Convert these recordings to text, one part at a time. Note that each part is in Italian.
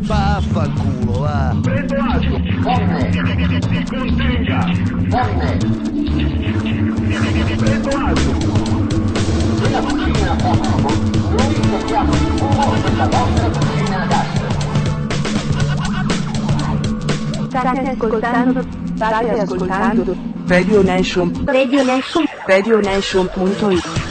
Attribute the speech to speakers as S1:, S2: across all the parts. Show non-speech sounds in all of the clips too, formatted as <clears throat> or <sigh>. S1: Vaffanculo, va.
S2: Prendo agio, forno, contenga, forno. Prendo agio. Nella cucina a fuoco, noi cerchiamo di promuovere la vostra cucina ad asso.
S3: State ascoltando, state ascoltando
S4: Radio Nation,
S3: Radio Nation,
S4: Radio Nation.it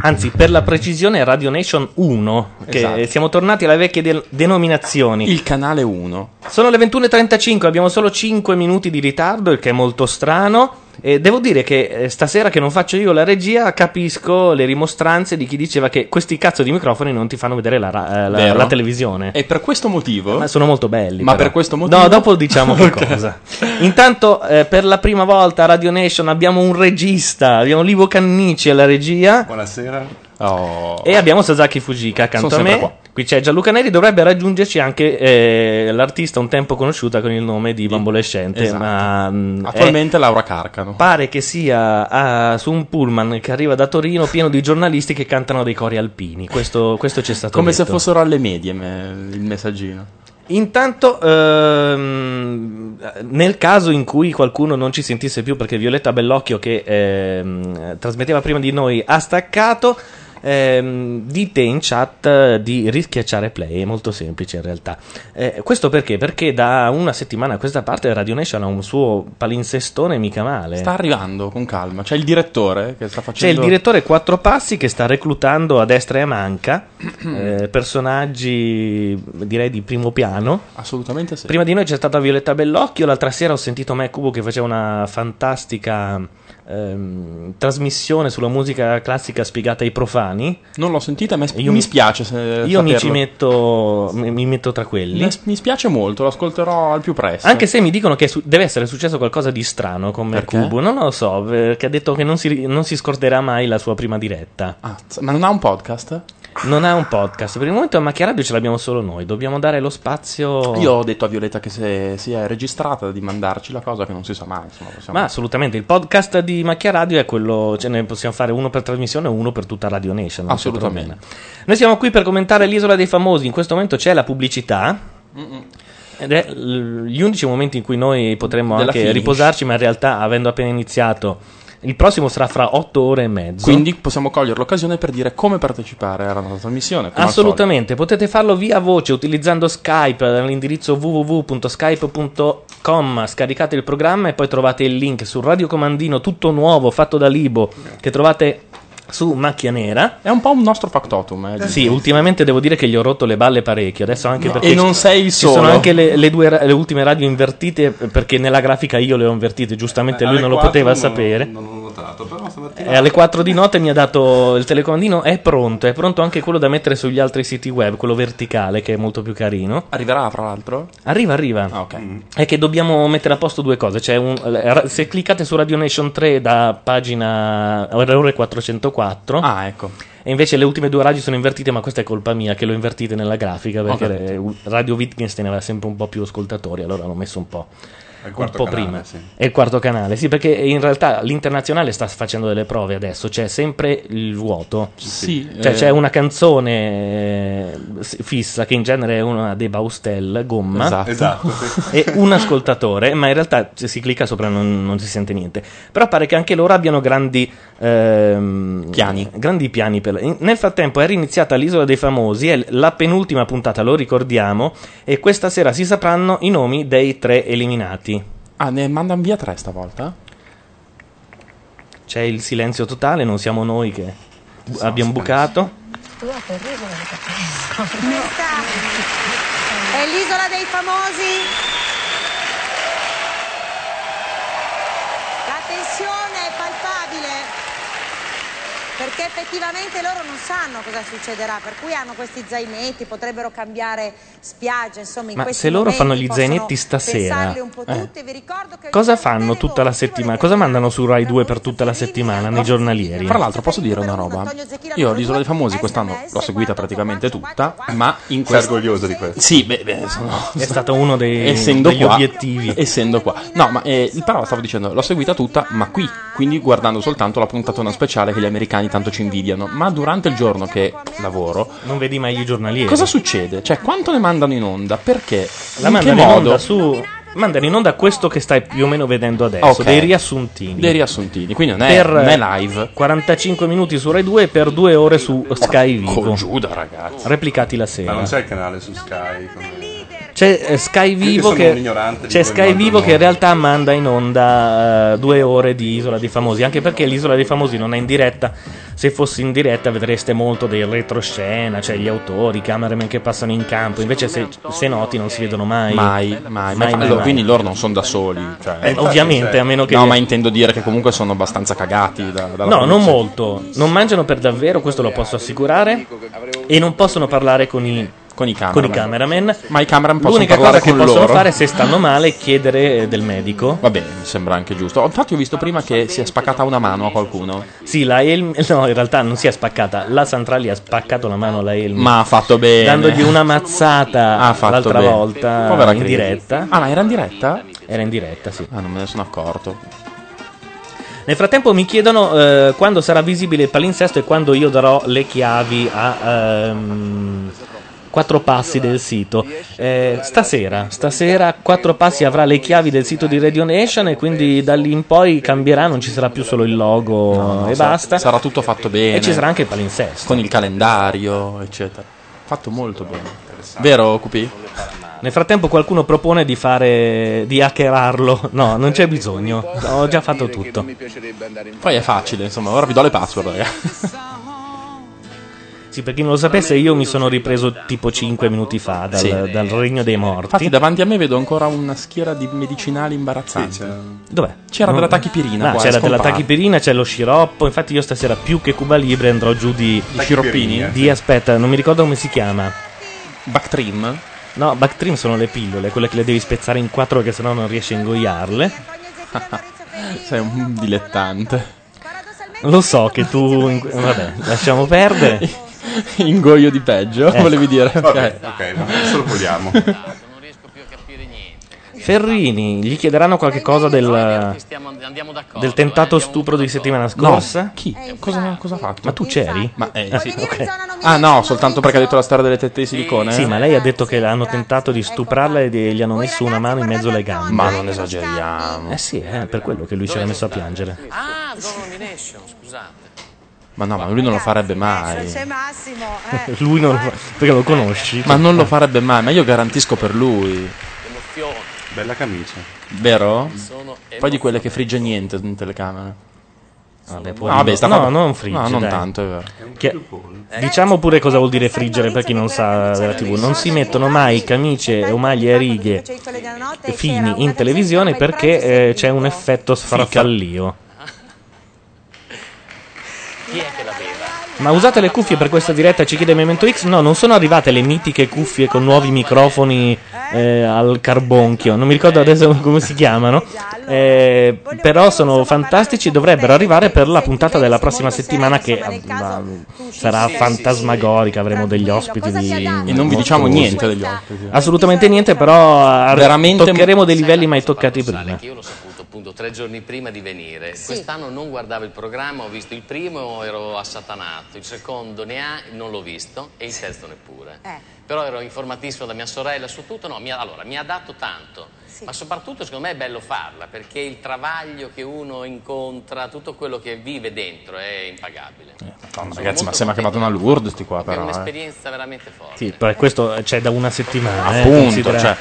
S5: Anzi, per la precisione, Radio Nation 1. Che
S6: Esatto.
S5: siamo tornati alle vecchie del- denominazioni.
S6: Il canale 1.
S5: Sono le 21.35, abbiamo solo 5 minuti di ritardo, il che è molto strano. E devo dire che eh, stasera che non faccio io la regia, capisco le rimostranze di chi diceva che questi cazzo di microfoni non ti fanno vedere la, ra- eh, la-
S6: Vero.
S5: la televisione.
S6: E per questo motivo.
S5: Ma sono molto belli.
S6: Ma
S5: però.
S6: per questo motivo.
S5: No, dopo diciamo che
S6: <laughs> Ok.
S5: cosa. Intanto, eh, per la prima volta a Radio Nation abbiamo un regista. Abbiamo Livo Cannici alla regia.
S7: Buonasera.
S6: Oh.
S5: E abbiamo Sasaki Fujika accanto
S6: Sono
S5: a me.
S6: sempre qua.
S5: Qui c'è Gianluca Neri, dovrebbe raggiungerci anche eh, l'artista un tempo conosciuta con il nome di Bambolescente,
S6: Esatto.
S5: ma mh,
S6: Attualmente
S5: è-
S6: Laura Carcano.
S5: pare che sia ah, su un pullman che arriva da Torino pieno di giornalisti che cantano dei cori alpini. Questo, questo ci è stato
S6: Come se
S5: detto.
S6: fossero alle medie me- il messaggino.
S5: Intanto, ehm, nel caso in cui qualcuno non ci sentisse più perché Violetta Bellocchio, che ehm, trasmetteva prima di noi, ha staccato, ehm, dite in chat eh, di rischiacciare play. È molto semplice in realtà. Eh, questo perché? Perché da una settimana a questa parte Radio Nation ha un suo palinsestone mica male.
S6: Sta arrivando con calma. C'è il direttore che sta
S5: C'è il
S6: facendo.
S5: direttore Quattro Passi che sta reclutando a destra e a manca eh, personaggi direi di primo piano.
S6: Assolutamente sì.
S5: Prima di noi c'è stata Violetta Bellocchio, l'altra sera ho sentito me e Cubo che faceva una fantastica ehm, trasmissione sulla musica classica spiegata ai profani.
S6: Non l'ho sentita, ma
S5: Io mi-
S6: mi spiace. se-
S5: Io mi
S6: saperlo.
S5: ci metto, mi, mi metto tra quelli.
S6: Mi, mi spiace molto, lo ascolterò al più presto.
S5: Anche se mi dicono che su- deve essere successo qualcosa di strano con me e
S6: Perché?
S5: Cubo, non lo so, perché ha detto che non si, non si scorderà mai la sua prima diretta.
S6: Ah, z- ma non ha un podcast?
S5: Non ha un podcast, per il momento a Macchia Radio ce l'abbiamo solo noi, dobbiamo dare lo spazio...
S6: Io ho detto a Violetta che se si è registrata di mandarci la cosa che non si sa mai. Insomma, possiamo-
S5: Ma assolutamente, il podcast di Macchia Radio è quello, ce ne possiamo fare uno per trasmissione e uno per tutta Radio Nation. non c'è
S6: Assolutamente.
S5: problema. Noi siamo qui per commentare l'isola dei famosi, in questo momento c'è la pubblicità. Ed è l- gli unici momenti in cui noi potremmo
S6: Della
S5: anche
S6: finish.
S5: riposarci, ma in realtà, avendo appena iniziato, il prossimo sarà fra otto ore e mezzo.
S6: Quindi possiamo cogliere l'occasione per dire come partecipare alla nostra trasmissione. come al
S5: Assolutamente, potete farlo via voce utilizzando Skype all'indirizzo www.skype.com, scaricate il programma e poi trovate il link sul Radio Comandino tutto nuovo fatto da Libo che trovate su Macchia Nera.
S6: solito. È un po' un nostro factotum. eh, di-
S5: Sì, ultimamente devo dire che gli ho rotto le balle parecchio, adesso anche
S6: No.
S5: perché
S6: E non
S5: ci-
S6: sei il
S5: ci
S6: solo.
S5: sono anche le, le due ra- le ultime radio invertite perché nella grafica io le ho invertite, giustamente lui
S7: Alle
S5: non lo
S7: quattro
S5: poteva
S7: non-
S5: sapere.
S7: Non l'ho notato, però stamattina.
S5: E alle 4 di notte mi ha dato il telecomandino, è pronto, è pronto anche quello da mettere sugli altri siti web, quello verticale che è molto più carino.
S6: Arriverà, fra l'altro?
S5: Arriva, arriva.
S6: Ah, ok.
S7: Mm.
S5: È che dobbiamo mettere a posto due cose. C'è un- ra- se cliccate su Radio Nation 3 da pagina errore 404,
S6: Ah, ecco.
S5: e invece le ultime due radio sono invertite, ma questa è colpa mia che l'ho invertite nella grafica perché
S6: Ho capito.
S5: eh, u- Radio Wittgenstein aveva sempre un po' più ascoltatori, allora l'ho messo un po'.
S7: Al
S5: Un
S7: quarto
S5: po'
S7: canale,
S5: prima
S7: sì.
S5: è il quarto canale, sì, perché in realtà l'internazionale sta facendo delle prove adesso, c'è sempre il vuoto.
S6: Sì.
S5: Cioè,
S6: eh,
S5: c'è una canzone eh, s- fissa che in genere è una dei Baustel, gomma,
S6: Esatto.
S7: Esatto, sì.
S5: <laughs> e un ascoltatore, ma in realtà se si clicca sopra non, non si sente niente. Però pare che anche loro abbiano grandi ehm,
S6: Piani.
S5: grandi piani per- in- nel frattempo è riniziata l'Isola dei Famosi, è l- la penultima puntata, lo ricordiamo, e questa sera si sapranno i nomi dei tre eliminati.
S6: Ah, ne mandano via tre stavolta?
S5: C'è il silenzio totale, non siamo noi che bu- abbiamo bucato.
S8: È l'isola dei famosi. La tensione è palpabile perché effettivamente loro non sanno cosa succederà, per cui hanno questi zainetti, potrebbero cambiare spiaggia, insomma in
S5: Ma
S8: questi
S5: se loro
S8: momenti
S5: fanno gli
S8: possono
S5: zainetti stasera,
S8: pensarli un po'
S6: eh,
S8: tutti, vi ricordo che
S5: Cosa
S8: ogni
S5: fanno
S8: mattina
S5: tutta la
S8: voi
S5: settimana?
S8: volete
S5: Cosa mandano su Rai
S8: vedere
S5: 2 per tutta la settimana nei giornalieri?
S6: Fra l'altro posso dire una roba? Io l'Isola dei Famosi quest'anno l'ho seguita praticamente tutta, ma
S7: Sei
S6: in questo...
S7: orgoglioso di questo.
S6: Sì, beh, beh, sono... <laughs>
S5: È stato uno dei,
S6: essendo
S5: degli
S6: qua,
S5: obiettivi.
S6: essendo qua. No, ma eh, però stavo dicendo, l'ho seguita tutta, ma qui, quindi guardando soltanto la puntatona speciale che gli americani ogni tanto ci invidiano, ma durante il giorno che lavoro...
S5: Non vedi mai i giornalieri.
S6: Cosa succede? Cioè, quanto ne mandano in onda? Perché?
S5: La
S6: in che
S5: mandano in
S6: modo?
S5: onda su. Mandano in onda questo che stai più o meno vedendo adesso.
S6: Ok.
S5: Dei riassuntini.
S6: Dei riassuntini, quindi non è- non è live.
S5: 45 minuti su Rai 2 e per 2 ore su Sky Vivo.
S7: Porco Giuda, ragazzi.
S5: Replicati la sera.
S7: Ma non c'è il canale su Sky. come-
S5: C'è eh, Sky Vivo
S7: sono un
S5: che,
S7: ignorante di
S5: c'è
S7: quel
S5: Sky
S7: mondo
S5: Vivo che in realtà manda in onda eh, due ore di Isola dei Famosi, anche perché l'Isola dei Famosi non è in diretta. Se fosse in diretta vedreste molto del retroscena, cioè gli autori, i cameraman che passano in campo, invece se, se noti non si vedono mai.
S6: Mai, mai, mai.
S5: Mai,
S6: Allora,
S5: mai, mai.
S6: Quindi loro non sono da soli. cioè-
S5: Eh, ovviamente, a meno che- Eh.
S6: No, ma intendo dire che comunque sono abbastanza cagati. da- dalla
S5: No, non
S6: produzione.
S5: molto. Non mangiano per davvero, questo lo posso assicurare. E non possono parlare con i,
S6: con i
S5: cameraman.
S6: Ma i cameraman possono
S5: L'unica cosa
S6: parlare
S5: che
S6: con
S5: possono
S6: loro.
S5: fare se stanno male è chiedere eh, del medico.
S6: Vabbè, mi sembra anche giusto. Oh, Infatti, ho visto prima che si è spaccata una mano a qualcuno.
S5: Sì, la Elm. <laughs> No, in realtà non si è spaccata. La Santrali ha spaccato la mano alla Elm.
S6: Ma ha fatto bene.
S5: Dandogli una mazzata
S6: Ha fatto
S5: l'altra
S6: bene.
S5: volta
S6: Povera
S5: in
S6: Cris.
S5: diretta.
S6: Ah, ma era in diretta?
S5: Era in diretta, sì.
S6: Ah, non me ne sono accorto.
S5: Nel frattempo mi chiedono eh, quando sarà visibile il palinsesto e quando io darò le chiavi a ehm, quattro passi del sito. Eh, stasera, stasera quattro passi avrà le chiavi del sito di Radio Nation e quindi da lì in poi cambierà, non ci sarà più solo il logo e
S6: Sarà-
S5: basta.
S6: Sarà tutto fatto bene.
S5: E ci sarà anche il palinsesto.
S6: Con il calendario, eccetera. Fatto molto bene. Vero, Cupi?
S5: Nel frattempo qualcuno propone di fare di hackerarlo. <laughs> No, non c'è bisogno. Ho già fatto tutto.
S6: Poi è facile, insomma. Ora vi do le password, ragazzi.
S5: Sì, per chi non lo sapesse, io mi sono ripreso tipo 5 minuti fa dal,
S6: Sì.
S5: dal regno dei morti.
S6: Infatti, davanti a me vedo ancora una schiera di medicinali imbarazzanti.
S5: Dov'è?
S6: C'era
S5: Non-
S6: della tachipirina.
S5: No, Ah,
S6: qua, è
S5: c'era della
S6: scomparsa.
S5: tachipirina, c'è lo sciroppo. Infatti, io stasera più che Cuba Libre andrò giù di.
S6: Di sciroppini?
S5: Di aspetta, non mi ricordo come si chiama.
S6: Bactrim?
S5: No, Bactrim sono le pillole, quelle che le devi spezzare in quattro perché sennò non riesci a ingoiarle.
S6: Sei Ah, un dilettante.
S5: Lo so che tu. in- Vabbè, lasciamo
S6: <laughs>
S5: perdere.
S6: Ingoio di peggio,
S5: Ecco.
S6: volevi dire. Ok,
S5: Vabbè,
S7: ok, no, adesso lo puliamo.
S5: Ferrini, gli chiederanno qualche cosa del, del tentato stupro di settimana scorsa?
S6: Chi? Cosa, cosa ha fatto?
S5: Ma tu c'eri?
S6: Ma, eh,
S5: Ah,
S6: sì,
S5: ok.
S6: Ah, no, soltanto perché ha detto la storia delle tette di silicone?
S5: Sì, ma lei ha detto che hanno tentato di stuprarla e di- gli hanno messo una mano in mezzo alle gambe.
S6: Ma non esageriamo.
S5: Eh sì, eh, per quello che lui si era messo a piangere.
S1: Ah, Zone Nomination, scusate.
S6: Ma no, ma lui non lo farebbe mai.
S8: C'è Massimo.
S5: Lui non lo perché lo conosci.
S6: Ma non lo farebbe mai, ma io garantisco per lui.
S1: Emozione.
S7: Bella camicia.
S6: Vero?
S1: Sono
S6: Poi di quelle che frigge niente in telecamera.
S5: Vabbè,
S6: Ah, vabbè, sta
S5: No,
S6: qua-
S5: non frigge,
S6: No, non
S5: dai.
S6: tanto, è vero.
S5: Che- Diciamo pure cosa vuol dire friggere per chi non sa della TV. Non si mettono mai camicie o maglie a righe fini in televisione perché eh, c'è un effetto sfarfallio.
S1: Chi è che la beva?
S5: Ma usate le cuffie per questa diretta? Ci chiede Memento X? No, non sono arrivate le mitiche cuffie con nuovi microfoni eh, al carbonchio. Non mi ricordo adesso come si chiamano. Eh, però sono fantastici. Dovrebbero arrivare per la puntata della prossima settimana, che ah, ma, sarà fantasmagorica. Avremo degli ospiti di.
S6: E non vi diciamo niente degli ospiti.
S5: Assolutamente niente, però ah,
S6: Veramente-
S5: toccheremo dei livelli mai toccati prima.
S1: Che io l'ho saputo appunto tre giorni prima di venire. Quest'anno non guardavo il programma, ho visto il primo, ero assatanato. Il secondo ne ha, non l'ho visto, e il terzo neppure. Però ero informatissimo da mia sorella su tutto. No, mi ha, allora, mi ha dato tanto. Ma soprattutto secondo me è bello farla, perché il travaglio che uno incontra, tutto quello che vive dentro è impagabile.
S6: Madonna, ragazzi, ma sembra che vadano a Lourdes sti qua,
S1: È
S6: però. eh.
S1: un'esperienza veramente forte.
S5: Sì, però questo
S6: cioè,
S5: c'è da una settimana. eh,
S6: Appunto,
S5: considera-
S6: cioè,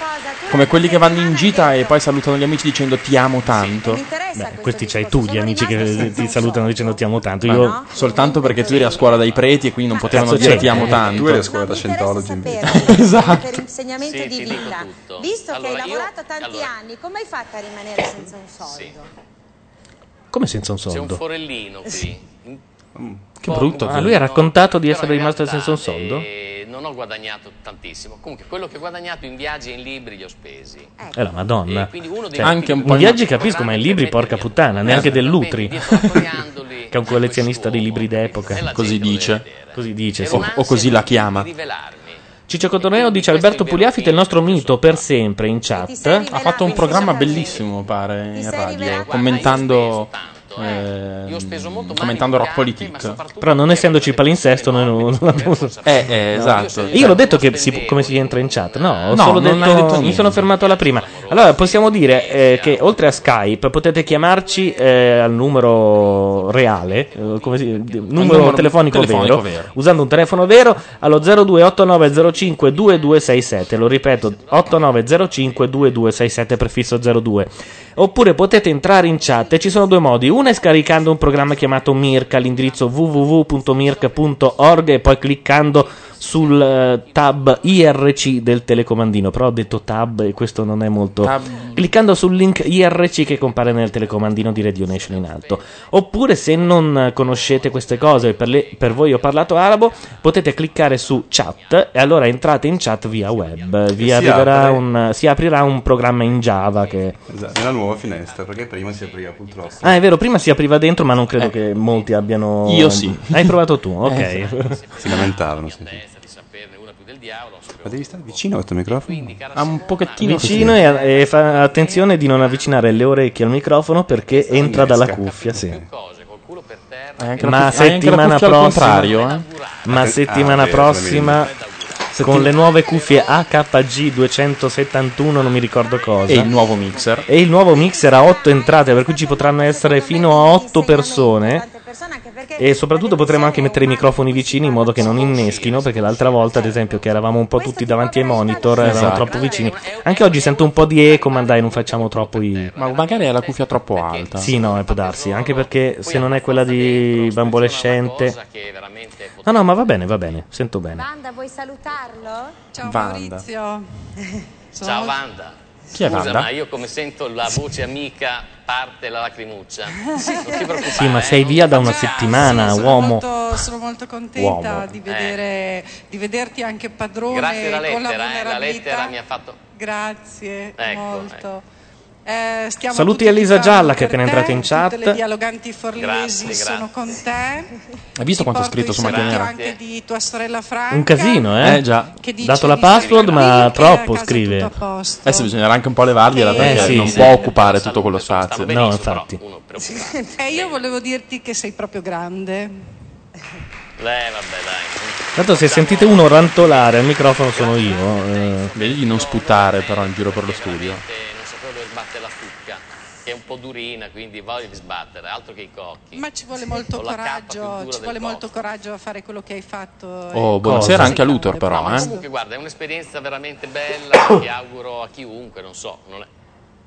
S6: come quelli che vanno in gita e poi salutano gli amici dicendo ti amo tanto.
S5: Beh, questi c'hai tu, gli amici che ti salutano dicendo ti amo tanto.
S6: Ma
S5: Io
S6: no, soltanto perché tu eri a scuola dai preti e quindi non potevano
S5: Cazzo
S6: dire
S5: c'è?
S6: ti amo
S5: Eh,
S6: tanto.
S7: Tu eri a scuola da Scientology invece.
S8: esatto. Per insegnamento
S1: Sì,
S8: di
S1: ti dico
S8: vita.
S1: tutto.
S8: Visto che
S1: Allora,
S8: hai
S1: io-
S8: lavorato tanti
S1: allora-
S8: anni, come hai fatto a rimanere senza un soldo?
S5: come senza un
S1: C'è un
S5: soldo? Mm,
S1: forellino qui.
S6: Che brutto.
S5: Ah, lui ha raccontato di
S1: Però
S5: essere
S1: in
S5: rimasto
S1: realtà,
S5: senza un soldo?
S1: eh, non ho guadagnato tantissimo. Comunque, quello che ho guadagnato in viaggi e in libri li ho spesi.
S5: È la Madonna.
S1: E quindi uno dei
S5: Cioè,
S6: Anche un po'
S5: in
S6: in-
S5: viaggi capisco, ma in libri, porca puttana, neanche dell'Utri,
S1: Dietro a coriandoli,
S5: che è un collezionista di libri
S1: e
S5: d'epoca.
S1: la
S6: Così
S1: gente lo
S6: dice.
S1: deve vedere.
S5: Così dice,
S1: Era
S5: sì.
S6: O-
S1: un'ansia
S6: o così la chiama.
S1: di rivelarmi.
S5: Ciccio Cotoneo dice Alberto Pugliafi è il nostro mito per sempre in chat.
S6: Ha fatto un programma bellissimo, pare, in radio, commentando eh,
S1: Io ho speso molto male
S6: commentando
S1: in
S6: Rock
S1: carte,
S6: Politic.
S1: ma soprattutto
S5: Però non essendoci il palinsesto, noi non, non l'abbiamo saputo.
S6: Eh, eh, esatto.
S5: Io l'ho detto che si, come si entra in chat. No, ho
S6: No,
S5: solo
S6: non
S5: detto,
S6: hai detto
S5: mi
S6: niente.
S5: sono fermato alla prima. Allora, possiamo dire eh, che oltre a Skype potete chiamarci eh, al numero reale, eh, come si- di- numero,
S6: numero
S5: telefonico,
S6: telefonico
S5: vero,
S6: vero.
S5: usando un telefono vero allo 028905 2267. Lo ripeto, 8905 2267 prefisso 02. Oppure potete entrare in chat e ci sono due modi. Uno è scaricando un programma chiamato Mirk all'indirizzo www.mirk.org e poi cliccando sul eh, tab IRC del telecomandino. Però ho detto tab e questo non è molto. Cliccando sul link IRC che compare nel telecomandino di Radio Nation in alto. Oppure se non eh, conoscete queste cose, per, le- per voi ho parlato arabo, potete cliccare su chat e allora entrate in chat via web. Vi
S7: Si
S5: arriverà
S7: apre.
S5: un- si aprirà un programma in Java che.
S7: Esatto, nella nuova finestra, perché prima si apriva purtroppo.
S5: Ah, è vero, prima si apriva dentro, ma non credo che molti abbiano.
S7: Eh. Io sì.
S5: Hai provato
S6: <laughs>
S5: tu, ok.
S7: <laughs> Eh, Si lamentavano, sì.
S1: Ma
S7: devi stare vicino a questo microfono.
S6: Ha un pochettino
S5: Vicino e, e fa attenzione di non avvicinare le orecchie al microfono perché entra dalla cuffia, sì. Ma settimana prossima,
S6: Ah,
S5: ma settimana prossima con le nuove cuffie AKG 271, non mi ricordo cosa.
S6: E il nuovo mixer.
S5: E il nuovo mixer ha 8 entrate, per cui ci potranno essere fino a 8 persone. E soprattutto potremo anche mettere i microfoni vicini in modo che non inneschino, perché l'altra volta, ad esempio, che eravamo un po' tutti davanti ai monitor, eravamo
S6: Esatto.
S5: troppo vicini. Anche oggi sento un po' di eco, ma dai, non facciamo troppo i...
S6: Eh, Ma magari è la cuffia troppo alta.
S5: Sì, no, eh, può darsi, anche perché se non è quella di bambolescente... No, no, ma va bene, va bene, sento bene.
S8: Vanda, vuoi salutarlo?
S1: Ciao,
S8: Maurizio.
S1: Ciao Vanda.
S5: Chi è
S1: Scusa,
S5: Wanda?
S1: ma io come sento la voce amica parte la lacrimuccia.
S9: <laughs>
S1: Non ti preoccupare.
S5: Sì, ma sei via da una settimana, uomo.
S9: Molto- sono molto contenta
S5: Uomo.
S9: di, vedere- di vederti anche padrone
S1: Eh. Grazie alla
S9: con la
S1: lettera, eh, la
S9: vulnerabilità.
S1: lettera mi ha fatto...
S9: Grazie,
S1: Ecco,
S9: molto. Eh, stiamo
S5: Saluti
S9: tutti
S5: Elisa
S9: tifando
S5: Gialla che è
S9: per
S5: appena entrata
S9: te,
S5: in chat.
S9: Tutte le dialoganti forlesi
S5: Grazie,
S9: sono con te.
S6: Hai visto quanto è scritto su macchina nera?
S9: anche
S1: Eh.
S9: di tua sorella Franca.
S5: Un casino, eh?
S6: Eh, già.
S9: Che dice
S5: Dato la
S9: di
S5: password, ma troppo
S9: tutto a
S5: scrive.
S9: posto.
S6: Eh sì, bisognerà anche un po' levargliela
S9: Eh,
S6: perché
S5: sì,
S6: non
S5: sì.
S6: può occupare tutto quello spazio.
S5: No, infatti.
S9: <laughs> E io volevo dirti che sei proprio grande.
S1: Eh, vabbè, dai.
S5: Tanto se sentite uno rantolare al microfono sono io. eh.
S6: Vedi di non sputare però in giro per lo studio.
S1: Eh, non sapevo dove sbatte la fucca, che è un po' durina, quindi voglio sbattere, altro che i cocchi.
S9: Ma ci vuole molto
S1: Con la K più dura
S9: coraggio, ci
S1: del corpo.
S9: vuole molto coraggio a fare quello che hai fatto.
S6: Oh,
S9: Eh,
S6: buonasera
S9: cosa?
S6: anche a Luthor però,
S1: Ma
S6: eh.
S1: comunque, guarda, è un'esperienza
S5: <coughs>
S1: veramente bella che auguro a chiunque, non so, non è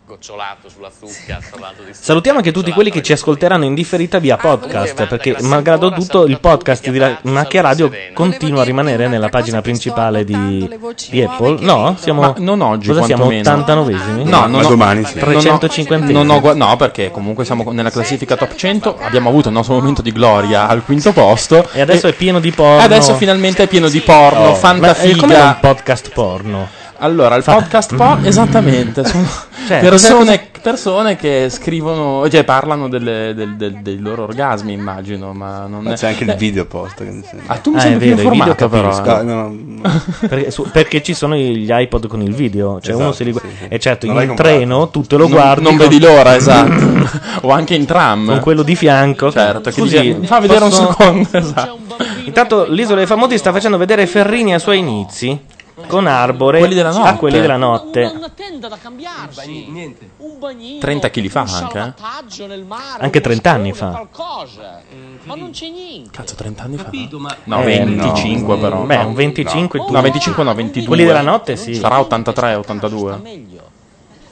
S1: gocciolato sulla zucca, tra l'altro di
S5: Salutiamo anche tutti quelli che ci ascolteranno in differita via podcast, perché malgrado tutto il podcast di Ra- Macchia Radio continua a rimanere nella pagina principale di, di Apple. No, siamo
S6: Ma non oggi,
S5: cosa siamo
S6: quantomeno.
S5: 89esimi?
S6: No, non ho- Non
S5: 350
S6: ho, gua- no, perché comunque siamo co- nella classifica top 100, abbiamo avuto il nostro momento di gloria al quinto posto.
S5: E adesso è pieno di porno.
S6: Eh, Adesso finalmente è pieno di porno,
S5: Oh, ma, eh, com'è un
S6: fantafiga.
S5: podcast porno?
S6: Allora, il podcast porno,
S5: <laughs>
S6: esattamente, sono
S5: Cioè,
S6: persone, persone che scrivono, cioè parlano delle- del- del- dei loro orgasmi, immagino, ma non
S7: Ma
S6: è...
S7: c'è anche il
S6: Beh,
S7: video posto. Che
S6: Ah, tu mi
S5: Ah, è
S6: sembri più
S5: vero, il video
S6: informato però.
S5: capisco.
S6: eh.
S7: No, no,
S5: <laughs> Perché, su- perché ci sono gli iPod con il video, cioè uno se li guarda. E certo,
S6: Esatto, Non l'hai
S5: in
S6: comprato.
S5: treno tu te lo
S6: Non-
S5: guardi.
S6: non
S5: con-
S6: vedi
S5: <laughs>
S6: l'ora, esatto. <laughs> o anche in tram.
S5: Con quello di fianco.
S6: Certo, che
S5: Scusi,
S6: dice- mi fa vedere
S5: posso-
S6: un secondo, esatto.
S5: Intanto l'isola dei famosi sta facendo vedere Ferrini ai suoi inizi. Con Arbore
S6: Quelli della
S5: a
S6: notte.
S5: quelli della notte.
S10: tenda da cambiarsi. Niente. Un bagnino.
S6: 30 chili fa anche, eh?
S10: salvataggio nel mare.
S5: Anche
S10: uno
S5: 30 anni
S10: sperone,
S5: fa.
S10: Qualcosa. Ma non c'è niente.
S6: Cazzo, 30 anni fa.
S5: Eh,
S6: No, 25
S5: no.
S6: però.
S5: Beh,
S6: No,
S5: un 25
S6: no.
S5: tu-
S6: No, 25 no, 22.
S5: Quelli della notte, sì.
S6: Sarà 83, 82.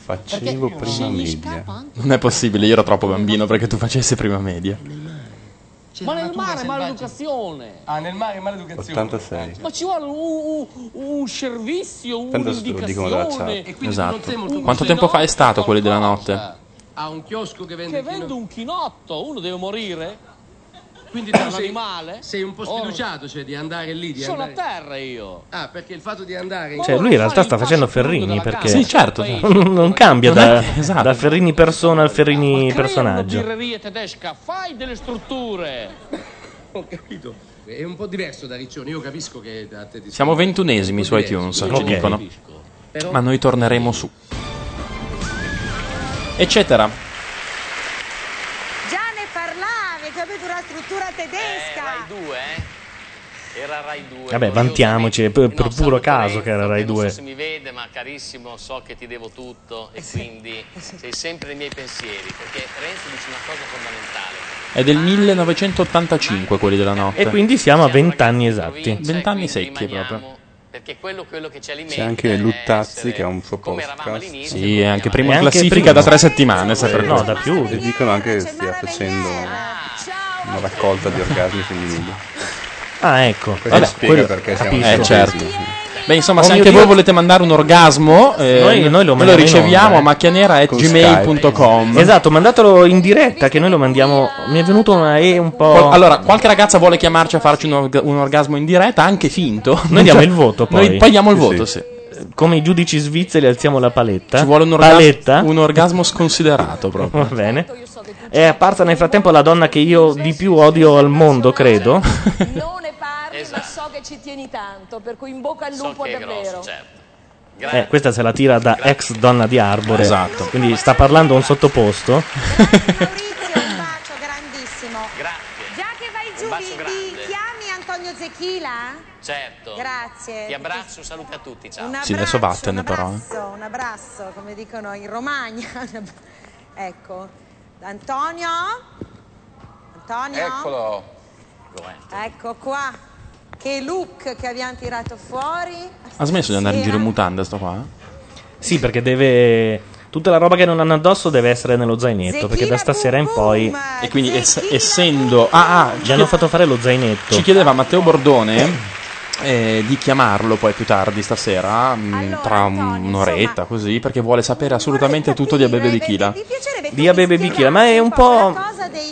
S7: Facevo prima media.
S6: Non è possibile, io ero troppo bambino perché tu facessi prima media.
S10: Ma nel mare maleducazione.
S11: Ah, nel mare maleducazione.
S7: 86.
S10: Ma ci vuole un, un- un servizio,
S7: Tanto se te lo dicono dalla chat.
S10: un'indicazione.
S6: Esatto. Quanto tempo fa è stato quelli della notte?
S10: Ha un chiosco che vende, un chinotto, uno deve morire. Quindi
S11: tu
S10: un
S11: sei-
S10: animale.
S11: Sei un po'
S10: Or-
S11: sfiduciato, cioè, di andare lì. Di
S10: Sono a
S11: andare...
S10: terra io.
S11: Ah, perché il fatto di andare in
S5: Cioè, lui in realtà sta facendo Ferrini perché.
S6: Sì,
S5: <laughs>
S6: certo.
S5: non cambia
S6: Non è
S5: da,
S6: che- esatto.
S5: da Ferrini persona al Ferrini
S10: Crea
S5: personaggio.
S10: una birreria tedesca, fai delle strutture.
S11: Ho capito. È un po' diverso da Riccione, io capisco che a te ti
S6: Siamo ventunesimi su iTunes, ci
S5: Ok.
S6: dicono. Ma noi torneremo su. Eccetera.
S8: Già ne Ah, struttura
S1: Eh,
S8: tedesca.
S1: Rai 2, eh? Era Rai 2.
S5: Vabbè, vantiamoci, è per, per puro caso che era Rai
S1: Non so
S5: 2.
S1: se mi vede, ma carissimo, so che ti devo tutto
S8: Eh
S1: e quindi sei sempre nei miei pensieri, perché Renzo dice una cosa fondamentale.
S6: È del 1985 quelli della notte.
S5: E quindi siamo a 20 anni esatti.
S6: 20 anni secchi proprio.
S7: C'è anche Luttazzi che ha un suo podcast.
S6: Sì, e anche prima
S7: E
S6: in
S7: anche
S6: classifica
S7: prima.
S6: da tre settimane, sapete.
S7: No,
S5: da più.
S7: E dicono anche che stia facendo una raccolta di orgasmi femminili.
S5: Ah, ecco.
S7: Questo spiega perché siamo
S6: Eh,
S7: in
S6: certo.
S7: crisi.
S6: Beh, insomma,
S7: Oh
S6: se
S7: mio
S6: anche
S7: Dio.
S6: voi volete mandare un orgasmo, eh,
S5: Noi- noi lo mandiamo in
S6: riceviamo
S5: onda,
S6: a
S5: eh.
S6: macchianera.gmail.com.
S5: Esatto, mandatelo in diretta che noi lo mandiamo. Mi è venuto una E un po'.
S6: Qual- Allora, qualche ragazza vuole chiamarci a farci un, orga- un orgasmo in diretta, anche finto.
S5: noi diamo il voto poi.
S6: Noi poi diamo il voto, sì.
S5: Come i giudici svizzeri alziamo la paletta.
S6: Ci vuole un, orgas-
S5: paletta.
S6: un orgasmo sconsiderato proprio.
S5: Va bene. È apparsa nel frattempo la donna che io di più odio al mondo, <laughs> credo.
S12: Non ne parli, ma so che ci tieni tanto, per cui in bocca al lupo davvero.
S5: Eh, questa se la tira da ex donna di Arbore.
S6: Esatto.
S5: Quindi sta parlando a un sottoposto.
S8: Grandissimo.
S1: Grazie.
S8: Già che vai giù,
S1: Un bacio
S8: vi,
S1: grande.
S8: vi chiami Antonio Zechila?
S1: Certo.
S8: Grazie.
S1: Ti abbraccio, saluti a tutti, ciao.
S8: Un
S6: Sì, adesso
S8: abbraccio,
S6: vattene però. eh.
S8: Un abbraccio, un abbraccio, come dicono in Romagna. <laughs> ecco. Antonio? Antonio?
S13: Eccolo.
S8: Ecco qua. Che look che abbiamo tirato fuori.
S6: Ha smesso di andare in
S12: eh?
S6: giro in mutanda sto qua?
S5: Sì, perché deve. Tutta la roba che non hanno addosso deve essere nello zainetto. Perché da stasera in poi.
S6: E quindi ess- essendo... Ah, ah,
S5: Gli hanno fatto fare lo zainetto.
S6: Ci chiedeva Matteo Bordone eh, di chiamarlo poi più tardi stasera, mh, tra un'oretta così, perché vuole sapere assolutamente tutto di Abebe Bichila.
S5: Di Abebe Bichila, ma è un po'.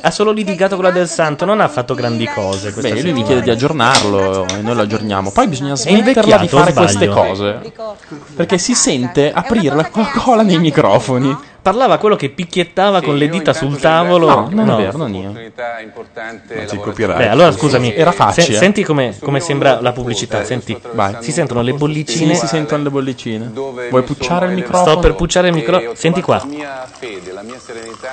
S5: Ha solo litigato con la del Santo, non ha fatto grandi cose. questa
S6: Beh, lui mi
S5: settimana.
S6: chiede di aggiornarlo e noi lo aggiorniamo. Poi bisogna smetterla
S5: invecchiato,
S6: di fare
S5: o sbaglio?
S6: queste cose. Perché si sente aprire la Coca-Cola nei microfoni.
S5: Parlava quello che picchiettava con le dita sul tavolo.
S6: No, non
S5: No.
S6: è vero, non io.
S13: Un'opportunità importante.
S7: ci
S13: lavorativa.
S7: copierai.
S5: Beh, allora scusami,
S6: Era facile.
S5: se- senti come, come sembra la pubblicità. Senti, si sentono le bollicine.
S6: Sì, si sentono le bollicine. Vuoi pucciare il microfono?
S5: Sto per pucciare il microfono. Senti qua.
S13: La mia fede, la mia serenità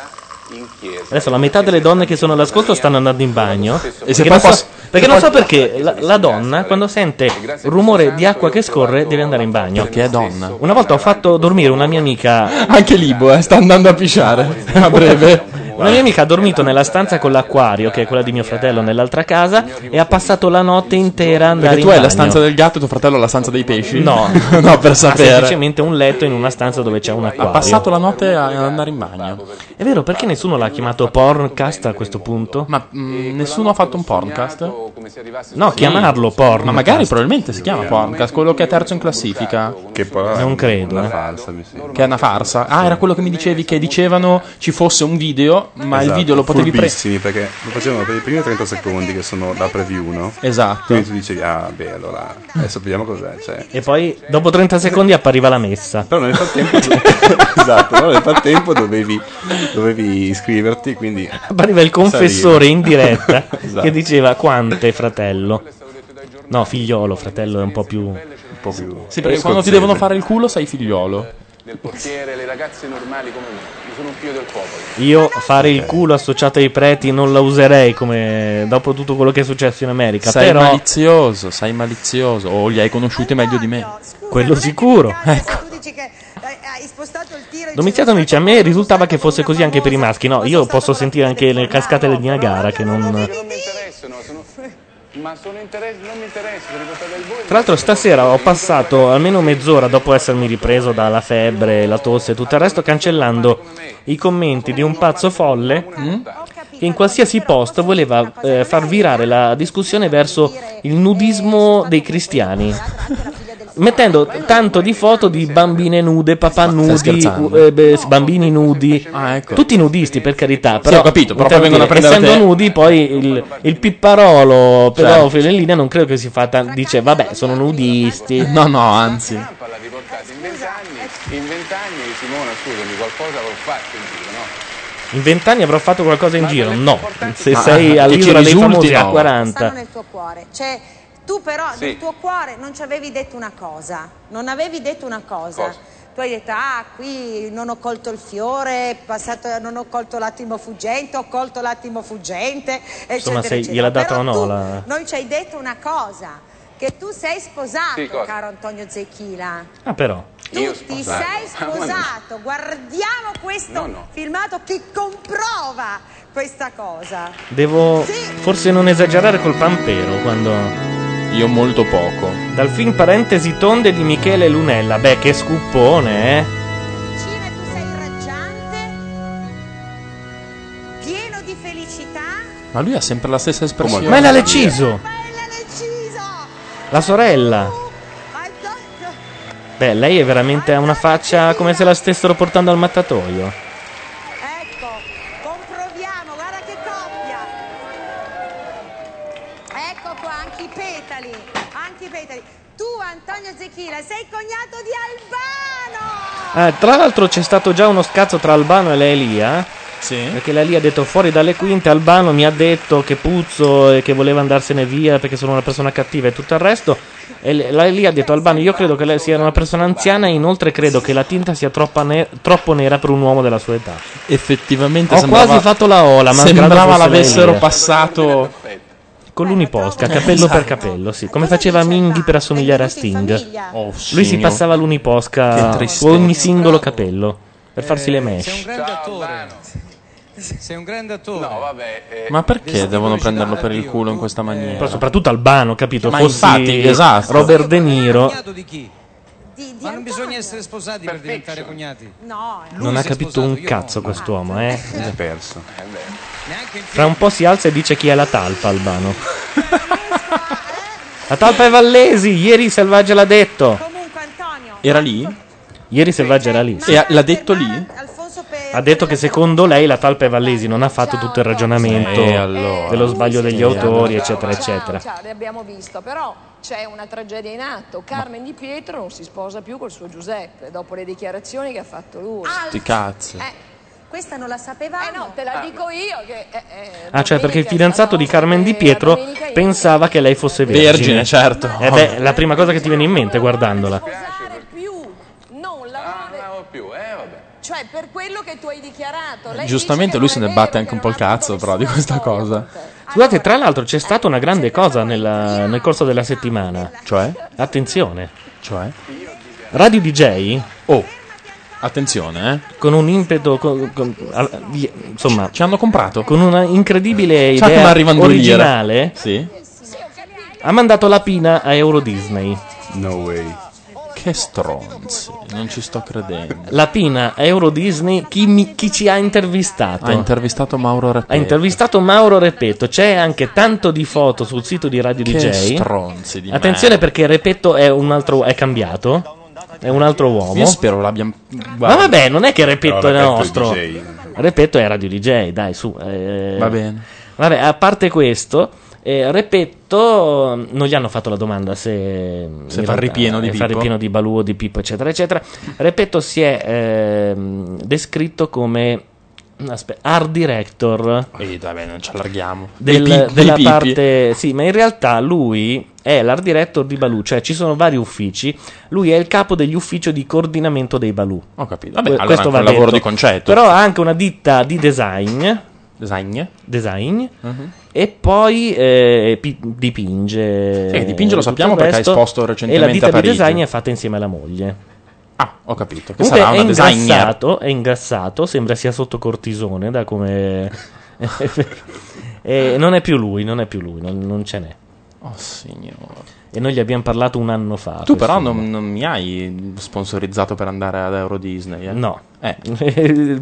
S13: in chiesa.
S5: Adesso la metà delle donne che sono all'ascolto stanno andando in bagno.
S6: E
S5: perché
S6: se poi
S5: non so,
S6: posso-
S5: perché
S6: se
S5: non so
S6: poi-
S5: perché la, la donna, quando sente rumore di acqua che scorre, deve andare in bagno. Perché
S6: è donna.
S5: Una volta ho fatto dormire una mia amica.
S6: Anche Libo, eh, sta andando a pisciare. <laughs> A breve.
S5: Una mia amica ha dormito nella stanza con l'acquario, che è quella di mio fratello, nell'altra casa, e ha passato la notte intera a andare
S6: Perché
S5: in
S6: tu
S5: bagno.
S6: hai la stanza del gatto e tuo fratello ha la stanza dei pesci?
S5: No,
S6: <laughs> no, Ah, per
S5: Ha
S6: sapere.
S5: semplicemente un letto in una stanza dove c'è un acquario.
S6: Ha passato la notte a- ad andare in bagno.
S5: È vero, perché nessuno l'ha chiamato porncast a questo punto?
S6: Ma mm, nessuno ha fatto un porncast?
S5: No, chiamarlo porncast.
S6: Ma magari probabilmente si chiama porncast, quello che è terzo in classifica.
S7: Che poi
S5: Non credo,
S7: Una
S5: eh.
S7: falsa, mi sembra.
S6: Che è una farsa. Ah, era quello che mi dicevi che dicevano ci fosse un video, ma il
S7: Esatto,
S6: video lo potevi prendere.
S7: furbissimi, perché lo facevano per i primi 30 secondi che sono la preview, no?
S6: Esatto.
S7: Quindi tu dicevi, ah, beh, allora adesso vediamo cos'è. Cioè. <laughs>
S5: E poi, dopo 30 secondi, appariva la messa.
S7: Però nel frattempo, esatto, però nel frattempo dovevi, dovevi iscriverti, quindi
S5: <laughs> Appariva il confessore
S7: salivi.
S5: in diretta
S7: <laughs> Esatto.
S5: che diceva quante, fratello. No, figliolo, fratello è un po' più...
S6: Sì, perché quando ti devono fare il culo sei figliolo.
S13: Del portiere, le ragazze normali come me. Io sono un figlio del popolo.
S5: Io fare il culo associato ai preti non la userei come dopo tutto quello che è successo in America.
S6: Sei
S5: però
S6: malizioso, sei malizioso. O li hai conosciuti meglio di me.
S5: quello sicuro.
S8: Tu dici che eh, hai spostato il tiro in
S5: Domiziano dice a me risultava che fosse così anche per i maschi. No, io posso sentire anche le cascate del Niagara che non...
S13: Non mi interessano, sono... ma sono interess- non mi interessa, sono riportato al voi.
S5: Tra l'altro stasera ho passato almeno mezz'ora dopo essermi ripreso dalla febbre, la tosse e tutto il resto cancellando i commenti di un pazzo folle che in qualsiasi post voleva eh, far virare la discussione verso il nudismo dei cristiani. Mettendo tanto di foto di bambine nude, papà nudi,
S6: scherzando?
S5: eh, beh, bambini nudi,
S6: ecco.
S5: tutti nudisti per carità,
S6: Sì,
S5: però,
S6: ho capito, però poi
S5: intendo
S6: vengono a
S5: dire,
S6: prendere
S5: essendo
S6: te. eh,
S5: nudi poi il, il pipparolo
S6: Certo.
S5: pedofilo in linea non credo che si fa tan- dice vabbè sono nudisti
S6: No, no, anzi.
S13: L'ha riportata in vent'anni.
S8: eh.
S13: In vent'anni, Simona, scusami, qualcosa l'ho fatto in giro, no?
S5: in vent'anni avrò fatto qualcosa in giro no se
S6: Ma-
S5: sei
S6: che
S5: all'isola
S6: ci
S5: dei
S6: risulti,
S5: famosi a
S6: no.
S8: stanno
S5: 40
S8: nel tuo cuore. Cioè, tu però nel tuo cuore non ci avevi detto una cosa. Non avevi detto una cosa. tu hai detto, ah, qui non ho colto il fiore, passato- non ho colto l'attimo fuggente, ho colto l'attimo fuggente, eccetera,
S5: Insomma, se
S8: eccetera.
S5: gliel'ha data
S8: Però
S5: o no
S8: tu
S5: la-
S8: non ci hai detto una cosa, che tu sei sposato,
S5: Sì, cosa?
S8: caro Antonio Zecchila.
S5: Ah, però.
S8: Tu ti sei
S5: <laughs>
S8: sposato, guardiamo questo
S5: Ah, No, no.
S8: filmato che comprova questa cosa.
S5: Devo forse non esagerare col pampero quando.
S6: Io molto poco.
S5: Dal film Parentesi tonde di Michele Lunella. Beh, che scuppone, eh.
S8: Cina, Cioè, tu sei raggiante, pieno di felicità.
S6: Ma lui ha sempre la stessa espressione.
S5: Ma è la Leciso! La sorella. Beh, lei è veramente ha una faccia come se la stessero portando al mattatoio.
S8: Ecco qua, anche i petali, anche i petali. Tu, Antonio Zecchila, sei cognato di Albano!
S5: Ah, tra l'altro c'è stato già uno scazzo tra Albano e la Elia.
S6: Sì.
S5: Perché la Elia ha detto fuori dalle quinte, Albano mi ha detto che puzzo e che voleva andarsene via perché sono una persona cattiva e tutto il resto. E le- la Elia ha detto Albano io credo che lei sia una persona anziana e inoltre credo che la tinta sia troppa ne- troppo nera per un uomo della sua età.
S6: Effettivamente
S5: Ho
S6: sembrava...
S5: quasi fatto la ola, ma credo
S6: sembrava
S5: fosse
S6: l'avessero
S5: lei.
S6: passato
S5: Con l'uniposca, capello per capello, sì. Come faceva Minghi per assomigliare a Sting. Lui si
S6: signor.
S5: passava
S6: Che
S5: l'uniposca su
S6: tristezza.
S5: ogni singolo capello per farsi le
S14: Sei un
S5: mesh.
S14: grande attore. Sei un grande attore. No, vabbè.
S6: Ma perché devono prenderlo per il culo in questa maniera?
S5: Però soprattutto Albano, capito?
S6: Ma
S5: Fossi
S6: infatti, esatto.
S5: Robert De Niro
S14: di chi?
S8: Di,
S14: Ma non bisogna essere sposati per diventare cognati.
S8: No,
S5: non ha capito un cazzo quest'uomo, eh.
S7: È perso.
S5: Fra un po' si alza e dice chi è la talpa, Albano. La talpa è Vallesi, ieri Selvaggia l'ha detto.
S6: Era lì?
S5: Ieri Selvaggia era lì.
S6: E ha- l'ha detto lì?
S5: Ha detto che secondo lei la talpa è Vallesi, non ha fatto tutto il ragionamento
S6: E Eh, allora?
S5: dello sbaglio degli
S6: E allora?
S5: autori, eccetera,
S12: Ciao,
S5: eccetera.
S12: ciao, le abbiamo visto, però c'è una tragedia in atto. Carmen Di Pietro non si sposa più col suo Giuseppe dopo le dichiarazioni che ha fatto lui.
S6: Sti cazzo.
S8: Ah, Questa non la sapevamo. Ah.
S12: Eh no, te la dico io che... eh, eh,
S5: Ah, cioè perché il fidanzato di Carmen Di Pietro pensava che lei fosse vergine.
S6: Vergine, certo.
S5: Eh beh, la prima cosa che ti viene in mente guardandola.
S12: non la vuole più, eh vabbè. Cioè per quello che tu hai dichiarato, lei
S6: Giustamente lui se ne batte anche un po' il cazzo, però, di questa cosa.
S5: Scusate, tra l'altro c'è stata una grande cosa nella- nel corso della settimana.
S6: Cioè?
S5: Attenzione.
S6: Cioè?
S5: Radio DJ.
S6: Oh, attenzione, eh.
S5: Con un impeto. con- con- al- di- insomma.
S6: Ci hanno comprato.
S5: Con una incredibile
S6: C'ha come
S5: idea
S6: arrivando lì, era.
S5: originale.
S6: Sì.
S5: Ha mandato la pina a Euro Disney.
S6: No way. Che stronzi, non ci sto credendo.
S5: La pina a Euro Disney. Chi, mi- chi ci ha intervistato?
S6: Ha intervistato Mauro
S5: Ha
S6: Rapelli.
S5: intervistato Mauro Repetto, c'è anche tanto di foto sul sito di Radio
S6: Che
S5: DJ.
S6: stronzi di
S5: Attenzione perché Repetto è un altro è cambiato, è un altro uomo.
S6: Io spero l'abbiamo.
S5: Ma vabbè, non è che Repetto
S6: Però
S5: è
S6: Repetto è
S5: nostro.
S6: DJ.
S5: Repetto è Radio DJ, dai, su. eh.
S6: Va bene.
S5: Vabbè, a parte questo, eh, Repetto mh, non gli hanno fatto la domanda se, in
S6: fa il ripieno di
S5: eh, fa il
S6: Pippo.
S5: ripieno di Balù o di Pippo, eccetera, eccetera. Repetto si è ehm, descritto come aspe- art director
S6: Eh, vabbè, non ci allarghiamo.
S5: del-
S6: Dei pi- dei
S5: della
S6: pipi.
S5: parte sì, ma in realtà lui è l'art director di Balù, cioè ci sono vari uffici. Lui è il capo degli uffici di coordinamento dei Balù.
S6: Ho capito. Vabbè,
S5: Que-
S6: allora
S5: questo
S6: anche
S5: va
S6: un lavoro
S5: detto.
S6: di concetto.
S5: Però ha anche una ditta di design.
S6: Design. Mhm.
S5: Design. E poi eh, pi- dipinge.
S6: Sì, dipinge lo
S5: tutto
S6: sappiamo
S5: il
S6: perché ha
S5: resto,
S6: esposto recentemente
S5: E la ditta
S6: a
S5: di
S6: Parigi.
S5: design è fatta insieme alla moglie.
S6: Ah, ho capito. Che
S5: Comunque
S6: sarà
S5: è
S6: una designer.
S5: ingrassato, è ingrassato, sembra sia sotto cortisone da
S6: <laughs>
S5: come... e non è più lui, non è più lui, non, non ce n'è.
S6: Oh, signore.
S5: E noi gli abbiamo parlato un anno fa.
S6: Tu però
S5: questo-
S6: non, non mi hai sponsorizzato per andare ad Euro Disney, eh?
S5: No.
S6: Eh.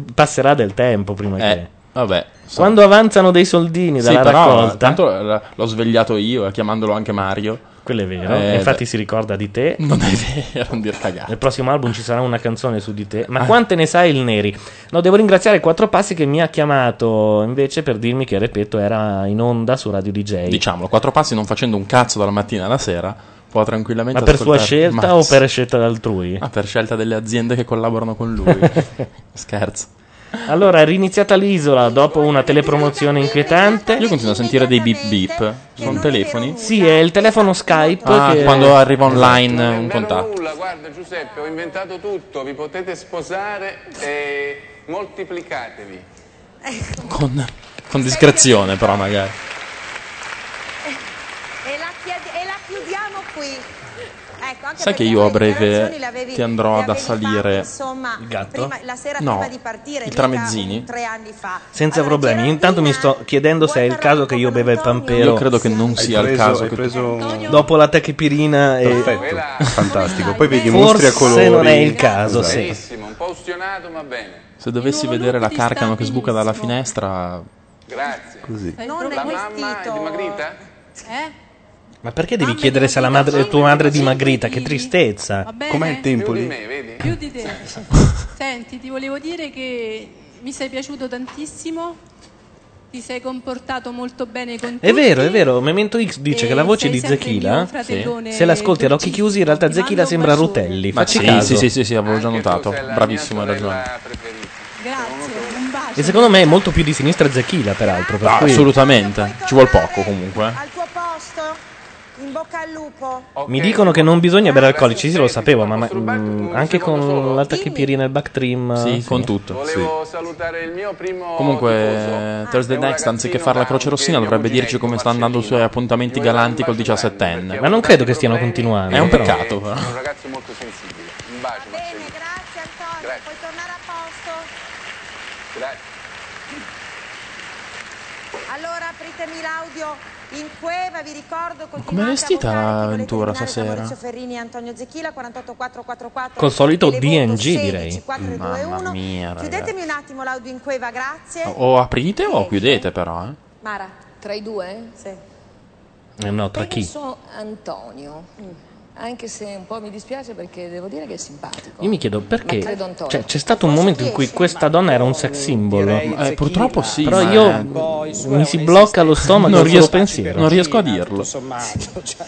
S5: <laughs> Passerà del tempo prima
S6: Eh,
S5: che...
S6: vabbè. so.
S5: Quando avanzano dei soldini
S6: Sì,
S5: dalla
S6: però
S5: raccolta...
S6: tanto l- l'ho svegliato io, eh, chiamandolo anche Mario. Eh,
S5: Quello è vero, eh, infatti si
S6: <laughs>
S5: ricorda di te.
S6: Non è vero, non dir cagare.
S5: Nel prossimo album ci sarà una canzone su di te. Ma
S6: Ah.
S5: quante ne sai il Neri? No, devo ringraziare Quattro Passi che mi ha chiamato invece per dirmi che, ripeto, era in onda su Radio DJ.
S6: Diciamolo, quattro passi non facendo un cazzo dalla mattina alla sera, può tranquillamente
S5: Ma per sua
S6: ascoltare
S5: scelta
S6: Max.
S5: o per scelta d'altrui? <laughs>
S6: Ah, per scelta delle aziende che collaborano con lui. Scherzo.
S5: Allora, riniziata l'isola dopo una telepromozione inquietante.
S6: Io continuo a sentire dei beep beep. Sono telefoni.
S5: Sì, è il telefono Skype.
S6: Ah,
S5: che-
S6: quando arriva online eh, un contatto.
S13: Nulla, guarda Giuseppe, ho inventato tutto, Ecco, vi potete sposare e moltiplicatevi.
S6: Con, con discrezione, però, magari.
S8: E la, chiedi- e la chiudiamo qui. Ecco, anche
S6: Sai che
S8: perché
S6: io a
S8: poi le
S6: breve
S8: relazioni le avevi-
S6: ti andrò
S8: le
S6: ad
S8: avevi
S6: assalire
S8: fatte, insomma,
S5: Il gatto?
S8: prima- la sera
S5: No,
S8: prima di partire,
S5: il
S8: mica
S5: tramezzini?
S8: tre anni fa.
S5: Senza problemi. Intanto mi sto chiedendo se è il caso che io beva il pampero.
S6: Io credo che non sia il caso. che-
S5: Dopo la tachipirina e...
S13: <laughs>
S7: Perfetto, fantastico. Poi vedi i mostri
S5: Eh, Forse
S7: a colori.
S5: non è il caso,
S7: Esatto.
S5: sì.
S13: Benissimo, un po' ustionato ma bene.
S6: Se dovessi vedere la carcano che sbuca dalla finestra.
S13: Grazie.
S6: Così.
S8: Non
S13: la mamma è dimagrita?
S8: Eh?
S5: Ma perché devi chiedere se la madre, tua madre è dimagrita? Che tristezza.
S15: bene?
S5: Com'è il tempo lì?
S15: Più di te. Senti, ti volevo dire che mi sei piaciuto tantissimo, ti sei comportato molto bene con tutti.
S5: È vero, è vero. Memento X dice che la voce di Zechila,
S15: fratellone
S5: se l'ascolti ad occhi chiusi, in realtà Zechila sembra Rutelli.
S6: Ma
S5: Facci
S6: sì,
S5: caso.
S6: sì, sì, sì, sì, avevo già notato. Bravissimo, hai ragione.
S15: Grazie, un bacio.
S5: E secondo me è molto più di sinistra Zechila, peraltro. per
S6: Ah,
S5: cui-
S6: assolutamente. Ci vuol poco comunque. eh.
S8: In bocca al lupo.
S5: Mi dicono che non bisogna bere alcolici, eh, sì, lo sapevo, ma, ma- mm, anche con la tachipirina e il bactrim.
S6: Sì, con tutto.
S13: Volevo salutare il mio primo
S6: Comunque, eh, Thursday Next, anziché fare la croce rossina, dovrebbe dirci come sta andando i suoi appuntamenti galanti col 17enne.
S5: Ma non credo che stiano continuando.
S6: È un
S5: però.
S6: peccato, però.
S13: Eh, un ragazzo molto sensibile. Un bacio, Va bene,
S8: grazie Antonio, puoi tornare a posto.
S13: Grazie.
S8: Allora apritemi l'audio in Cueva, vi ricordo
S6: Com'è
S8: continuate
S6: vestita l'avventura
S8: a
S6: stasera?
S8: Maurizio Ferrini e Antonio Zechila 48444
S5: Col solito
S8: E le voto
S5: DNG,
S8: 16,
S5: direi.
S8: 421.
S6: Mamma mia, ragazzi.
S8: Chiudetemi un attimo l'audio in Cueva, grazie.
S6: O aprite o chiudete, però, eh.
S8: Mara,
S12: Tra i due? Sì.
S5: Eh, No, tra chi?
S12: Penso Antonio. Mm. Anche se un po' mi dispiace perché devo dire che è simpatico.
S5: Io mi chiedo
S12: Ma
S5: perché.
S12: credo Antonio.
S5: Cioè, c'è stato un momento in cui questa donna era un sex symbol.
S6: Eh, purtroppo sì.
S5: Però
S6: ma-
S5: io mi si blocca lo
S6: <laughs>
S5: stomaco
S6: Non
S5: al solo
S6: riesco-
S5: pensiero.
S6: non riesco a dirlo. <laughs>
S16: sommato, cioè,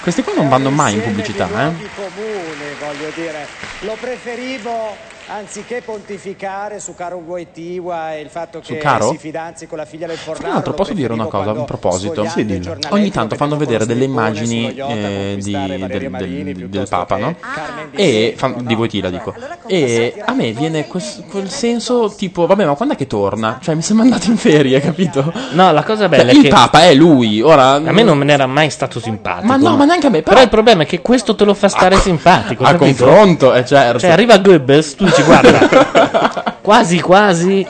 S6: Questi qua non vanno mai in pubblicità, eh.
S16: comune, voglio dire, lo preferivo anziché pontificare su Caro Guaitiwa e il fatto
S6: Su
S16: che
S6: Caro?
S16: si fidanzi con la figlia del
S6: Tra l'altro
S16: Fornaro.
S6: posso dire una cosa a proposito?
S16: sfogliando Sì, dillo. i giornaletti
S6: Ogni tanto fanno vedere delle immagini
S16: scogliotta,
S6: eh, di- del, del- del Papa, no?
S16: Carmen
S6: E fan- di
S16: Ah,
S6: Voitila dico. E a me viene quel, quel senso tipo, vabbè, ma quando è che torna? Cioè, mi sembra andato in ferie, capito? Cioè,
S5: No, la cosa bella è
S6: il
S5: che-
S6: Papa è lui. Ora
S5: A me non me ne era mai stato simpatico.
S6: Ma no, ma neanche a me, però-
S5: Però il problema è che questo te lo fa stare simpatico.
S6: a
S5: capito?
S6: confronto, eh, certo.
S5: Cioè, arriva Goebbels, tu dici, guarda,
S6: <laughs>
S5: quasi quasi.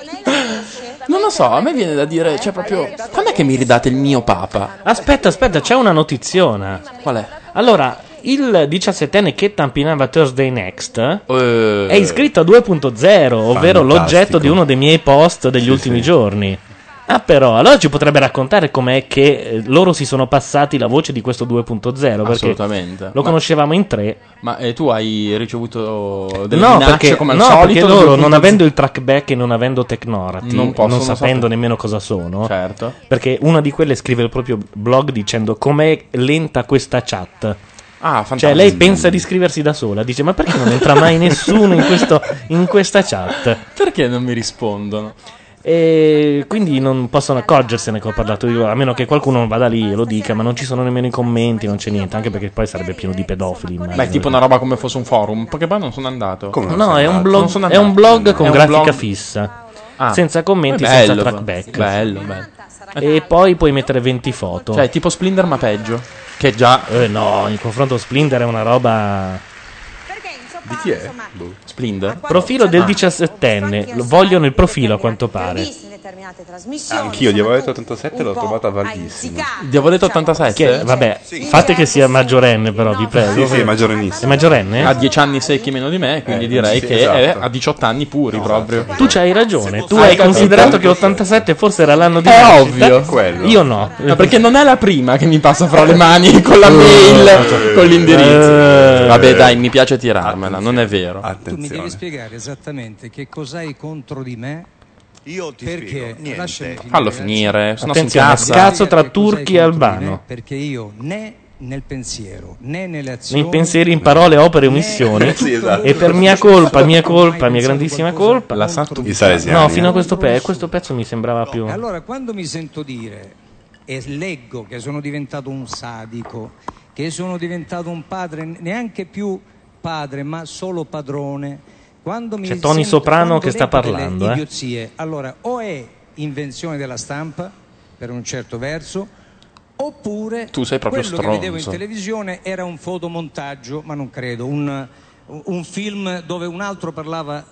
S6: Non lo so, a me viene da dire, cioè proprio quando è che mi ridate il mio papa?
S5: Aspetta, aspetta, c'è una notiziona.
S6: Qual è?
S5: Allora, il 17enne che tampinava Thursday Next è iscritto a 2.0, ovvero
S6: Eh. Fantastico.
S5: l'oggetto di uno dei miei post degli ultimi giorni. Ah, però, allora ci potrebbe raccontare com'è che eh, loro si sono passati la voce di questo 2.0? Perché
S6: Assolutamente.
S5: Lo
S6: Ma-
S5: conoscevamo in tre.
S6: Ma eh, tu hai ricevuto delle
S5: no,
S6: minacce
S5: perché,
S6: come al
S5: no,
S6: solito?
S5: perché loro, non
S6: punto di-
S5: avendo il trackback e non avendo Technorati,
S6: Non
S5: non,
S6: possono
S5: sapendo
S6: sapere.
S5: nemmeno cosa sono,
S6: certo.
S5: perché una di quelle scrive il proprio blog dicendo com'è lenta questa chat.
S6: Ah,
S5: Cioè, lei pensa di scriversi da sola, dice: Ma perché non entra mai nessuno in, questo- in questa chat?
S6: Perché non mi rispondono?
S5: E quindi non possono accorgersene che ho parlato io, a meno che qualcuno non vada lì e lo dica, ma non ci sono nemmeno i commenti, non c'è niente, anche perché poi sarebbe pieno di pedofili.
S6: Beh,
S5: immagino. eh.
S6: tipo una roba come fosse un forum, perché poi non sono andato.
S5: No, è un, blog,
S6: Non sono
S5: è un
S6: andato.
S5: blog con
S6: È un
S5: grafica
S6: blog-
S5: fissa,
S6: Ah.
S5: senza commenti,
S6: Poi
S5: senza
S6: bello,
S5: trackback.
S6: Bello, bello.
S5: E poi puoi mettere 20 foto.
S6: Cioè, tipo Splinter ma peggio. Che già...
S5: Eh no, in confronto Splinter è una roba...
S6: Di chi è?
S7: Boh.
S6: Splinter?
S5: Profilo
S7: Ah,
S6: Ah.
S5: del 17enne, lo vogliono il profilo a quanto pare.
S8: in determinate trasmissioni.
S7: Anch'io, Diavoletto 87 l'ho
S8: po'
S7: trovata validissima.
S6: Diavoletto 87?
S5: Che, vabbè, fate che sia maggiorenne però, vi prego.
S7: Sì, sì, è
S5: maggiorenissimo. È maggiorenne?
S6: Ha 10 anni secchi meno di me, quindi
S5: Eh,
S6: direi
S5: sì,
S6: che
S5: esatto.
S6: è a 18 anni puri proprio.
S5: Tu c'hai ragione, tu
S6: Ah,
S5: hai
S6: esatto.
S5: considerato che 87 forse era l'anno di
S6: È
S5: nascita.
S6: ovvio. Quello.
S5: Io no.
S6: Ma perché non è la prima che mi passa fra
S5: <laughs>
S6: le mani con la mail, con l'indirizzo. Vabbè, dai, mi piace tirarmela, non è vero.
S14: Tu mi devi spiegare esattamente che cos'hai contro di me. Io ti perché lasciami finire,
S6: Fallo
S14: ragazzi.
S6: finire, sennò si
S5: Attenzione,
S6: incazza.
S5: scazzo tra turchi e albano.
S14: perché io né nel pensiero, né nelle azioni.
S5: In pensieri, in parole, opere e omissioni.
S14: eh? <laughs> Sì, esatto.
S5: E per mia colpa, mia colpa, mia grandissima colpa.
S7: La Santu- I Salesiani.
S5: No, fino a questo pezzo. Questo pezzo mi sembrava più.
S14: Allora, quando mi sento dire e leggo che sono diventato un sadico, che sono diventato un padre, neanche più padre, ma solo padrone. Quando mi
S5: C'è Tony
S14: sento-
S5: Soprano
S14: quando
S5: che sta
S14: leggo delle
S5: parlando, eh.
S14: idiozie, allora o è invenzione della stampa per un certo verso, oppure
S6: Tu sei proprio
S14: quello
S6: stronzo.
S14: che vedevo in televisione era un fotomontaggio, ma non credo, un, un film dove un altro parlava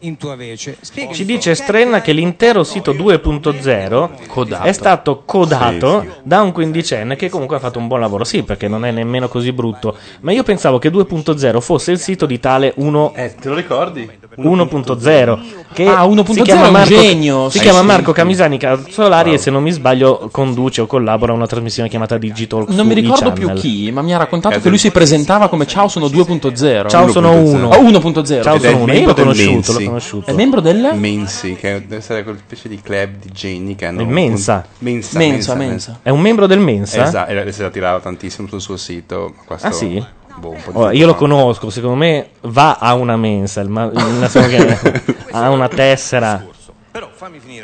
S14: in tua vece. Spiegami,
S5: Ci dice Strenna che l'intero sito 2.0 è stato codato da un quindicenne che comunque ha fatto un buon lavoro. Sì, perché non è nemmeno così brutto. Ma io pensavo che 2.0 fosse il sito di tale 1.
S7: Eh, Te lo ricordi?
S5: 1.0 che
S7: Ah, 1.0
S5: si chiama
S7: è un
S5: Marco,
S7: genio.
S6: Eh,
S5: si
S7: Ai
S5: chiama
S7: tempi.
S5: Marco Camisani Cazzolari e se non mi sbaglio conduce o collabora a una trasmissione chiamata Digital
S6: Non mi ricordo più chi, ma mi ha raccontato che lui si presentava come Ciao sono 2.0.
S5: Ciao, sono 1.0.
S6: Oh, 1.0.
S5: Ciao,
S7: Ed è
S5: sono uno. Io
S7: membro
S5: l'ho
S7: del
S5: conosciuto,
S7: Mensi.
S5: l'ho conosciuto.
S6: È membro del?
S7: Mensi, che deve essere quella specie di club di geni che hanno...
S5: Del Mensa.
S7: un- Mensa, Mensa,
S5: Mensa, Mensa. È un membro del Mensa?
S7: Esatto, e se la tirava tantissimo sul suo sito. ma questo-
S5: Ah, sì?
S7: Boh, un po' di
S5: Ora,
S7: tempo
S5: io lo
S7: fa.
S5: conosco, secondo me va a una mensa, il
S17: <laughs>
S5: ma- il massimo che- ha una tessera.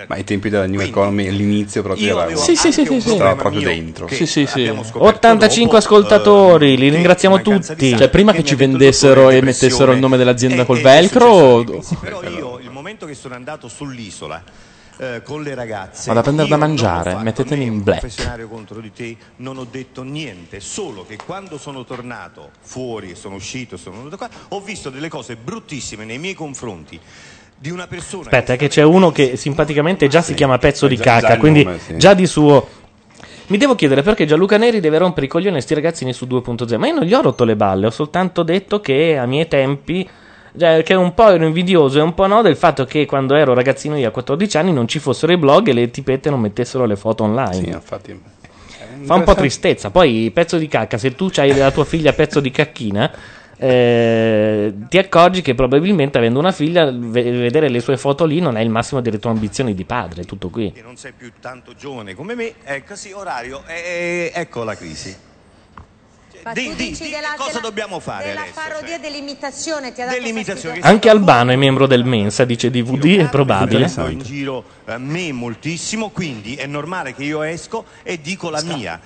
S7: Ma ai tempi della New Economy, all'inizio proprio
S5: Io
S7: era...
S5: avevo Sì, sì, anche sì, un sì, sì.
S7: Stava
S5: problema
S7: proprio
S5: mio
S7: dentro.
S5: che Sì, sì, sì. abbiamo scoperto 85 dopo, ascoltatori, li ringraziamo tutti.
S6: Cioè, prima che ci vendessero e mettessero il nome dell'azienda col velcro, o-
S17: Però io, il momento che sono andato sull'isola eh, con le ragazze,
S6: vado a prendere da
S17: io non
S6: mangiare, mettetemi in
S17: ho fatto un
S6: black.
S17: confessionario contro di te, non ho detto niente, solo che quando sono tornato fuori e sono uscito, sono venuto qua, ho visto delle cose bruttissime nei miei confronti di una persona
S5: Aspetta, eh, che c'è uno che simpaticamente già si chiama pezzo di
S17: Già- già
S5: cacca,
S17: il
S5: quindi
S17: nome, sì.
S5: già di suo. Mi devo chiedere perché Gianluca Neri deve rompere i coglioni a sti ragazzini su 2.0. Ma io non gli ho rotto le balle, ho soltanto detto che a miei tempi. cioè, che un po' ero invidioso e un po' no del fatto che quando ero ragazzino io a 14 anni non ci fossero i blog e le tipette non mettessero le foto online.
S7: Infatti,
S5: Fa un po' tristezza. Poi pezzo di cacca, se tu hai la tua figlia pezzo di cacchina, eh, ti accorgi che probabilmente avendo una figlia, ve- vedere le sue foto lì non è il massimo delle tue ambizioni di padre. Tutto qui.
S17: che non sei più tanto giovane come me, ecco sì, orario, e- e- ecco la crisi. Cioè,
S8: Ma
S17: di-
S8: tu
S17: di-
S8: dici
S17: di-
S8: della-
S17: cosa
S8: della-
S17: dobbiamo fare
S8: della
S17: adesso? Cioè,
S8: parodia dell'imitazione ti ha dato
S17: Dell'imitazione.
S5: Anche Albano è membro del Mensa, dice DVD, è probabile.
S17: Prendo in giro a me moltissimo, quindi è normale che io esco e dico la mia,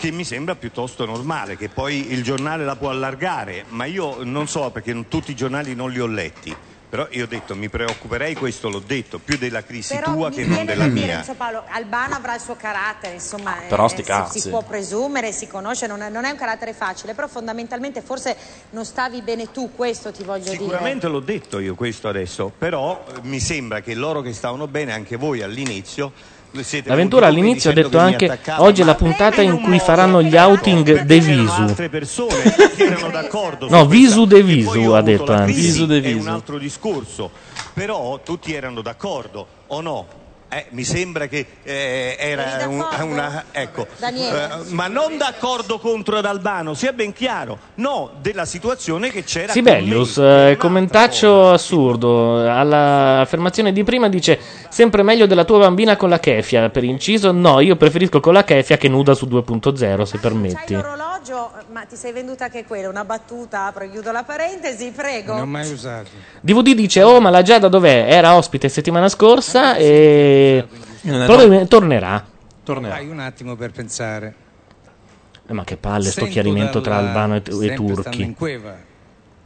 S17: che mi sembra piuttosto normale, che poi il giornale la può allargare, ma io non so perché non- tutti i giornali non li ho letti. Però io ho detto, mi preoccuperei, questo l'ho detto, più della crisi
S8: Però
S17: tua
S8: mi
S17: che
S8: viene
S17: non
S8: da
S17: della
S8: dire,
S17: mia.
S8: insomma, Paolo, Albano avrà il suo carattere, insomma, eh,
S17: Però sti
S8: si- si,
S17: cazzi.
S8: può presumere, si conosce, non è, non è un carattere facile, però fondamentalmente forse non stavi bene tu, questo ti voglio
S17: Sicuramente l'ho detto io questo adesso, però eh, mi sembra che loro che stavano bene, anche voi all'inizio, siete
S5: L'avventura
S17: venuti
S5: all'inizio
S17: qui
S5: ha
S17: dicendo
S5: detto
S17: che mi
S5: anche
S17: attaccavano,
S5: oggi è
S17: ma eh,
S5: la puntata in cui faranno gli outing de Visu.
S17: altre persone che erano d'accordo su
S5: No,
S17: questa
S5: Visu de Visu ha detto anzi.
S17: crisi, è un altro discorso, però tutti erano d'accordo o no? Eh, mi sembra che eh, era un- una... Ecco,
S8: Daniele?
S17: Eh, ma non d'accordo contro ad Albano, sia ben chiaro, no, della situazione che c'era...
S5: Sibelius, eh, commentaccio assurdo. All'affermazione di prima dice: Sempre meglio della tua bambina con la kefia. Per inciso, no, io preferisco con la kefia che nuda su 2.0, se permetti.
S8: Orologio, oh, ma ti sei venduta anche quella, una battuta, apro e chiudo la parentesi, prego.
S14: Non ho mai usato.
S5: DVD dice: Oh, ma la Giada dov'è? Era ospite settimana scorsa e. Probabilmente tornerà.
S14: Dai un attimo per pensare.
S5: Eh, ma che palle, sto
S14: Sento
S5: chiarimento tra
S14: dalla-
S5: Albano e, e
S14: sempre stando in
S5: Turchi.
S14: Cueva,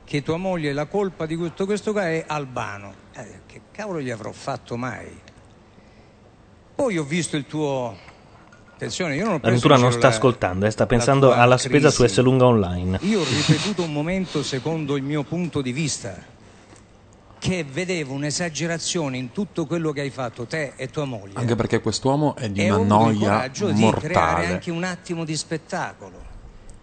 S14: che tua moglie, la colpa di questo, questo qua è Albano. Eh, che cavolo gli avrò fatto mai? Poi ho visto il tuo... Attenzione, io non ho preso
S5: Addirittura
S14: in
S5: non
S14: giro
S5: sta
S14: la-
S5: ascoltando, eh, sta
S14: la
S5: pensando
S14: tua
S5: alla spesa
S14: crisi.
S5: su S lunga online.
S14: Io
S5: <laughs>
S14: ho ripetuto un momento secondo il mio punto di vista che vedevo un'esagerazione in tutto quello che hai fatto te e tua moglie.
S6: Anche perché quest'uomo è di
S14: e ho
S6: una
S14: avuto il
S6: noia
S14: coraggio di creare
S6: mortale.
S14: anche un attimo di spettacolo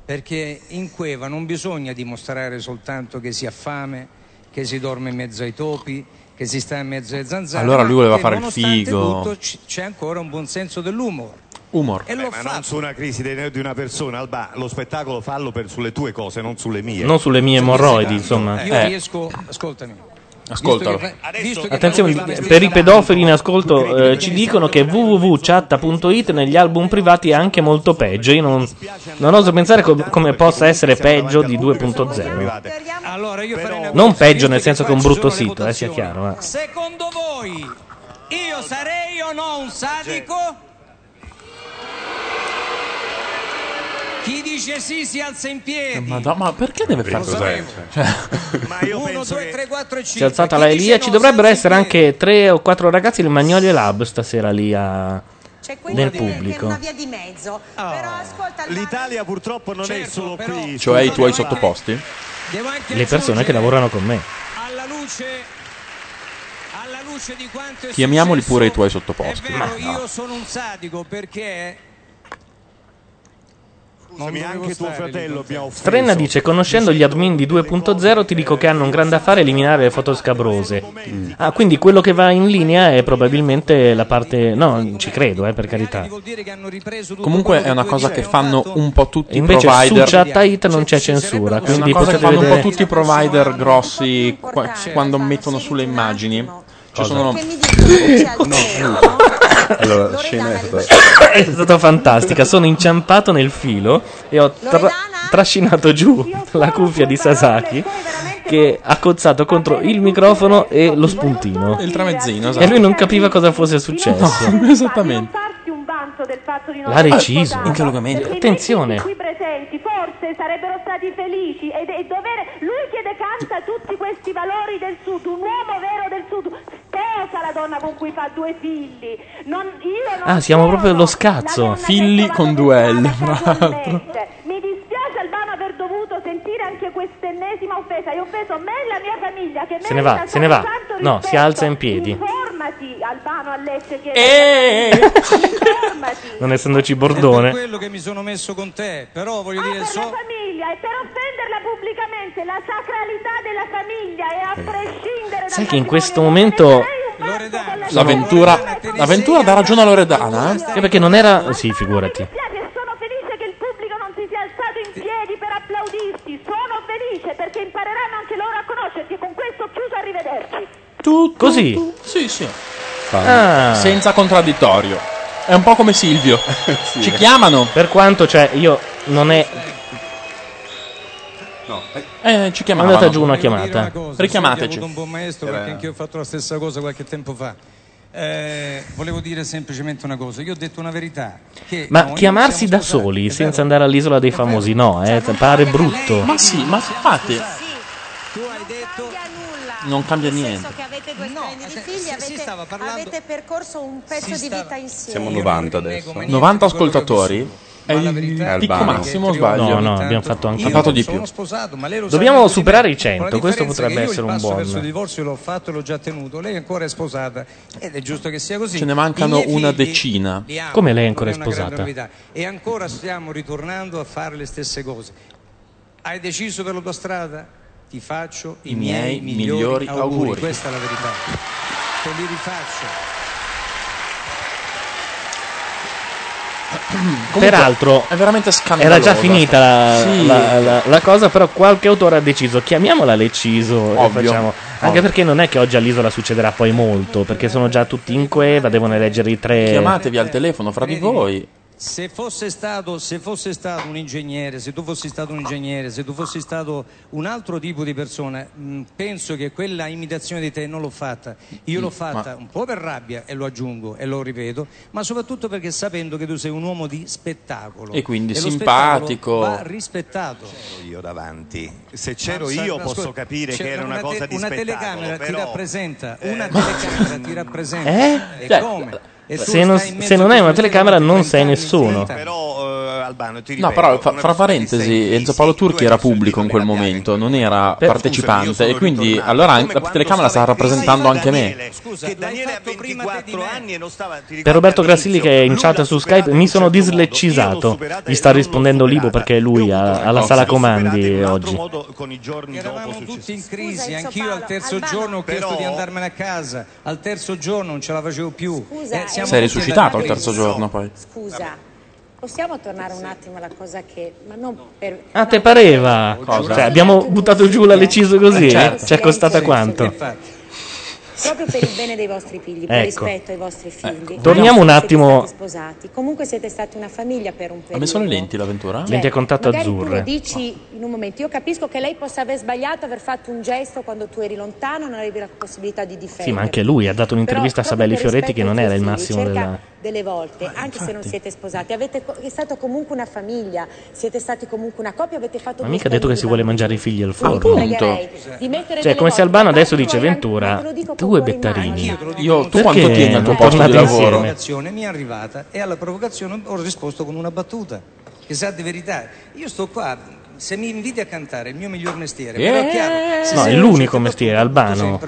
S14: perché in Cueva non bisogna dimostrare soltanto che si ha fame che si dorme in mezzo ai topi che si sta in mezzo alle zanzare
S6: Allora lui voleva
S14: ma che
S6: fare il
S14: nonostante
S6: figo.
S14: tutto c- c'è ancora un buon senso dell'umor
S6: Humor.
S14: e l'ho
S17: Eh, ma non su una crisi de- di una persona, Alba, lo spettacolo fallo per- sulle tue cose, non sulle mie.
S5: Non sulle mie
S17: Cioè,
S5: emorroidi,
S17: tanto,
S5: insomma.
S17: eh.
S14: io riesco ascoltami
S6: Ascoltalo.
S14: Visto che fa- visto che
S5: Attenzione,
S14: fa-
S5: per i pedofili in ascolto eh, ci dicono che www.chatta.it negli album privati è anche molto peggio. Io non, non oso pensare co- come possa essere peggio di 2.0.
S14: Allora io farei una
S5: Non
S14: cosa,
S5: peggio nel
S14: visto
S5: senso
S14: che
S5: che è un
S14: qua ci
S5: brutto
S14: sono le
S5: sito, eh, sia chiaro. eh.
S14: votazioni, Secondo voi io sarei o no un sadico? Chi dice sì si alza in piedi.
S6: Madonna, ma perché deve fare
S14: Lo
S6: così? Cioè, <laughs>
S14: 1, 2, 3, 4 e 5.
S5: Si è alzata la Elia. Ci dovrebbero essere anche tre o quattro ragazzi del Magnolia Lab stasera lì a- nel pubblico.
S8: via di mezzo.
S17: L'Italia purtroppo non
S14: Certo,
S17: è solo qui.
S6: cioè i tuoi sottoposti?
S5: Le persone che lavorano con me.
S6: Chiamiamoli pure i tuoi sottoposti. Ma no.
S14: Io sono un sadico perché
S17: Scusami, anche tuo
S14: Certo,
S17: fratello mi ha offeso.
S5: Strenna dice: Conoscendo gli admin di 2.0, ti dico che hanno un grande affare a eliminare le foto scabrose. Ah, quindi quello che va in linea è probabilmente la parte. No, ci credo, eh, per carità.
S6: Comunque è una cosa che fanno un po' tutti i
S5: Invece su
S6: provider.
S5: Chatait non c'è censura,
S6: È una
S5: quindi
S6: cosa che
S5: potete
S6: fanno un
S5: vedere.
S6: po' tutti i provider grossi qua- quando mettono sulle immagini. Ci
S5: Cosa?
S6: sono. <laughs>
S7: <laughs> Allora, la scena è stata...
S5: È stata fantastica. Sono inciampato nel filo e ho tra- trascinato giù la cuffia di Sasaki che ha cozzato contro il microfono e lo spuntino.
S6: Il tramezzino, esatto.
S5: E lui non capiva cosa fosse
S6: Cioè,
S5: successo.
S6: No, <laughs> esattamente.
S5: L'ha reciso.
S6: Intelogamente.
S5: Attenzione.
S18: qui presenti forse sarebbero stati felici ed è dovere lui che decanta tutti questi valori del sud un uomo vero del sud sposa la donna con cui fa due figli non, io non
S5: Ah, siamo proprio allo scazzo.
S6: Filli con duello, tra l'altro.
S18: mi dispiace Albano aver dovuto sentire anche quest'ennesima offesa hai offeso me e la mia famiglia che
S5: Se ne va, se ne va. No, si alza in piedi. Eh!
S18: formati Albano a Lecce che
S5: Non essendoci bordone.
S14: quello che mi sono messo con te, però voglio dire so
S18: famiglia e per offenderla pubblicamente la sacralità della famiglia e a prescindere
S5: Sai che in questo momento.
S6: L'avventura, l'avventura dà ragione a Loredana. Eh?
S5: perché non era. Sì, figurati. Così.
S6: Sì, sì.
S5: Ah.
S6: Senza contraddittorio. È un po'
S5: <laughs>
S6: come Silvio. Ci
S5: eh.
S6: chiamano.
S5: Per quanto, cioè, io non è.
S6: Eh, ci
S5: È
S6: chiamavano.
S5: andata giù una chiamata.
S14: Ho avuto un
S6: Richiamateci.
S14: buon maestro perché anch'io ho fatto la stessa cosa qualche tempo fa. Eh, volevo dire semplicemente una cosa, io ho detto una verità. Che
S5: Ma
S14: noi
S5: chiamarsi da soli, senza andare all'isola dei famosi, no,
S14: Cioè,
S5: eh, pare brutto.
S6: Ma sì, ma infatti. Non cambia niente.
S8: che avete due strani di figli, avete, avete percorso un pezzo di vita insieme.
S7: Siamo 90 adesso.
S6: 90 ascoltatori. È il picco
S7: Albano.
S6: massimo sbaglio.
S5: No, no, abbiamo fatto anche
S6: Abbiamo fatto di più.
S14: sono sposato, ma lei lo
S5: Dobbiamo
S14: sa meglio di
S5: superare
S14: me.
S5: i 100,
S14: Con la
S5: questo
S14: differenza
S5: potrebbe
S14: che io
S5: essere
S14: il
S5: un
S14: passo
S5: buon-
S14: verso il divorzio l'ho fatto e l'ho già tenuto. Lei ancora è sposata ed è giusto che sia così.
S6: Ce ne mancano
S14: I miei
S6: una
S14: figli
S6: decina.
S14: li amo,
S5: Come lei è ancora
S14: non è una grande
S5: sposata?
S14: novità. E ancora stiamo ritornando a fare le stesse cose. Hai deciso per la tua strada? Ti faccio i,
S6: I
S14: miei,
S6: miei
S14: migliori,
S6: migliori
S14: auguri.
S6: auguri.
S14: Questa è la verità. Te li rifaccio.
S6: Comunque,
S5: Peraltro,
S6: è veramente scandaloso.
S5: Era già finita la,
S6: Sì.
S5: la- la- la cosa, però qualche autore ha deciso, chiamiamola l'ecciso e
S6: Ovvio.
S5: facciamo. Anche
S6: Ovvio.
S5: perché non è che oggi all'isola succederà poi molto, perché sono già tutti in cueva, devono eleggere i tre...
S6: Chiamatevi al telefono fra di voi.
S14: Se fosse, stato, se fosse stato un ingegnere, se tu fossi stato un ingegnere, se tu fossi stato un altro tipo di persona, mh, penso che quella imitazione di te non l'ho fatta. Io
S5: Mm,
S14: l'ho fatta un po' per rabbia e lo aggiungo e lo ripeto, ma soprattutto perché sapendo che tu sei un uomo di spettacolo.
S6: E quindi
S14: lo
S6: simpatico.
S14: spettacolo Va rispettato.
S17: Io davanti. Se c'ero
S14: Sa-
S17: io
S14: ascolta,
S17: posso capire
S14: c'è
S17: che era una,
S14: te-
S17: cosa di
S14: Una
S17: spettacolo.
S14: telecamera ti
S17: però- Eh.
S14: rappresenta, una telecamera ti rappresenta.
S5: Eh?
S14: E
S5: Cioè,
S14: come? E tu
S5: Se non,
S14: stai in
S5: se non hai una telecamera non sei nessuno.
S6: No, però fa- fra parentesi, Enzo Paolo Turchi era pubblico in quel momento, non era partecipante. E quindi allora an- la telecamera sta rappresentando anche me.
S17: che Daniele ha 24 anni e non stava... ti
S5: Per Roberto Grassilli che è in chat su Skype, mi sono disleccisato. Gli sta rispondendo Libo perché è lui ha- alla sala comandi oggi.
S14: Eravamo tutti in crisi, anch'io al terzo giorno ho chiesto di andarmene a casa, al terzo giorno non ce la facevo più.
S8: Scusa,
S14: Eh, siamo
S6: Sei
S14: tutti
S6: risuscitato il
S14: andati in
S6: terzo
S14: crisi.
S6: giorno poi.
S8: Scusa, Possiamo tornare un attimo alla cosa che... Ma non per...
S5: Ah, te pareva?
S8: Cosa?
S5: Cioè, abbiamo buttato giù la Leciso così?
S8: Eh, certo.
S5: Ci è costata quanto?
S8: Proprio per il bene dei vostri figli, per
S5: Ecco.
S8: rispetto ai vostri figli.
S5: Ecco. Torniamo
S8: Voi
S5: un attimo-
S8: Siete stati sposati, comunque siete stati una famiglia per un
S6: Ha
S8: periodo.
S6: messo le lenti l'avventura?
S8: Cioè, magari Tu lo dici in un momento, io capisco che lei possa aver sbagliato, aver fatto un gesto quando tu eri lontano, non avevi la possibilità di difendere.
S5: Sì, ma anche lui ha dato un'intervista a
S8: Però,
S5: Sabelli
S8: proprio per
S5: Fioretti che non era il massimo
S8: cerca
S5: della...
S8: delle volte, anche se non siete sposati, avete co- è stato comunque una famiglia, siete stati comunque una coppia, avete fatto
S5: Ma
S8: due
S5: mica ha detto che si vuole mangiare i figli al forno.
S8: Appunto. Di mettere
S5: Cioè, come
S8: delle
S5: se
S8: volte-
S5: Albano adesso dice Ventura, tu e Bettarini.
S6: Io, tu
S5: Perché
S6: quanto tieni al tuo
S5: non
S6: posto di
S5: tornate
S6: lavoro?
S5: insieme?
S14: provocazione mi è arrivata e alla provocazione ho risposto con una battuta che sa di verità. Io sto qua, se mi inviti a cantare è il mio miglior mestiere, però è
S6: Eh.
S14: chiaro, se
S5: Eh? No,
S14: sei
S5: è l'unico mestiere, Albano.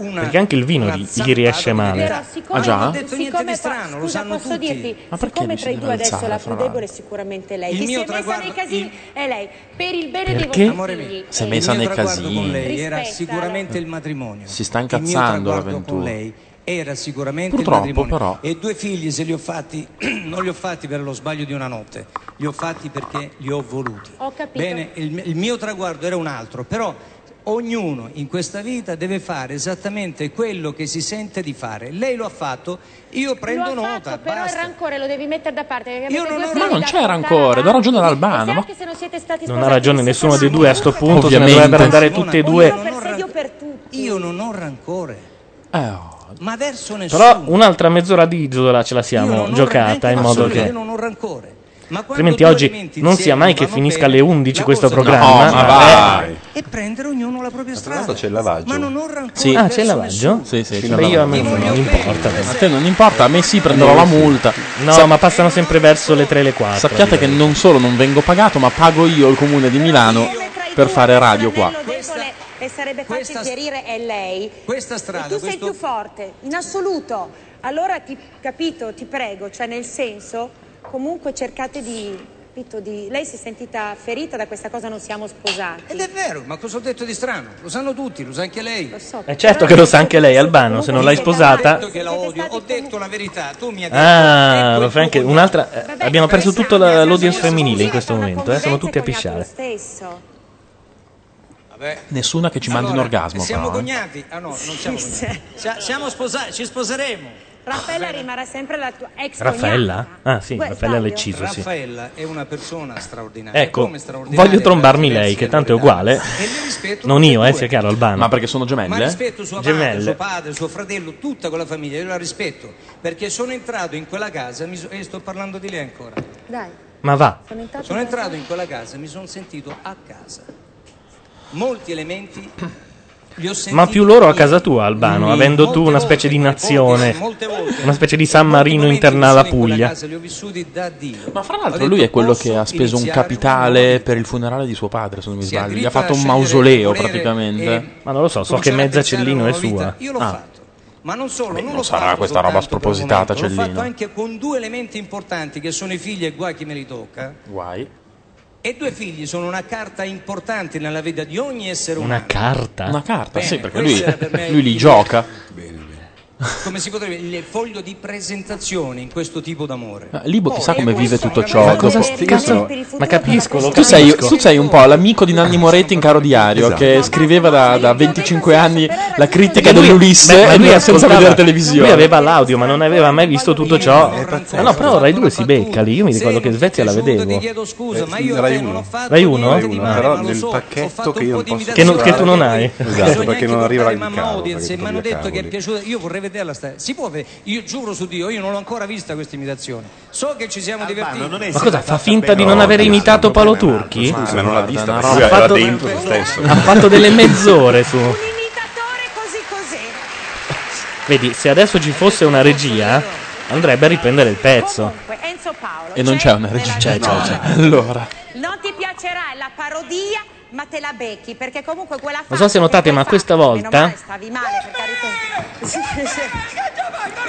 S14: una-
S5: Perché anche il vino gli, gli riesce
S8: Però
S5: male.
S14: Ah,
S8: siccome, siccome poi- scusa, posso dirti,
S5: Ma perché
S8: siccome
S5: bisogna
S8: tra i due adesso
S5: alzare,
S8: la
S5: fra
S8: più debole è sicuramente lei,
S14: Il
S8: che si
S14: mio
S8: è messa
S14: traguardo-
S8: nei casini è lei, per il bene
S6: Perché?
S8: dei
S6: Amore
S8: vostri
S6: mio,
S8: figli.
S6: si è messa
S14: il mio
S6: nei
S14: traguardo
S6: casini.
S14: con lei era
S8: Rispetta,
S14: sicuramente il matrimonio.
S6: Si sta
S14: Il mio
S6: incazzando
S14: traguardo con
S6: l'avventura.
S14: lei era sicuramente
S6: Purtroppo,
S14: il matrimonio.
S6: però.
S14: E due figli se li ho fatti, <clears throat> non li ho fatti per lo sbaglio di una notte, li ho fatti perché li ho voluti.
S8: Ho capito.
S14: Bene, il, il mio traguardo era un altro, però ognuno in questa vita deve fare esattamente quello che si sente di fare. Lei lo ha fatto, io prendo
S8: Lo ha
S14: nota,
S8: fatto, però il
S14: basta.
S8: rancore lo devi mettere da parte. perché
S14: Io
S8: avete
S14: non
S8: due
S14: ho-
S8: figli
S14: ma non
S8: da
S14: c'è
S8: portare
S6: Ancora,
S8: avanti.
S6: da ragione all'Albano,
S8: E se
S6: ma
S8: anche se non siete stati
S5: Non
S8: sposati,
S5: ha ragione
S8: vi
S5: nessuno
S8: siete
S5: dei due a sto punto, se ne
S6: Ovviamente.
S5: dovrebbero andare tutti e due.
S14: Io non ho
S8: separati per
S14: Io non ho rancore. Ma verso nessuno.
S5: Ah, Però un'altra mezz'ora di Isola ce la siamo giocata in modo
S14: Assolutamente,
S5: che...
S14: Io non ho rancore. Ma quando
S5: Altrimenti
S14: due
S5: oggi
S14: elementi
S5: non
S14: insieme
S5: sia mai che
S14: vanno
S5: finisca
S14: bene,
S5: alle 11 questo
S7: cosa-
S5: programma.
S7: No, ma vai.
S14: E prendere ognuno la propria
S7: Tra
S14: strada.
S7: l'altro c'è il lavaggio.
S14: Ma non ho rancore.
S5: Sì. Ah, c'è il lavaggio?
S6: Sì, sì,
S5: Beh,
S6: c'è il
S5: io a me
S6: lavaggio.
S5: non non importa.
S6: A te non importa, a me sì, prenderò la multa.
S5: No,
S6: Sa-
S5: ma passano sempre verso le 3 e le 4.
S6: Sappiate che non solo non vengo pagato, ma pago io il comune di Milano per fare radio qua.
S8: debole e sarebbe facile chiarire è lei.
S14: Questa strada,
S8: E tu sei
S14: questo-
S8: più forte, in assoluto. Allora ti capito, ti prego, cioè nel senso, comunque cercate di, capito, di- Lei si è sentita ferita da questa cosa, non siamo sposati.
S14: Ed è vero, ma cosa ho detto di strano? Lo sanno tutti, lo sa anche lei. Lo so.
S5: E certo che lo sa anche lei, Albano, se non l'hai
S14: Ho
S5: sposata...
S14: detto che la odio, ho detto la verità, tu mi hai detto...
S5: Ah, lo fai anche un'altra... eh, abbiamo perso tutto la- l'audience femminile in questo momento, eh, sono tutti a pisciare.
S8: Stesso.
S6: Nessuna che ci mandi un
S14: Allora,
S6: orgasmo.
S14: Siamo
S6: però, eh.
S14: cognati? Ah no, non siamo cognati. Sia- Siamo sposati, ci sposeremo.
S8: Raffaella rimarrà sempre la tua ex
S5: Raffaella? Ah sì,
S8: Beh,
S5: Raffaella
S8: sbaglio.
S5: Lecciso, sì.
S14: Raffaella è una persona straordinaria.
S5: Ecco,
S14: come straordinaria
S5: voglio trombarmi lei, che tanto è uguale. Non io, eh, sia chiaro, Albano.
S6: Ma perché sono
S14: Ma
S6: gemelle?
S14: rispetto suo padre, suo padre, suo fratello, tutta quella famiglia, io la rispetto perché sono entrato in quella casa mi so- e sto parlando di lei ancora.
S8: Dai,
S5: Ma va.
S8: sono entrato
S14: Sono entrato in quella casa e mi sono sentito a casa. Molti elementi li ho sentiti.
S5: Ma più loro a casa tua, Albano,
S14: Mm,
S5: avendo tu
S14: molte
S5: una specie di nazione,
S14: molte volte.
S5: una specie di San Marino interna alla Puglia.
S14: Li ho vissuti da Dio.
S6: Ma fra l'altro lui è quello che ha speso un capitale per il funerale di suo padre, se non mi
S14: Sì, ha
S6: sbaglio. Gli
S14: diritto
S6: ha
S14: a
S6: fatto un
S14: scegliere
S6: mausoleo
S14: volere
S6: praticamente.
S14: e-
S5: Ma non lo so, so che mezza Cellino è sua.
S14: Io l'ho
S5: Ah,
S14: fatto. Ma non solo, non
S6: non
S14: l'ho
S6: sarà
S14: fatto
S6: questa roba
S14: soltanto per un
S6: spropositata,
S14: momento, L'ho fatto
S6: Cellino.
S14: anche con due elementi importanti che sono i figli e guai chi me li tocca.
S6: Guai.
S14: E due figli sono una carta importante nella vita di ogni essere umano.
S5: una carta?
S6: Una carta,
S14: Bene,
S6: sì, perché
S14: questo era
S6: <laughs>
S14: per
S6: lui,
S14: me
S6: lui li
S14: il-
S6: gioca.
S14: <laughs> Come si potrebbe il foglio di presentazione in questo tipo d'amore.
S6: Ma Libo chissà come vive tutto ciò.
S5: Ma cosa sti- io sono- Ma capisco, lo
S6: Tu sei,
S5: capisco. Ah, esatto.
S6: tu sei un po' l'amico di Nanni Moretti in caro diario che scriveva da, da 25 anni la critica
S5: Lui- Beh,
S6: dell'Ulisse
S5: ma
S6: e lui senza
S5: ascoltava-
S6: vedere televisione.
S5: Lui aveva l'audio, ma non aveva mai visto tutto ciò. Ma no, però Rai 2 si becca lì. Io mi ricordo che in Svezia la vedevo.
S14: Scusa, ma io
S7: Eh, Rai
S14: non ho
S7: 1.
S14: fatto
S5: Rai 1?
S7: Rai uno, però nel pacchetto che io non posso
S5: Che non- che tu non
S7: comprare-
S5: hai.
S7: Esatto, perché non arriva in
S14: mamma
S7: cavo.
S14: audience
S7: perché
S14: e mi
S7: porto
S14: hanno
S7: via
S14: detto che è
S7: cavoli.
S14: piaciuta io vorrei vederla sta- si può ve- io giuro su Dio io non l'ho ancora vista questa imitazione so che ci siamo divertiti
S5: Ma cosa fa finta di non aver imitato Paolo Turchi?
S7: Scusa, ma non l'ha vista,
S5: Ha
S7: lui era
S5: fatto-
S7: dentro se stesso.
S5: Ha fatto delle mezz'ore su. Vedi, se adesso ci fosse una regia, andrebbe a riprendere il pezzo. Cioè,
S8: Comunque, Enzo Paolo.
S5: E non c'è una regia. C'è, c'è, c'è. Allora.
S8: Non ti piacerà la parodia, ma te la becchi, perché comunque quella
S5: Non so se notate, ma questa volta
S8: stavi male, per carità.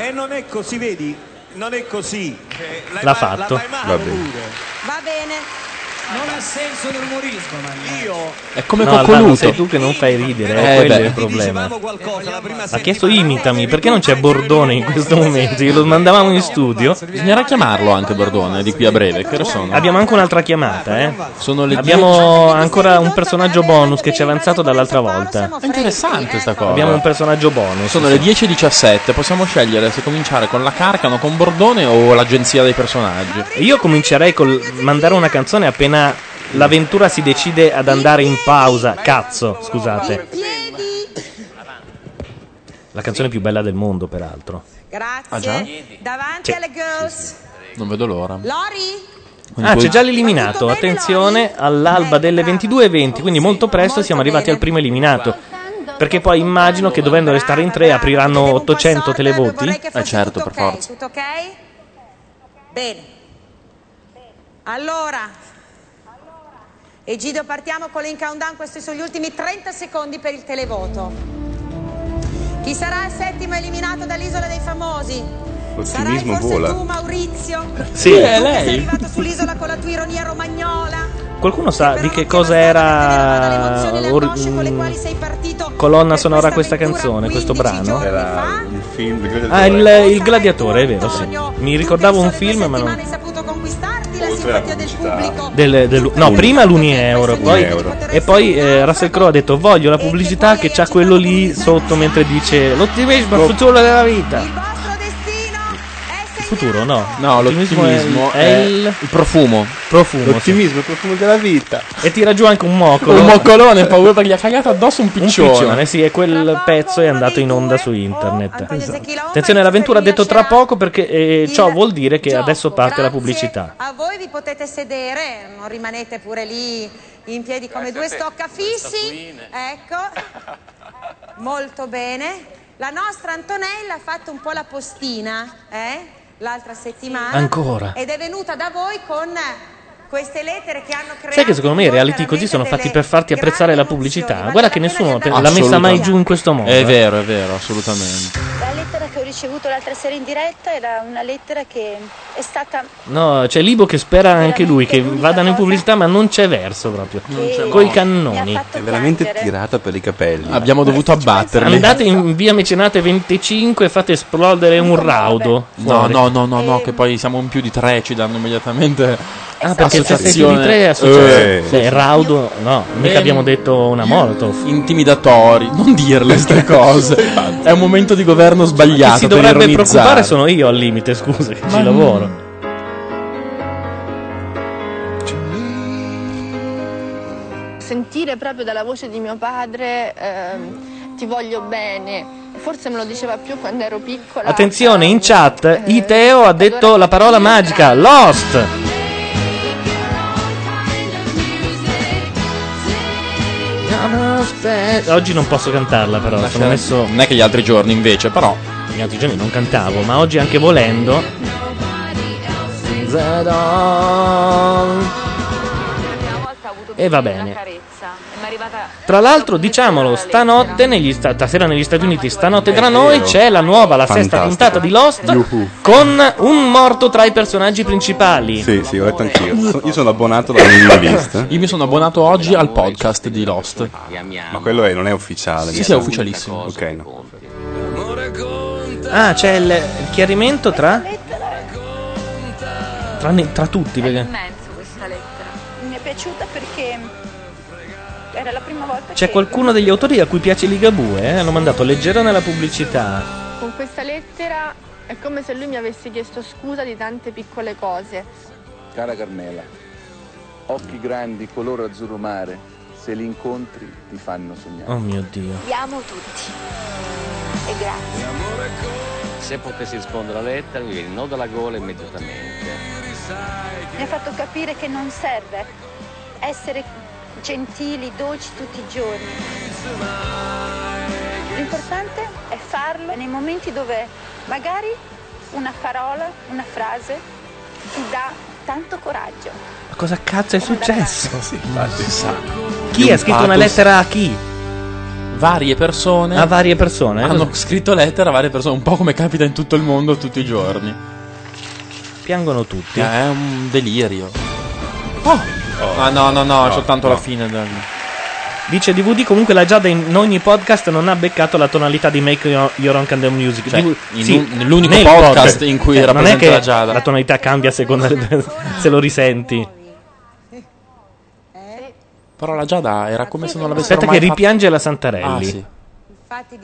S17: E non è così, vedi? Non è così. Eh, l'hai
S14: Cioè,
S5: L'ha
S17: fa-
S5: fatto.
S17: l'hai mai
S5: Va bene.
S17: pure.
S8: Va bene.
S14: non ha senso l'umorismo, ma io
S5: È come
S14: No, Coccoluto.
S5: Alvaro, sei tu che non fai ridere, eh,
S6: Eh,
S5: quello
S6: beh.
S5: è il problema. Ha chiesto imitami, perché non c'è Bordone in questo momento? Glielo mandavamo in studio. Bisognerà chiamarlo anche Bordone di qui a breve, che sono? Abbiamo anche un'altra chiamata, eh. Abbiamo ancora un personaggio bonus che ci è avanzato dall'altra volta.
S6: È interessante sta cosa.
S5: Abbiamo un personaggio bonus.
S6: Sono le 10.17, possiamo scegliere se cominciare con la Carcano, con Bordone o l'agenzia dei personaggi.
S5: Io comincerei col mandare una canzone appena l'avventura si decide ad andare in pausa. Cazzo, scusate. La canzone più bella del mondo, peraltro.
S8: Grazie.
S5: Ah, già?
S8: Davanti
S5: Sì.
S8: alle girls.
S5: Non vedo l'ora.
S8: Lori?
S5: Ah, c'è già l'eliminato. Attenzione, all'alba delle 22.20, quindi molto presto siamo arrivati al primo eliminato. Perché poi immagino che dovendo restare in tre apriranno 800 televoti. Eh certo, per
S8: Ok, tutto ok? Bene. Allora. Egidio, partiamo con l'in countdown. Questi sono gli ultimi 30 secondi per il televoto. Chi sarà il settimo eliminato dall'isola dei famosi?
S7: L'ottimismo vola.
S8: Tu, Maurizio.
S5: Sì,
S8: Tu
S5: è
S8: che
S5: lei.
S8: Sei arrivato sull'isola con la tua ironia romagnola.
S5: Qualcuno sa di che cosa era or- colonna sonora questa canzone, questo brano?
S7: Era un film. il
S5: Ah, il, il gladiatore, è vero, sì. Mi ricordavo un film, ma non...
S7: Oltre alla pubblicità.
S5: Del, del- no, prima l'Unieuro, poi,
S7: Euro.
S5: e poi eh, Russell Crowe ha detto voglio la pubblicità che c'ha quello lì sotto mentre dice l'ottimismo è il futuro della vita. Il futuro no.
S6: No, l'ottimismo è, il... profumo.
S5: Profumo. è
S6: L'ottimismo
S5: il profumo della vita. E tira giù anche un moccolo.
S6: Un
S5: <laughs>
S6: moccolone, paura perché gli ha cagato addosso un
S5: Un
S6: piccione.
S5: piccione, sì, e quel pezzo è andato in onda su internet. Esatto. Attenzione, l'avventura ha detto tra poco perché eh, ciò vuol dire che adesso parte la pubblicità.
S8: A voi vi potete sedere, non rimanete pure lì in piedi come due
S18: Grazie a te.
S8: stoccafissi. Ecco,
S18: <laughs>
S8: molto bene. La nostra Antonella ha fatto un po' la postina eh? l'altra settimana.
S5: Ancora.
S8: Ed è venuta da voi con queste lettere che hanno creato.
S5: Sai che secondo me i reality così sono fatti per farti apprezzare la pubblicità? Guarda che nessuno te- l'ha messa
S6: Assolutamente.
S5: mai giù in questo modo.
S6: È
S5: eh.
S6: vero, è vero, assolutamente.
S19: La lettera che ho ricevuto l'altra sera in diretta era una lettera che è stata
S5: No, c'è Libo che spera anche lui che vadano in pubblicità, ma non c'è verso proprio. Coi cannoni.
S7: È veramente tirata per i capelli.
S6: Abbiamo dovuto abbatterli.
S5: Andate in via Mecenate 25 e fate esplodere un raudo.
S6: No,
S5: fuori.
S6: no, no, no, no, che poi siamo in più di tre, ci danno immediatamente
S5: Ah, perché se sei più di tre è
S6: Eh,
S5: associazione.
S6: sì, sì.
S5: Beh, raudo, no, mica
S6: Ehm,
S5: abbiamo detto una Molotov.
S6: Intimidatori, non dirle
S5: <laughs>
S6: queste cose. è un momento di governo
S5: Chi
S6: sbagliato.
S5: si
S6: per
S5: dovrebbe
S6: ironizzare.
S5: preoccupare sono io al limite, scusa, che
S6: Ma-
S5: ci lavoro.
S19: sentire proprio dalla voce di mio padre ehm, ti voglio bene. Forse me lo diceva più quando ero piccola.
S5: Attenzione, in chat Iteo ha detto la parola magica, Lost. Oggi non posso cantarla però, sono
S6: Lascia-
S5: messo...
S6: certo. Non è che gli altri giorni invece, però.
S5: Gli altri giorni non cantavo, ma oggi anche volendo... E va bene. Tra l'altro, diciamolo, stanotte, negli sta- stasera negli Stati Uniti, stanotte tra noi c'è la nuova, la sesta
S7: Fantastico.
S5: puntata di Lost
S7: Yuhu.
S5: con un morto tra i personaggi principali.
S7: Eh, Sì, sì, ho letto anch'io. So- Io sono abbonato alla mia lista.
S6: Io mi sono abbonato oggi al podcast di Lost.
S7: Ma quello è- non è ufficiale.
S6: Sì, sì, è ufficialissimo.
S7: Ok, no.
S5: Ah, c'è il il chiarimento tra. Tra, ne- tra tutti, perché
S19: immenso questa lettera. Mi è piaciuta perché era la prima volta
S5: c'è
S19: che
S5: qualcuno degli autori a cui piace Ligabue, eh? Hanno mandato leggero nella pubblicità.
S19: con questa lettera è come se lui mi avesse chiesto scusa di tante piccole cose.
S13: Cara Carmela, occhi grandi, color azzurro mare, se li incontri ti fanno sognare.
S5: Oh mio dio.
S19: Vi amo tutti. E grazie.
S1: Se potessi rispondere alla lettera, mi viene il nodo alla gola immediatamente.
S19: Mi ha fatto capire che non serve essere gentili, dolci tutti i giorni. L'importante è farlo nei momenti dove magari una parola, una frase ti dà tanto coraggio.
S5: Ma cosa cazzo è successo?
S6: Di
S5: Chi
S6: un
S5: ha scritto una
S6: pathos.
S5: lettera a chi?
S6: Varie persone.
S5: A varie persone.
S6: Hanno scritto lettere a varie persone, un po' come capita in tutto il mondo tutti i giorni. Eh,
S5: Piangono tutti.
S6: È un delirio. Ah, no, no, no,
S5: Oh. No,
S6: è soltanto
S5: no.
S6: la fine. del-
S5: Dice DVD, comunque la Giada in ogni podcast non ha beccato la tonalità di Make Your Your Own Candle Music.
S6: Cioè,
S5: Di-
S6: in un- nell'unico
S5: nel Cioè,
S6: podcast in cui era
S5: non è
S6: presente
S5: che
S6: la Giada.
S5: La tonalità cambia a
S6: <laughs>
S5: seconda del- se lo risenti.
S6: Però la Giada era come se non l'avessero
S5: Aspetta che
S6: mai fatto.
S5: ripiange la Santarelli.
S6: Ah, sì.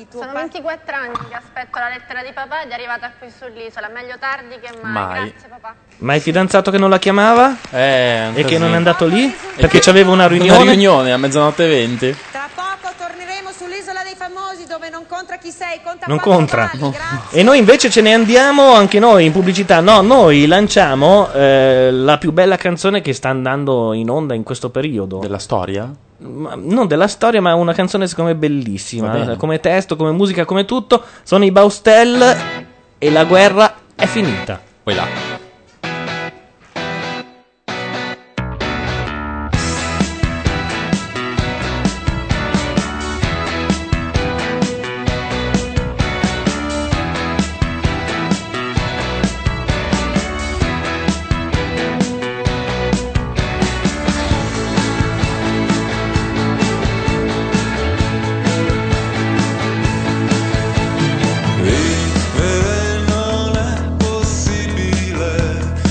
S20: Sono 24 anni che aspetto la lettera di papà ed è arrivata qui sull'isola. Meglio tardi che mai.
S5: Mai.
S20: Grazie papà.
S5: Ma il fidanzato che non la chiamava?
S6: Eh,
S5: e che non è
S6: casino.
S5: andato lì?
S6: E
S5: Perché
S6: che-
S5: c'aveva una riunione?
S6: Una riunione a mezzanotte e venti.
S8: Torneremo sull'isola dei famosi dove non conta chi sei, conta
S5: Non conta. E noi invece ce ne andiamo anche noi in pubblicità. No, noi lanciamo eh, la più bella canzone che sta andando in onda in questo periodo. Della
S6: storia?
S5: non della storia, ma una canzone secondo me
S6: Va
S5: bellissima.
S6: bene.
S5: eh, Come testo, come musica, come tutto. Sono i Baustel e la guerra è finita.
S6: Poi là.
S2: Vivere non è possibile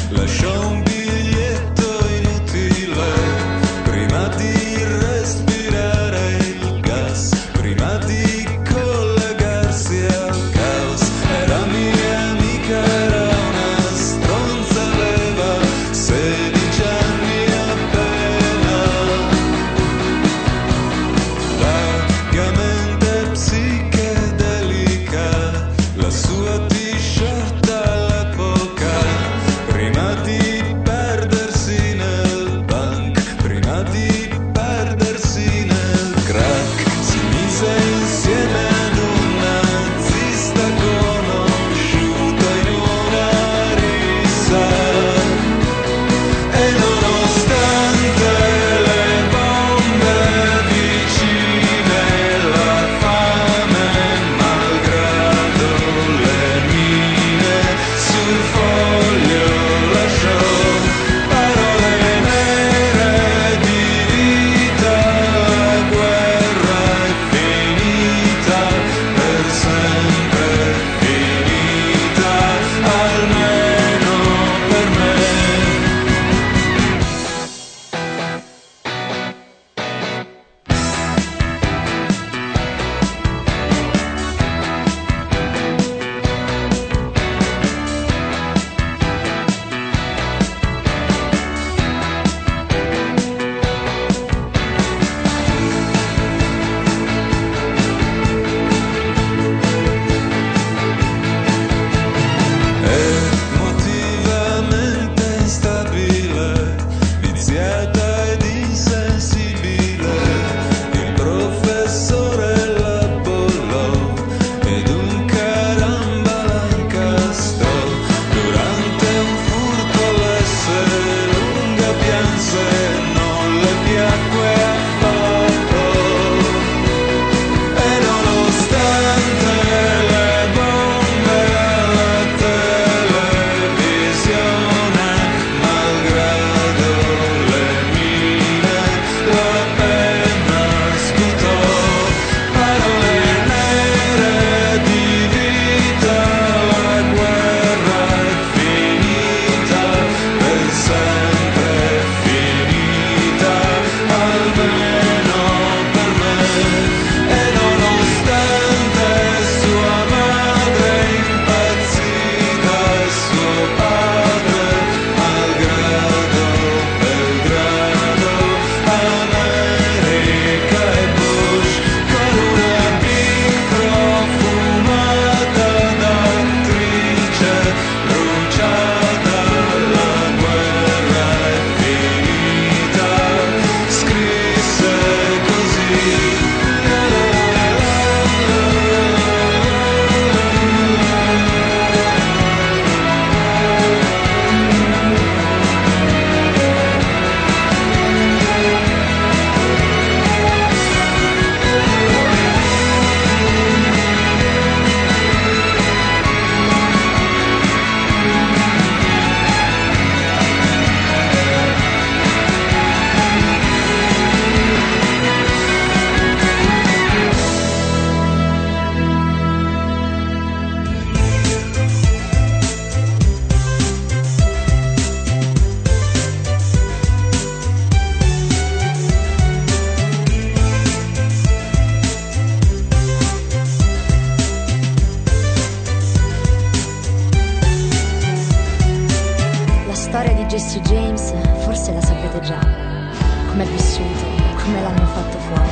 S4: Com'è vissuto, come l'hanno fatto fuori.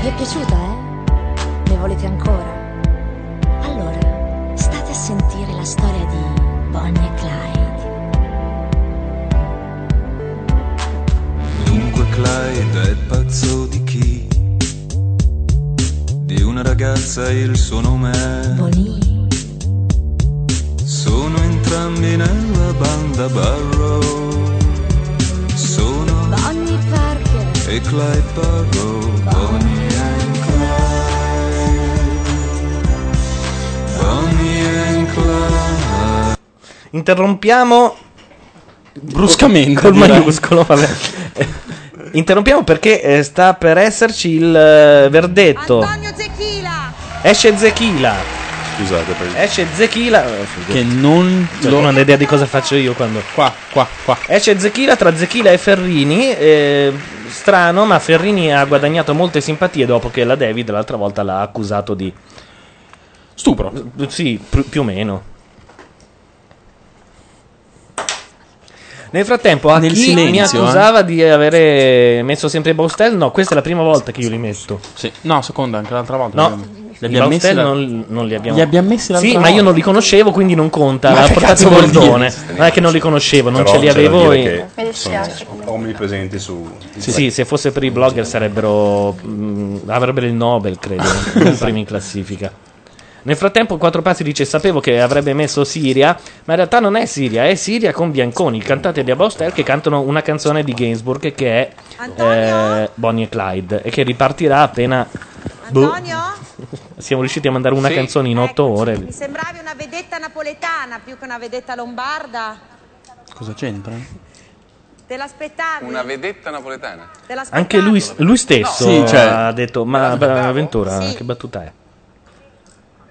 S4: Vi è piaciuta, eh? Ne volete ancora? Allora, state a sentire la storia di Bonnie e Clyde.
S21: Dunque Clyde è pazzo di chi? Di una ragazza il suo nome è
S4: Bonnie.
S21: Sono entrambi nella banda Barrow. Sono
S4: Bonnie Parker.
S21: e Clyde Barrow. Bonnie and Clyde. Bonnie and Clyde.
S5: Interrompiamo.
S6: Bruscamente,
S5: Col
S6: direi.
S5: maiuscolo, vabbè. Eh, Interrompiamo perché eh, sta per esserci il eh, verdetto. Esce Zechila.
S7: Scusate, per Eh,
S5: Esce Zechila.
S6: Che non.
S5: Cioè, tu non hai idea di cosa faccio io quando. Qua, qua, qua. Esce Zechila tra Zechila e Ferrini. eh, strano, ma Ferrini ha guadagnato molte simpatie dopo che la David l'altra volta l'ha accusato di. Stupro. Sì, pr- più o meno. Nel frattempo, a
S6: Nel
S5: chi mi
S6: silenzio, eh.
S5: accusava di avere messo sempre i Baustel, no, questa è la prima volta che io li metto.
S6: Sì, no, seconda, anche l'altra volta.
S5: No,
S6: li abbiamo-
S5: i
S6: li abbiamo messi
S5: Baustel
S6: la-
S5: non, non li abbiamo
S6: Li abbiamo messi l'altra
S5: Sì, ma
S6: volta.
S5: io non li conoscevo, quindi non conta.
S7: Ma
S5: L'ha
S7: che
S5: portato
S7: cazzo vuol
S5: Bordone.
S7: dire?
S5: Non è che non li conoscevo, non
S7: Però
S5: ce li
S7: c'è da
S5: avevo.
S7: dire
S5: e-
S7: che Sono omnipresenti su.
S5: Sì, sì, se fosse per i blogger sarebbero. mh, avrebbero il Nobel,
S6: <laughs>
S5: credo. i primi in classifica. Nel frattempo, Quattro Passi dice: Sapevo che avrebbe messo Siria, ma in realtà non è Siria, è Siria con Bianconi, il cantante di Abostel, che cantano una canzone di Gainsbourg che è eh, Bonnie e Clyde, e che ripartirà appena. boh, <laughs> siamo riusciti a mandare una
S8: Sì.
S5: canzone in otto ore.
S8: Mi sembravi una vedetta napoletana più che una vedetta lombarda.
S6: Cosa c'entra?
S8: Te l'aspettavi?
S11: Una vedetta napoletana.
S8: Te l'aspettavi?
S5: Anche lui, lui stesso
S6: Sì, cioè-
S5: ha detto: Ma brava Ventura, che battuta è?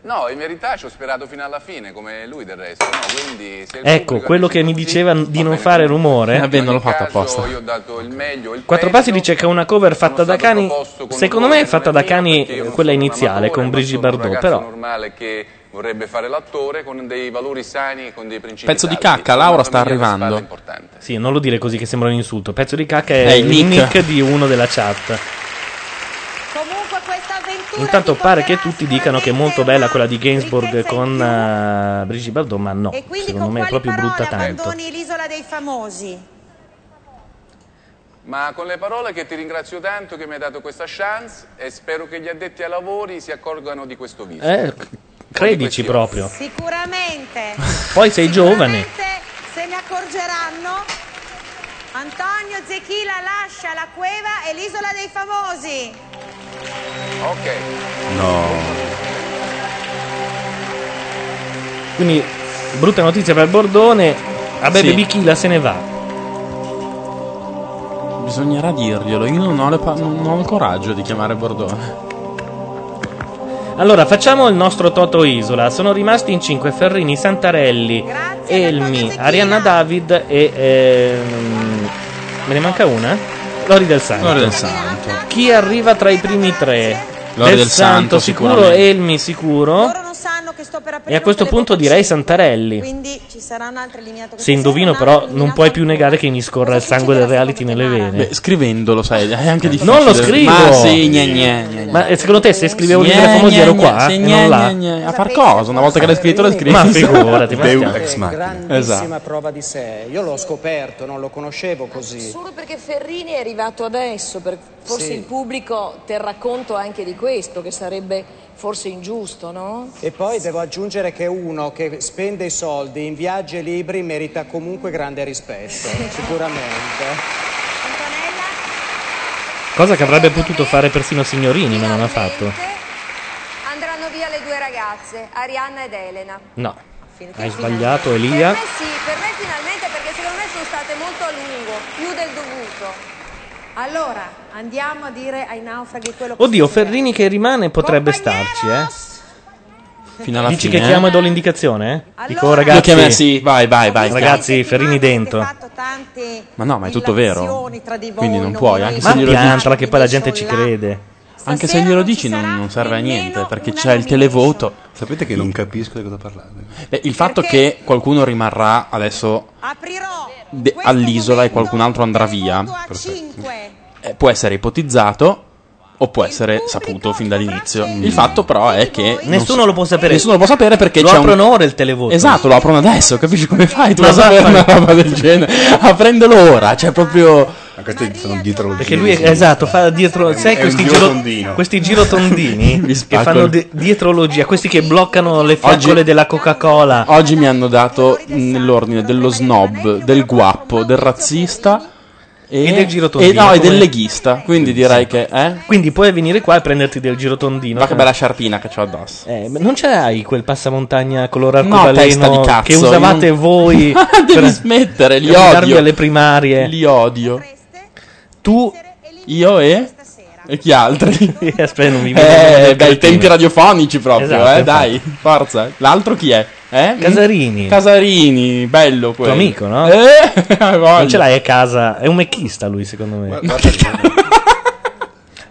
S11: No, in verità ci ho sperato fino alla fine, come lui del resto. No, quindi se il
S5: Ecco,
S11: pubblico
S5: quello
S11: dice
S5: che mi
S11: così,
S5: diceva di non fare rumore.
S6: Vabbè, non l'ho Eh, fatto
S11: caso
S6: apposta.
S11: Io ho dato il meglio, il
S5: Quattro
S11: peggio.
S5: passi dice che è una cover fatta da cani. Secondo me è fatta da cani eh, quella iniziale con Brigitte
S11: Sono un
S5: Bardot,
S11: ragazzo
S5: però.
S11: normale che vorrebbe fare l'attore con dei valori sani e con dei principi
S6: Pezzo di
S11: saldi.
S6: cacca, Laura
S11: Una
S6: sta
S11: famiglia che
S6: arrivando.
S5: Sì, non lo dire così che sembra un insulto. Pezzo di cacca è
S6: È
S5: il
S6: il
S5: nick.
S6: nick.
S5: di uno della chat.
S8: Comunque questa avventura
S5: Intanto
S8: ti
S5: pare
S8: porterà-
S5: che tutti dicano che è molto bella quella di Gainsbourg con eh, Brigitte Bardot, ma no,
S8: E quindi
S5: secondo
S8: con
S5: me è
S8: quali
S5: proprio
S8: parole
S5: brutta tanto.
S8: abbandoni l'isola dei famosi?
S11: Ma con le parole che ti ringrazio tanto che mi hai dato questa chance e spero che gli addetti ai lavori si accorgano di questo viso.
S5: Eh, c- credici proprio.
S8: Sicuramente
S5: Poi sei giovane.
S8: se ne accorgeranno. Antonio Zechila lascia la cueva e l'isola dei famosi.
S11: Ok.
S5: Quindi, brutta notizia per Bordone. A Bebe
S6: Sì.
S5: Bichila se ne va.
S6: Bisognerà dirglielo. Io non ho, le pa- non ho il coraggio di chiamare Bordone.
S5: Allora, facciamo il nostro Toto Isola. Sono rimasti in 5 Ferrini, Santarelli, Elmi, Arianna David e. ehm, me ne manca una? Lori del Santo.
S6: Lori del Santo.
S5: Chi arriva tra i primi tre?
S6: Lori del Santo,
S5: sicuro,
S6: sicuramente.
S5: Elmi sicuro. E a questo punto direi Santarelli.
S8: Quindi ci saranno altre lineate.
S5: Se indovino, però, non puoi più negare che mi scorra il sangue del reality nelle vene.
S6: Beh, scrivendolo, sai, è anche difficile.
S5: Non lo scrivo!
S6: Ma sì, gne, gne, gne.
S5: Ma eh, secondo te se scrivevo
S6: Gne,
S5: l'Isola dei famosi
S6: gne,
S5: ero
S6: gne,
S5: qua
S6: sì,
S5: e
S6: gne,
S5: non là?
S6: gne, gne. A far cosa? Una volta che l'hai scritto, l'hai scritto.
S5: Ma figurati, ma
S6: Deus
S5: stiamo-
S6: ex machina.
S20: Grandissima
S6: Esatto.
S20: prova di sé. Io l'ho scoperto, non lo conoscevo così.
S2: Solo perché Ferrini è arrivato adesso, per- forse
S20: Sì.
S2: il pubblico terrà conto anche di questo, che sarebbe forse ingiusto, no?
S20: E poi devo aggiungere che uno che spende i soldi in viaggi e libri merita comunque
S8: <laughs>
S20: grande rispetto, sicuramente.
S5: Cosa che avrebbe potuto fare persino Signorini, ma non ha fatto.
S22: Andranno via le due ragazze, Arianna ed Elena.
S5: No, hai sbagliato Elia.
S22: Eh sì, per me finalmente perché secondo me sono state molto a lungo, più del dovuto.
S8: Allora, andiamo a dire ai naufraghi quello che
S5: Oddio, Ferrini che rimane potrebbe starci, eh.
S6: Fino alla
S5: Dici
S6: fine,
S5: che
S6: eh?
S5: chiamo e do l'indicazione? eh? Dico,
S6: Allora-
S5: ragazzi,
S6: Lo chiami- sì, vai, vai, vai.
S5: Ragazzi, Ferrini dentro.
S6: Ma no, ma è tutto vero.
S5: Quindi non puoi,
S6: anche
S5: ma
S6: se glielo dici.
S5: piantala che poi la gente ci crede.
S6: Anche se glielo dici non, non serve a niente perché c'è il televoto.
S7: Sapete che non capisco di cosa parlate.
S6: Beh, il fatto che qualcuno rimarrà adesso de- all'isola e qualcun altro andrà via eh, può essere ipotizzato o può essere saputo fin dall'inizio. Il fatto però è che non
S5: Nessuno
S6: si-
S5: lo può sapere.
S6: Nessuno lo può sapere perché
S5: Lo
S6: c'è
S5: aprono
S6: un...
S5: ora il televoto.
S6: Esatto, lo aprono adesso, capisci come fai tu
S5: Ma
S6: a sapere una
S5: vaffanculo.
S6: roba del genere? A prenderlo ora, cioè proprio
S7: sono dietro
S5: Perché lui è, esatto, fa dietro. Sai
S7: un
S5: questi,
S7: giro
S5: giro,
S7: tondino.
S5: questi
S6: <laughs>
S5: girotondini che
S6: spaccano.
S5: fanno de- dietrologia, questi che bloccano le
S6: Oggi-
S5: fiaccole della Coca-Cola.
S6: Oggi mi hanno dato nell'ordine dello snob, del guappo, del razzista e,
S5: E del girotondino,
S6: e no, e
S5: come-
S6: del leghista. Quindi direi che. Eh?
S5: Quindi puoi venire qua e prenderti del girotondino.
S6: Ma che bella sciarpina che ho addosso.
S5: Eh, ma non c'hai quel passamontagna color
S6: No, testa
S5: arcobaleno
S6: di cazzo.
S5: che usavate
S6: io non-
S5: voi
S6: <laughs> Devi
S5: per
S6: smettere, li
S5: per darvi
S6: odio.
S5: alle primarie.
S6: Li odio.
S5: Tu,
S6: io e. E chi
S5: <laughs>
S6: altri?
S5: Eh, Aspetta, non mi viene
S6: Eh,
S5: il
S6: beh, i tempi
S5: cretino.
S6: radiofonici proprio,
S5: Esatto,
S6: eh,
S5: infatti.
S6: dai, forza. L'altro chi è? Eh?
S5: Casarini.
S6: Casarini, bello
S5: tuo
S6: quello. Eh,
S5: amico, no?
S6: <laughs>
S5: non ce l'hai a casa, è un mecchista lui, secondo me.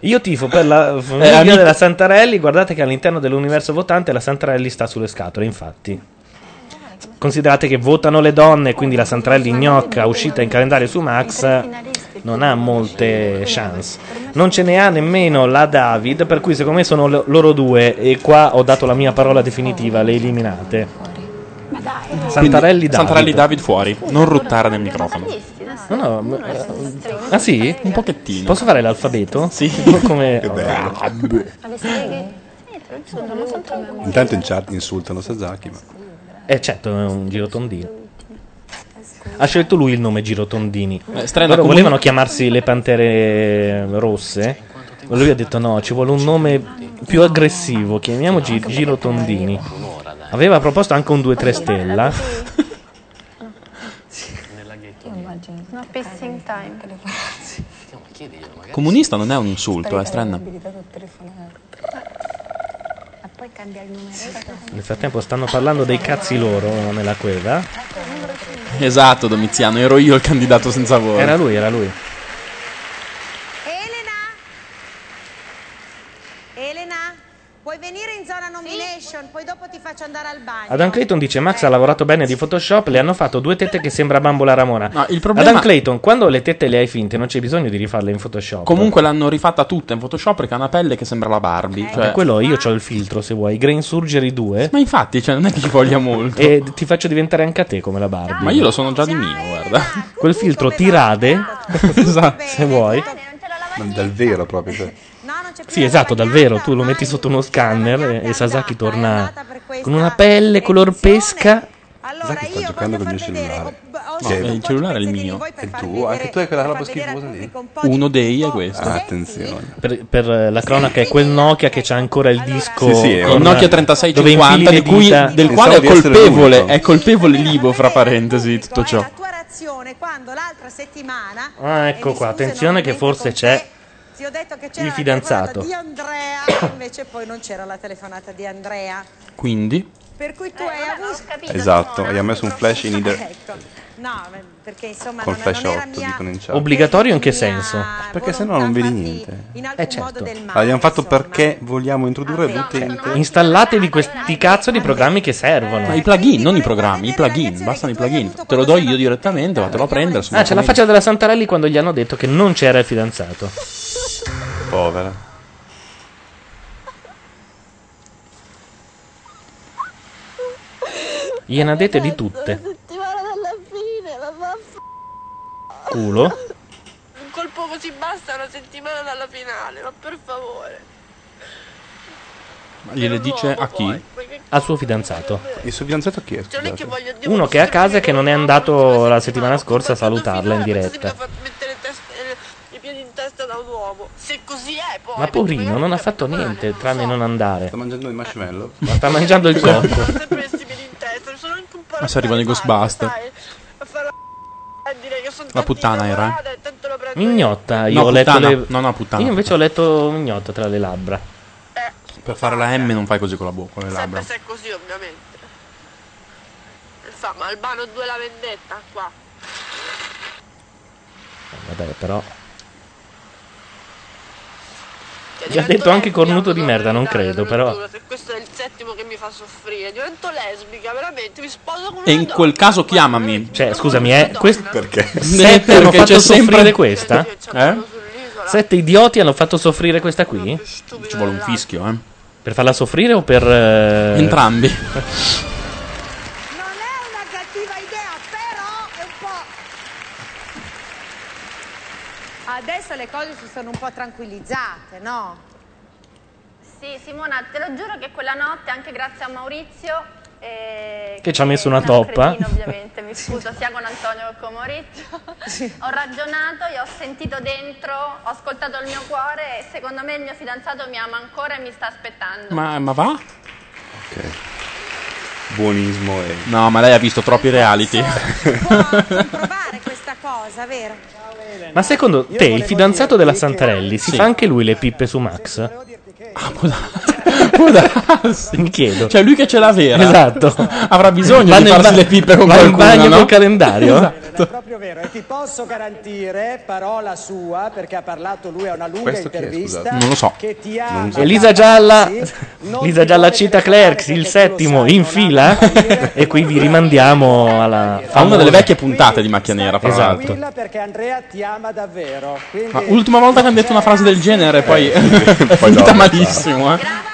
S5: Io tifo per la famiglia
S6: Eh, amico-
S5: della Santarelli. Guardate che all'interno dell'universo votante la Santarelli sta sulle scatole, infatti. Considerate che votano le donne, quindi la Santarelli gnocca uscita in calendario su Max non ha molte chance. Non ce ne ha nemmeno la David, per cui secondo me sono lo- loro due e qua ho dato la mia parola definitiva, le eliminate. Santarelli David.
S6: Santarelli David fuori, non ruttare nel microfono.
S5: No, no, ma- ah sì?
S6: Un pochettino.
S5: Posso fare l'alfabeto? <laughs> Sì. Come...
S7: Intanto in chat insultano Sasaki, ma
S5: Eh certo, è un girotondino. Ha scelto lui il nome Girotondini.
S6: Eh,
S5: Loro
S6: strano, comun-
S5: volevano chiamarsi le Pantere Rosse. ma Lui ha detto no, ci vuole un nome più aggressivo, chiamiamoci Girotondini. Aveva proposto anche un 2-3 stella.
S20: No, pissing time.
S6: Comunista non è un insulto, eh, è strano.
S5: Nel frattempo stanno parlando dei cazzi loro nella cueva.
S6: Esatto, Domiziano, ero io il candidato senza voto.
S5: Era lui, era lui.
S8: Elena, puoi venire in zona nomination, poi dopo ti faccio andare al bagno.
S5: Adam Clayton dice: Max ha lavorato bene di Photoshop, le hanno fatto due tette che sembra bambola Ramona.
S6: problema-
S5: Adam Clayton, quando le tette le hai finte, non c'è bisogno di rifarle in Photoshop.
S6: Comunque l'hanno rifatta tutta in Photoshop perché ha una pelle che sembra la Barbie.
S5: Per
S6: Cioè,
S5: quello io ho il filtro se vuoi. Grain Surgery 2.
S6: Ma infatti, cioè, non è che ci voglia molto.
S5: E ti faccio diventare anche a te come la Barbie.
S6: Ma io lo sono già di mio, guarda.
S5: <laughs>
S6: Esatto.
S5: Quel filtro ti
S6: <laughs>
S5: rade. Se vuoi.
S7: dal vero proprio. Cioè.
S5: Sì, esatto, dal vero. Tu lo metti sotto uno scanner e- e Sasaki torna con una pelle color pesca.
S7: Sasaki sta giocando con il mio cellulare.
S6: No, eh, il cellulare è il Ah, mio.
S7: E tu? Anche tu hai quella roba schifosa lì?
S6: Uno dei è questo.
S7: attenzione.
S5: Per, per, eh, la cronaca è quel Nokia che c'ha ancora il disco.
S6: Sì, sì, è
S5: con- eh,
S6: un Nokia
S5: dove infili
S6: 3650
S5: le
S6: di cui-
S5: dita.
S6: del quale è colpevole, è colpevole l'Ivo fra parentesi tutto ciò.
S5: Ah, ecco qua. Attenzione che forse c'è
S8: Ti ho detto che c'era
S5: il
S8: la telefonata
S5: fidanzato.
S8: di Andrea, invece poi non c'era la telefonata di Andrea.
S6: Quindi?
S8: Per cui tu hai avuto capito.
S7: Esatto, gli ha messo un flash in either
S8: Ecco. No, ma- perché insomma
S7: col
S8: non,
S7: flash
S8: non era
S7: 8, dicono in chat.
S5: Obbligatorio in che senso?
S7: Perché sennò non vedi niente.
S8: in alcun
S5: Eh certo.
S8: modo del male.
S7: L'abbiamo fatto perché vogliamo introdurre l'utente.
S5: Installatevi questi cazzo di programmi che servono.
S6: Ma i plugin, non i programmi, i plugin, bastano i plugin. Te lo do io direttamente, vatelo a prendere.
S5: Ah, c'è la faccia della Santarelli quando gli hanno detto che non c'era il fidanzato.
S7: Povera.
S5: Gliene ha dette di tutte. Culo.
S3: Un colpo così basta una settimana dalla finale, ma per favore.
S6: Ma Gliele dice a chi?
S5: Al suo fidanzato.
S7: Il suo fidanzato chi è?
S5: Uno che è a casa e che non è andato la settimana scorsa a salutarla in diretta.
S3: I piedi in testa da un uomo. Se così è, poi.
S5: Ma poverino, non ha fatto niente tranne non andare. Sta
S7: mangiando il marshmallow.
S5: Sta mangiando il cocco.
S6: Adesso arrivano i Ghostbuster. La puttana era. eh?
S5: Mignotta, io
S6: No,
S5: ho letto.
S6: puttana.
S5: Le...
S6: No, no, puttana.
S5: Io invece ho letto mignotta tra le labbra. Eh,
S6: Per fare la M non fai così con la bocca, con le labbra.
S3: Sempre se è così, ovviamente. Infatti, Albano 2 la vendetta qua.
S5: Vabbè, però.
S3: Che
S5: Che ha detto anche cornuto di merda, non credo, però.
S3: Questo è il settimo che mi fa soffrire. Divento lesbica, veramente. Mi sposo con
S6: E in quel caso chiamami.
S5: Cioè, scusami, eh, questo
S6: perché?
S5: Sette hanno fatto
S6: c'è sempre-
S5: soffrire questa? Eh? Sette idioti hanno fatto soffrire questa qui? Ci
S6: vuole un fischio, eh.
S5: Per farla soffrire o per. eh,
S6: Entrambi.
S8: Adesso le cose si sono un po' tranquillizzate, no?
S20: Sì, Simona, te lo giuro che quella notte, anche grazie a Maurizio, eh,
S5: Che ci ha messo
S20: è
S5: una toppa.
S20: cretino, ovviamente, mi scuso sia con Antonio che con Maurizio. ho ragionato, io ho sentito dentro, ho ascoltato il mio cuore e secondo me il mio fidanzato mi ama ancora e mi sta aspettando.
S6: Ma, ma va?
S7: Buonismo e...
S6: No, ma lei ha visto troppi reality. <laughs>
S8: Fare questa cosa, vero?
S5: <laughs> Ma secondo te il fidanzato della Santarelli si fa anche lui le pippe su Max? <laughs> Mi chiedo.
S6: Ah, Cioè, lui che ce l'ha vera.
S5: Esatto.
S6: Avrà bisogno di
S5: in
S6: farsi le pippe con
S5: va in
S6: qualcuno,
S5: bagno
S6: no?
S5: col calendario?
S6: Esatto.
S16: E ti posso garantire, parola sua, perché ha parlato lui a una lunga
S5: Questo chi è,
S16: intervista,
S5: scusate? Eh, Non lo so.
S16: che ti ama.
S5: Elisa <laughs> Gialla, Elisa Gialla cita Clerks, il settimo in fila. e qui vi rimandiamo alla.
S6: Fa una
S5: famosa-
S6: delle vecchie puntate di Macchia Nera, fra
S5: Esatto.
S6: l'altro.
S16: perché Andrea ti ama davvero. Quindi
S6: Ma ultima volta che hanno detto una frase del genere,
S5: Eh,
S6: poi <laughs> è finita malissimo, eh.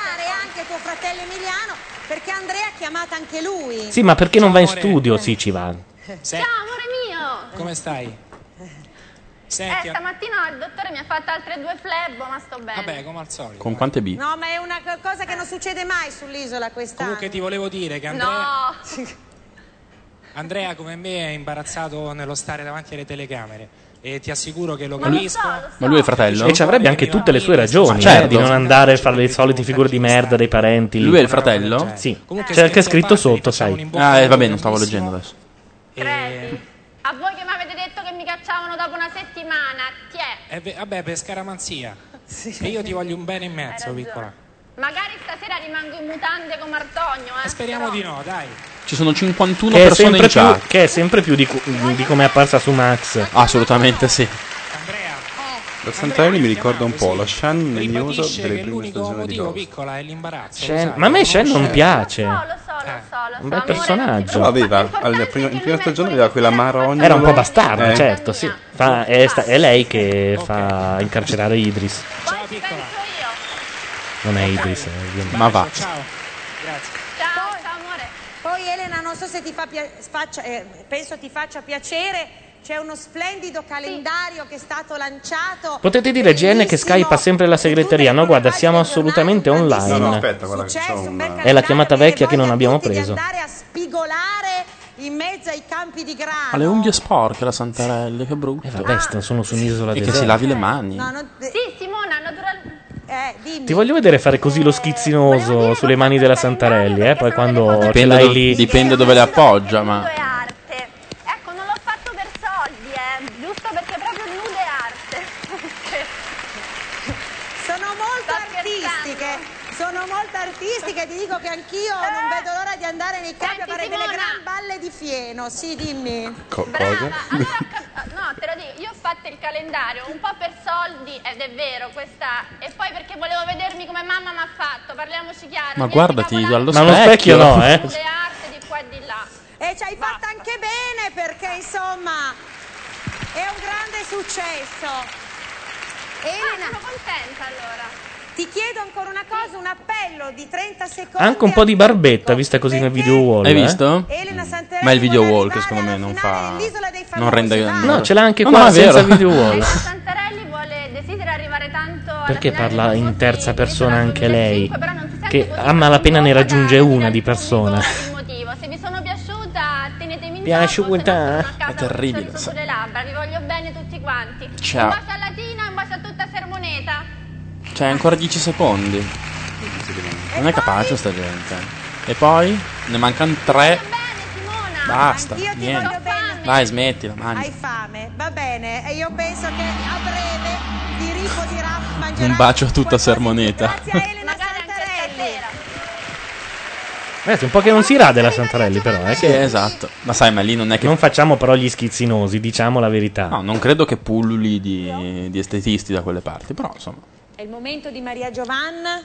S8: Perché Andrea ha chiamata anche lui.
S5: Sì, ma perché non va in studio? Sì, ci va.
S20: Ciao amore mio!
S14: Come stai?
S20: eh, stamattina il dottore mi ha fatto altre due flebo, ma sto bene.
S14: Vabbè, come al solito. eh.
S6: Con quante B?
S8: No, ma è una co- cosa che non succede mai sull'isola quest'anno.
S14: Comunque ti volevo dire che Andrea,
S6: Ah,
S20: No!
S8: <laughs>
S14: Andrea come me è imbarazzato nello stare davanti alle telecamere e ti assicuro che lo
S20: Ma lo
S14: capisco.
S5: Ma lui è fratello? E ci avrebbe anche tutte le sue ragioni
S6: Ma
S5: eh,
S6: certo.
S5: di non andare a fare le solite figure di merda dei parenti. lì.
S6: Lui è il fratello?
S14: Cioè,
S5: Sì. C'è anche scritto sotto, sai.
S6: Ah, eh, vabbè, non stavo leggendo adesso.
S20: A voi che mi avete detto che mi cacciavano dopo una settimana, ti è?
S14: Eh, beh, vabbè, per scaramanzia. E io ti voglio un bene in mezzo, piccola.
S20: Magari stasera rimango in mutande come Artogno, eh?
S14: Speriamo di no, dai.
S6: Ci sono 51
S5: Che è,
S6: persone in
S5: sempre
S6: chat.
S5: più, che è sempre più di, cu- di come è apparsa su Max.
S6: Assolutamente sì.
S7: La Santarelli mi ricorda un po' la Shan legnosa
S14: Dice
S7: delle
S14: che
S7: prime
S14: l'unico
S7: stagioni di
S14: motivo,
S7: Lost.
S14: piccola, è l'imbarazzo.
S5: Shen- ma a me Shen non piace. Un bel personaggio.
S7: Però aveva, alla prima, in prima stagione aveva quella marogna.
S5: Era un po' bastarda,
S7: Eh.
S5: certo, sì. Fa- è, sta- è lei che fa incarcerare Idris.
S20: Ciao piccola.
S5: Non è Idris, eh, ovviamente.
S6: Ma va.
S20: Ciao, ciao amore.
S8: Poi Elena, non so se ti fa pia- faccia- eh, penso ti faccia piacere. C'è uno splendido calendario che è stato lanciato.
S5: Potete dire GN che Skype ha sempre la segreteria. No, guarda, siamo assolutamente online.
S7: No, no, aspetta, guarda che c'ho un...
S5: È la chiamata vecchia che non abbiamo preso.
S8: in mezzo ai campi di grano.
S6: Ha le unghie sporche la Santarelli, che brutto. E
S5: Eh, vabbè, st- sono su un'isola
S6: E che
S5: deserta.
S6: si lavi le mani.
S20: Sì, Simona, natural...
S8: Eh, dimmi.
S5: Ti voglio vedere fare così lo schizzinoso sulle mani della Santarelli, eh? Poi quando ce
S6: Dipende,
S5: l'hai
S6: do-
S5: lì.
S6: dipende dove le appoggia, ma.
S20: Ecco, non l'ho fatto per soldi, eh. Giusto perché proprio nude arte.
S8: Sono molto artistiche. Sono molto artistiche, ti dico che anch'io
S20: Eh.
S8: non vedo l'ora di andare nei campi a fare delle gran balle di fieno. Sì, dimmi.
S7: Co- cosa?
S20: No, te lo dico, io ho fatto il calendario un po' per soldi, ed è vero, questa. E poi perché volevo vedermi come mamma mi ha fatto, parliamoci chiaro.
S6: Ma guardati allo
S5: Ma allo specchio no, eh.
S20: Le arti di qua e di là.
S8: E ci hai fatto anche bene perché insomma è un grande successo. Elena,
S20: Ah, sono contenta allora.
S8: Ti chiedo ancora una cosa, un appello di 30 secondi.
S5: Anche un po' di barbetta vista così nel video wall.
S6: Hai
S5: eh.
S6: visto? Ma il video wall che secondo me non fa. Non rende.
S5: No, ce l'ha anche
S6: No,
S5: qua
S6: no, è
S5: senza
S6: vero.
S5: video wall.
S20: Santarelli vuole, desidera arrivare tanto alla
S5: Perché
S20: finale
S5: parla
S20: del
S5: in
S20: mondo,
S5: terza persona anche lei?
S20: però non ti senti
S5: Che a malapena ne raggiunge una di persona.
S8: Eh,
S20: il motivo. Se vi sono piaciuta, tenetemi in
S5: Piaciuta?
S20: È
S5: terribile.
S20: sulle labbra, vi voglio bene tutti quanti.
S6: Ciao.
S20: Un bacio a Latina, un bacio a tutta Sermoneta.
S6: Cioè, ancora 10 secondi. Non è capace sta gente. E poi? Ne mancano 3. Basta,
S8: Anch'io ti voglio
S6: niente.
S8: bene.
S6: Dai, smettila, mangi.
S8: Hai fame, va bene. E io penso che a breve ti riposerà, mangerà.
S6: Un bacio a tutta sermoneta.
S8: Elena Santarelli.
S5: Ragazzi, un po' che non si rade la Santarelli, però. Eh,
S6: Sì, esatto. Ma sai, ma lì non è che.
S5: Non facciamo però gli schizzinosi, diciamo la verità.
S6: No, non credo che pulluli di, di estetisti da quelle parti, però insomma.
S8: È il momento di Maria Giovanna.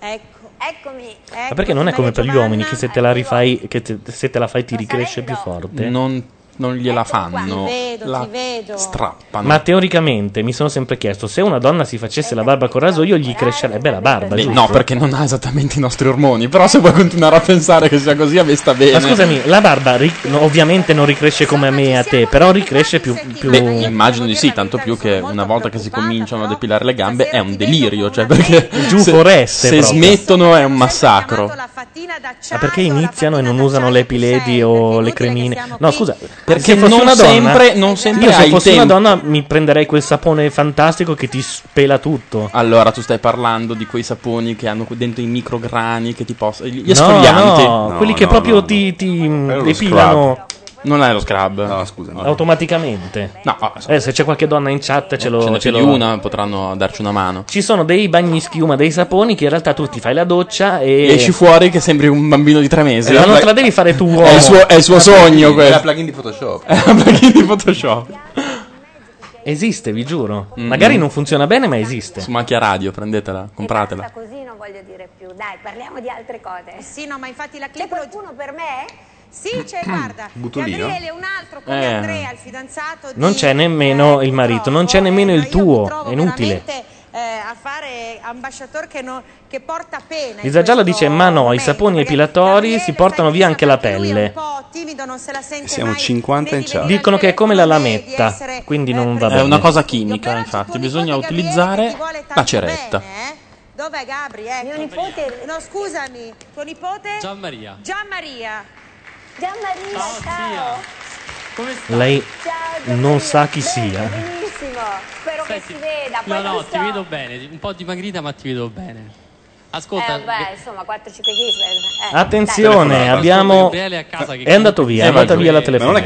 S8: Ecco.
S23: Eccomi.
S5: Ma perché non è come per gli uomini che se te la rifai, che te- se te la fai ti ricresce più forte?
S6: Non, non gliela fanno.
S8: Ecco Ti vedo,
S6: la
S8: ti vedo.
S6: strappano.
S5: Ma teoricamente mi sono sempre chiesto se una donna si facesse la barba col rasoio gli crescerebbe la barba,
S6: Beh,
S5: giusto?
S6: no, perché non ha esattamente i nostri ormoni. Però se vuoi continuare a pensare che sia così, a me sta bene.
S5: Ma scusami, la barba ri- no, ovviamente non ricresce come a me e a te, però ricresce più... più...
S6: Beh, immagino di sì, tanto più che una volta che si cominciano a depilare le gambe è un delirio, cioè perché
S5: Giù
S6: se,
S5: foreste
S6: se
S5: proprio.
S6: smettono è un massacro.
S5: Ma perché iniziano e non usano le epiledi o le cremine? No, scusa,
S6: Perché
S5: se fossi
S6: non
S5: una donna-
S6: sempre- non sempre
S5: Io se
S6: hai
S5: fossi una
S6: tempo.
S5: donna mi prenderei quel sapone fantastico che ti spela tutto.
S6: Allora, tu stai parlando di quei saponi che hanno dentro i micrograni che ti possono. Gli
S5: No,
S6: esfolianti.
S5: no, quelli che proprio ti, ti mh, depilano
S6: Non è lo scrub. No,
S7: scusa.
S5: automaticamente.
S6: No, ah,
S5: Eh, se c'è qualche donna in chat ce lo...
S6: Ce ne
S5: ce
S6: più di
S5: lo-
S6: una, potranno darci una mano.
S5: Ci sono dei bagni schiuma, dei saponi che in realtà tu ti fai la doccia e...
S6: Esci fuori <laughs> che sembri un bambino di tre mesi.
S5: Eh, ma non te la devi fare tu uomo.
S6: È il suo, è il suo sogno
S7: È la
S6: questo.
S7: plugin di
S6: <laughs>
S7: Photoshop.
S6: di Photoshop.
S5: Esiste, vi giuro. Magari non funziona bene, ma esiste.
S6: Mm-hmm. Su Macchia Radio, prendetela, compratela.
S23: Così non voglio dire più. Dai, parliamo di altre
S8: Eh
S23: cose. Sì, no, ma infatti la clip... C'è qualcuno per me?
S8: Sì, c'è, guarda.
S5: Butolino?
S8: Gabriele è un altro come
S5: Eh.
S8: Andrea, il fidanzato di
S5: Non c'è nemmeno il marito, non c'è nemmeno il tuo. È inutile.
S8: eh, a fare ambasciatore che, non- che porta pena.
S5: Lisa Gialla dice: Ma no, i saponi epilatori si portano via anche la pelle.
S7: Siamo 50 in chat.
S5: Dicono che è come la lametta, quindi non va bene.
S6: È una cosa chimica, infatti, bisogna utilizzare la ceretta.
S8: Dov'è Gabri? Ecco. Mio nipote. No, scusami, tuo nipote?
S1: Gianmaria.
S8: Gianmaria. Gianmaria, ciao.
S5: Lei non sa chi sia.
S23: Benissimo. Spero che si veda.
S1: No,
S23: Poi
S1: no,
S23: non
S1: ti
S23: so.
S1: vedo bene, un po' dimagrita ma ti vedo bene.
S23: Eh,
S1: Ascolta,
S23: vabbè, insomma, 4-5 kg. eh, dai.
S5: Attenzione, abbiamo. È andato via, è andata via la telefonia.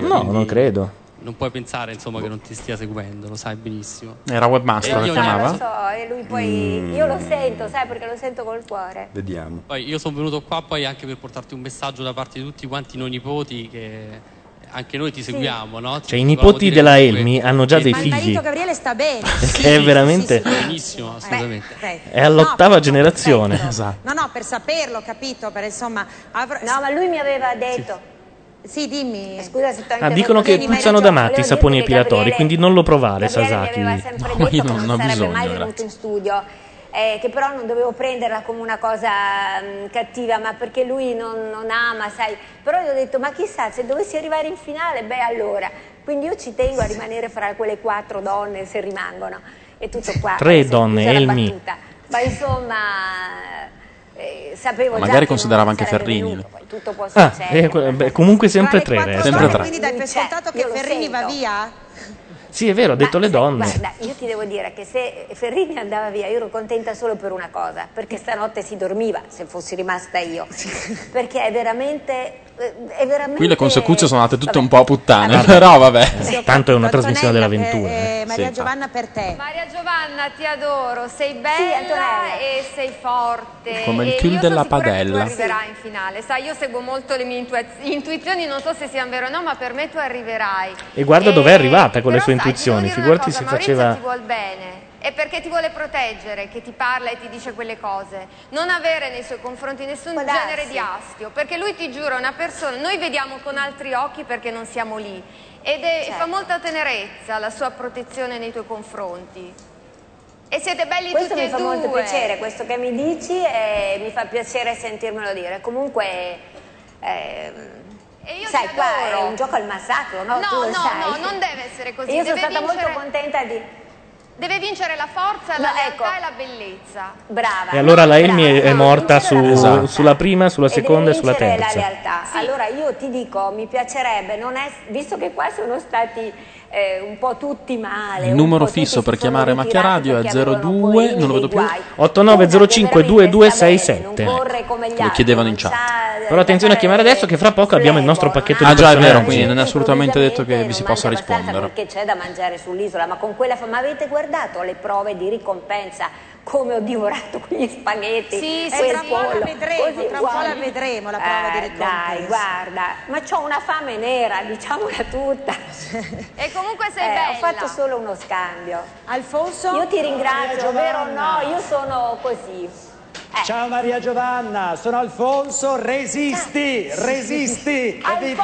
S5: No, non credo.
S1: non puoi pensare insomma che non ti stia seguendo, lo sai benissimo.
S6: Era webmaster
S1: E
S6: che
S1: io-
S6: chiamava?
S23: Lo so, e lui poi...
S1: Ah? Mm.
S23: Io lo sento, sai, perché lo sento col cuore.
S7: Vediamo.
S1: Poi io sono venuto qua poi anche per portarti un messaggio da parte di tutti quanti i noi nipoti che anche noi ti seguiamo, no? Ti
S5: Cioè, i
S1: volevamo
S5: nipoti
S1: dire
S5: della
S1: comunque-
S5: Elmi hanno già dei
S8: Ma il
S5: figli.
S8: marito Gabriele sta bene.
S5: Che <laughs> è veramente.
S1: Benissimo, assolutamente.
S5: È all'ottava generazione. Esatto.
S8: No, no, per saperlo, capito? Per insomma. No, ma lui mi aveva detto. Sì, dimmi. Scusa se
S5: Ah, dicono che puzzano da matti i saponi epilatori, quindi non lo provare, Sasaki.
S23: aveva sempre
S5: ma
S23: detto
S5: io
S23: che
S5: non
S23: non,
S5: ho
S23: sarebbe
S5: bisogno,
S23: mai venuto
S5: grazie.
S23: in studio, eh, che però non dovevo prenderla come una cosa mh, cattiva, ma perché lui non, non ama, sai. Però gli ho detto, ma chissà, se dovessi arrivare in finale, beh allora. Quindi io ci tengo a rimanere fra quelle quattro donne, se rimangono. E tutto qua.
S5: Tre
S23: Eh, sì,
S5: donne,
S23: c'era
S5: Elmi.
S23: battuta. Ma insomma, eh, sapevo già
S6: Magari
S23: che non
S6: considerava anche
S23: sarebbe
S6: Ferrini.
S23: venuto, poi tutto può
S5: Ah,
S23: succedere.
S5: eh, que- beh, comunque sempre tre
S6: quattro
S5: resta.
S6: donne, quindi
S8: Quindi dai per
S23: Cioè,
S8: scontato che Ferrini va via?
S5: Sì, è vero, ha detto le
S6: Mm.
S5: donne.
S23: Guarda, io ti devo dire che se Ferrini andava via, io ero contenta solo per una cosa, perché stanotte si dormiva, se fossi rimasta io. Perché è veramente... eh, È veramente
S6: Qui le consecuzioni sono andate tutte un po' a puttane, <laughs> però vabbè.
S5: Tanto è una trasmissione eh. dell'avventura.
S23: eh,
S6: Maria
S8: Giovanna per te.
S22: Maria Giovanna, ti adoro, sei bella
S23: Antonella.
S22: e sei forte.
S6: Come il
S22: e
S6: kill
S22: io sono
S6: della
S22: sicura che
S6: padella.
S22: Tu arriverai in finale, sai, io seguo molto le mie intua- intuizioni, non so se siano vere o no, ma per me tu arriverai.
S5: E guarda dov'è arrivata con le
S22: però
S5: sue
S22: sai, ti devo
S5: intuizioni.
S22: dire una
S5: Figurati
S22: cosa,
S5: se
S22: Maurizio
S5: faceva.
S22: ti vuol bene. È perché ti vuole proteggere che ti parla e ti dice quelle cose. Non avere nei suoi confronti nessun genere di astio, perché lui ti giura è una persona, noi vediamo con altri occhi perché non siamo lì. Ed è-
S23: Certo.
S22: fa molta tenerezza la sua protezione nei tuoi confronti. E siete belli
S23: Questo
S22: tutti
S23: mi
S22: e
S23: fa
S22: due.
S23: molto piacere, questo che mi dici e mi fa piacere sentirmelo dire. Comunque, ehm, sai, qua è un gioco al massacro, no?
S22: No,
S23: Tu lo
S22: no,
S23: sai.
S22: no, non deve essere così.
S23: Io sono
S22: Deve
S23: stata
S22: vincere-
S23: molto contenta di...
S22: Deve vincere la forza, la
S23: No, ecco.
S22: lealtà e la bellezza.
S23: Brava.
S5: E allora la Elmi è- è morta su-
S6: Esatto.
S5: sulla prima, sulla
S23: E deve
S5: seconda e sulla
S23: vincere La
S5: terza.
S23: realtà. Allora io ti dico, mi piacerebbe, non ess- visto che qua sono stati eh, un po' tutti male.
S6: Il
S23: un
S6: numero
S23: po' tutti
S6: fisso
S23: si
S6: per
S23: sono
S6: chiamare Macchia
S23: ritirati
S6: Radio è
S23: perché avevano
S6: 02, non lo vedo più.
S23: guai.
S5: 89052267.
S23: Corre come gli
S6: Lo
S23: altri.
S6: chiedevano in chat.
S5: Però attenzione a chiamare adesso che fra poco abbiamo il nostro pacchetto di
S6: Ah già, è vero,
S5: personaggi.
S6: quindi non è assolutamente detto che vi si possa
S23: abbastanza
S6: rispondere.
S23: perché c'è da mangiare sull'isola, ma con quella fama avete guardato le prove di ricompensa come ho divorato quegli spaghetti.
S8: Sì, sì,
S23: quel
S8: tra un po' la
S23: pollo,
S8: vedremo, tra un po'
S23: uguali.
S8: la vedremo la prova di
S23: Eh, Dai,
S8: recompense.
S23: guarda, ma ho una fame nera, diciamola tutta.
S22: E comunque sei
S23: Eh,
S22: bella.
S23: Ho fatto solo uno scambio.
S8: Alfonso?
S23: Io ti ringrazio, vero
S20: Maria
S23: o no? Io sono così.
S20: Ciao Maria Giovanna, sono Alfonso, resisti, resisti, capito?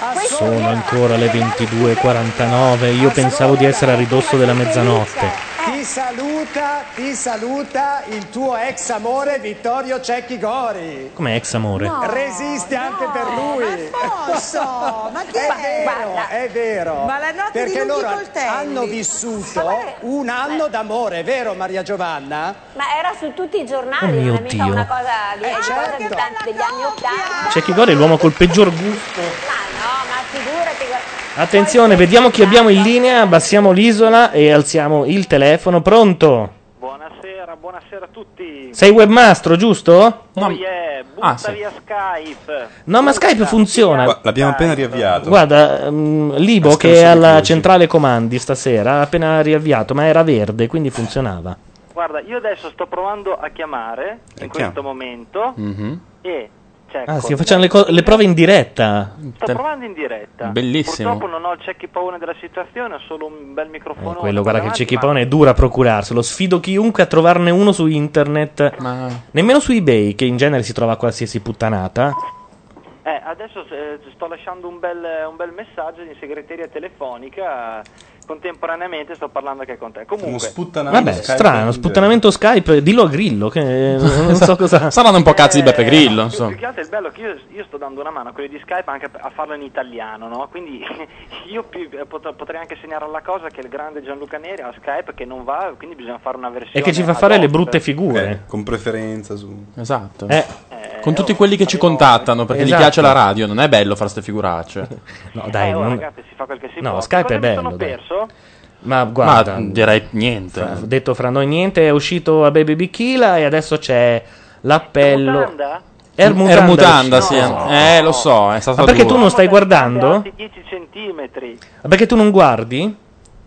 S20: Alfonso,
S5: Sono ancora le 22.49. Io pensavo di essere a ridosso della mezzanotte.
S8: Eh.
S20: ti saluta, ti saluta il tuo ex amore Vittorio Cecchi Gori.
S5: Come ex amore?
S20: Resiste anche per lui.
S8: Alfonso,
S20: <laughs>
S8: ma che è?
S20: Guarda, è vero.
S8: Ma la notte
S20: Perché
S8: di Luchi
S20: loro
S8: Coltelli.
S20: hanno vissuto un anno d'amore, vero Maria Giovanna?
S23: Ma era su tutti i giornali,
S5: Oh mio
S23: non è mica
S5: Dio.
S23: una cosa di una cosa di tanti- degli anni Ottanta.
S5: C'è chi gore è l'uomo col peggior gusto.
S23: No, ma figurati, guarda.
S5: Attenzione, vediamo chi abbiamo in linea. Abbassiamo l'isola e alziamo il telefono. Pronto?
S12: Buonasera, buonasera a tutti.
S5: Sei webmastro, giusto?
S12: Oh yeah, butta
S5: Ah, sì.
S12: via Skype.
S5: No, ma Skype funziona.
S7: L'abbiamo appena riavviato.
S5: Guarda, mm, Libo
S7: Scherzo
S5: che è
S7: di
S5: alla
S7: chiusi.
S5: centrale comandi stasera ha appena riavviato, ma era verde, quindi funzionava.
S12: Guarda, io adesso sto provando a chiamare in
S5: chiama.
S12: questo momento e c'è
S5: Ah,
S12: cioè, con-
S5: stiamo facendo le, co- le prove in diretta.
S12: Sto provando in diretta.
S5: Bellissimo.
S12: Purtroppo non ho il cecchi paone della situazione, ho solo un bel microfono.
S5: Eh, Quello, guarda che il
S12: davanti,
S5: cecchipone è dura a procurarselo. Sfido chiunque a trovarne uno su internet. Nemmeno su eBay, che in genere si trova qualsiasi puttanata.
S12: ma- eh, adesso eh, sto lasciando un bel, un bel messaggio in segreteria telefonica. Contemporaneamente sto parlando anche con te. Comunque,
S5: Vabbè, strano, sputtanamento Skype, dillo a Grillo, che Eh, non
S6: <laughs>
S5: so cosa...
S6: Saranno un po' cazzi di Beppe
S12: Eh,
S6: Grillo,
S12: più-
S6: insomma.
S12: Più che altro il bello è che io, io sto dando una mano a quelli di Skype anche a farlo in italiano, no? Quindi io più- eh, pot- potrei anche segnare alla cosa che il grande Gianluca Neri ha Skype che non va, quindi bisogna fare una versione.
S5: E che ci fa
S12: ad
S5: fare le
S12: hoc.
S5: brutte figure.
S7: Eh, Con preferenza su...
S6: Esatto.
S5: Eh.
S6: Con tutti quelli che ci contattano perché
S5: Esatto.
S6: gli piace la radio, non è bello fare ste figuracce.
S5: <laughs> No, dai,
S12: Eh, oh,
S5: non-
S12: ragazzi, si fa quel che si
S5: No,
S12: può.
S5: Skype
S12: Cosa
S5: è
S12: mi
S5: bello,
S12: sono
S5: dai.
S12: perso?
S5: Ma guarda,
S6: Ma direi niente.
S5: fra- detto fra noi niente, è uscito a Baby Bichila e adesso c'è l'appello. Ermutanda?
S6: Ermutanda,
S5: No.
S6: sì. Eh, lo so, è stato
S5: Ma perché
S6: duro.
S5: tu non stai guardando?
S12: Alti 10 centimetri.
S5: Ma Perché tu non guardi?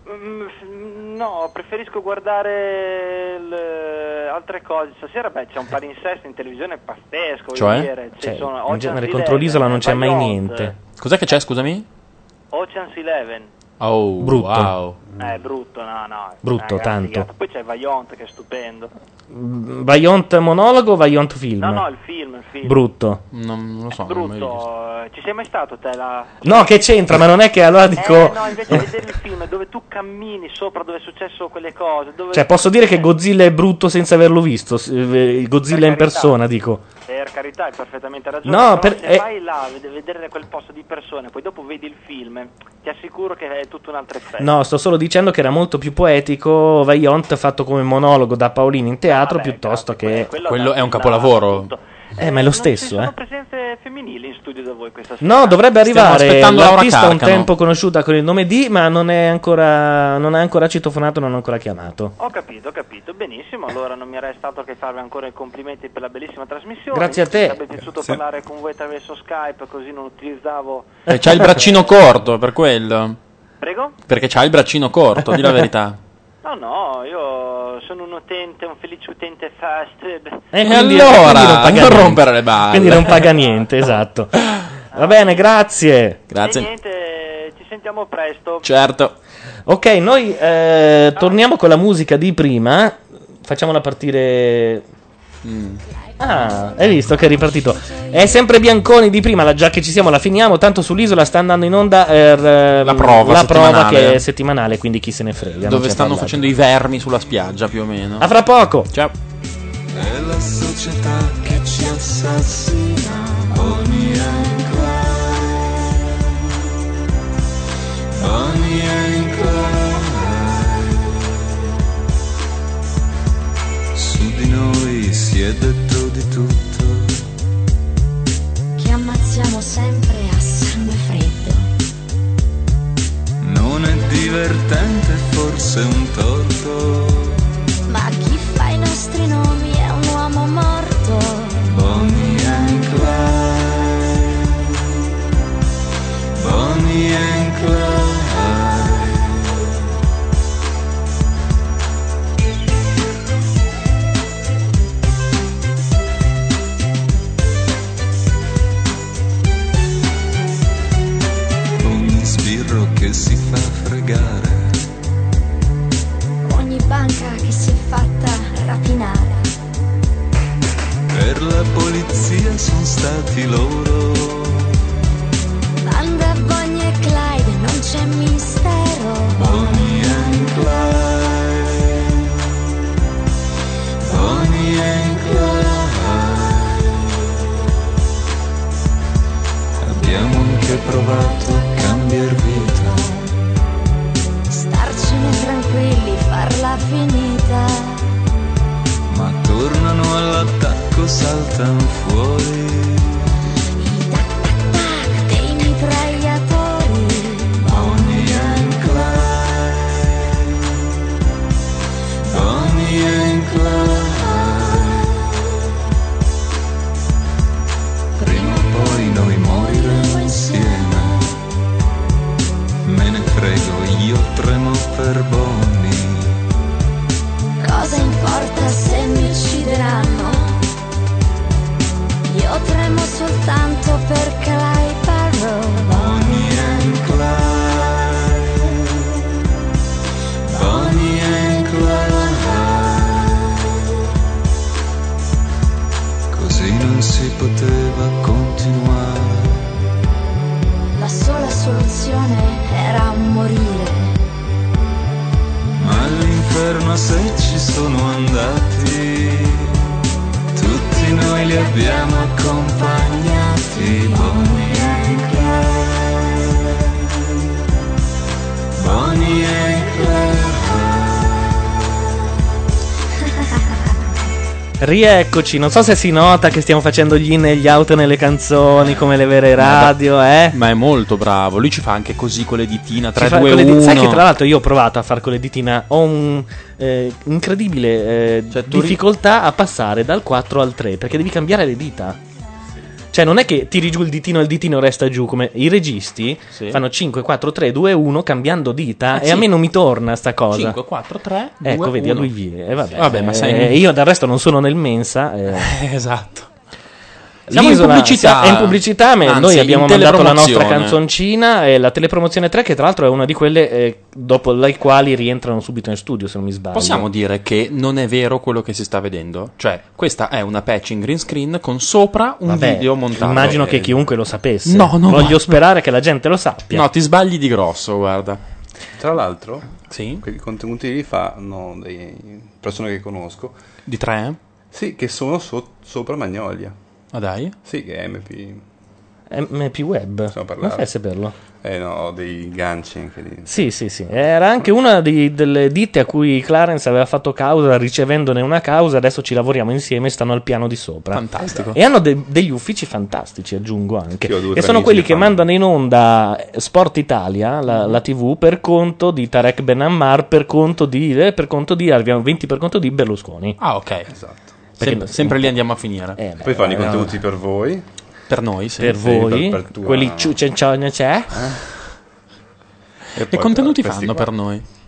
S12: Mm, f- No, preferisco guardare il- altre cose. Stasera beh, c'è un palinsesto in televisione pazzesco. voglio
S5: Cioè,
S12: dire. Ci
S5: Cioè,
S12: sono
S5: in
S12: Ocean's
S5: genere
S12: Eleven,
S5: contro l'isola non c'è
S12: By
S5: mai
S12: Oz,
S5: niente.
S6: Cos'è che c'è, scusami?
S12: Ocean's Eleven.
S6: Oh,
S5: Brutto.
S6: wow.
S12: Eh, brutto, no, no.
S5: Brutto,
S12: Una
S5: tanto.
S12: figata. Poi c'è Vaiont che è stupendo.
S5: Mm, Vaiont monologo o Vaiont film?
S12: No, no, il film, il film.
S5: Brutto.
S6: Non lo so.
S12: Brutto. eh, Ci sei mai stato te la...
S5: No, che c'entra, ma non è che allora dico...
S12: Eh, no, invece vedere il film dove tu cammini sopra dove è successo quelle cose. Dove... Eh.
S5: Cioè, posso dire che Godzilla è brutto senza averlo visto, s- eh, Godzilla in persona, dico.
S12: Per carità, hai perfettamente ragione.
S5: No,
S12: però
S5: per-
S12: se
S5: eh-
S12: vai là a ved- vedere quel posto di persone, poi dopo vedi il film, ti assicuro che è tutto un altro effetto.
S5: No, sto solo dicendo che era molto più poetico Vaiont fatto come monologo da Paolini
S12: Ah,
S5: in teatro piuttosto che...
S6: Quello è un capolavoro.
S5: Eh, ma è lo stesso, eh.
S12: Presenze femminili in studio da voi questa sera.
S5: No, dovrebbe arrivare
S6: aspettando Laura
S5: l'artista un
S6: Carcano.
S5: tempo conosciuta con il nome di, ma non è ancora, non è ancora citofonato, non è ancora chiamato.
S12: Ho capito, ho capito, benissimo. Allora non mi resta altro che farvi ancora i complimenti per la bellissima trasmissione.
S5: Grazie a te.
S12: Mi sarebbe piaciuto
S5: Grazie.
S12: parlare con voi attraverso Skype, così non utilizzavo.
S6: Eh, c'ha
S5: <laughs>
S6: il braccino corto, per quello.
S12: Prego?
S6: Perché c'ha il braccino corto, di
S5: <laughs>
S6: la verità.
S12: No, no, io sono un utente, un felice utente fast.
S5: E
S6: quindi- Eh, allora, non
S5: niente.
S6: rompere le balle.
S5: Quindi non paga niente, esatto. Va bene, grazie.
S12: E niente, ci sentiamo presto.
S6: Certo.
S5: Ok, noi eh, torniamo con la musica di prima. Facciamola partire.
S6: Mm.
S5: Ah, hai visto che è ripartito. È sempre Bianconi di prima, la- già che ci siamo, la finiamo. Tanto sull'isola sta andando in onda eh, la
S6: prova settimanale.
S5: che è settimanale, quindi chi se ne frega. non
S6: Dove
S5: ce ne
S6: stanno
S5: parlate.
S6: facendo i vermi sulla spiaggia, più o meno.
S5: A fra poco.
S6: Ciao.
S21: È la società che ci assassina Bonnie and Clyde Bonnie and Clyde Su di noi si è detto di tutto
S4: Che ammazziamo sempre a sangue freddo.
S21: Non è divertente, forse è un torto
S4: Ma chi fa i nostri nomi è un uomo morto.
S21: Bonnie and Clyde Bonnie and Clyde fregare.
S24: Ogni banca che si è fatta rapinare.
S21: Per la polizia sono stati loro.
S24: Banda Bonnie e Clyde, non c'è mistero.
S21: Bonnie and Clyde. Bonnie and Clyde. Abbiamo anche provato a cambiar vita.
S24: Starcene tranquilli, farla finita.
S21: Ma tornano all'attacco, saltano fuori.
S24: Tac dei mitragliatori.
S21: Bonnie and Clyde. Bonnie and Clyde. Prima o poi noi moriremo insieme. Me ne frego, io tremo per Bonnie.
S24: Cosa importa se mi uccideranno? Io tremo soltanto per Clyde Barrow.
S21: Bonnie and Clyde. Bonnie and Clyde. Così non si poteva continuare.
S24: La sola soluzione era morire.
S21: Ma all'inferno se ci sono andati, tutti noi li abbiamo accompagnati. Bonnie and Clyde. Bonnie and Clyde.
S5: Rieccoci, non so se si nota che stiamo facendo gli in e gli out nelle canzoni come le vere radio, eh.
S6: Ma è molto bravo. Lui ci fa anche così con le ditina. 3,
S5: Ci fa
S6: 2,
S5: con le
S6: 1.
S5: di- sai che tra l'altro io ho provato a fare con le ditina, ho un eh, incredibile eh,
S6: Cioè, tu ri-
S5: difficoltà a passare dal 4 al 3 perché devi cambiare le dita. Cioè non è che tiri giù il ditino e il ditino resta giù come i registi
S6: Sì.
S5: fanno 5 4 3 2 1 cambiando dita
S6: Ah,
S5: e
S6: sì.
S5: a me non mi torna sta cosa.
S6: 5, 4, 3.
S5: Ecco,
S6: 2,
S5: vedi,
S6: 1.
S5: a lui viene. Eh, vabbè,
S6: Vabbè, ma sai.
S5: Eh, io del resto non sono nel mensa. eh.
S6: <laughs> esatto. Siamo in
S5: L'isola
S6: pubblicità.
S5: È in pubblicità, ma
S6: Anzi,
S5: noi abbiamo
S6: in
S5: mandato la nostra
S6: telepromozione.
S5: canzoncina e la telepromozione 3, che tra l'altro è una di quelle eh, dopo le quali rientrano subito in studio, se non mi sbaglio.
S6: Possiamo dire che non è vero quello che si sta vedendo? Cioè, questa è una patch in green screen con sopra un
S5: Vabbè,
S6: video montato.
S5: Immagino che
S6: Eh,
S5: chiunque lo sapesse.
S6: No, no,
S5: Voglio
S6: no.
S5: sperare che la gente lo sappia.
S6: No, ti sbagli di grosso, guarda.
S7: Tra l'altro, quei contenuti lì fanno dei persone che conosco.
S6: Di tre?
S7: Sì, che sono so- sopra Magnolia.
S6: Ma dai?
S7: Sì, che è MP.
S5: MP Web.
S7: Stiamo
S5: Come
S7: parlando.
S5: fai a saperlo?
S7: Eh no, ho dei ganci anche lì.
S5: Sì, sì, sì. Era anche una di- delle ditte a cui Clarence aveva fatto causa, ricevendone una causa. Adesso ci lavoriamo insieme e stanno al piano di sopra.
S6: Fantastico.
S5: E hanno de- degli uffici fantastici, aggiungo anche.
S6: Sì, ho due,
S5: E
S6: tre
S5: sono
S6: amici
S5: quelli
S6: che
S5: che
S6: fanno.
S5: mandano in onda Sport Italia, la, la TV, per conto di Tarek Ben Ammar, per conto di, eh, per conto di abbiamo 20 per conto di Berlusconi.
S6: Ah, ok.
S7: Esatto.
S6: Perché
S5: Sempre-
S6: sempre lì andiamo a finire.
S7: Poi fanno i contenuti per voi.
S6: Per noi, sì.
S5: Eh, per
S6: Sì,
S5: voi,
S6: per- per tua- Eh?
S5: quelli ciu- c'è, c'è, c'è.
S7: E
S6: Che contenuti fanno per noi?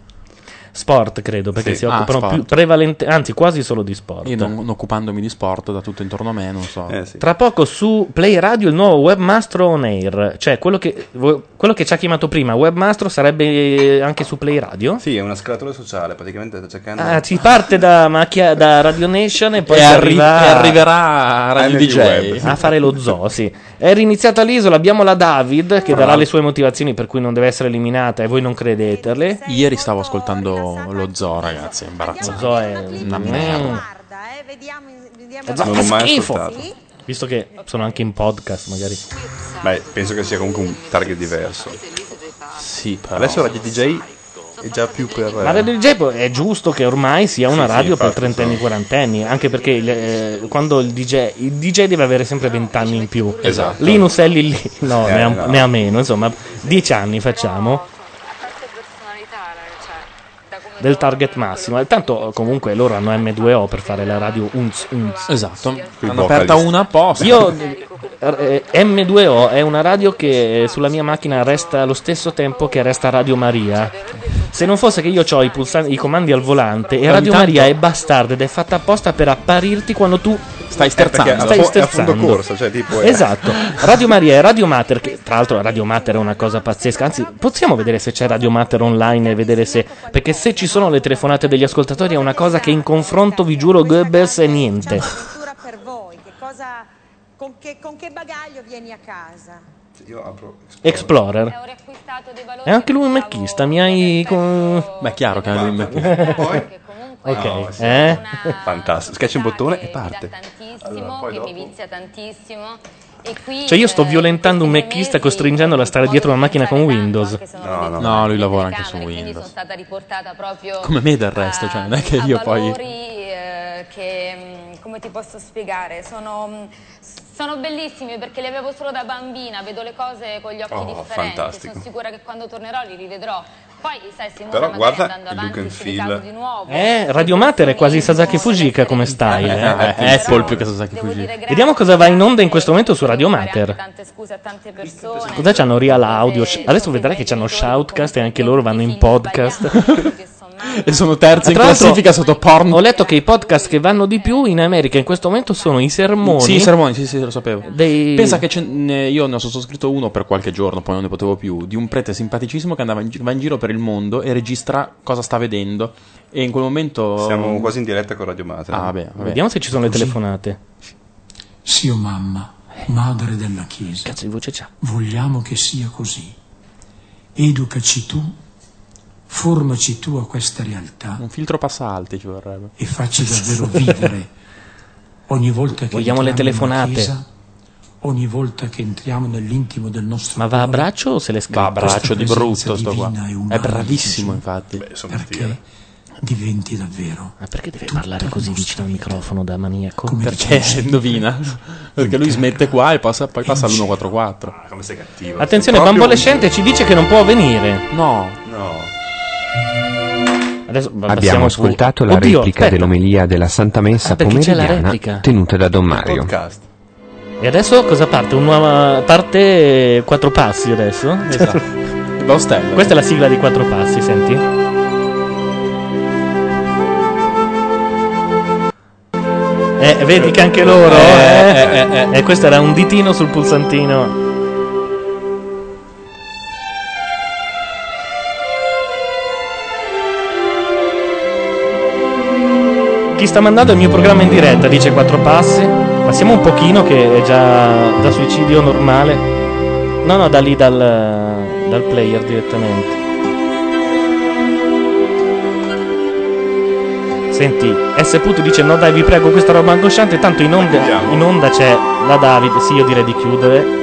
S5: Sport, credo, perché
S6: Sì.
S5: si
S6: Ah,
S5: occupano
S6: sport.
S5: più prevalente, anzi quasi solo di sport.
S6: Io non, non occupandomi di sport da tutto intorno a me, non so.
S5: Tra poco su Play Radio il nuovo webmaster on air, cioè quello che, vo- quello che ci ha chiamato prima webmaster sarebbe eh, anche su Play Radio.
S7: Sì, è una scatola sociale, praticamente sta cercando...
S5: Ah, si parte da, macchia- da Radio Nation e poi
S7: E
S5: si
S7: arri-
S5: arriva-
S7: e arriverà a Radio DJ.
S5: a fare lo zoo. Sì. È riniziata l'isola. Abbiamo la David
S6: Ah.
S5: che darà le sue motivazioni per cui non deve essere eliminata e voi non credeterle.
S6: Ieri stavo ascoltando lo zoo, ragazzi, è imbarazzante.
S5: Lo zoo è Mm.
S6: una merda.
S5: Lo zoo
S7: Non
S5: fa
S7: l'ho mai
S5: schifo.
S7: ascoltato.
S5: Visto che sono anche in podcast, magari.
S7: Beh, penso che sia comunque un target diverso.
S6: Sì,
S7: Adesso Radio DJ è già più per...
S5: Ma Radio DJ po- è giusto che ormai sia una
S7: Sì, sì,
S5: radio per
S7: infatti,
S5: trentenni e quarantenni, anche perché il, eh, quando il DJ, il DJ deve avere sempre vent'anni in più.
S7: Esatto.
S5: Linus è lì, lì- no,
S7: Eh,
S5: ne, ha,
S7: no.
S5: ne ha meno, insomma, dieci anni facciamo
S15: cioè,
S5: del target massimo. E tanto comunque loro hanno M2O per fare la radio unz unz.
S6: Esatto, Hanno aperta una apposta.
S5: Io eh, M2O è una radio che eh, sulla mia macchina resta lo stesso tempo che resta Radio Maria. Se non fosse che io ho i, pulsan- i comandi al volante e Radio
S6: Ogni tanto-
S5: Maria è bastarda ed è fatta apposta per apparirti quando tu
S6: Stai sterzando.
S5: Eh, perché
S6: È
S5: Stai
S6: a fo- è a
S5: sterzando.
S6: fondo corsa, cioè, tipo, eh.
S5: Esatto. Radio Maria e Radio Mater, che tra l'altro Radio Mater è una cosa pazzesca. Anzi, possiamo vedere se c'è Radio Mater online e vedere se. Perché se ci sono le telefonate degli ascoltatori è una cosa che in confronto, vi giuro, Goebbels è niente.
S11: per voi, che cosa, con, che, con che bagaglio vieni a casa?
S7: Io apro.
S5: Explorer. È anche lui un mechista, mi hai.
S6: Ma è chiaro che è un
S5: <laughs> Ok,
S7: No, sì.
S5: eh?
S7: Fantastico. Schiacci un bottone e parte.
S15: tantissimo, che mi vizia tantissimo. E qui
S5: Cioè, io sto violentando un mechista costringendolo a stare dietro una macchina con Windows.
S6: No, no, no, lui lavora anche su Windows.
S15: stata riportata proprio
S6: Come me del resto, cioè, non è che
S15: a
S6: io poi-
S15: valori eh, che mh, come ti posso spiegare sono, mh, sono bellissimi perché li avevo solo da bambina vedo le cose con gli occhi
S7: Oh,
S15: differenti
S7: fantastico.
S15: sono sicura che quando tornerò li rivedrò poi sai Simone
S7: <laughs> Però
S15: magari
S7: guarda
S15: andando
S7: il
S15: avanti
S7: look and
S15: ci ricavo di
S7: feel.
S15: nuovo
S5: Eh, Radio Mater è quasi Sasaki Fujika come style.
S6: Eh,
S5: eh.
S6: eh, Apple più che Sasaki Fujita.
S5: Vediamo cosa va in onda in questo momento su Radio Mater.
S15: tante scuse a tante persone
S5: Cosa c'hanno Real Audio? Sh- Adesso vedrai che c'hanno Shoutcast e anche loro vanno in podcast.
S6: <laughs> e sono terzi in classifica sotto porn.
S5: Ho letto che i podcast che vanno di più in America in questo momento sono i sermoni.
S6: Sì, i sermoni, sì, sì, lo sapevo.
S5: Dei-
S6: Pensa che ce ne- io ne ho sottoscritto uno per qualche giorno, poi non ne potevo più, di un prete simpaticissimo che andava in, gi- va in giro per il mondo e registra cosa sta vedendo. E in quel momento...
S7: Siamo quasi in diretta con Radio Mater.
S6: Ah, vabbè, vabbè.
S5: Vediamo se ci sono le telefonate.
S17: Sì, o mamma, madre della Chiesa. Vogliamo che sia così. Educaci tu, formaci tu a questa realtà.
S6: Un filtro passa alti ci vorrebbe.
S17: E facci davvero vivere ogni volta che
S5: Vogliamo le
S17: entriamo in una
S5: telefonate.
S17: chiesa, ogni volta che entriamo nell'intimo del nostro
S5: Ma va a braccio o se le scappa?
S6: Va a braccio di
S17: Questa
S6: brutto sto qua.
S17: presenza divina
S6: È
S17: e
S6: bravissimo infatti.
S17: perché diventi davvero.
S5: Ma perché deve parlare così vicino al microfono da maniaco?
S6: Perché <laughs> indovina? Perché lui smette qua e passa- poi passa all'144.
S7: Ah, Come sei cattivo.
S5: Attenzione,
S6: Proprio-
S5: Bambolescente ci dice che non può venire.
S6: No.
S7: No.
S5: Adesso va-
S22: Abbiamo
S5: passiamo su-
S22: ascoltato la
S5: Oddio,
S22: replica
S5: aspetta.
S22: dell'omelia della Santa Messa
S5: Ah, perché c'è la
S22: pomeridiana
S5: replica?
S22: tenuta da Don Mario.
S5: E adesso cosa parte? Un nuovo- parte eh, quattro passi adesso?
S22: Esatto.
S5: Questa è la sigla di quattro passi, senti. Eh, vedi che anche loro.
S6: Eh,
S5: eh?
S6: eh, eh, eh.
S5: E questo era un ditino sul pulsantino. Chi sta mandando il mio programma in diretta? Dice quattro passi. Passiamo un pochino che è già da suicidio normale. No, no, da lì dal, dal player direttamente. Senti, S. Puto dice no dai vi prego questa roba angosciante, tanto in onda, in onda c'è la David, sì io direi di chiudere.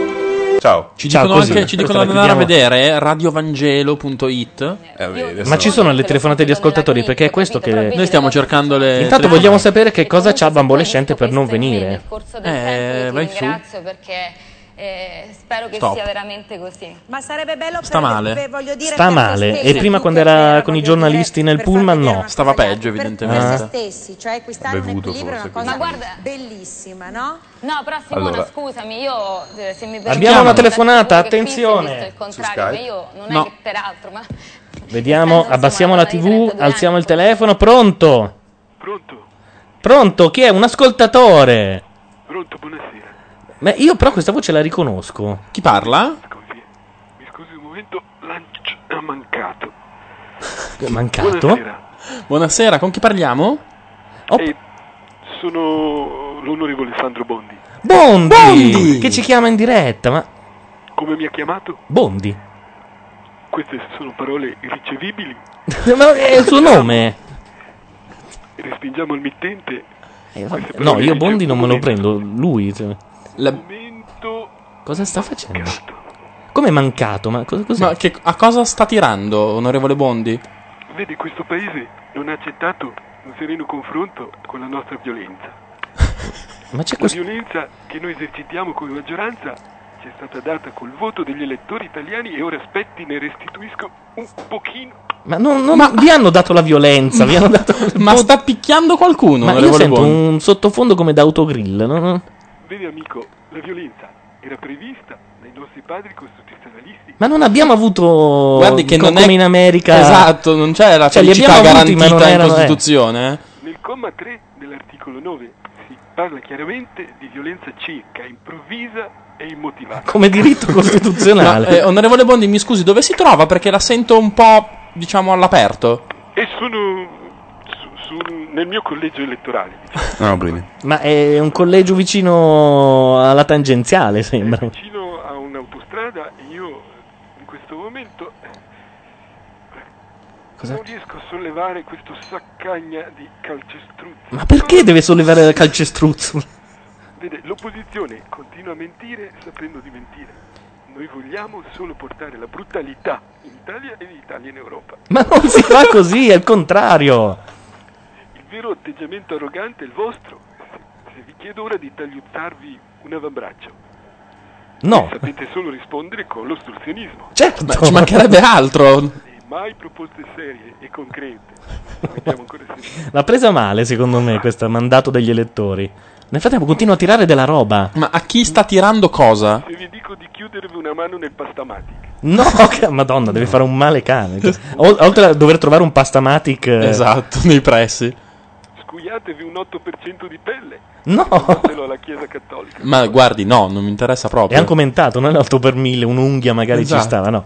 S7: Ciao.
S6: Ci dicono,
S5: così.
S6: anche, ci dicono di
S5: Questa la
S6: andare a
S5: chiudiamo.
S6: vedere eh, radiovangelo.it.
S7: Eh,
S5: Ma ci sono le telefonate degli ascoltatori perché è questo che...
S6: Noi stiamo cercando le.
S5: Intanto vogliamo sapere che cosa c'ha Bambolescente per non venire.
S6: Eh, vai su.
S15: ringrazio perché eh, spero che
S5: Stop.
S15: sia veramente così.
S11: Ma sarebbe bello
S5: Sta
S11: per-
S5: male.
S11: per- voglio dire,
S5: Sta
S11: per se
S5: male. E
S11: stessi,
S5: prima
S11: tu
S5: quando
S11: che
S5: era con i giornalisti nel pullman no.
S6: Stava peggio,
S11: per se
S6: evidentemente.
S11: stessi, cioè acquistare un
S6: Bevuto
S11: equilibrio è
S6: forse,
S11: una cosa
S15: Ma guarda-
S11: bellissima, no?
S15: No, però Simona,
S6: Allora.
S15: scusami, io eh, se mi permetti...
S5: Abbiamo una
S15: Guarda,
S5: telefonata,
S15: tu che qui si è
S5: attenzione.
S15: visto il
S5: Su
S15: contrario, ma
S5: Skype?
S15: io non
S5: No.
S15: è che peraltro, ma
S5: Vediamo, abbassiamo la tv, alziamo il telefono, pronto?
S25: Pronto?
S5: Pronto, chi è? Un ascoltatore.
S25: Pronto, buonasera.
S5: Ma io però questa voce la riconosco.
S6: Chi parla?
S25: Mi scusi un momento, lancio ha mancato.
S5: È mancato.
S25: Buonasera.
S6: Buonasera, con chi parliamo?
S25: Ehi, sono l'onorevole Sandro Bondi.
S5: Bondi! Che ci chiama in diretta, ma...
S25: Come mi ha chiamato?
S5: Bondi.
S25: Queste sono parole ricevibili.
S5: <laughs> ma è il suo nome.
S25: Respingiamo il mittente.
S5: Eh, vabbè. No, io Bondi non me lo prendo, lui. cioè. Cosa sta facendo? Come è mancato? Ma, cosa, cos'è?
S6: Ma che- a cosa sta tirando, onorevole Bondi?
S25: Vedi, questo paese non ha accettato un sereno confronto con la nostra violenza.
S5: <laughs> Ma c'è
S25: La
S5: questo.
S25: violenza che noi esercitiamo come maggioranza ci è stata data col voto degli elettori italiani e ora aspetti ne restituisco un pochino.
S5: Ma non, non- vi hanno dato la violenza, vi hanno <laughs> dato.
S6: Ma sta picchiando qualcuno,
S5: Ma io
S6: onorevole
S5: sento
S6: Bondi.
S5: un sottofondo come da autogrill. no? No?
S25: Vedi amico, la violenza era prevista dai nostri padri costituzionali nazionalisti.
S5: Ma non abbiamo avuto
S6: Guardi che
S5: co-
S6: non è-
S5: come in America.
S6: Esatto, non c'è la
S5: Cioè, li
S6: felicità
S5: abbiamo avuti, ma non
S6: garantita in
S5: erano- eh.
S6: Costituzione.
S25: Nel comma 3 dell'articolo 9 si parla chiaramente di violenza cieca, improvvisa e immotivata.
S5: Come
S6: <laughs>
S5: diritto costituzionale.
S6: Ma, eh, onorevole Bondi, mi scusi, dove si trova? Perché la sento un po', diciamo, all'aperto.
S25: E sono su- su- nel mio collegio elettorale.
S6: No, bene.
S5: Ma è un collegio vicino alla tangenziale, sembra.
S25: vicino a un'autostrada e io in questo momento eh,
S5: Cos'è?
S25: non riesco a sollevare questo saccagna di calcestruzzi.
S5: Ma perché deve sollevare la calcestruzzola?
S25: Vede, l'opposizione continua a mentire sapendo di mentire. Noi vogliamo solo portare la brutalità in Italia e in Italia in Europa.
S5: Ma non si fa così, è il contrario.
S25: Il vero atteggiamento arrogante è il vostro. Se vi chiedo ora di tagliuzzarvi un avambraccio,
S5: No,
S25: sapete solo rispondere con l'ostruzionismo.
S5: Oh. certo.
S6: Ma ci mancherebbe altro.
S25: E mai proposte serie e concrete. Non abbiamo ancora sentito.
S5: L'ha presa male, secondo me, questo mandato degli elettori. Nel frattempo continua a tirare della roba.
S6: Ma a chi sta tirando cosa?
S25: Se vi dico di chiudervi una mano nel pastamatic,
S5: No, <laughs> che- madonna, deve fare un male
S6: <laughs>
S5: cane. O- oltre a dover trovare un pastamatic... eh,
S6: Esatto, nei pressi.
S25: scuiatevi un 8% di pelle.
S6: <laughs>
S5: No.
S25: Fatelo alla Chiesa Cattolica.
S6: Ma guardi, no, non mi interessa
S5: E
S6: proprio.
S5: hanno commentato, non è l'auto per mille, un'unghia magari ci
S6: Esatto.
S5: stava, no.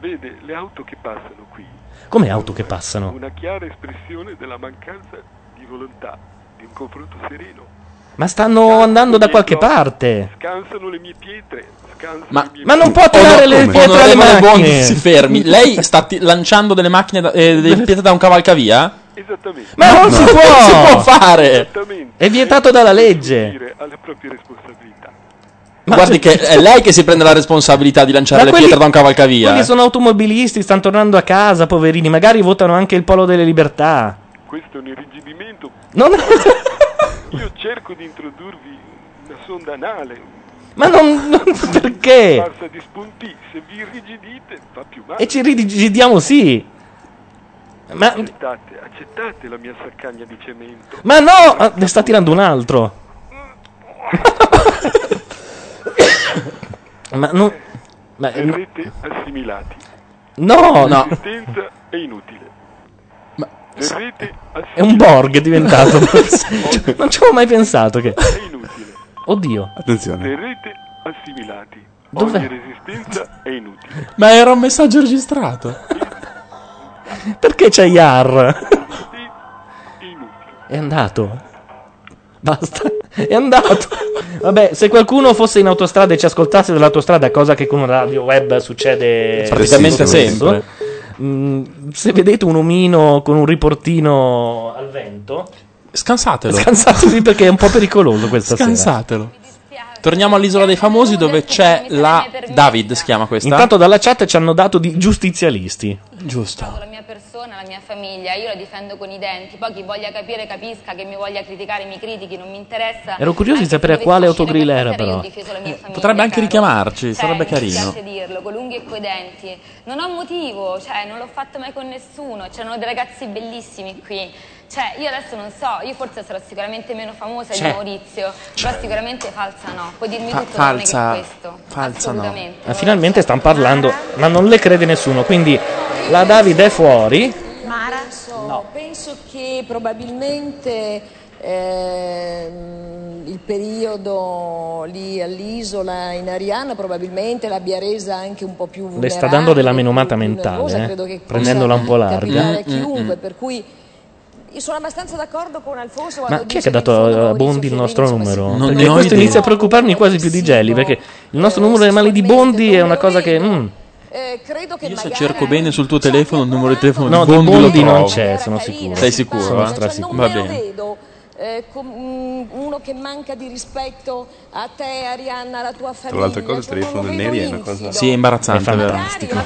S25: Vede, le auto che passano qui
S5: Come auto che passano?
S25: una chiara espressione della mancanza di volontà di un confronto sereno.
S5: Ma stanno andando da qualche
S25: Dietro
S5: parte.
S25: Scansano le mie pietre, scansano
S6: Ma, Oh,
S25: le mie
S5: Ma non può tirare le pietre alle
S6: Onorevole
S5: macchine.
S6: Bondi, si fermi. Lei sta ti- lanciano delle macchine, da- eh, delle pietre da un cavalcavia?
S25: Esattamente.
S5: Ma non si può!
S6: Non si può fare!
S25: Esattamente.
S5: È vietato dalla legge.
S25: Dire alle proprie responsabilità.
S5: Ma-
S6: Guardi che è lei che si prende la responsabilità di lanciare
S5: Ma
S6: le
S5: quelli-
S6: pietre da un cavalcavia.
S5: Quelli sono automobilisti, stanno tornando a casa, poverini. Magari votano anche il Polo delle Libertà.
S25: Questo è un irrigidimento.
S5: Non- <laughs>
S25: Io cerco di introdurvi una sonda anale.
S5: Ma non- non- perché?
S25: Farsa di spunti, se vi irrigidite fa più male.
S5: E ci ridigidiamo, sì. Ma,
S25: Accettate, accettate la mia saccagna di cemento.
S5: ma no! Ah, Ne sta tirando un altro. <coughs> ma non. Ma, no,
S25: Verrete assimilati.
S5: no,
S25: Resistenza è inutile. Verrete
S5: È un Borg
S25: <laughs>
S5: diventato. Cioè, non ci avevo mai pensato che.
S25: È inutile.
S5: Oddio.
S25: Verrete assimilati.
S5: Dov'è?
S25: Ogni resistenza è inutile.
S6: Ma era un messaggio registrato.
S5: <laughs> Perché c'è Yar? È andato. Basta. È andato. Vabbè, se qualcuno fosse in autostrada e ci ascoltasse dall'autostrada, cosa che con un radio web succede
S6: Eh, Praticamente
S5: spesso,
S6: sempre.
S5: mm, se vedete un omino con un riportino al vento,
S6: Scansatelo.
S5: scansatevi perché è un po' pericoloso questa sera.
S6: Scansatelo. Torniamo all'isola dei famosi dove c'è la David, si chiama questa.
S5: Intanto dalla chat ci hanno dato di giustizialisti.
S6: Giusto.
S15: La mia persona, la mia famiglia, io la difendo con i denti. Poi chi voglia capire capisca, che mi voglia criticare mi critichi, non mi interessa.
S5: Ero curioso di
S15: Anche
S5: sapere a
S15: se
S5: quale
S15: dovessi
S5: autogrill
S15: uscire
S5: era,
S15: per
S5: però.
S15: terra, io ho difeso la mia famiglia,
S6: Eh, Potrebbe anche
S15: caro.
S6: richiamarci,
S15: Cioè,
S6: sarebbe
S15: Mi
S6: carino.
S15: dispiace dirlo, con l'unghie e coi denti. Non ho motivo, cioè, non l'ho fatto mai con nessuno. C'erano dei ragazzi bellissimi qui. Cioè, io adesso non so, io forse sarò sicuramente meno famosa
S6: C'è.
S15: di Maurizio,
S6: C'è.
S15: però sicuramente falsa no. Puoi dirmi
S6: Cioè, Fa-
S15: tutto tranne
S6: falsa-
S15: che questo.
S6: falsa no.
S15: Assolutamente.
S5: Ah, finalmente stanno parlando, ma non le crede nessuno. Quindi la David è fuori.
S12: Penso, penso che probabilmente ehm, il periodo lì all'isola in Ariana probabilmente l'abbia resa anche un po' più
S5: Le
S12: vulnerabile.
S5: sta dando della
S12: più-
S5: menomata
S12: più nervosa,
S5: mentale,
S12: credo
S5: eh,
S12: che
S5: prendendola un po'
S12: possa
S5: larga.
S12: capitare a
S5: Mm, mm,
S12: chiunque,
S5: mm.
S12: per cui io sono abbastanza d'accordo con Alfonso
S5: Ma
S12: quando
S5: chi è
S12: dice
S5: che ha dato
S12: in fondo
S5: a
S12: Maurizio
S5: Bondi il
S12: Fiorentino,
S5: nostro
S12: insomma,
S5: numero?
S12: si-
S5: perché
S6: ho
S5: questo
S6: idea.
S5: inizia a preoccuparmi quasi più di Gelli, perché il nostro numero dei mali di Bondi è una cosa che... mm,
S6: Io se cerco bene sul tuo telefono il numero di telefono
S5: No,
S6: di
S5: di
S6: Bondi, lo
S5: Bondi non
S6: trovo.
S5: c'è, sono sicuro.
S6: Sei sicuro?
S5: Sono
S6: eh?
S5: strasicuro.
S6: Va bene.
S12: vedo eh, com- mm, uno che manca di rispetto a te, Arianna, alla tua famiglia.
S7: Tra l'altra cosa, il telefono del Neri è una cosa...
S6: Sì, è imbarazzante,
S5: È
S6: vero?
S5: fantastico.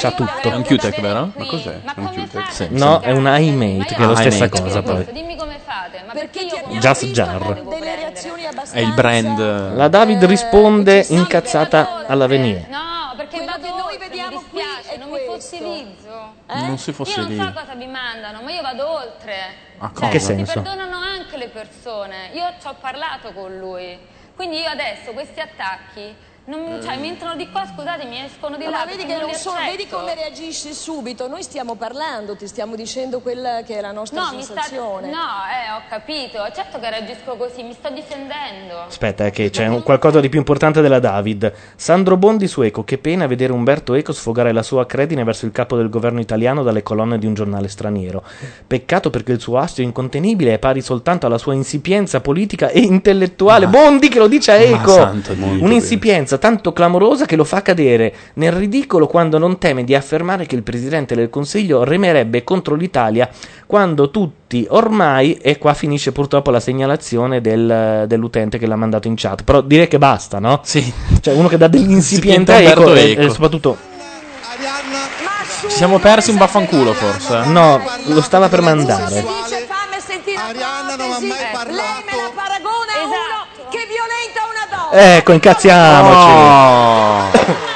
S6: C'ha tutto. È un Qtech, vero?
S7: Ma cos'è? Un Q-Tech?
S6: Sì.
S5: mm, No, è una iMate, che è la
S6: Ah,
S5: stessa
S6: iMate,
S5: cosa
S6: vabbè.
S5: poi.
S15: Dimmi come fate, ma perché, io come
S5: Just Jar.
S12: delle reazioni
S6: È il brand.
S5: La David risponde incazzata alla venier.
S15: No, perché quello che noi vediamo mi dispiace, non mi fossilizzo.
S6: Non si fosse
S15: Io non so
S6: lì.
S15: cosa vi mandano, ma io vado oltre.
S6: A
S15: Cioè,
S6: cosa?
S5: Che
S15: si
S5: senso?
S15: perdonano anche le persone. Io ci ho parlato con lui. Quindi io adesso questi attacchi Non, cioè,
S26: Mm.
S15: mi entrano di qua, scusatemi, escono di là.
S26: Ma vedi,
S15: perché
S26: che non
S15: li
S26: so-
S15: accetto.
S26: vedi come reagisci subito. Noi stiamo parlando, ti stiamo dicendo quella che è la nostra
S15: No, mi sta... No,
S26: sensazione.
S15: eh, ho capito. Certo che reagisco così, mi sto difendendo.
S5: Aspetta, eh, che c'è un- qualcosa di più importante della David. Sandro Bondi su Eco. Che pena vedere Umberto Eco sfogare la sua credine verso il capo del governo italiano dalle colonne di un giornale straniero. Peccato perché il suo astio incontenibile è pari soltanto alla sua insipienza politica e intellettuale. Bondi che lo dice a
S6: Ma
S5: Eco!
S6: santo Dio, che
S5: Un'insipienza tanto clamorosa che lo fa cadere nel ridicolo quando non teme di affermare che il presidente del Consiglio remerebbe contro l'Italia quando tutti ormai, e qua finisce purtroppo la segnalazione del- dell'utente che l'ha mandato in chat, però direi che basta, no? Sì. Cioè uno che dà dell'insipiente
S6: Insipiente
S5: eco,
S6: Alberto
S5: e- e
S6: Eco.
S5: soprattutto...
S6: Ci siamo persi un baffanculo forse.
S5: No, lo stava per mandare.
S20: Arianna non ha
S15: eh.
S20: mai parlato. Lei me la paragona a uno che violenta una donna.
S5: Ecco, incazziamoci. Oh. <coughs>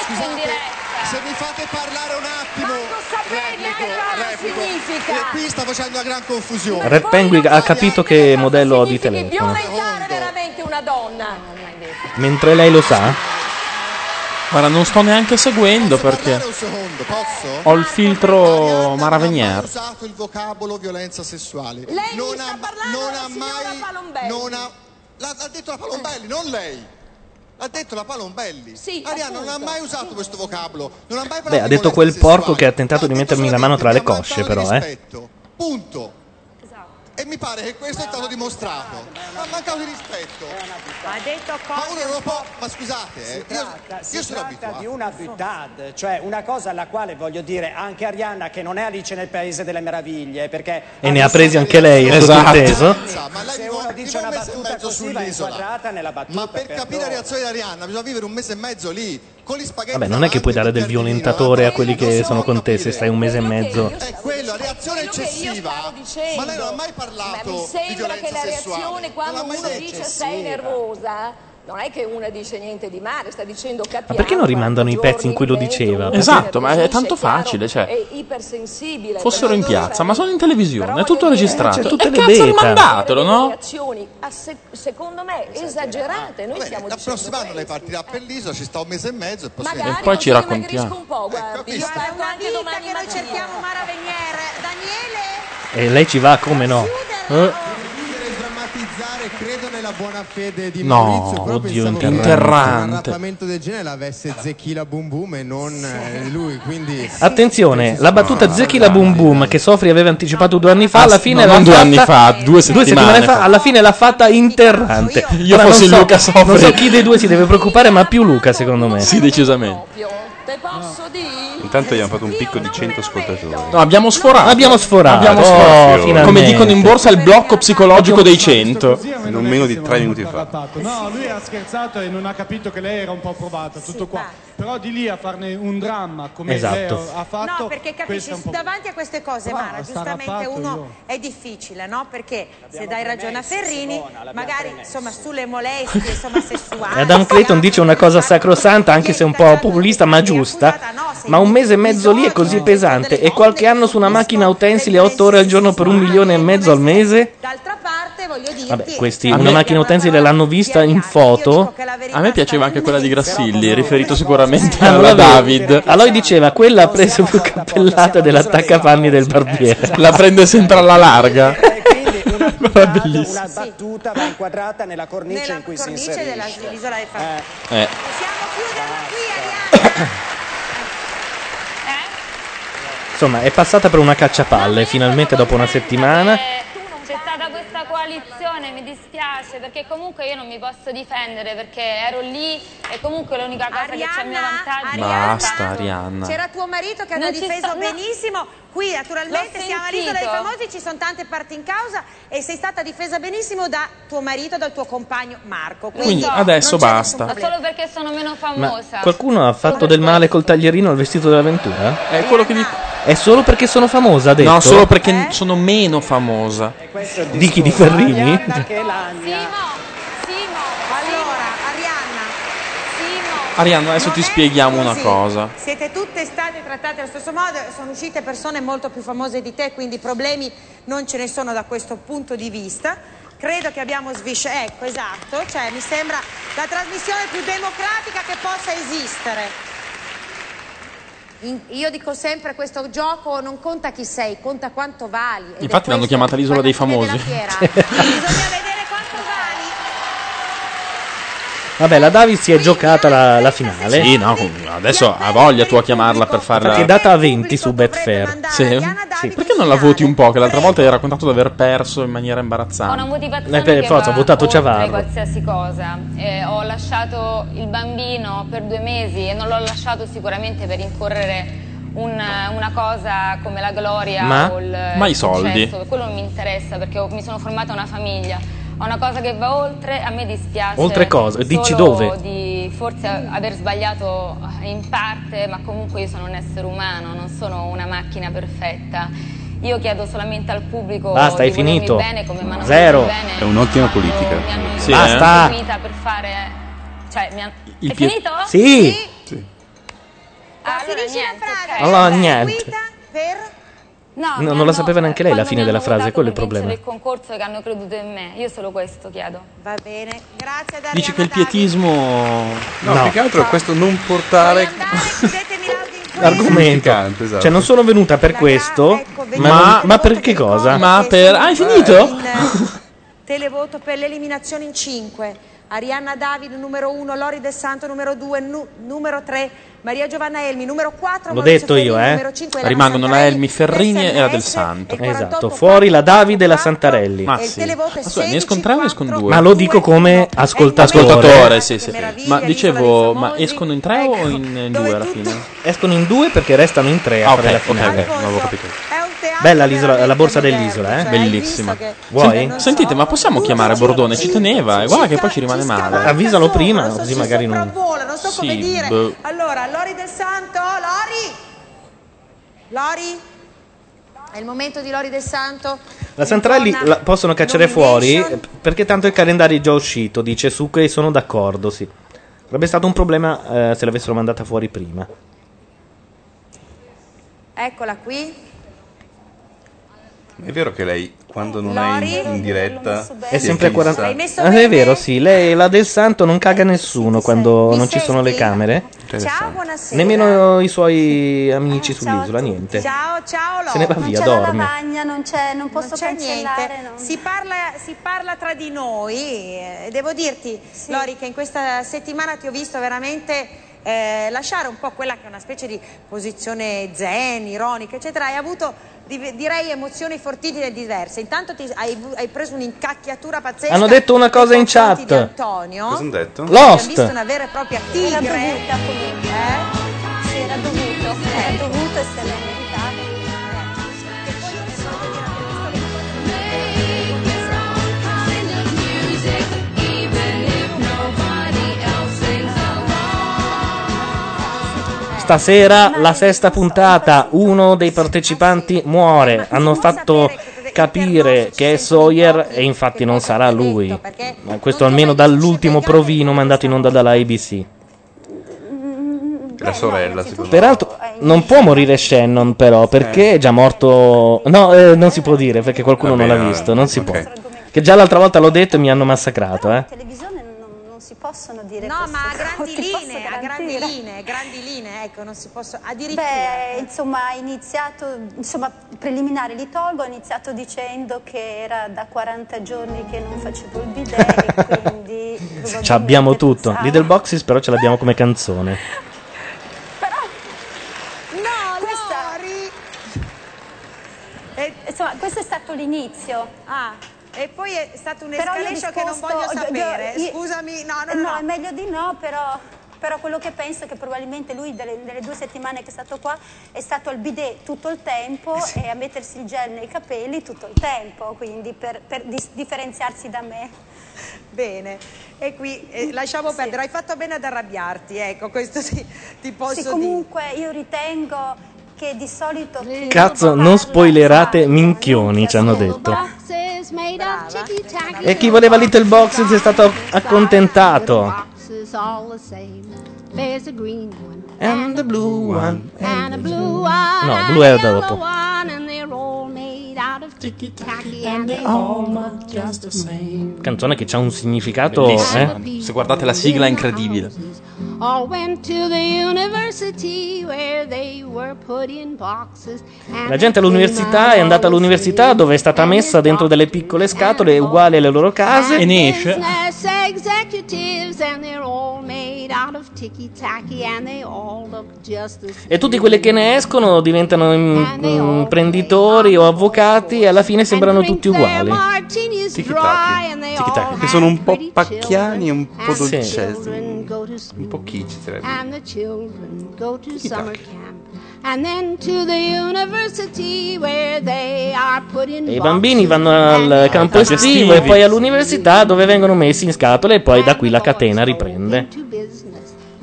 S20: Scusate, se mi fate parlare un attimo, replico, replico. E qui sta facendo una gran confusione.
S5: Red Penguin ha capito che modello ho di telefono.
S20: Violentare veramente una donna.
S5: Mentre lei lo sa.
S6: Guarda, non sto neanche seguendo perché
S20: Un secondo, posso?
S6: ho il filtro Mara Venier.
S20: usato il vocabolo violenza sessuale. Lei non ha, non ha mai Palombelli. Non ha, l'ha, l'ha detto la Palombelli, non lei. L'ha detto la Palombelli. Arianna non ha mai usato questo vocabolo. Non ha mai parlato
S5: Beh, ha
S20: di
S5: detto quel porco che ha tentato di mettermi la mano tra le cosce, però, eh.
S20: violenza, Punto. E mi pare che questo è stato dimostrato. Ha mancato di rispetto. Ha detto Ma uno non può. Ma scusate, eh.
S12: Si
S20: Io,
S12: tratta, si
S20: io sono
S12: tratta
S20: abituato.
S12: di una buttad, cioè una cosa alla quale voglio dire anche Arianna che non è Alice nel Paese delle Meraviglie, perché
S5: E ne ha presi anche lei, è
S12: Esatto.
S5: tutto inteso.
S12: se uno dice una battuta così va inquadrata nella battuta.
S20: Ma per capire la reazione di Arianna bisogna vivere un mese e mezzo lì, con gli spaghetti.
S5: Vabbè, non è che puoi dare del violentatore a
S20: "Ah,
S5: quelli che sono con te se stai un
S20: Ecco.
S5: mese e mezzo.
S20: È
S2: Cioè,
S20: quello, la reazione eccessiva. Ma lei non ha mai parlato
S2: Ma mi
S20: di
S2: sembra
S20: violenza
S2: che la
S20: sessuale.
S2: reazione quando
S20: Non l'ha mai
S2: uno
S20: detto.
S2: dice sei nervosa, non è che una dice niente di male, sta dicendo capiamo.
S5: Ma perché non rimandano i pezzi in cui lo diceva?
S6: Esatto, ma è tanto facile, cioè.
S2: È ipersensibile.
S6: Fossero in piazza, ma sono in televisione, è tutto registrato.
S5: Eh, c'è tutte
S6: e
S5: le cioè.
S6: cazzo,
S5: beta.
S6: mandatelo, no?
S2: Reazioni, a se- secondo me, esagerate. Noi stiamo
S20: La prossima anno lei partirà per l'isola, ci sta un mese e mezzo e poi si
S6: E poi ci raccontiamo.
S2: un po', guardi, io parlo anche domani mattina.
S5: E lei ci va come no? Eh,
S20: drammatizzare, credo nella buona fede di
S5: No,
S20: Maurizio. però
S5: oddio,
S20: pensavo che
S5: interrante.
S20: Un arrappamento del genere
S12: Ah.
S20: l'avesse Zechila Boom Boom e non eh, lui, quindi...
S5: Attenzione, la battuta Zecchi la Boom Boom che Sofri aveva anticipato due anni fa,
S6: Ah,
S5: alla
S6: sì,
S5: fine
S6: no, non
S5: l'ha
S6: due anni
S5: fatta-
S6: fa, due settimane
S5: fa,
S6: fa.
S5: alla fine l'ha fatta interrante.
S6: Io
S5: Ora,
S6: fossi
S5: non so-
S6: Luca Sofri.
S5: Non so chi dei due si deve preoccupare, ma più Luca secondo me.
S6: Sì, decisamente.
S7: Intanto abbiamo fatto un picco di 100 ascoltatori.
S6: No, abbiamo sforato.
S5: Abbiamo sforato.
S6: Abbiamo
S5: Oh,
S6: sforato. Come
S5: finalmente.
S6: dicono in borsa, il blocco psicologico dei 100.
S7: Non meno di 3 minuti fa.
S13: No, lui ha scherzato e non ha capito che lei era un po' provata, tutto qua. Però di lì a farne un dramma come
S5: Esatto.
S13: lei ha fatto.
S8: No, perché
S13: questo
S8: capisci,
S13: è un po'
S8: davanti a queste cose,
S13: Brava,
S8: Mara,
S13: sta
S8: giustamente
S13: arrabbiato
S8: uno
S13: io.
S8: è difficile, no? Perché se
S13: L'abbiamo
S8: dai ragione a
S13: premesso,
S8: Ferrini,
S13: Simona, l'abbiamo
S8: magari insomma sulle molestie, insomma sessuali.
S5: E Adam Clayton dice una cosa sacrosanta, anche se un po' populista, ma giusta. Ma un mese e mezzo lì è così pesante. E qualche anno su una macchina utensile 8 ore al giorno per un milione e mezzo al mese? Vabbè, questi
S6: A
S5: una
S6: me-
S5: macchina utensile l'hanno vista in foto.
S6: A me piaceva anche quella di Grassilli, riferito sicuramente
S5: Ah, non
S6: <laughs> alla
S5: l'avevo.
S6: David.
S5: Allora diceva quella ha preso più cappellate dell'attaccapanni del barbiere.
S6: <laughs> La prende sempre alla larga. Era bellissimo.
S12: Una battuta va inquadrata nella cornice in cui si
S8: cornice della-
S12: inserisce.
S8: dell'isola dei
S12: Eh,
S6: Eh.
S5: Insomma, è passata per una cacciapalle finalmente dopo una settimana.
S15: C'è stata questa coalizione, mi dispiace, perché comunque io non mi posso difendere perché ero lì e comunque l'unica cosa che c'è a mio vantaggio.
S6: Basta, Arianna.
S8: C'era tuo marito che hanno
S15: Non ci
S8: difeso
S15: sto- no.
S8: benissimo. Qui naturalmente
S15: L'ho
S8: siamo
S15: sentito.
S8: all'isola dei famosi, ci sono tante parti in causa e sei stata difesa benissimo da tuo marito, dal tuo compagno Marco.
S5: Quindi adesso
S8: non c'è
S5: basta.
S8: nessun
S15: Ma
S8: problema.
S15: solo perché sono meno
S5: Ma
S15: famosa.
S5: qualcuno ha fatto del male col taglierino al vestito dell'avventura?
S6: È quello che dico.
S5: È solo perché sono famosa, ha detto.
S6: No, solo perché n- sono meno famosa.
S5: Di chi? Di Ferrini?
S8: Allora, Arianna,
S6: Arianna, adesso ti spieghiamo una
S8: Scusi,
S6: cosa.
S8: Siete tutte state trattate allo stesso modo, sono uscite persone molto più famose di te, quindi problemi non ce ne sono da questo punto di vista. Credo che abbiamo sviscerato. Ecco, esatto. Cioè, mi sembra la trasmissione più democratica che possa esistere. In- io dico sempre: questo gioco non conta chi sei, conta quanto vali. Ed è
S6: Infatti l'hanno
S8: questo
S6: chiamata l'isola dei
S8: quando
S6: famosi.
S8: si vede la fiera.
S6: <laughs>
S8: Bisogna vedere quanto vali.
S5: Vabbè, la Davis si è giocata la, la finale.
S6: Sì, no, adesso ha voglia tu a chiamarla per farla.
S5: Infatti è data a 20 su Betfair.
S6: Sì. Perché non la voti un po'? Che l'altra volta era raccontato di aver perso in maniera
S15: Ho una
S6: imbarazzante.
S15: motivazione
S6: Eh, per
S15: che va
S6: forza, ho votato
S15: oltre
S6: Ciavarro.
S15: qualsiasi cosa. Eh, ho lasciato il bambino per due mesi e non l'ho lasciato sicuramente per incorrere un- una cosa come la gloria
S6: Ma?
S15: o il
S6: Ma i
S15: il successo.
S6: soldi?
S15: Quello non mi interessa perché ho- mi sono formata una famiglia. Ho una cosa che va oltre, a me dispiace.
S5: Oltre cosa? Dici
S15: solo
S5: dove?
S15: Di forse aver sbagliato in parte, ma comunque io sono un essere umano, non sono una macchina perfetta. Io chiedo solamente al pubblico
S5: Basta,
S15: di
S5: hai
S15: volermi
S5: finito.
S15: bene come mi hanno
S5: Zero.
S15: voluto bene.
S7: un'ottima politica.
S5: Sì, eh? Basta.
S15: Mi hanno istruita per fare cioè mi hanno-
S7: Il
S15: È
S7: pie-
S15: finito?
S5: Sì.
S15: Allora, niente, ok.
S5: Allora, niente.
S15: No,
S5: No,
S15: mi
S5: non
S15: hanno-
S5: la sapeva neanche lei la fine della frase, quello è il
S15: vincere
S5: problema.
S15: il concorso che hanno creduto in me. Io solo questo chiedo.
S8: Va bene. Grazie Daria
S6: Dici che il pietismo.
S7: No, più che altro è questo non portare.
S5: Argomento.
S7: Significante, esatto.
S5: Cioè, non sono venuta per questo, ma,
S6: Ma-
S5: ma per che cosa?
S6: Ma per. Ah, hai finito?
S8: Eh, Televoto per l'eliminazione in 5. Arianna Davide numero 1, Lori Del Santo numero 2, numero 3, Maria Giovanna Elmi numero 4,
S5: L'ho detto io, eh.
S8: numero 5,
S6: Rimangono la Elmi Ferrini e la del Santo.
S5: Esatto, fuori la Davide e la Santarelli.
S6: Ma sì. Ma scusa, ne escono tre o ne escono due?
S5: Ma lo dico come ascoltatore.
S6: Ascoltatore, sì, sì. Ma dicevo, ma escono in tre o in in due alla fine?
S5: Escono in due perché restano in tre a
S6: Ah,
S5: fare la
S6: ok, ok,
S5: finale.
S6: ok, non avevo capito.
S5: Bella l'isola- la borsa dell'isola, eh?
S6: Bellissima.
S5: Vuoi?
S6: Sen- Sentite, ma possiamo chiamare Bordone? Ci teneva, e guarda che poi ci rimane male.
S5: Avvisalo prima, così magari non.
S8: non so
S6: Sì,
S8: come dire.
S6: boh.
S8: Allora, Lori Del Santo, Lori! Lori? È il momento di Lori Del Santo.
S5: La Santarelli la possono cacciare fuori eh, perché tanto il calendario è già uscito, dice Suke e sono d'accordo, sì. Sarebbe stato un problema eh, se l'avessero mandata fuori prima.
S8: Eccola qui.
S7: È vero che lei, quando non è in, in diretta,
S5: È
S7: si
S5: sempre a
S7: fissa.
S5: 40. Ah, è vero, sì, lei la del santo non caga nessuno quando non ci sono le camere.
S8: Ciao, buonasera. Eh,
S5: Nemmeno i suoi amici sull'isola, niente.
S8: Ciao, ciao Lori.
S5: Se ne va via, dorme.
S8: non c'è, non
S19: posso cancellare, non-
S8: Si, parla, si parla tra di noi eh, e devo dirti, Lori, che in questa settimana ti ho visto veramente eh, lasciare un po' quella che è una specie di posizione zen, ironica, eccetera. Hai avuto, di- direi, emozioni fortitine diverse. Intanto ti, hai, hai preso un'incacchiatura pazzesca.
S5: Hanno detto una cosa in
S8: di
S5: chat.
S8: Antonio.
S5: Cosa hanno detto?
S8: Abbiamo
S5: Lost.
S8: visto una vera e propria tigre. eh?
S19: Era dovuta comunque. Sì, era dovuto. Era dovuto e se l'è
S5: Stasera la sesta puntata, uno dei partecipanti muore. Hanno fatto capire che è Sawyer e infatti non sarà lui. Ma questo almeno dall'ultimo provino mandato in onda dalla ABC.
S7: La sorella, secondo me.
S5: Peraltro non può morire Shannon però perché è già morto... No, eh, non si può dire perché qualcuno non l'ha visto, non si può. Che già l'altra volta l'ho detto e mi hanno massacrato, eh.
S19: televisione non, non si possono dire
S8: No,
S19: queste
S8: ma
S19: cose,
S8: a grandi
S19: <laughs> ti posso
S8: linee, a grandi
S19: garantire.
S8: linee, grandi linee, ecco, non si posso addirittura.
S19: Beh, insomma, ha iniziato, insomma, preliminare li tolgo, ha iniziato dicendo che era da 40 giorni che non facevo il bidet,
S5: <laughs>
S19: e quindi
S5: Ci abbiamo tutto. Little Boxes però ce l'abbiamo come canzone.
S19: No, questa... Insomma, questo è stato l'inizio.
S8: Ah, e poi è stata
S19: Però io ho
S8: un'escalation che non
S19: risposto-
S8: voglio
S19: io-
S8: sapere.
S19: io-
S8: Scusami, no, no, no.
S19: è meglio di no, però, però quello che penso è che probabilmente lui delle, delle due settimane che è stato qua è stato al bidet tutto il
S8: Eh
S19: tempo e a mettersi il gel nei capelli tutto il tempo, quindi per, per dis- differenziarsi da me.
S8: Bene, e qui eh, lasciamo perdere. Hai fatto bene ad arrabbiarti, ecco, questo sì, ti posso
S19: Sì, comunque io ritengo che di solito... chi-
S5: Cazzo, non spoilerate minchioni, ci hanno detto.
S19: Boxes made of chicky-tacky
S5: E chi voleva Little Boxes è stato accontentato.
S24: boxes all the same. There's a green one
S5: And the blue one.
S24: and a blue one
S5: No,
S24: and
S5: blue era
S24: a
S5: da
S24: yellow
S5: dopo.
S24: one and they're all made out of
S27: and they all look just the same.
S5: Canzone che ha un significato.
S6: Bellissima.
S5: eh?
S6: Se guardate la sigla è incredibile.
S24: All went to the university where they were put in boxes. and
S5: La gente all'università è andata all'università dove è stata messa dentro delle piccole scatole uguali alle loro case.
S6: E ne esce.
S24: Business executives and they're all made out of ticky tacky and they all look just the same.
S5: E tutti quelli che ne escono diventano im- imprenditori o avvocati e alla fine sembrano tutti uguali.
S24: Martini's dry and they all
S7: Che sono un po' pacchiani e un
S15: Eh,
S7: po'
S5: Sì.
S7: dolcesi. Un po' kitsch sarebbe.
S24: and the children go to summer camp and then to the university where they are put in
S5: E i
S24: boxes.
S5: bambini vanno al campo
S6: Campi
S5: estivo
S6: estivi.
S5: e poi all'università dove vengono messi in scatole e poi da qui la catena riprende.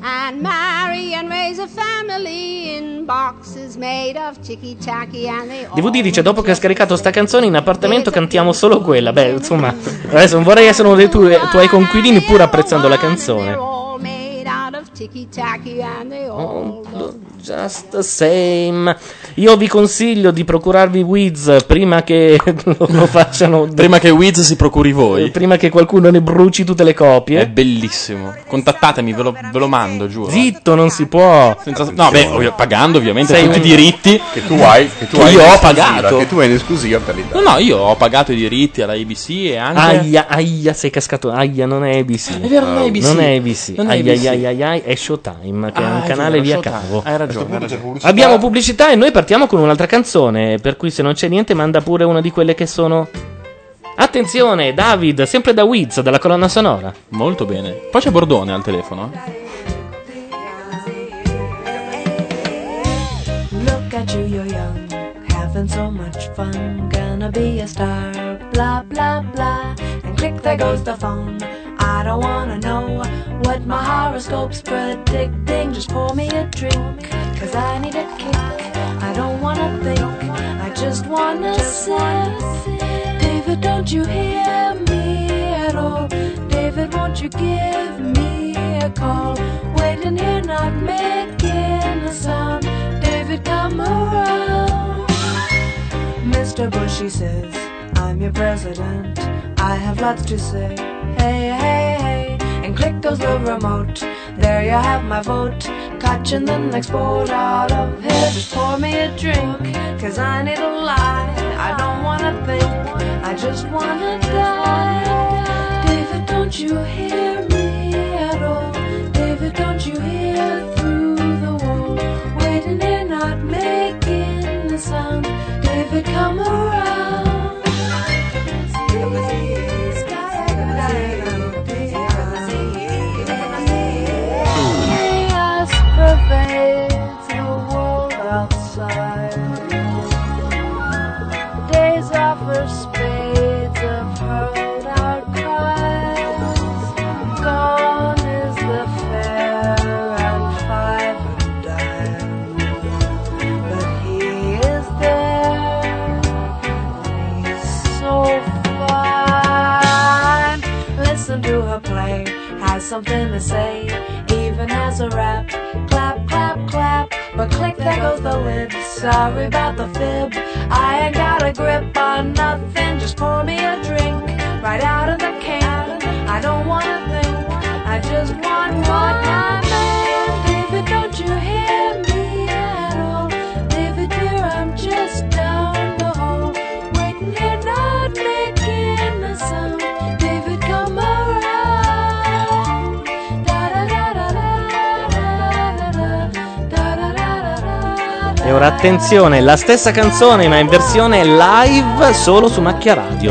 S24: and marry and raise a family in boxes made of ticky tacky and they all
S5: DVD dice dopo che ha scaricato sta canzone in appartamento cantiamo solo quella. Beh, insomma, adesso non vorrei essere uno dei tuoi, tuoi conquilini pur apprezzando la canzone.
S24: made out of ticky tacky and they all
S5: Just the same. Io vi consiglio di procurarvi Wiz prima che <laughs> lo lo facciano.
S6: <laughs> Prima che Wiz si procuri voi.
S5: Prima che qualcuno ne bruci tutte le copie.
S6: È bellissimo. Contattatemi, ve lo, ve lo mando, giuro.
S5: Zitto, non si può.
S6: no, beh, ovvio- pagando ovviamente
S5: Sei
S6: tutti
S5: un-
S6: i diritti
S7: Che tu hai, che tu hai
S6: io
S7: in
S6: ho
S7: esclusiva,
S6: pagato.
S7: Che tu hai in esclusiva per l'Italia.
S6: No, no, io ho pagato i diritti alla ABC e anche
S5: Aia, aia, sei cascato. Aia, non è ABC.
S6: È vero, non è ABC.
S5: Non è ABC.
S6: Non è
S5: Aia,
S6: ABC.
S5: aia, aia, aia, è Showtime, che è
S6: Ah,
S5: un
S6: è
S5: canale
S6: vero,
S5: via
S6: Showtime.
S5: cavo.
S6: Hai ragione, hai ragione.
S5: Abbiamo pubblicità e noi partiamo con un'altra canzone. Per cui, se non c'è niente, manda pure una di quelle che sono. Attenzione, David, sempre da Wiz, dalla colonna sonora.
S6: Molto bene. Poi c'è Bordone al telefono. eh.
S9: Look at you, you're young, having so much fun. Gonna be a star, blah blah blah. And click, there goes the phone. I don't wanna know what my horoscope's predicting. Just pour me a drink, cause I need a kick. I don't wanna think, I just wanna sip. David, don't you hear me at all? David, won't you give me a call? Waiting here, not making a sound. David, come around. Mr. Bushy says, I'm your president. I have lots to say. Hey, hey, hey. And click goes the remote. There you have my vote. Catching the next boat out of here. Just pour me a drink. Cause I need a lie. I don't wanna think. I just wanna die. David, don't you hear me at all? David, don't you hear through the wall? Waiting here, not making a sound. David, come around. Please, Chaos pervades the world outside. Days offer spades of hurled out cries. Gone is the fair and five and dime. But he is there. He's so fine. Listen to her play. Has something to say. Even has a rap. Clap, clap, clap. But click, there goes the lid. Sorry about the fib. I ain't got a grip on nothing. Just pour me a drink. Right out of the can. I don't wanna think. I just want what my man. David, don't you hear me at all? David, dear, I'm just down the hall. Waiting here, not making a sound. David, come around. Da da da da da da da da da da da.
S5: E ora attenzione, la stessa canzone ma in versione live solo su Macchia Radio.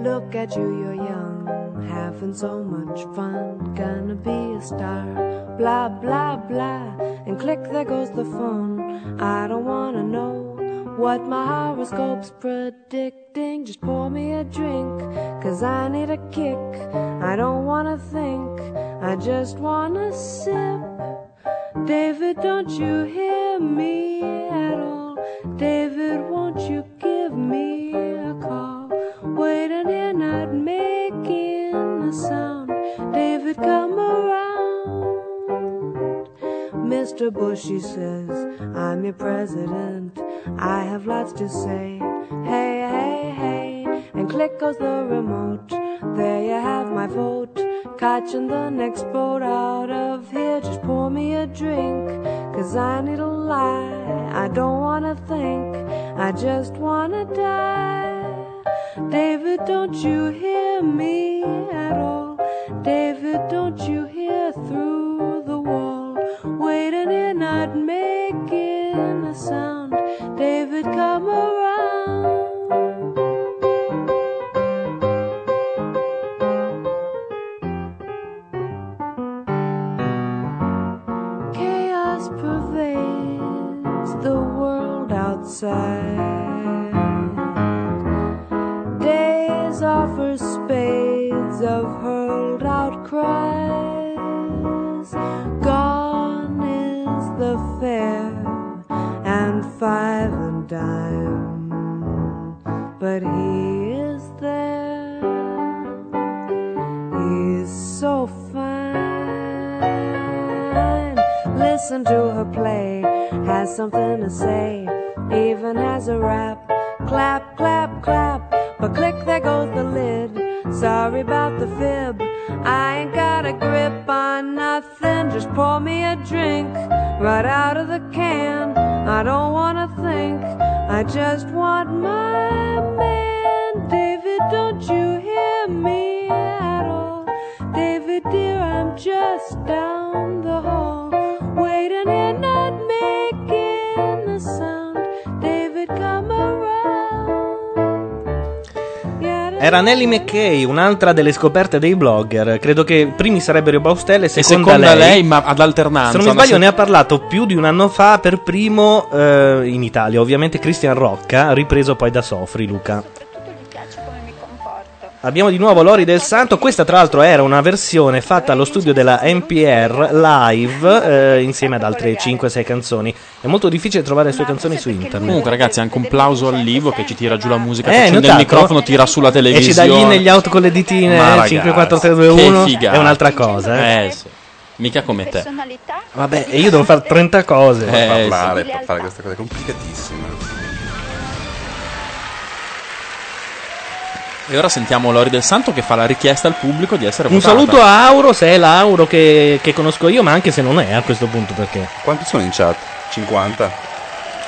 S9: Look at you, you're young, having so much fun. Gonna be a star, blah blah blah. And click, there goes the phone. I don't wanna know what my horoscope's predicting. Just pour me a drink, cause I need a kick. I don't wanna think, I just wanna sip. David, don't you hear me at all? David, won't you give me a call? Waiting here, not making a sound. David, come around. Mr. Bush, he says, I'm your president. I have lots to say. Hey, hey, hey. And click goes the remote. There you have my vote. Catching the next boat out of here. Just pour me a drink. Cause I need a lie. I don't wanna think. I just wanna die. David, don't you hear me at all? David, don't you hear through the wall? Waiting here, not making a sound. David, come around. Chaos pervades the world outside. Days offer spades of hurled outcries. Gone is the fair and five and dime, but he is there. He's so fine. Listen to her play, has something to say, even has a rap. Clap, clap, clap, but click, there goes the lid. Sorry about the fib, I ain't got a grip on nothing. Just pour me a drink right out of the can. I don't wanna think, I just want my man. David, don't you hear me at all? David dear, I'm just down the hall, waiting here, not making a sound. David, come around.
S5: Era Nelly McKay, un'altra delle scoperte dei blogger. Credo che primi sarebbero i Baustelle, seconda,
S6: seconda lei, ma ad alternanza.
S5: Se non mi sbaglio,
S6: Una-
S5: ne ha parlato più di un anno fa per primo eh, in Italia. Ovviamente Christian Rocca, ripreso poi da Sofri, Luca. Abbiamo di nuovo Lori del Santo. Questa, tra l'altro, era una versione fatta allo studio della NPR live eh, insieme ad altre 5-6 canzoni. È molto difficile trovare le sue canzoni su internet.
S6: Comunque, ragazzi, anche un plauso all'Ivo che ci tira giù la musica,
S5: Eh,
S6: che accende il
S5: notato?
S6: microfono, tira sulla
S5: E ci dà
S6: televisione.
S5: gli negli out con le ditine
S6: Ma
S5: eh,
S6: ragazzi,
S5: 5, 4, 3, 2, 1
S6: che figata.
S5: è un'altra cosa. Eh.
S6: Eh, sì. Mica come te. Eh,
S5: Vabbè, e io devo fare 30 cose.
S7: Per parlare, per fare questa cosa è complicatissima.
S6: E ora sentiamo Lori del Santo che fa la richiesta al pubblico di essere
S5: Un
S6: votata.
S5: saluto a Auro, se è l'Auro che, che conosco io, ma anche se non è a questo punto perché.
S7: Quanti sono in chat? 50?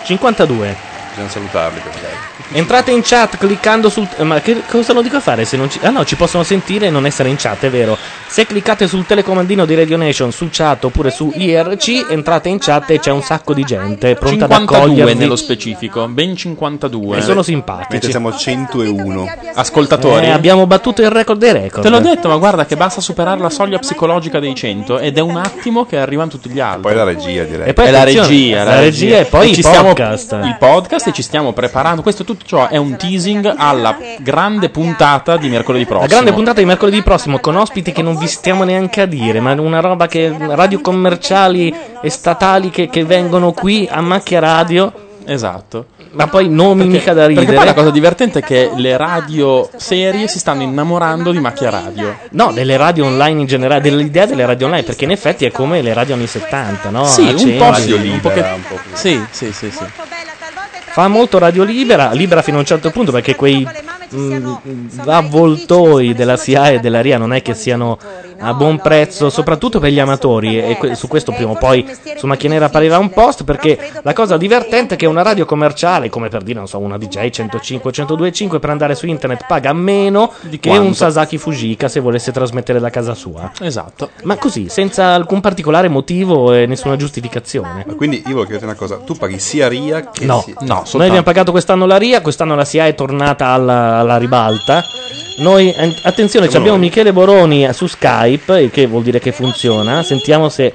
S5: 52.
S7: Bisogna salutarli per caso.
S5: Entrate in chat cliccando sul. eh, Ma che cosa lo dico a fare se non ci. Ah no, ci possono sentire e non essere in chat, è vero. Se cliccate sul telecomandino di Radio Nation, sul chat oppure su IRC, entrate in chat e c'è un sacco di gente pronta ad
S6: 52
S5: accogliervi.
S6: nello specifico, ben 52.
S5: E sono simpatici.
S6: Mentre
S7: siamo 101
S6: ascoltatori.
S5: Eh, abbiamo battuto il record dei record.
S6: Te l'ho detto, ma guarda che basta superare la soglia psicologica dei 100 ed è un attimo che arrivano tutti gli altri.
S7: Poi la regia, direi.
S6: E poi è la
S5: attenzione,
S6: regia,
S5: la regia e poi il podcast.
S6: Stiamo, il podcast e ci stiamo preparando. Questo tutto ciò è un teasing alla grande puntata di mercoledì prossimo.
S5: La grande puntata di mercoledì prossimo con ospiti che non vi stiamo neanche a dire, ma una roba che radio commerciali e statali che, che vengono qui a macchia radio.
S6: Esatto.
S5: Ma poi nomi mica da
S6: Perché
S5: ridere.
S6: poi la cosa divertente è che le radio serie si stanno innamorando di macchia radio.
S5: No, delle radio online in generale, dell'idea delle radio online, perché in effetti è come le radio anni 70, no?
S6: Ah, Sì, un
S5: Accesi,
S6: po' sì,
S5: un po' che-
S6: Sì, sì, sì, sì.
S5: Fa molto radio libera, libera fino a un certo punto perché quei mh, avvoltoi della SIA e della RIA non è che siano a buon prezzo, soprattutto per gli amatori e que- su questo prima o poi su Macchinera apparirà un post perché la cosa divertente è che una radio commerciale, come per dire, non so, una DJ 105, 1025 per andare su internet paga meno che
S6: quanto?
S5: un Sasaki Fujika se volesse trasmettere da casa sua.
S6: Esatto.
S5: Ma così, senza alcun particolare motivo e nessuna giustificazione.
S7: Quindi io volevo chiederti una cosa, tu paghi sia RIA che
S5: No,
S7: sia...
S5: Noi abbiamo pagato quest'anno la RIA, quest'anno la SIA è tornata alla, alla ribalta. Noi, an- attenzione,
S7: Siamo
S5: abbiamo
S7: noi.
S5: Michele Boroni su Skype, il che vuol dire che funziona. Sentiamo se.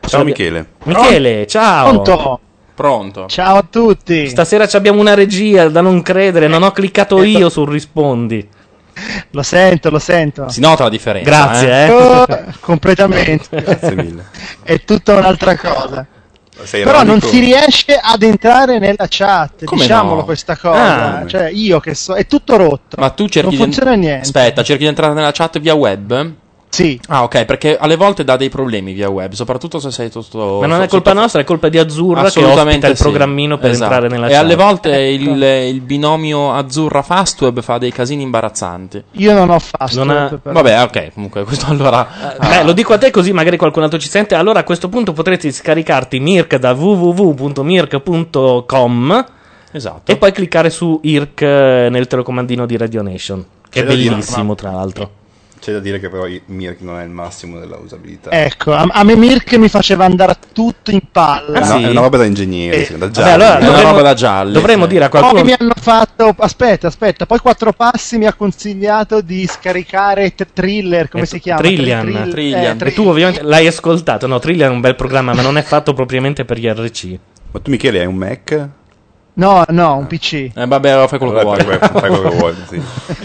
S7: Ciao Michele.
S5: Michele, ciao.
S6: Pronto? Pronto.
S5: Ciao a tutti. Stasera ci abbiamo una regia da non credere, non ho cliccato io sul rispondi.
S20: Eh. Lo sento, lo sento.
S6: Si nota la differenza.
S5: Grazie,
S20: Oh,
S6: eh.
S20: completamente.
S6: Grazie mille.
S20: È tutta un'altra cosa.
S7: Sei
S20: Però non
S7: ironico?
S20: si riesce ad entrare nella chat,
S6: Come
S20: diciamolo
S6: no?
S20: questa cosa.
S6: Ah.
S20: Cioè, io che so, è tutto rotto.
S6: Ma tu cerchi
S20: Non funziona
S6: di...
S20: niente.
S6: Aspetta, cerchi di entrare nella chat via web?
S20: Sì.
S6: Ah, ok, perché alle volte dà dei problemi via web, soprattutto se sei tutto...
S5: Ma non è
S6: sotto-
S5: colpa nostra, è colpa di Azzurra che ospita il
S6: sì.
S5: programmino per
S6: Esatto.
S5: entrare nella
S6: e
S5: chat. Ecco.
S6: alle volte il, il binomio azzurra fastweb fa dei casini imbarazzanti.
S20: Io non ho fast.
S5: Non ha-
S20: però.
S6: Vabbè, ah, ok, comunque <laughs> questo allora...
S5: Eh, Beh, lo dico a te così magari qualcun altro ci sente. Allora a questo punto potrete scaricarti Mirk da www.mirk.com
S6: Esatto.
S5: e poi cliccare su IRC eh, nel telecomandino di Radio Nation, che è
S7: C'è da dire,
S5: bellissimo
S7: ma-
S5: tra l'altro.
S7: C'è da dire che però i- Mirk non è il massimo della usabilità. Eh,
S20: Ecco, a, a me Mirk mi faceva andare tutto in palla.
S7: No, È una roba da ingegnere,
S20: Eh,
S7: sì, da
S20: vabbè,
S7: gialli.
S20: allora dovremmo-
S5: dovremmo dire a qualcuno-
S20: Poi Eh, mi hanno fatto. Aspetta, aspetta. Poi Quattro Passi mi ha consigliato di scaricare t- Thriller. Come si chiama?
S5: Eh, Trillian,
S20: Thrill- eh,
S5: E tu ovviamente l'hai ascoltato. No, Trillian è un bel programma, ma non è fatto propriamente per gli RC.
S7: Ma tu Michele hai un Mac?
S20: No, no, un PC.
S6: Eh vabbè, allora fai quello
S7: Allora
S6: che
S7: fai
S6: vuoi.
S7: quello- fai quello che vuoi,
S5: <laughs>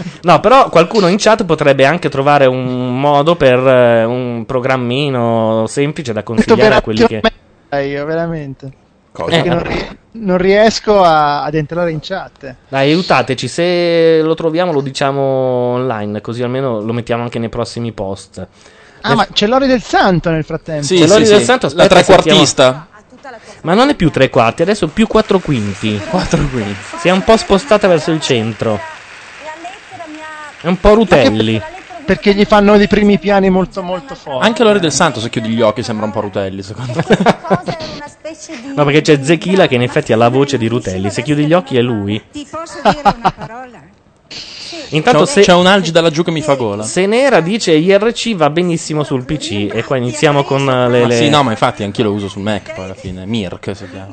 S7: sì.
S5: No, però qualcuno in chat potrebbe anche trovare un modo per eh, un programmino semplice da
S20: Ho detto
S5: consigliare a quelli Eh, che.
S20: veramente ormai, Io veramente.
S5: Cosa?
S20: Perché non, ri- non riesco a- ad entrare in chat. Ah,
S5: Dai, aiutateci. Se lo troviamo, lo diciamo online, così almeno lo mettiamo anche nei prossimi post.
S20: Ah, ma c'è Lori del Santo nel frattempo.
S5: C'è Lori del Santo, aspetta,
S6: trequartista.
S5: sentiamo. Ma non è più tre quarti, adesso è più quattro quinti. Si è un po' spostata verso il centro. È un po' Rutelli.
S20: Perché gli fanno dei primi piani molto, molto forti.
S6: Anche Lori del Santo, se chiudi gli occhi, sembra un po' Rutelli, secondo me.
S5: No, perché c'è Zechila che in effetti ha la voce di Rutelli. Se chiudi gli occhi è lui.
S19: Ti posso dire una parola?
S5: Intanto
S6: c'è,
S5: se-
S6: c'è un algida laggiù che mi fa gola.
S5: Se Nera dice IRC va benissimo sul PC. E qua iniziamo con eh, le.
S6: Ma
S5: le...
S6: sì, no, ma infatti anch'io lo uso sul Mac poi alla fine. Mirk si chiama.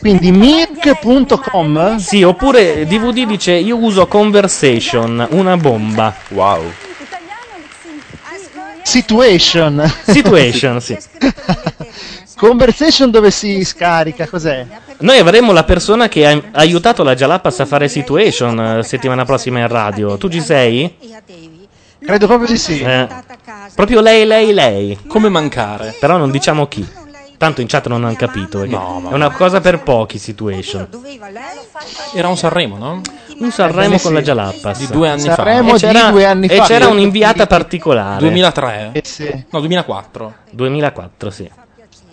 S20: Quindi mirk.com?
S5: Sì, oppure DVD dice io uso Conversation, una bomba.
S7: Wow.
S20: Situation.
S5: Situation, sì.
S20: Conversation dove si scarica, cos'è?
S5: Noi avremo la persona che ha aiutato la Jalapas a fare Situation eh, settimana prossima in radio. Tu ci sei? Eh,
S20: Credo proprio di sì.
S5: Proprio lei, lei, lei.
S6: Come mancare?
S5: Però non diciamo chi. Tanto in chat non hanno capito. perché è una cosa per pochi Situation.
S6: Era un Sanremo, no?
S5: Un Sanremo
S6: Eh, sì.
S5: con la Jalapas.
S6: Di due anni fa. Sanremo
S5: E
S6: di
S5: c'era,
S6: due anni
S5: E
S6: fa.
S5: c'era un'inviata particolare.
S6: 2003?
S20: Eh, sì.
S6: eh. No, 2004.
S5: 2004, sì.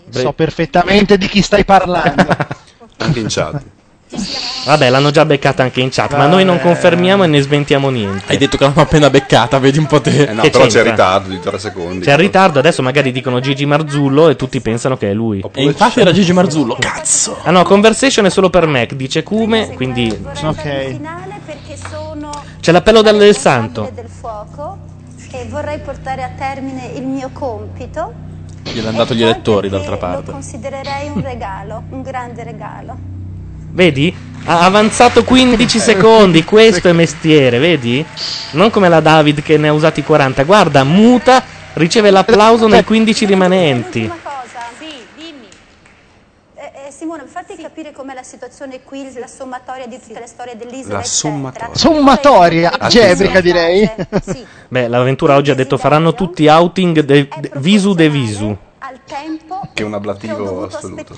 S20: So perfettamente di chi stai parlando.
S7: Anche in chat.
S5: Vabbè, l'hanno già beccata anche in chat, ma
S20: Vabbè.
S5: noi
S6: Eh.
S5: non confermiamo e ne sventiamo niente.
S6: Hai detto che l'hanno appena beccata, vedi un po' te.
S7: Eh no,
S5: Che
S7: però c'è il
S5: c'entra?
S7: ritardo di 3 secondi.
S5: Cioè, C'è il ritardo, adesso magari dicono Gigi Marzullo e tutti pensano che è lui.
S6: E infatti era Gigi Marzullo, cazzo!
S5: Ah no, conversation è solo per Mac, dice Cume, quindi
S20: Ok.
S19: Perché sono
S5: c'è l'appello del, del santo.
S19: del fuoco e vorrei portare a termine il mio compito.
S6: Gliel'hanno dato gli elettori, d'altra parte.
S19: Considererei un regalo, un grande regalo.
S5: Vedi? Ha avanzato
S7: Eh.
S5: 15 secondi, questo è mestiere, vedi? Non come la David che ne ha usati 40. Guarda, muta, riceve l'applauso nei 15 rimanenti.
S19: Cosa? Sì, dimmi. Simone, fatti capire com'è la situazione qui, la sommatoria di tutte le storie dell'isola.
S7: La sommatoria.
S20: Sommatoria algebrica, direi.
S5: Beh, l'avventura oggi ha detto faranno tutti outing de- de- visu de visu.
S7: Che è un ablativo assoluto.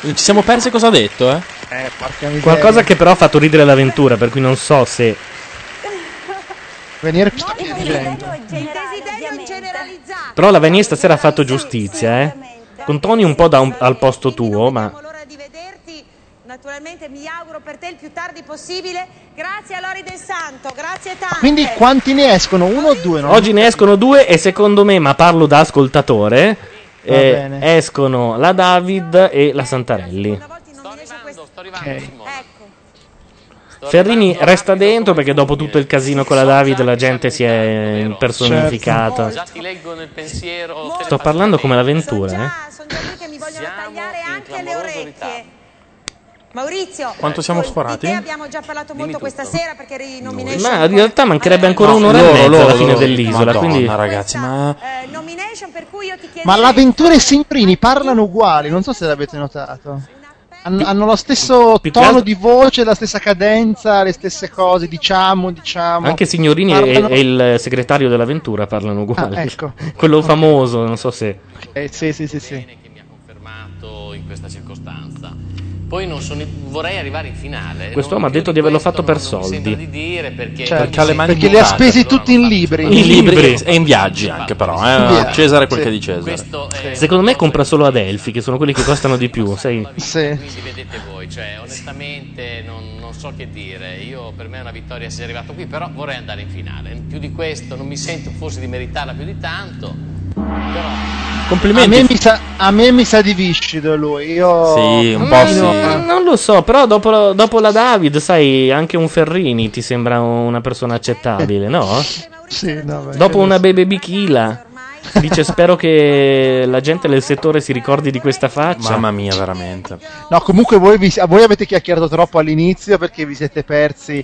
S6: Ci siamo persi cosa ha detto, eh?
S20: Eh, porca miseria.
S5: Qualcosa che però ha fatto ridere l'avventura, per cui non so se
S20: <laughs> Venire sta ridendo.
S5: Però la Vanier stasera ha fatto giustizia, eh. Con Tony un po' da un- al posto tuo, ma
S8: Naturalmente mi auguro per te il più tardi possibile. Grazie a Lori del Santo, grazie tanto.
S20: Quindi quanti ne escono? Uno o due? Non-
S5: oggi ne escono due e secondo me, ma parlo da ascoltatore,
S20: Va
S5: eh,
S20: bene.
S5: escono la David e la Santarelli. Ferrini resta dentro perché dopo tutto il casino con la David la gente si è impersonificata.
S28: Già ti leggo nel pensiero.
S5: Sto parlando come l'avventura, eh.
S8: Maurizio,
S5: Quanto siamo
S8: con-
S5: sforati?
S8: Di te abbiamo già parlato molto questa sera perché eri nomination.
S5: Ma in realtà mancherebbe ancora
S6: No,
S5: un'ora e
S6: loro,
S5: mezza alla
S6: loro,
S5: fine
S6: loro.
S5: dell'isola,
S6: Madonna,
S5: quindi
S6: ragazzi, ma
S8: eh,
S20: Ma l'avventura e Signorini parlano uguali, non so se l'avete notato. Hanno, hanno lo stesso
S5: più che
S20: tono
S5: altro-
S20: di voce, la stessa cadenza, le stesse cose, diciamo, diciamo.
S5: Anche Signorini e,
S20: Parlano-
S5: e il segretario dell'avventura parlano uguali.
S20: Ah, ecco.
S5: <laughs> Quello famoso, non so se.
S20: Eh, sì, sì, sì, sì.
S1: confermato in questa circostanza. Poi non sono, vorrei arrivare in finale.
S5: Quest'uomo ha detto di averlo fatto per soldi.
S1: di dire perché,
S20: Certo,
S1: perché alle mani
S20: perché li ha
S1: mutate.
S20: spesi tutti in libri.
S6: In libri
S5: eh,
S6: e in viaggi anche però, eh.
S5: In viaggi,
S6: Cesare quel
S5: sì.
S6: che è di Cesare.
S5: Secondo me compra solo Adelphi, che sono quelli che costano di più. Sai?
S1: Quindi vedete voi, cioè onestamente non, non so che dire, io per me è una vittoria essere arrivato qui, però vorrei andare in finale. Più di questo non mi sento forse di meritarla più di tanto, però
S20: A me mi sa, a me mi sa di viscido lui. Io... Mm.
S5: Ma non- Mm, Non lo so, però dopo, dopo la David, sai, anche un Ferrini ti sembra una persona accettabile, no?
S20: Sì, no, beh,
S5: Dopo una baby bichila. Dice spero che la gente del settore si ricordi di questa faccia.
S6: Mamma mia, veramente.
S20: No, comunque voi, vi- voi avete chiacchierato troppo all'inizio perché vi siete persi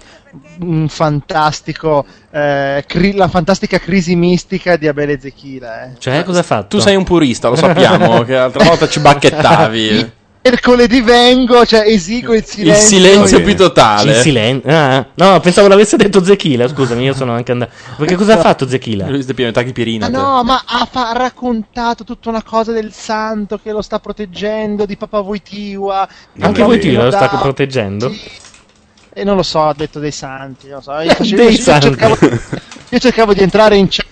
S20: un fantastico, eh, cri- la fantastica crisi mistica di Abele Zechila. Eh.
S5: Cioè, cosa ha fatto?
S6: Tu sei un purista, lo sappiamo, che
S5: <laughs>
S6: l'altra volta ci bacchettavi.
S20: Mercoledì vengo, cioè esigo <laughs> il silenzio.
S6: silenzio più totale.
S5: Il silen- ah, no, pensavo l'avesse detto Zechila. Scusami, io sono anche andato. Perché cosa ha fatto Zechila?
S6: Lui si pieno tachipirina.
S20: Ah, no, ma ha, fa- ha raccontato tutta una cosa del santo che lo sta proteggendo, di Papa Voitiva.
S5: Anche voi ti lo sta proteggendo?
S20: E non lo so, ha detto dei santi, non lo so.
S5: <laughs>
S20: Io,
S5: Dei
S20: facevo- io
S5: santi.
S20: cercavo, <laughs> io cercavo di entrare in chat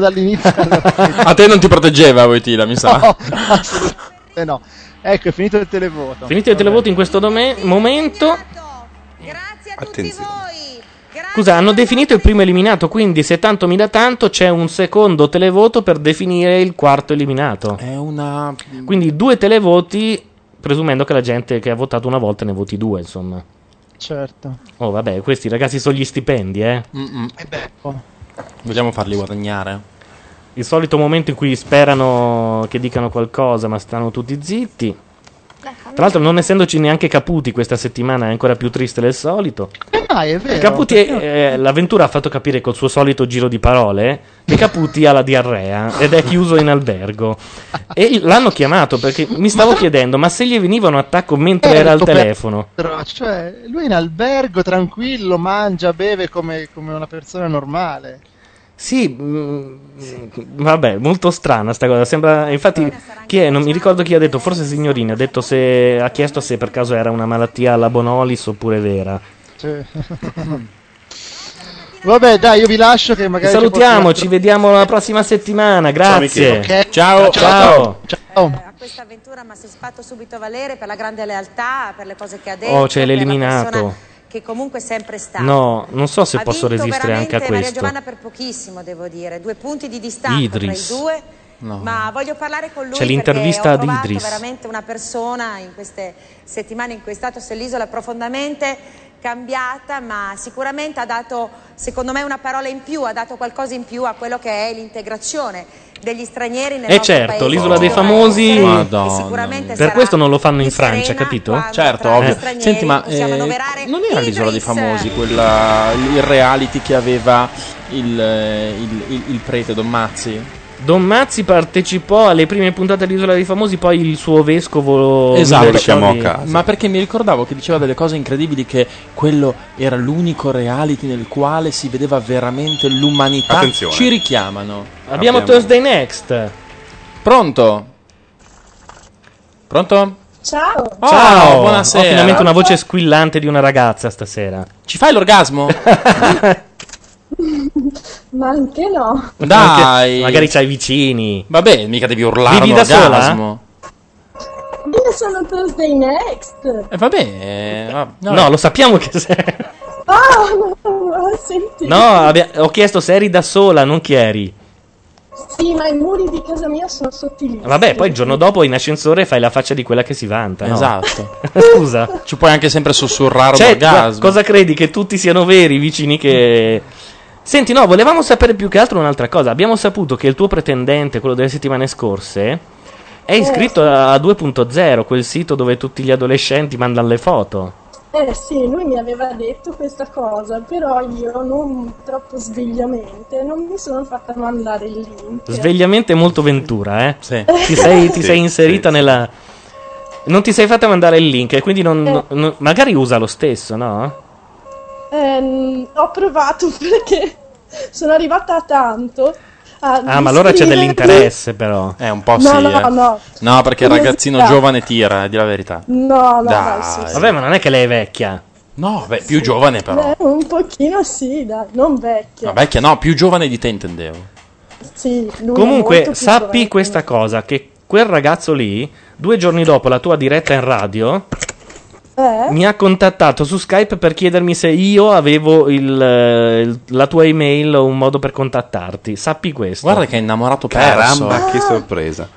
S5: <laughs>
S20: dall'inizio.
S6: A te non ti proteggeva Voitila, mi sa.
S20: No, assolutamente no. Ecco, è finito il televoto.
S5: Finito il televoto in questo dome- momento.
S7: Attenzione.
S5: Scusa, hanno definito il primo eliminato, quindi se tanto mi dà tanto c'è un secondo televoto per definire il quarto eliminato.
S20: Eh.
S6: È una...
S5: Quindi due televoti, presumendo che la gente che ha votato una volta ne voti due, insomma.
S20: Certo.
S5: Oh, vabbè, questi ragazzi sono gli stipendi, eh.
S6: Vogliamo farli guadagnare.
S5: Il solito momento in cui sperano che dicano qualcosa, ma stanno tutti zitti. Tra l'altro, non essendoci neanche Caputi questa settimana, è ancora più triste del solito.
S20: Come mai, è vero?
S5: Caputi, eh, l'avventura ha fatto capire col suo solito giro di parole che Caputi ha la diarrea ed è chiuso in albergo. E l'hanno chiamato perché mi stavo chiedendo, ma se gli veniva un attacco mentre era al
S20: Certo, per-
S5: telefono?
S20: Però, Cioè, lui è in albergo, tranquillo, mangia, beve come, come una persona normale.
S5: Sì, mm, Vabbè, molto strana sta cosa. Sembra, infatti, chi è? Non mi ricordo chi ha detto. Forse signorina ha detto se ha chiesto se per caso era una malattia alla Bonolis oppure vera.
S20: Cioè. <laughs> Vabbè, dai, io vi lascio che
S5: Ci
S20: magari...
S5: salutiamo, ci vediamo la prossima settimana. Grazie.
S20: Michele. Ok.
S5: Ciao, ciao.
S8: a questa avventura, ma si è fatto subito valere per la grande lealtà, per le cose che ha detto.
S5: Oh, c'è
S8: per la
S5: l'eliminato.
S8: persona che comunque è sempre stata.
S5: No, non so se
S8: Ha
S5: posso
S8: vinto
S5: resistere anche a
S8: veramente Maria
S5: questo.
S8: Giovanna per pochissimo, devo dire. Due punti di distanza
S5: Idris.
S8: tra i due.
S5: No.
S8: Ma voglio parlare con lui
S5: C'è l'intervista
S8: perché ho
S5: ad
S8: trovato
S5: Idris.
S8: veramente una persona in queste settimane in cui è stato sull'isola profondamente cambiata, ma sicuramente ha dato, secondo me, una parola in più, ha dato qualcosa in più a quello che è l'integrazione degli stranieri nel
S5: E
S8: nostro
S5: certo,
S8: paese.
S5: l'isola dei
S8: Dovrà
S5: famosi.
S8: essere,
S6: Madonna.
S8: e sicuramente
S5: Per
S8: sarà
S5: questo non lo fanno in Francia, capito?
S6: Certo, ovvio.
S5: Eh.
S6: Senti, ma eh, non era l'isola dei famosi, quella, il reality che aveva il, eh, il- il- il prete Don Mazzi?
S5: Don Mazzi partecipò alle prime puntate dell'Isola dei Famosi, poi il suo vescovo Miller Scioli-
S6: Ma perché mi ricordavo che diceva delle cose incredibili che quello era l'unico reality nel quale si vedeva veramente l'umanità.
S5: Attenzione.
S6: Ci richiamano.
S5: Abbiamo Thursday Next.
S6: Pronto? Pronto?
S10: Ciao.
S5: Ciao,
S6: buonasera.
S5: Ho finalmente una voce squillante di una ragazza stasera.
S6: Ci fai l'orgasmo?
S10: Ma anche no.
S6: Dai.
S5: Magari c'hai i vicini.
S6: Vabbè, mica devi urlare
S5: Vivi
S6: un
S5: da sola?
S6: orgasmo.
S10: Io sono Thursday Next.
S6: Eh, vabbè, va-
S5: No, lo sappiamo che
S6: <laughs>
S5: sei.
S10: Oh, no, ho sentito.
S5: No, abbia- ho chiesto se eri da sola, non chi eri.
S10: Sì, ma i muri di casa mia sono sottili.
S5: Ah, Vabbè, poi il giorno dopo in ascensore fai la faccia di quella che si vanta. no?
S6: Esatto.
S5: <laughs> Scusa.
S6: Ci puoi anche sempre sussurrare
S5: Cioè,
S6: un orgasmo.
S5: co- cosa credi che tutti siano veri i vicini che. Senti, no, volevamo sapere più che altro un'altra cosa. Abbiamo saputo che il tuo pretendente, quello delle settimane scorse, è iscritto a 2.0, quel sito dove tutti gli adolescenti mandano le foto.
S10: Eh sì, lui mi aveva detto questa cosa, però io non troppo svegliamente non mi sono fatta mandare il link.
S5: Svegliamente molto Ventura, eh?
S6: Sì.
S5: Ti sei, ti
S10: Sì,
S5: sei inserita nella. Non ti sei fatta mandare il link, e quindi non, non- magari usa lo stesso, no?
S10: Ehm, ho provato <laughs> perché sono arrivata a tanto. a
S5: Ah, ma allora c'è
S10: descrivere-
S5: dell'interesse, Oh, però.
S6: Eh, un po'
S10: No,
S6: sì.
S10: no,
S6: eh.
S10: no.
S6: No, perché il ragazzino
S10: Curiosità.
S6: giovane tira, eh, di la verità.
S10: No, no,
S6: Dai.
S10: dai, sì, sì.
S5: Vabbè, ma non è che lei è vecchia.
S6: No, beh, più giovane però.
S10: Eh, un pochino sì, dai, non vecchia.
S6: No, vecchia, no, più giovane di te intendevo.
S10: Sì, lui è molto
S5: Comunque,
S10: più
S5: sappi questa cosa, che quel ragazzo lì, due giorni dopo la tua diretta in radio,
S10: Eh? giovane. Eh?
S5: mi ha contattato su Skype per chiedermi se io avevo il, eh, il- la tua email o un modo per contattarti. Sappi questo.
S6: Guarda che è innamorato perso.
S7: Caramba,
S10: Ah.
S7: che sorpresa.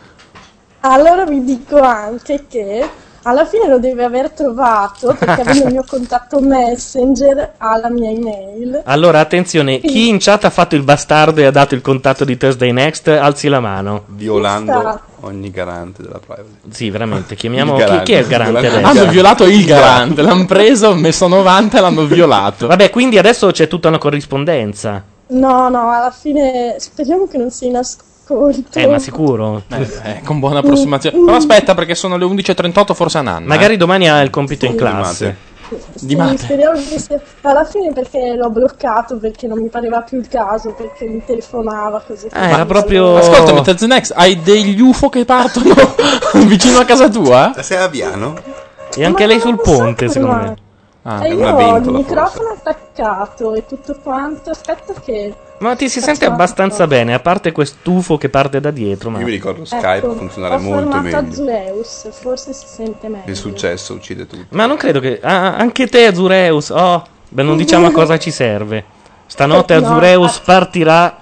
S10: Allora vi dico anche che alla fine lo deve aver trovato perché avendo il
S5: <laughs>
S10: mio contatto Messenger ha la mia email.
S5: Allora, attenzione, chi in chat ha fatto il bastardo e ha dato il contatto di Thursday Next, alzi la mano.
S7: Violando
S10: Esatto.
S7: ogni garante della privacy. <laughs>
S5: Sì, veramente, chiamiamo...
S7: Il garante. Esatto.
S5: Chi, chi è il garante
S7: Il garante.
S5: adesso?
S6: Hanno violato il garante, l'hanno preso, hanno messo 90 e l'hanno violato.
S5: Vabbè, quindi adesso c'è tutta una corrispondenza.
S10: No, no, alla fine speriamo che non sia in ascolto.
S5: Eh, ma sicuro?
S6: Eh, con buona approssimazione. Però aspetta, perché sono le 11.38, forse eh. Nanna.
S5: Magari domani ha il compito in classe.
S6: Di
S10: Sì,
S6: mate.
S10: speriamo che sia... Alla fine perché l'ho bloccato, perché non mi pareva più il caso, perché mi telefonava così.
S5: Eh,
S6: Ascoltami, Tezenex, hai degli UFO che partono <laughs> vicino a casa tua?
S7: Sei a Viano?
S5: E anche lei sul ponte,
S10: secondo me.
S6: Ah,
S10: e Eh, io ho il microfono attaccato e tutto quanto. Aspetta che...
S5: Ma ti si sente abbastanza bene, a parte quest'ufo che parte da dietro. Ma...
S7: Io mi ricordo Skype
S10: Ecco,
S7: funzionare
S10: ho
S7: molto
S10: formato
S7: meglio.
S10: Zeus, forse si sente meglio.
S7: Il successo uccide tutto.
S5: Ma non credo che. ah, anche te, Azureus. Oh, beh, non diciamo a cosa ci serve. Stanotte
S10: No,
S5: Azureus partirà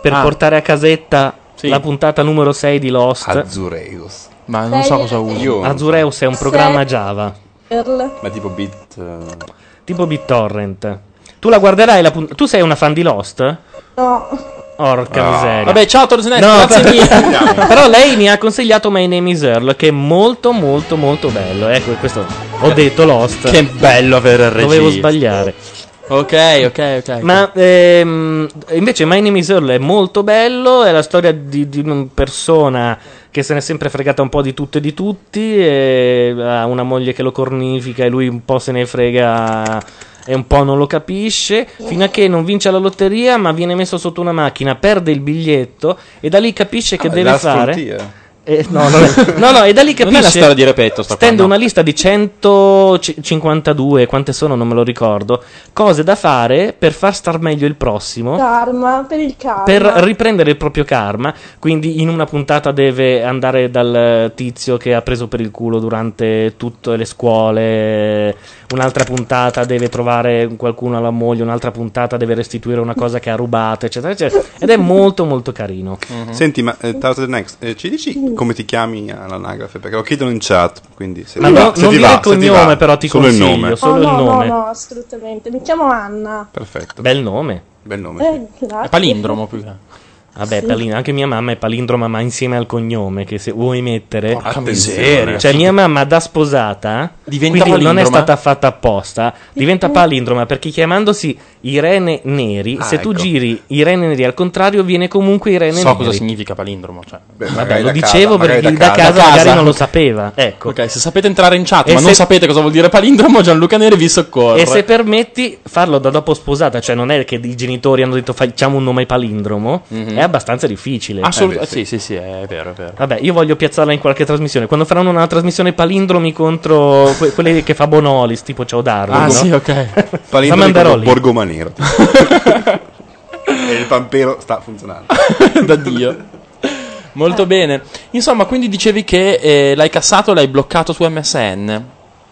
S5: per
S6: Ah.
S5: portare a casetta la puntata numero 6 di Lost.
S7: Azureus.
S6: Ma
S10: non so cosa usi. Io non so.
S5: Azureus è un programma
S10: Sei-
S5: Java,
S10: Perl.
S7: Ma tipo eh. bit.
S5: tipo BitTorrent. Tu la guarderai la puntata. Tu sei una fan di Lost?
S10: No,
S5: Orca
S6: Ah.
S5: miseria.
S6: Vabbè, ciao, Torsinetti, grazie
S5: per-
S6: mille.
S5: Però lei mi ha consigliato My Name is Earl, che è molto, molto, molto bello. Ecco, questo ho detto Lost.
S6: Che bello avere il regista.
S5: Dovevo sbagliare.
S6: Ok, ok, ok.
S5: Ma ehm, invece My Name is Earl è molto bello, è la storia di, di una persona che se n'è sempre fregata un po' di tutto e di tutti, e ha una moglie che lo cornifica e lui un po' se ne frega e un po' non lo capisce, fino a che non vince la lotteria ma viene messo sotto una macchina, perde il biglietto e da lì capisce che
S7: Ah,
S5: deve
S7: Last
S5: fare...
S7: Frontier.
S5: Eh, no, non è- no, no, e da lì capisce.
S6: <laughs> Non è la storia di Repetto, sta qua,
S5: Stende
S6: no.
S5: una lista di 152, quante sono non me lo ricordo, cose da fare per far star meglio il prossimo.
S10: karma, per il karma.
S5: Per riprendere il proprio karma, quindi in una puntata deve andare dal tizio che ha preso per il culo durante tutte le scuole, un'altra puntata deve trovare qualcuno alla moglie, un'altra puntata deve restituire una cosa che ha rubato, eccetera, eccetera. Ed è molto, molto carino.
S6: Mhm.
S7: Senti, ma eh, Thousand Next, eh, ci dici come ti chiami all'anagrafe? Perché lo chiedono in chat, quindi se
S5: Ma
S7: ti
S5: no,
S7: va- se
S5: non
S7: ti
S5: dire
S7: va, se
S5: il
S7: ti
S5: cognome,
S7: va.
S5: però, ti
S7: Solo il
S5: consiglio,
S7: nome.
S5: solo
S10: Oh,
S5: il
S10: no,
S5: nome.
S10: no, no, assolutamente. Mi chiamo Anna.
S7: Perfetto.
S5: Bel nome.
S7: Bel nome.
S10: Eh, grazie.
S6: più che.
S5: Vabbè,
S10: Sì.
S5: palin- anche mia mamma è palindroma, ma insieme al cognome, che se vuoi mettere.
S6: Porca Attenzione. miseria.
S5: Cioè, mia mamma da sposata.
S6: Diventa
S5: quindi non è
S6: palindroma?
S5: stata fatta apposta. Diventa palindroma perché chiamandosi Irene Neri,
S6: Ah,
S5: se tu
S6: ecco.
S5: giri Irene Neri al contrario, viene comunque Irene
S6: So
S5: Neri.
S6: cosa significa palindromo. Cioè.
S5: Vabbè, lo dicevo perché il da casa, magari non lo sapeva. Ecco.
S6: Ok, se sapete entrare in chat,
S5: E
S6: ma
S5: se-
S6: non sapete cosa vuol dire palindromo, Gianluca Neri vi soccorre.
S5: E se permetti, farlo da dopo sposata, cioè non è che i genitori hanno detto facciamo un nome palindromo, è abbastanza difficile. Eh,
S6: Assolut- Mhm. Ah, sì, sì, sì, è vero, è vero.
S5: Vabbè, io voglio piazzarla in qualche trasmissione. Quando faranno una trasmissione palindromi contro que- quelli che fa Bonolis, tipo Ciao Darwin.
S7: Ah,
S5: no?
S7: sì,
S6: ok.
S5: La
S7: Palindromo
S5: manderò
S7: con
S5: lì.
S7: Borgo
S5: <laughs>
S7: Manero. e il pampero sta funzionando.
S6: <laughs> da Dio.
S10: Eh.
S6: Molto bene. Insomma, quindi dicevi che eh, l'hai cassato e l'hai bloccato su MSN.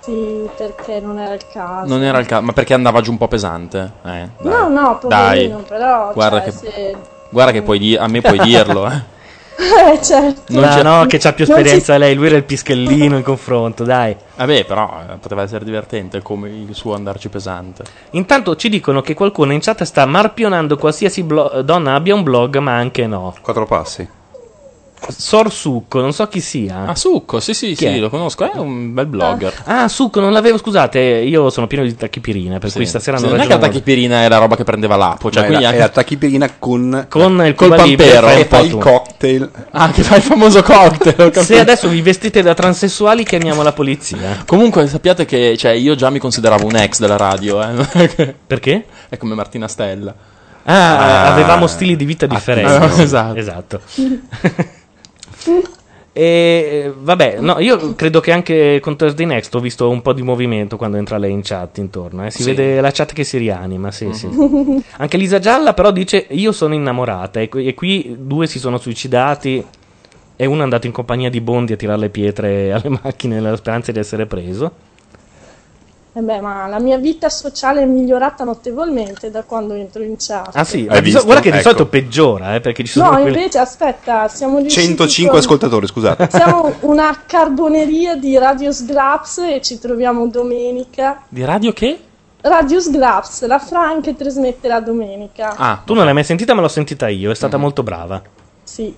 S10: Sì, perché non era il caso.
S6: Non era il caso, ma perché andava giù un po' pesante. Eh, dai.
S10: No, no, poverino,
S6: Dai.
S10: però...
S6: Guarda
S10: cioè,
S6: che-
S10: se- <laughs>
S6: Guarda che puoi di- a me puoi dirlo. eh.
S10: Eh, certo.
S5: No, no, che c'ha più
S10: Non ci-
S5: esperienza lei. Lui era il pischellino in confronto, dai.
S6: Vabbè, però eh, poteva essere divertente come il suo andarci pesante.
S5: Intanto ci dicono che qualcuno in chat sta marpionando qualsiasi blo- donna abbia un blog, ma anche no.
S7: Quattro passi.
S5: Sor Succo, non so chi sia.
S6: Ah, Succo, sì, sì,
S5: Chi
S6: sì,
S5: è?
S6: lo conosco. È un bel blogger.
S5: Ah, Succo, non l'avevo, scusate, io sono pieno di tachipirina, per
S6: Sì.
S5: cui stasera
S6: Sì,
S5: non
S6: non è che
S5: ragiono
S6: la tachipirina è la roba che prendeva l'apo,
S7: Ma
S6: cioè
S7: è
S6: quindi
S7: la-
S6: anche
S7: è la tachipirina con,
S5: con il
S6: col
S5: Cuba Libre
S6: pampero
S5: fai un
S6: e poi
S5: po'
S6: il
S5: tu.
S7: cocktail.
S6: <laughs> Ah, che fa il famoso cocktail. ho
S5: <laughs> Se
S6: capito.
S5: adesso vi vestite da transessuali, chiamiamo la polizia.
S6: <laughs> Comunque sappiate che cioè, io già mi consideravo un ex della radio. eh. <laughs>
S5: Perché?
S6: È come Martina Stella.
S5: Ah, avevamo stili di vita differenti.
S6: Avevamo- ah, <laughs> esatto.
S5: Esatto. E eh, vabbè, no, io credo che anche con Thursday Next ho visto un po' di movimento quando entra lei in chat intorno. eh. Si
S6: Sì. Mm-hmm.
S5: vede la chat che si rianima. Sì, <laughs> sì. Anche Lisa Gialla, però, dice: Io sono innamorata. E qui, e qui due si sono suicidati. E uno è andato in compagnia di Bondi a tirare le pietre alle <laughs> macchine nella speranza di essere preso.
S10: Eh beh, ma la mia vita sociale è migliorata notevolmente da quando entro in chat.
S5: Ah, sì,
S7: Hai
S5: di
S7: visto?
S5: guarda che di
S7: Ecco.
S5: solito peggiora eh, perché ci sono
S10: No,
S5: quelli-
S10: invece, aspetta, siamo riusciti
S7: 105
S10: con-
S7: ascoltatori, scusate.
S10: <laughs> Siamo una carboneria di Radio Sgraps e ci troviamo domenica.
S5: di radio che?
S10: Radio Sgraps, la Frank trasmette la domenica.
S5: Ah, tu non l'hai mai sentita, ma l'ho sentita io. È stata molto brava.
S10: Sì.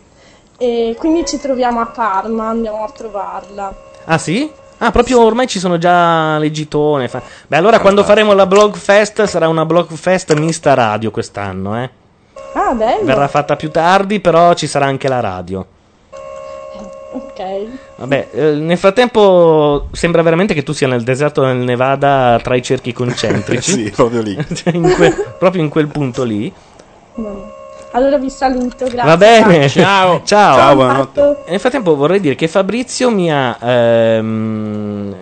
S10: E quindi ci troviamo a Parma, andiamo a trovarla.
S5: Ah, sì? Ah, proprio ormai ci sono già le gitone. fa- Beh, allora quando faremo la blog fest sarà una blog fest mista radio quest'anno, eh.
S10: Ah, bello.
S5: Verrà fatta più tardi, però ci sarà anche la radio.
S10: Ok.
S5: Vabbè, eh, nel frattempo sembra veramente che tu sia nel deserto del Nevada tra i cerchi
S25: <laughs>
S5: concentrici.
S7: Eh sì, proprio
S5: <laughs>
S7: lì.
S5: in quel- proprio in quel punto lì.
S10: Vabbè. Allora vi saluto, grazie.
S5: Va bene,
S10: Ciao.
S5: ciao. ciao.
S10: Ciao, buonanotte.
S5: E Nel frattempo vorrei dire che Fabrizio mi ha ehm,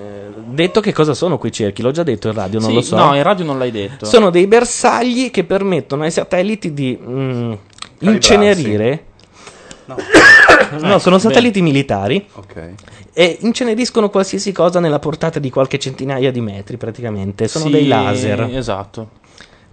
S5: detto che cosa sono quei cerchi. L'ho già detto in radio, non
S6: Sì,
S5: lo so.
S6: No, in radio non l'hai detto.
S5: Sono dei bersagli che permettono ai satelliti di mm, incenerire. No,
S6: Ecco,
S5: sono
S6: bene.
S5: satelliti militari
S7: Ok.
S5: e inceneriscono qualsiasi cosa nella portata di qualche centinaia di metri praticamente. Sono
S6: Sì,
S5: dei laser.
S6: Esatto.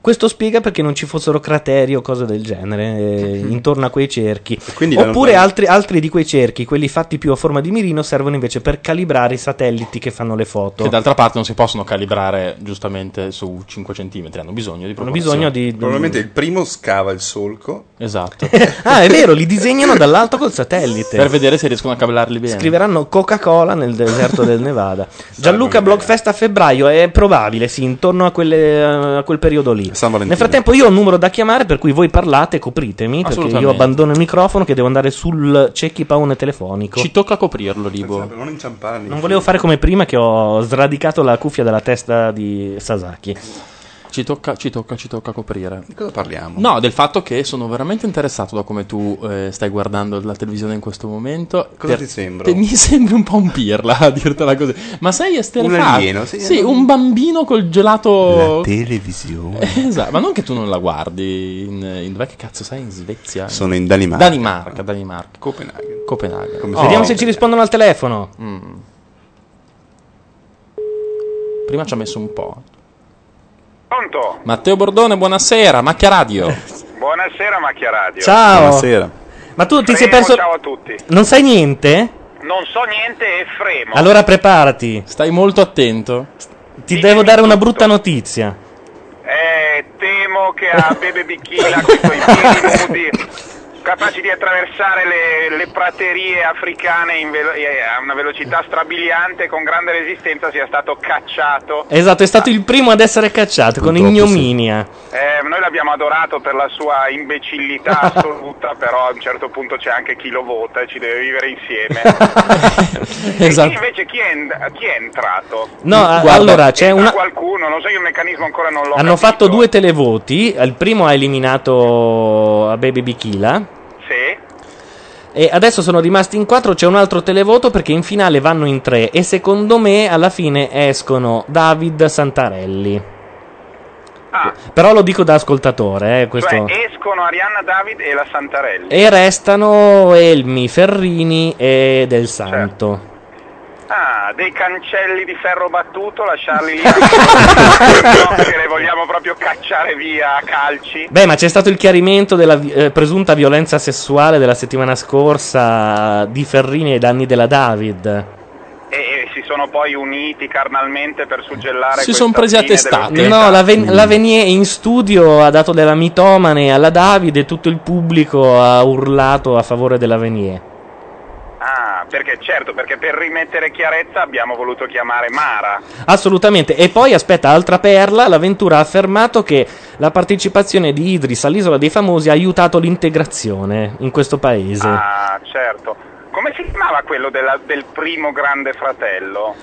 S5: Questo spiega perché non ci fossero crateri o cose del genere eh,
S6: Mhm.
S5: intorno a quei cerchi.
S7: quindi la-
S5: Oppure altri, altri di quei cerchi, quelli fatti più a forma di mirino, servono invece per calibrare i satelliti che fanno le foto.
S6: Che d'altra parte non si possono calibrare giustamente su 5 cm, hanno bisogno di proporzioni.
S5: bisogno di-
S7: Probabilmente il primo scava il solco.
S6: Esatto.
S5: <laughs> ah, è vero, li disegnano dall'alto col satellite.
S6: per vedere se riescono a cavallarli bene.
S5: Scriveranno Coca-Cola nel deserto del
S6: <laughs>
S5: Nevada. Gianluca Blogfest a febbraio è probabile, sì, intorno a, quelle- a quel periodo lì. Nel frattempo io ho un numero da chiamare per cui voi parlate, copritemi, perché io
S6: Assolutamente.
S5: abbandono il microfono che devo andare sul cecchi paone telefonico.
S6: Ci tocca coprirlo, Libo.
S7: Non inciamparli.
S5: non volevo fare come prima che ho sradicato la cuffia dalla testa di Sasaki.
S6: Ci tocca, ci tocca, ci tocca coprire. Di
S7: cosa parliamo?
S6: No, del fatto che sono veramente interessato da come tu eh, stai guardando la televisione in questo momento.
S7: Cosa
S6: Per-
S7: ti sembra?
S6: te- mi <laughs> sembri un po' un pirla, a dirtela così. Ma sei esterefatto.
S7: alieno, sì,
S6: sì
S7: eh.
S6: un bambino col gelato... Oh.
S7: televisione.
S6: <laughs> Esatto, ma non che tu non la guardi in, in- dove che cazzo sei in Svezia?
S7: Sono in Danimarca.
S6: Danimarca, Danimarca.
S7: Copenaghen.
S6: Copenaghen.
S7: Come
S6: Oh.
S5: Vediamo se ci rispondono al telefono.
S6: Mm. Prima ci ha messo un po'.
S17: Pronto?
S6: Matteo Bordone, buonasera, Macchia Radio.
S7: <laughs>
S17: Buonasera Macchia Radio.
S5: Ciao. Buonasera. Ma tu ti sei
S17: Primo,
S5: perso...
S17: Ciao a tutti.
S5: Non sai niente?
S17: Non so niente e fremo.
S5: Allora preparati.
S6: Stai molto attento.
S5: Ti devo dare una brutta notizia.
S17: Eh, temo che a Bebe Bicchina con quei piedi nudi capaci di attraversare le, le praterie africane in velo- eh, a una velocità strabiliante con grande resistenza sia stato cacciato.
S5: Esatto, è stato il primo ad essere cacciato con ignominia.
S17: Eh, noi l'abbiamo adorato per la sua
S5: <laughs>
S17: imbecillità assoluta, però a un certo punto c'è anche chi lo vota e ci deve vivere insieme.
S5: <laughs>
S17: E
S5: Esatto.
S17: chi invece chi è, en- chi è entrato?
S5: No, a- allora c'è
S17: Entra
S5: una.
S17: qualcuno, non so io il meccanismo ancora non l'ho
S5: Hanno
S17: capito.
S5: fatto due televoti. Il primo ha eliminato a Baby Bikila.
S17: Sì.
S5: E adesso sono rimasti in quattro. C'è un altro televoto perché in finale vanno in tre. E secondo me alla fine escono David Santarelli. Però lo dico da ascoltatore, eh, questo.
S17: Cioè escono Arianna David e la Santarelli.
S5: E restano Elmi, Ferrini e Del Santo.
S17: Ah, dei cancelli di ferro battuto, lasciarli lì. no, che le vogliamo proprio cacciare via a calci.
S5: Beh, ma c'è stato il chiarimento della vi- eh, presunta violenza sessuale della settimana scorsa di Ferrini ai danni della David.
S17: E, e si sono poi uniti carnalmente per suggellare
S5: Si
S17: questa
S5: sono presi a
S17: fine
S5: testate.
S17: dell'umanità.
S5: No, la, Ven-
S6: Mm.
S5: la Venier in studio ha dato della mitomane alla Davide e tutto il pubblico ha urlato a favore della Venier.
S29: Mara, perché certo, perché per rimettere chiarezza abbiamo voluto chiamare Mara.
S5: Assolutamente. E poi, aspetta, altra perla, l'avventura ha affermato che la partecipazione di Idris all'Isola dei Famosi ha aiutato l'integrazione in questo paese.
S29: Ah, certo. Come si chiamava quello della- del primo grande fratello?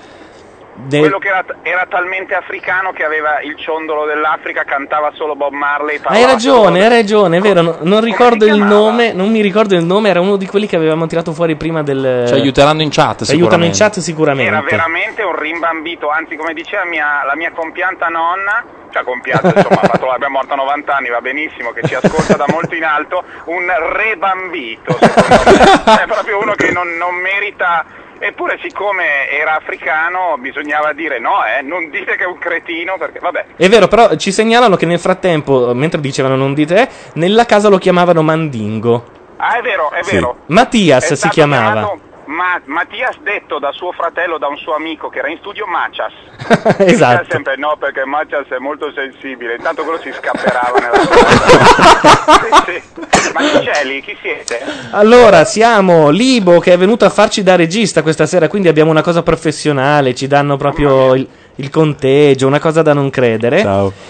S5: De-
S29: Quello che era, era talmente africano che aveva il ciondolo dell'Africa, cantava solo Bob Marley.
S5: Hai
S29: parlava
S5: ragione,
S29: solo-
S5: hai ragione, è vero, non, non ricordo il nome, non mi ricordo il nome, era uno di quelli che avevamo tirato fuori prima del...
S6: Ci aiuteranno in chat,
S5: Eh, Ci aiutano in
S6: sicuramente.
S5: chat sicuramente.
S29: Era veramente un rimbambito, anzi come diceva mia- la mia compianta nonna, cioè compianta insomma, ha fatto- abbiamo morto a 90 anni, va benissimo, che ci ascolta da molto in alto, un rebambito, secondo
S6: <laughs>
S29: me. è proprio uno che non, non merita, eppure siccome era africano bisognava dire no, eh, non dite che è un cretino, perché vabbè,
S5: È vero, però ci segnalano che nel frattempo, mentre dicevano non dite, eh, nella casa lo chiamavano Mandingo.
S29: ah è vero, è vero.
S5: Mattias
S29: È
S5: si
S29: stato
S5: chiamava.
S29: chiamato Ma- Mattias detto da suo fratello, da un suo amico che era in studio, Macias.
S5: <laughs> esatto.
S29: Dice sempre no perché Macias è molto sensibile, intanto quello si scapperava nella
S5: <laughs>
S29: Sì, sì. Ma chi c'è lì? Chi siete?
S5: Allora, siamo Libo che è venuto a farci da regista questa sera, quindi abbiamo una cosa professionale, ci danno proprio il, il conteggio, una cosa da non credere.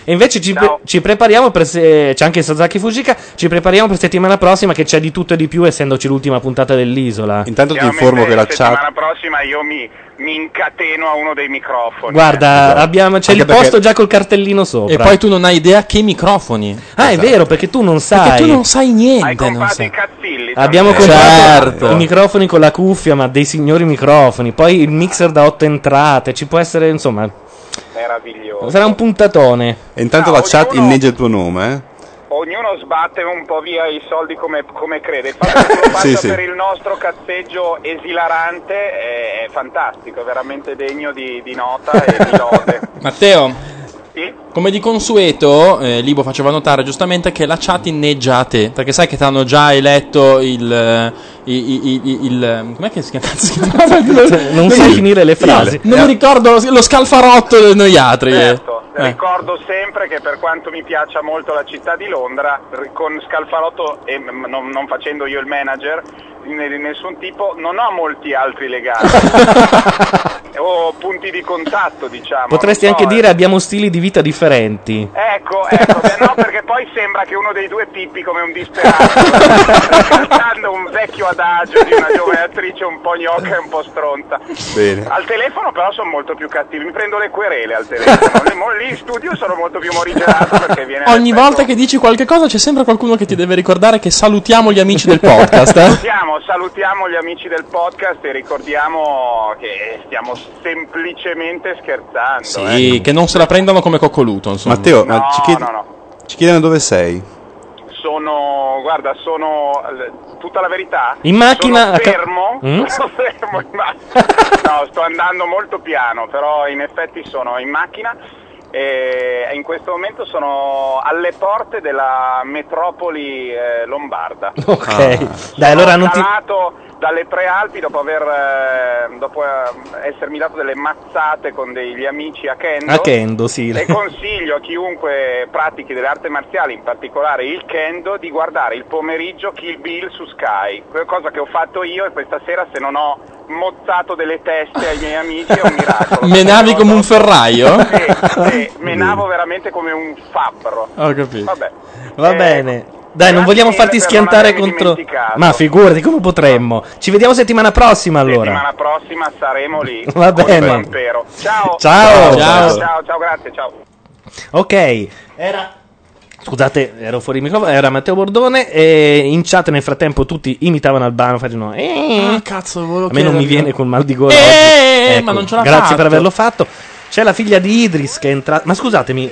S5: E invece ci, pre- ci prepariamo per se- c'è anche Sasaki Fujika, ci prepariamo per settimana prossima che c'è di tutto e di più essendoci l'ultima puntata dell'isola.
S7: Intanto ti informo che la chat.
S29: La prossima io mi, mi incateno a uno dei microfoni.
S7: Esatto.
S5: Guarda, abbiamo- c'è
S6: Anche
S5: il posto
S6: perché-
S5: già col cartellino sopra.
S6: E poi tu non hai idea che microfoni. Esatto.
S5: Ah, è vero, perché tu non sai.
S6: Perché tu non sai niente. non sai.
S5: Abbiamo
S6: Certo.
S5: comprato
S6: Certo.
S5: i microfoni con la cuffia, ma dei signori microfoni. Poi il mixer da otto entrate. Ci può essere, insomma.
S29: Meraviglioso.
S5: Sarà un puntatone.
S7: E intanto la chat inneggia il tuo nome, eh?
S29: Ognuno sbatte un po' via i soldi come, come
S7: <laughs>
S29: crede. Il fatto che tu lo faccia
S7: Sì, sì.
S29: per il nostro cazzeggio esilarante è, è fantastico, è veramente degno di, di nota e di lode.
S6: Matteo,
S29: Sì?
S6: come di consueto, eh, Libo faceva notare giustamente che la chat inneggia a te. Perché sai che ti hanno già eletto il. eh, i- i- i- il- com'è che si chiama? <laughs> Cazzo, si chiamava?
S5: Non sai finire le frasi.
S6: Non mi ricordo lo scalfarotto di noi altri.
S29: Certo,
S6: Eh.
S29: ricordo sempre che per quanto mi piaccia molto la città di Londra, ri- con Scalfarotto e m- non, non facendo io il manager né- di nessun tipo, non ho molti altri legami o punti di contatto,
S5: <laughs>
S29: diciamo.
S5: Potresti
S29: non so,
S5: anche
S29: eh.
S5: dire abbiamo stili di vita differenti.
S29: Ecco, ecco, beh, no,
S5: <laughs>
S29: perché poi sembra che uno dei due pippi come un disperato, cantando un vecchio adagio di una giovane attrice un po' gnocca e un po' stronta.
S7: Bene.
S29: Al telefono però sono molto più cattivi, mi prendo le querele al telefono, Le mo- lì in studio sono molto più morigerato perché viene...
S6: Ogni volta che dici qualche cosa c'è sempre qualcuno che ti deve ricordare che salutiamo gli
S5: <laughs>
S6: amici del
S29: <laughs>
S6: podcast. eh.
S29: Salutiamo, salutiamo gli amici del podcast e ricordiamo che stiamo semplicemente scherzando.
S6: Sì, che non se la prendano come coccoluto, insomma.
S7: Matteo, ma ci, chied-
S29: no, no.
S7: ci chiedono dove sei.
S29: Sono, guarda, sono l- tutta la verità.
S7: In macchina
S29: Sono
S7: a ca-
S5: <laughs>
S29: fermo.
S7: Mm?
S29: Sono <laughs> fermo in macchina. No, sto andando molto piano, però in effetti sono in macchina e in questo momento sono alle porte della metropoli eh, lombarda.
S5: Ok. Dai, allora non ti.
S29: Calato dalle prealpi dopo aver eh, dopo eh, essermi dato delle mazzate con degli amici a Kendo.
S5: A Kendo, sì.
S29: E consiglio a chiunque pratichi delle arti marziali, in particolare il Kendo, di guardare il pomeriggio Kill Bill su Sky, Que- cosa che ho fatto io e questa sera se non ho mozzato delle teste ai miei amici è un miracolo.
S6: Menavi come un ferraio?
S29: <laughs> Sì, sì, menavo veramente come un fabbro.
S6: Ho capito.
S29: Vabbè. Eh,
S5: Va bene. Dai, non vogliamo farti
S29: per
S5: schiantare
S29: non avermi
S5: contro.
S29: dimenticato.
S5: Ma figurati, come potremmo? Ci vediamo settimana prossima allora.
S29: Settimana prossima saremo lì.
S5: <laughs> Va
S29: con
S5: bene.
S29: Pampero. Ciao.
S5: Ciao.
S29: ciao,
S5: Ciao.
S29: ciao, ciao, grazie, ciao.
S5: Ok. Era. Scusate, ero fuori microfono, era Matteo Bordone e in chat nel frattempo tutti imitavano Albano facevano "Eh".
S6: Ah, cazzo, volevo
S5: A me non mi viene col mal di gola.
S6: Eh,
S5: oggi. Ecco,
S6: ma non ce l'ha
S5: Grazie per
S6: fatto.
S5: averlo fatto. C'è la figlia di Idris che è entrata. Ma scusatemi,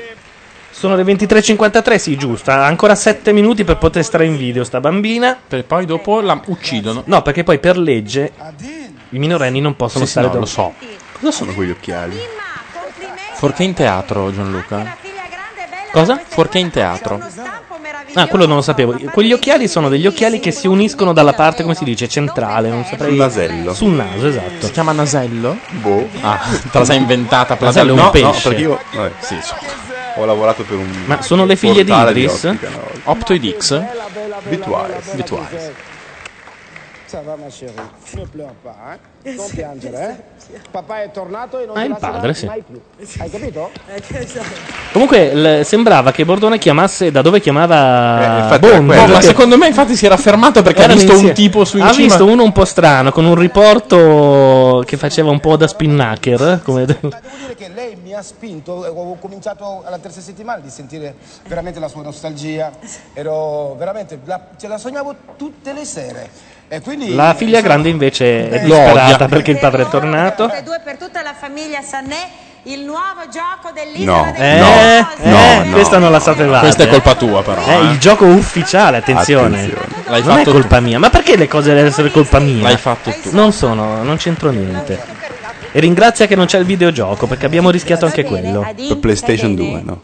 S5: sono le 23.53, sì, giusto. Ha ancora 7 minuti per poter stare in video sta bambina.
S6: Per poi dopo la uccidono.
S5: No, perché poi per legge i minorenni non possono
S6: Sì, sì,
S5: stare
S6: no, lo
S5: dopo.
S6: so.
S7: Cosa sono quegli occhiali?
S6: Forché in teatro, Gianluca.
S5: Cosa?
S6: Forché in teatro.
S5: Ah, quello non lo sapevo. Quegli occhiali sono degli occhiali che si uniscono dalla parte, come si dice, centrale. Non saprei...
S6: Sul nasello.
S5: Sul naso, esatto. Si
S6: chiama nasello?
S7: Boh.
S6: Ah, te la sei inventata,
S5: Nasello
S6: Plasello, un
S5: è un
S6: pesce.
S7: No, perché io vabbè, ho lavorato per un.
S5: Ma sono le figlie di
S7: portale
S5: Idris?
S7: ottica una volta.
S6: Optoid X?
S7: Vituales.
S6: Vituales.
S19: Ça va, ma chérie. Ne pleure pas, eh? Non piangere, eh? Papà è tornato e non
S5: Ah,
S19: ti
S5: il
S19: lascerà
S5: padre, sì.
S19: mai più. Hai
S8: <laughs>
S19: capito?
S8: Eh,
S5: Comunque l- sembrava che Bordone chiamasse da dove chiamava
S6: Eh, infatti era
S5: Bond,
S6: quello.
S5: perché-
S6: Ah, boh, Ma secondo me infatti si era fermato perché ha
S5: Erano
S6: visto un
S5: insieme.
S6: tipo su in
S5: Ha
S6: cima.
S5: visto uno un po' strano con un riporto che faceva un po' da spinnaker, come
S19: dire che lei mi ha spinto, ho cominciato alla terza settimana di sentire veramente la sua nostalgia, ero veramente, la- ce la sognavo tutte le sere e quindi...
S5: La figlia grande invece è
S19: Eh,
S5: disperata perché il padre è tornato.
S11: Tutte e due per tutta la famiglia Sannè il nuovo gioco dell'isola
S5: No,
S11: del
S5: eh, eh, questa non la sapevate.
S6: Questa è colpa tua, però,
S5: È
S6: eh.
S5: il gioco ufficiale, attenzione.
S6: Attenzione.
S5: L'hai
S6: L'hai
S5: non è
S6: fatto
S5: colpa mia. Ma perché le cose devono essere colpa mia? L'hai fatto tu. Non sono, non c'entro niente. E ringrazia che non c'è il videogioco perché abbiamo rischiato anche quello.
S11: Per PlayStation 2,
S5: no?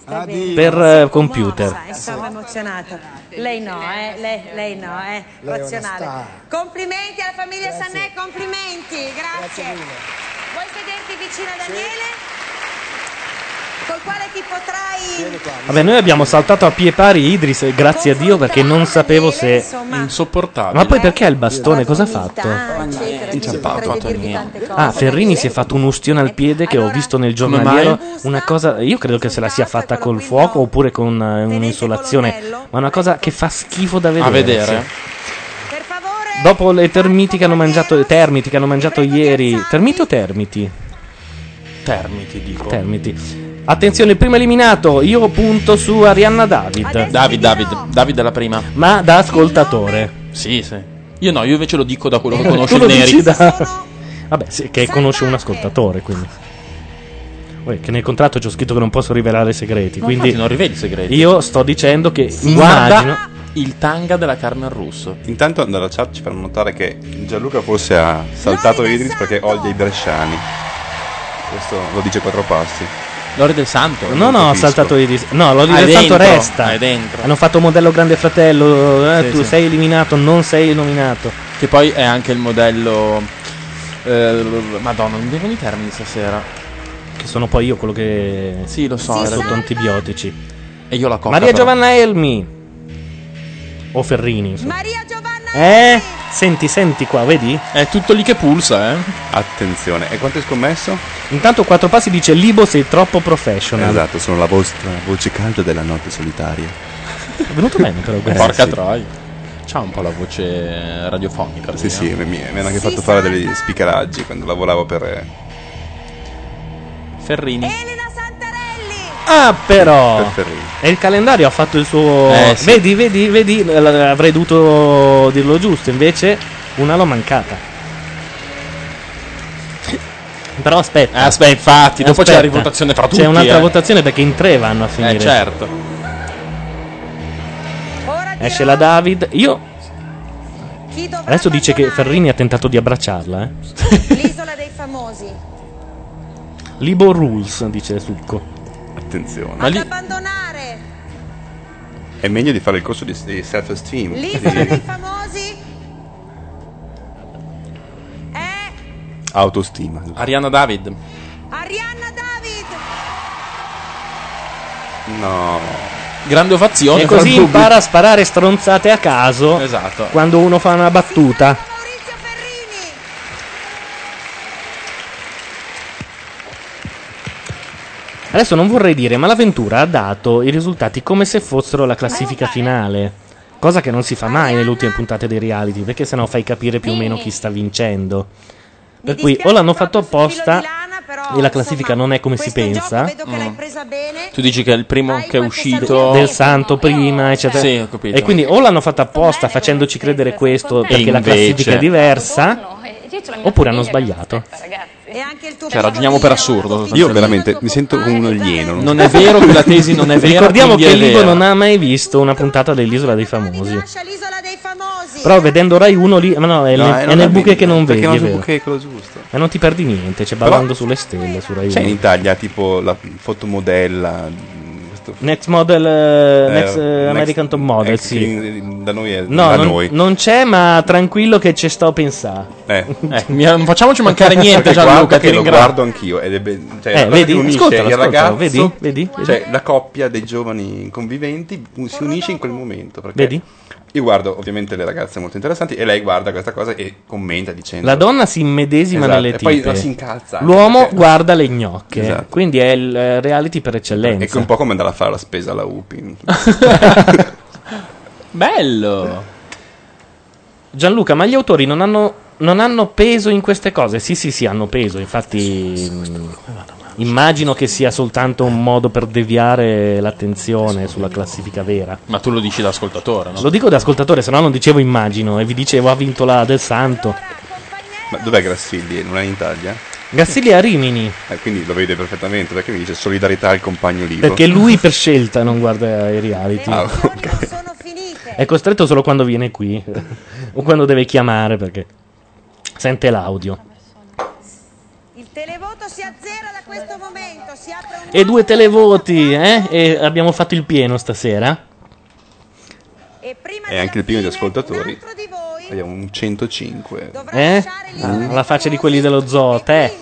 S5: Per eh, computer.
S11: Sai, sono emozionato. Lei no, eh? Lei, lei no, eh? Razionale. Complimenti alla famiglia Sannè, complimenti, grazie. Vuoi sederti vicino a Daniele? Col quale ti potrai
S5: Vabbè, noi abbiamo saltato a pie pari Idris, grazie a Dio, perché non sapevo se.
S6: Insopportabile.
S5: Ma poi perché ha il bastone? Cosa ha fatto?
S11: eccetera,
S6: Inciampato.
S5: Ah, Ferrini si è fatto un'ustione al piede che ho visto nel giornaliero. Una cosa. Io credo che se la sia fatta col fuoco oppure con eh, un'insolazione. Ma una cosa che fa schifo da vedere.
S6: A vedere?
S5: sì. Dopo le termiti che hanno mangiato. le Termiti che hanno mangiato ieri. Termiti o termiti?
S6: Termiti, dico.
S5: Termiti. Attenzione, primo eliminato. Io punto su Arianna David.
S6: David, David, David è la prima.
S5: Ma da ascoltatore.
S6: Sì, sì. Io no, io invece lo dico da quello che
S5: Vabbè,
S6: conosce
S5: Eh, tu
S6: il
S5: lo dici
S6: Neri. <laughs>
S5: da- Vabbè, sì, che conosce un ascoltatore, quindi. Uè, che nel contratto c'ho scritto che non posso rivelare segreti,
S6: Ma
S5: quindi
S6: infatti non riveli segreti.
S5: Io sto dicendo che immagino
S6: Guarda il tanga della Carmen Russo.
S7: Intanto dalla chat ci fanno notare che Gianluca forse ha saltato Idris perché odia i bresciani. Questo lo dice quattro passi.
S6: Lori del Santo?
S5: No, no, ha saltato Idris. No, l'ho
S6: Ah, è
S5: risaltato
S6: dentro,
S5: resta.
S6: ah, è dentro.
S5: Hanno fatto modello Grande Fratello, eh,
S6: Sì,
S5: tu
S6: sì.
S5: sei eliminato, non sei nominato.
S6: Che poi è anche il modello. eh, Madonna, non devono i termini stasera.
S5: Che sono poi io quello che
S6: Sì, lo so,
S5: ho
S6: era-
S5: sotto antibiotici.
S6: E io la copro.
S5: Maria Giovanna Elmi o Ferrini. Maria Giovanna Eh, senti, senti qua, vedi?
S6: È tutto lì che pulsa, eh.
S7: Attenzione, e quanto hai scommesso?
S5: Intanto quattro passi dice Libo sei troppo professional.
S7: Esatto, sono la vostra voce calda della notte solitaria.
S5: È venuto bene però questo.
S6: Porca troia. C'ha un po' la voce radiofonica.
S7: Sì,
S5: eh.
S7: sì, mi, mi hanno anche fatto fare degli spicaraggi quando lavoravo per. eh,
S6: Ferrini.
S5: Ah, però.
S7: Per Ferrini.
S5: E il calendario ha fatto il suo.
S7: Eh, sì.
S5: Vedi, vedi, vedi. l- l- Avrei dovuto dirlo giusto. Invece, una l'ho mancata. Però aspetta.
S6: Eh,
S5: Eh,
S6: Aspetta, infatti, dopo c'è la rivotazione fra tutti,
S5: C'è un'altra
S6: eh.
S5: votazione perché in tre vanno a finire.
S6: Eh, certo.
S5: Esce la David. Io.
S11: chi dovrà
S5: Adesso dice che Ferrini ha tentato di abbracciarla. Eh.
S11: l'isola dei famosi.
S5: Libo Rules, dice Succo.
S7: Attenzione.
S5: Ma lì.
S11: Abbandonare
S7: È meglio di fare il corso di, di self-esteem.
S11: l'isola
S7: Di
S11: dei
S6: Cioè,
S11: famosi.
S7: autostima.
S6: Ariana David.
S11: Arianna David.
S7: No.
S6: Grande ovazione.
S5: E
S6: fra il
S5: così
S6: pubblico.
S5: impara a sparare stronzate a caso.
S6: Esatto.
S5: Quando uno fa una battuta. Adesso non vorrei dire, ma l'avventura ha dato i risultati come se fossero la classifica finale. Cosa che non si fa mai nelle ultime puntate dei reality, perché sennò fai capire più o meno chi sta vincendo. Per cui o l'hanno fatto apposta e la classifica non è come si pensa.
S6: Mm. Tu dici che è il primo che è uscito.
S5: Del santo prima, eccetera.
S6: Sì, ho capito.
S5: E quindi o l'hanno fatta apposta facendoci credere questo perché la
S6: invece-
S5: classifica è diversa,
S6: eh,
S5: oppure hanno sbagliato.
S6: Cioè, ragioniamo per assurdo.
S7: Io veramente mi sento come un alieno.
S6: Non è vero che la tesi non è vera.
S5: Ricordiamo che
S6: quindi è
S5: Ligo
S6: vera.
S5: non ha mai visto una puntata dell'Isola dei Famosi. Però vedendo Rai 1 lì. Ma no, è,
S7: No,
S5: nel-
S7: eh,
S5: è
S7: non
S5: nel
S7: la
S5: buche
S7: vedi,
S5: che non
S7: perché non
S5: vedi. è
S7: c'è
S5: vero.
S7: buche, è quello giusto.
S5: E non ti perdi niente, c'è
S7: Però-
S5: ballando sulle stelle su Rai
S7: C'è in
S5: 1.
S7: Italia tipo la fotomodella. mh, questo-
S5: Next Model. eh,
S7: Eh,
S5: next, eh, American Top Model,
S7: eh,
S5: sì.
S7: che Da noi è
S5: No,
S7: da
S5: non, <laughs>
S7: noi.
S5: non c'è, ma tranquillo che ci sto a pensare.
S7: Eh.
S6: non
S5: <laughs>
S6: facciamoci mancare niente,
S7: Perché
S6: Gianluca,
S7: guarda
S6: ti
S7: che lo
S6: ringrazio.
S7: guardo anch'io. Ed è be- cioè,
S5: Eh,
S7: la cosa
S5: vedi?
S7: che unisce
S5: Ascoltalo,
S7: il
S5: ascoltalo,
S7: ragazzo,
S5: vedi? Vedi?
S7: Cioè, la coppia dei giovani conviventi si unisce in quel momento. Perché
S5: Vedi?
S7: Io guardo ovviamente le ragazze molto interessanti e lei guarda questa cosa e commenta dicendo...
S5: La donna si immedesima
S7: Esatto,
S5: nelle
S7: e poi
S5: tipe.
S7: si incalza anche,
S5: L'uomo
S7: perché-
S5: guarda le gnocche.
S7: Esatto.
S5: Quindi è il eh, reality per eccellenza.
S7: È un po' come andare a fare la spesa alla UPI.
S5: <laughs> Bello. Gianluca, ma gli autori non hanno, non hanno peso in queste cose? Sì, sì, sì, hanno peso. Infatti, mh, immagino che sia soltanto un modo per deviare l'attenzione sulla classifica vera.
S6: Ma tu lo dici da ascoltatore, no?
S5: Lo dico da ascoltatore, se no non dicevo immagino e vi dicevo ha vinto la Del Santo.
S7: Ma dov'è Grassilli? Non è in Italia?
S5: Grassilli è a Rimini.
S7: Eh, quindi lo vede perfettamente perché mi dice solidarietà al compagno libero.
S5: Perché lui per scelta non guarda i reality.
S7: Ah, ok.
S5: È costretto solo quando viene qui <laughs> o quando deve chiamare perché sente l'audio.
S11: Il televoto si azzera da questo momento, si apre un
S5: E due televoti, eh? E abbiamo fatto il pieno stasera.
S7: E anche il pieno di ascoltatori. Abbiamo un 105.
S5: Eh? Alla faccia di quelli dello zoo, te.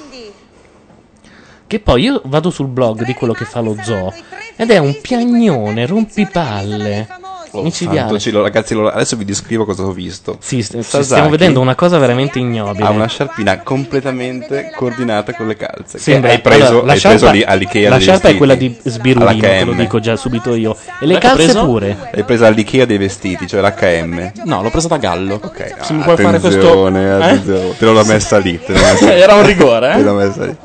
S5: Che poi io vado sul blog di quello che fa lo zoo ed è un piagnone, rompipalle.
S7: Oh, santo
S5: Micidiale.
S7: cielo, ragazzi, allora, adesso vi descrivo cosa ho visto.
S5: Sì, st- st- stiamo vedendo una cosa veramente ignobile.
S7: Ha una sciarpina completamente coordinata con le calze. Sembra,
S5: Sembra-
S7: Eh, hai preso,
S5: allora, la
S7: hai
S5: sciarpa-
S7: preso lì all'Ikea
S5: la
S7: dei
S5: sciarpa è
S7: vestiti.
S5: quella di Sbirulino,
S7: Alla
S5: te lo
S7: H&M.
S5: dico già subito io. E le calze pure.
S7: L'hai presa all'Ikea dei vestiti, cioè l'H&M.
S6: No, l'ho presa da Gallo. Ok.
S7: Se mi puoi fare questo... Te l'ho messa lì. te l'ho
S6: <laughs>
S7: messa lì.
S6: Eh? Era un rigore, eh?
S7: Te l'ho messa lì.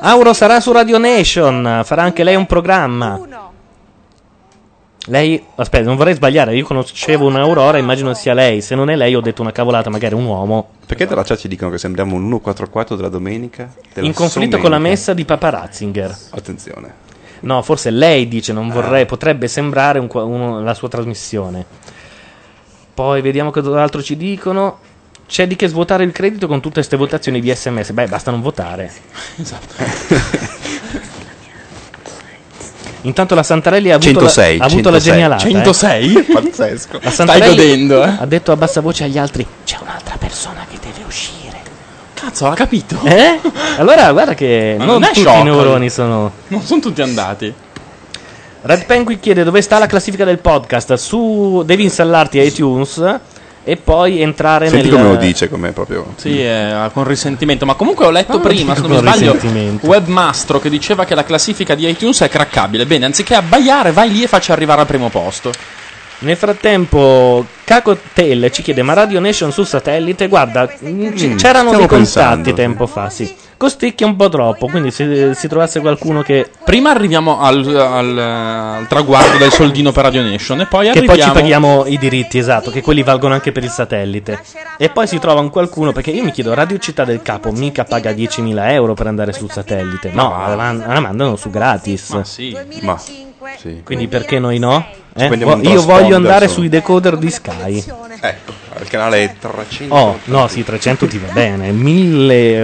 S5: Auro sarà su Radio Nation, farà anche lei un programma. Lei, aspetta, non vorrei sbagliare, io conoscevo un'Aurora, immagino sia lei. Se non è lei ho detto una cavolata, magari è un uomo.
S7: Perché dalla chat ci dicono che sembriamo un 144 della domenica? Della
S5: In conflitto con la
S7: domenica.
S5: messa di Papa Ratzinger.
S7: Attenzione.
S5: No, forse lei dice
S6: Ah.
S5: non vorrei, potrebbe sembrare un qua- uno- la sua trasmissione. Poi vediamo cos'altro ci dicono. C'è di che svuotare il credito con tutte queste votazioni di sms. Beh, basta non votare.
S6: Esatto.
S5: <laughs> Intanto la Santarelli ha avuto,
S6: 106,
S5: la, ha avuto la
S6: 106.
S5: genialata. eh.
S6: 106?
S7: Pazzesco.
S5: La
S6: Stai
S5: Santarelli
S6: godendo, eh.
S5: Ha detto a bassa voce agli altri: C'è un'altra persona che deve uscire.
S6: Cazzo, ha capito?
S5: Eh? Allora, guarda che
S6: Ma
S5: non,
S6: non è
S5: tutti
S6: sciocco.
S5: i neuroni sono.
S6: Non sono tutti andati.
S5: Red Penguin chiede dove sta la classifica del podcast. Su devi installarti iTunes e poi entrare
S7: Senti
S5: nel
S7: come lo dice, come proprio...
S6: Sì, eh, con risentimento. Ma comunque ho letto
S5: Ma non
S6: prima,
S5: Ah,
S6: se
S5: dico
S6: non mi
S5: con
S6: sbaglio,
S5: risentimento.
S6: Webmastro che diceva che la classifica di iTunes è craccabile. Bene, anziché abbaiare, vai lì e facci arrivare al primo posto.
S5: Nel frattempo, Cacotel ci chiede: Ma Radio Nation sul satellite? Guarda, mm, c- c'erano
S6: stavo
S5: dei contatti
S6: pensando, sì.
S5: tempo fa. Sì. Costicchia un po' troppo. Quindi, se si trovasse qualcuno che.
S6: Prima arriviamo al, al- al traguardo del soldino per Radio Nation e poi
S5: Che
S6: arriviamo...
S5: poi ci paghiamo i diritti, esatto, che quelli valgono anche per il satellite. E poi si trova un qualcuno, perché io mi chiedo, Radio Città del Capo mica paga 10.000 euro per andare sul satellite. No, la, man- la mandano su gratis.
S7: Ma...
S5: Quindi perché noi no? Eh?
S7: prendiamo
S5: Vo-
S7: un
S5: io voglio
S7: transponder
S5: andare
S7: solo.
S5: sui decoder di Sky.
S7: Ecco, al canale 300.
S5: Oh, no, sì, 300 ti va bene.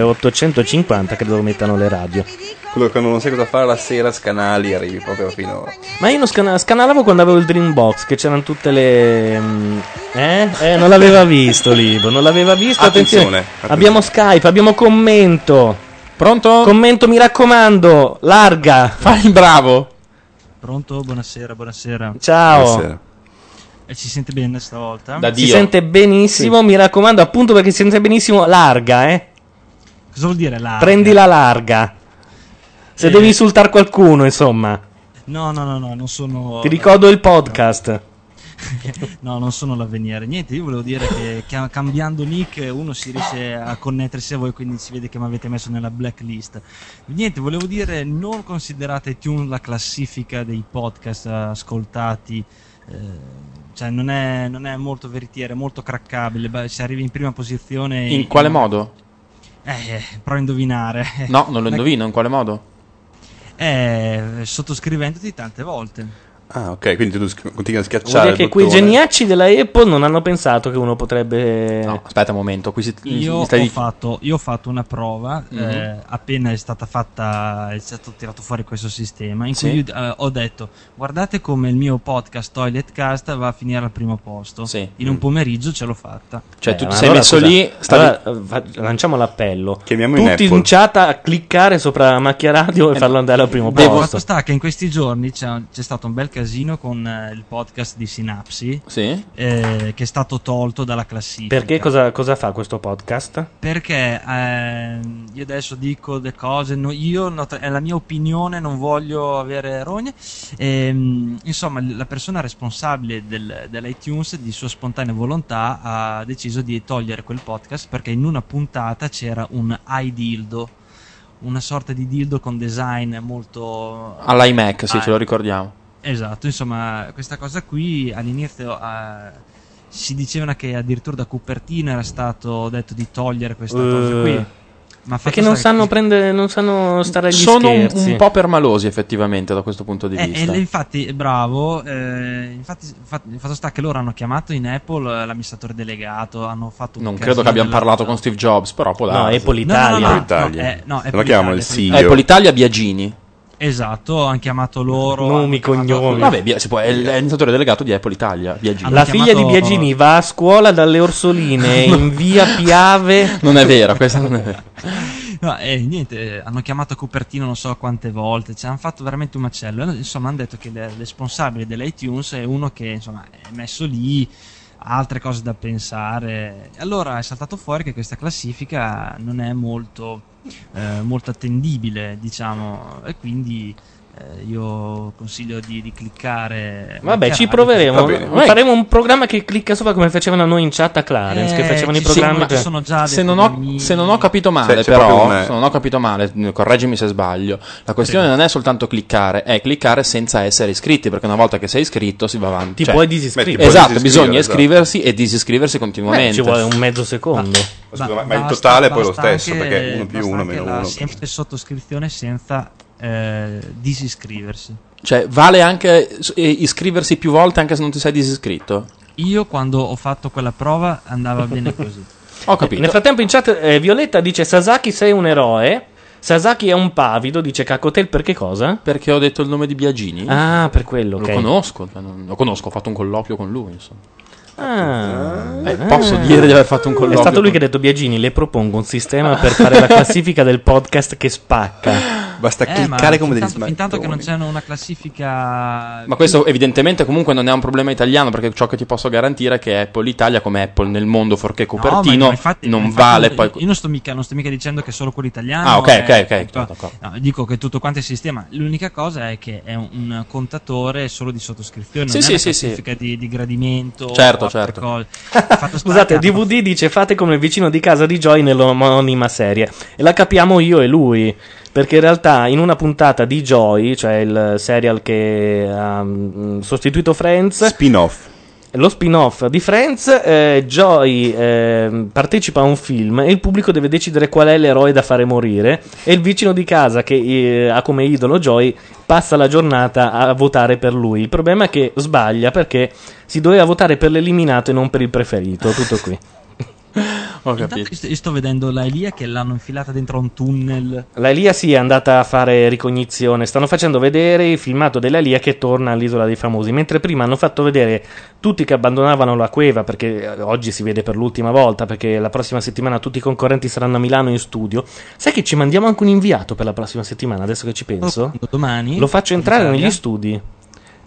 S5: 1850 credo mettano le radio.
S7: Quello che non sai cosa fare la sera, scanali, arrivi proprio fino...
S5: Ma io non scana- scanalavo quando avevo il Dreambox, che c'erano tutte le... mm, Eh? Eh, non l'aveva visto, Libo, non l'aveva visto. Attenzione.
S7: Attenzione, attenzione.
S5: Abbiamo Skype, abbiamo commento. Pronto? Commento, mi raccomando, larga. Fai il bravo.
S12: Pronto? Buonasera, buonasera.
S5: Ciao. Buonasera.
S12: E ci sente bene stavolta?
S5: Si sente benissimo, mi raccomando, appunto perché si sente benissimo, larga, eh.
S12: Cosa vuol dire larga?
S5: Prendila larga. Se
S12: Eh.
S5: devi insultare qualcuno, insomma.
S12: No, no, no, no, non sono...
S5: Ti ricordo il podcast.
S12: <laughs> No, non sono l'avveniere. Niente, io volevo dire che ca- cambiando nick uno si riesce a connettersi a voi, quindi si vede che mi avete messo nella blacklist. Niente, volevo dire, non considerate iTunes la classifica dei podcast ascoltati. eh, cioè, non è, non è molto veritiera, è molto craccabile. Beh, se arrivi in prima posizione...
S6: In quale modo?
S12: Eh, eh, prova a indovinare.
S6: No, non lo indovino, in quale modo?
S12: Eh, sottoscrivendoti tante volte.
S7: Ah, ok, quindi tu schi- continui a
S5: Vuol
S7: schiacciare
S5: dire
S7: il
S5: che quei
S7: bottone.
S5: geniacci della Apple non hanno pensato che uno potrebbe. No,
S6: aspetta un momento. Qui si,
S12: Io ho, fatto, io ho fatto una prova,
S5: Mhm.
S12: eh, appena è stata fatta, è stato tirato fuori questo sistema, in
S5: Sì.
S12: cui io, eh, ho detto, guardate come il mio podcast Toilet Cast va a finire al primo posto. In un pomeriggio ce l'ho fatta.
S5: Eh,
S6: Cioè, tu ti sei messo lì, stavi-
S5: Allora, eh, fa- lanciamo l'appello.
S7: Chiamiamo
S12: in
S5: Tutti
S12: Apple.
S5: in chat a
S12: Eh,
S5: cliccare sopra la macchia radio e farlo andare al primo
S12: il
S5: posto.
S12: fatto sta che in questi giorni c'è, c'è stato un bel casino casino con eh, il podcast di Sinapsi,
S6: Sì?
S12: eh, che è stato tolto dalla classifica.
S5: Perché cosa, cosa fa questo podcast?
S12: Perché ehm, io adesso dico le cose, no- io not- è la mia opinione, non voglio avere rogne. Ehm, insomma, l- la persona responsabile del- dell'iTunes di sua spontanea volontà ha deciso di togliere quel podcast perché in una puntata c'era un iDildo, una sorta di dildo con design molto...
S6: All'iMac, sì,
S12: Ah,
S6: ce lo ricordiamo.
S12: Esatto, insomma, questa cosa qui all'inizio eh, si diceva che addirittura da Cupertino era stato detto di togliere questa
S5: Eh,
S12: cosa qui. Ma fatto
S5: Perché non
S12: sta che-
S5: sanno, prendere, non sanno stare agli
S6: Sono un,
S5: scherzi.
S6: un po' permalosi, effettivamente, da questo punto di
S12: Eh,
S6: vista.
S12: eh, infatti, bravo, eh, infatti, fa- il fatto sta che loro hanno chiamato in Apple eh, l'amministratore delegato, hanno fatto un
S6: Non
S12: casino
S6: credo che abbiano
S12: della-
S6: parlato con Steve Jobs, però può
S12: No,
S6: darsi.
S12: Apple Italia. No, no, no, no, eh, no, Apple
S6: lo chiamano
S12: Italia,
S6: il
S12: sì.
S6: CEO. Apple Italia Biagini.
S12: Esatto, hanno chiamato loro. hanno
S5: Nomi,
S12: chiamato-
S5: cognomi.
S6: Vabbè, Bia- si può- è il- è l'amministratore delegato di Apple Italia, Biagini.
S5: La figlia di
S12: <laughs>
S5: Biagini va a scuola dalle Orsoline in via Piave.
S6: Non è vera, questa non è vera.
S12: <laughs> No, e niente, eh, hanno chiamato Cupertino non so quante volte, cioè, hanno fatto veramente un macello. Allora, Insomma, hanno detto che il responsabile dell'iTunes è uno che insomma, è messo lì, ha altre cose da pensare. Allora è saltato fuori che questa classifica non è molto, eh, molto attendibile, diciamo, e quindi eh, io consiglio di, di cliccare.
S5: Vabbè, ci
S12: Machiavelli.
S5: proveremo. Faremo un programma che clicca sopra come facevano a noi in chat a Clarence, che
S12: Eh,
S5: facevano i
S12: ci sono-
S5: programmi.
S12: ci sono già
S6: se, non ho, se non ho capito male,
S5: Cioè, c'è
S6: però,
S5: proprio un-
S6: se non ho capito male, correggimi se sbaglio. La questione non è soltanto cliccare, è cliccare senza essere iscritti, perché una volta che sei iscritto si va avanti.
S5: Ti
S6: Cioè,
S5: puoi disiscrivere. Beh, ti puoi
S6: Esatto,
S5: disiscrivere,
S6: bisogna
S5: esatto.
S6: iscriversi e disiscriversi
S5: Eh,
S6: continuamente.
S5: ci vuole un mezzo secondo.
S7: Scusa, ma- ma il totale è poi lo stesso,
S12: anche-
S7: perché uno più
S12: basta
S7: uno
S12: anche
S7: meno
S12: la
S7: uno.
S12: semplice sottoscrizione senza eh, disiscriversi.
S6: Cioè, vale anche eh, iscriversi più volte anche se non ti sei disiscritto?
S12: Io quando ho fatto quella prova andava
S6: <laughs>
S12: bene così.
S6: Ho capito.
S5: Nel frattempo in chat eh, Violetta dice Sasaki sei un eroe. Sasaki è un pavido, dice Cacotel perché cosa?
S6: Perché ho detto il nome di Biagini.
S5: Ah, per quello, ok.
S6: Lo conosco, cioè, non- lo conosco, ho fatto un colloquio con lui, insomma.
S5: Ah.
S6: Eh, posso dire di aver fatto un colloquio
S5: È stato lui
S6: con-
S5: che ha detto Biagini, le propongo un sistema per fare
S6: <laughs>
S5: la classifica del podcast che spacca.
S7: Basta
S12: Eh, ma intanto, intanto che non c'è una classifica
S6: Ma questo evidentemente comunque non è un problema italiano perché ciò che ti posso garantire è che Apple Italia come Apple nel mondo forché
S12: No, ma- ma
S6: Cupertino
S12: infatti-
S6: non
S12: infatti
S6: vale
S12: io-
S6: poi
S12: Io non sto mica, non sto mica dicendo che solo quello italiano.
S6: Ah, ok,
S12: è-
S6: ok, ok,
S12: tutto-
S6: d'accordo.
S12: no, dico che tutto quanto è il sistema. L'unica cosa è che è un, un contatore solo di sottoscrizione,
S6: Sì,
S12: non
S6: sì,
S12: è una
S6: sì, sì.
S12: classifica Di, di gradimento.
S5: Certo,
S12: o altre
S5: certo.
S12: cose. Fatto sta
S5: Scusate,
S12: che hanno-
S5: DVD dice fate come il vicino di casa di Joy nell'omonima serie. E la capiamo io e lui. Perché in realtà in una puntata di Joy, cioè il serial che ha mm, sostituito Friends,
S7: spin-off.
S5: Lo spin-off di Friends, eh, Joy ehm, partecipa a un film e il pubblico deve decidere qual è l'eroe da fare morire. E il vicino di casa che eh, ha come idolo Joy passa la giornata a votare per lui. Il problema è che sbaglia perché si doveva votare per l'eliminato e non per il preferito. Tutto qui.
S6: Ho
S12: Intanto io sto- io sto vedendo la Elia che l'hanno infilata dentro un tunnel.
S5: La Elia si è andata a fare ricognizione. Stanno facendo vedere il filmato della Elia che torna all'isola dei famosi. Mentre prima hanno fatto vedere tutti che abbandonavano la cueva perché eh, oggi si vede per l'ultima volta. Perché la prossima settimana tutti i concorrenti saranno a Milano in studio. Sai che ci mandiamo anche un inviato per la prossima settimana? Adesso che ci penso,
S12: Oh, domani
S5: lo faccio entrare
S12: Italia.
S5: negli studi.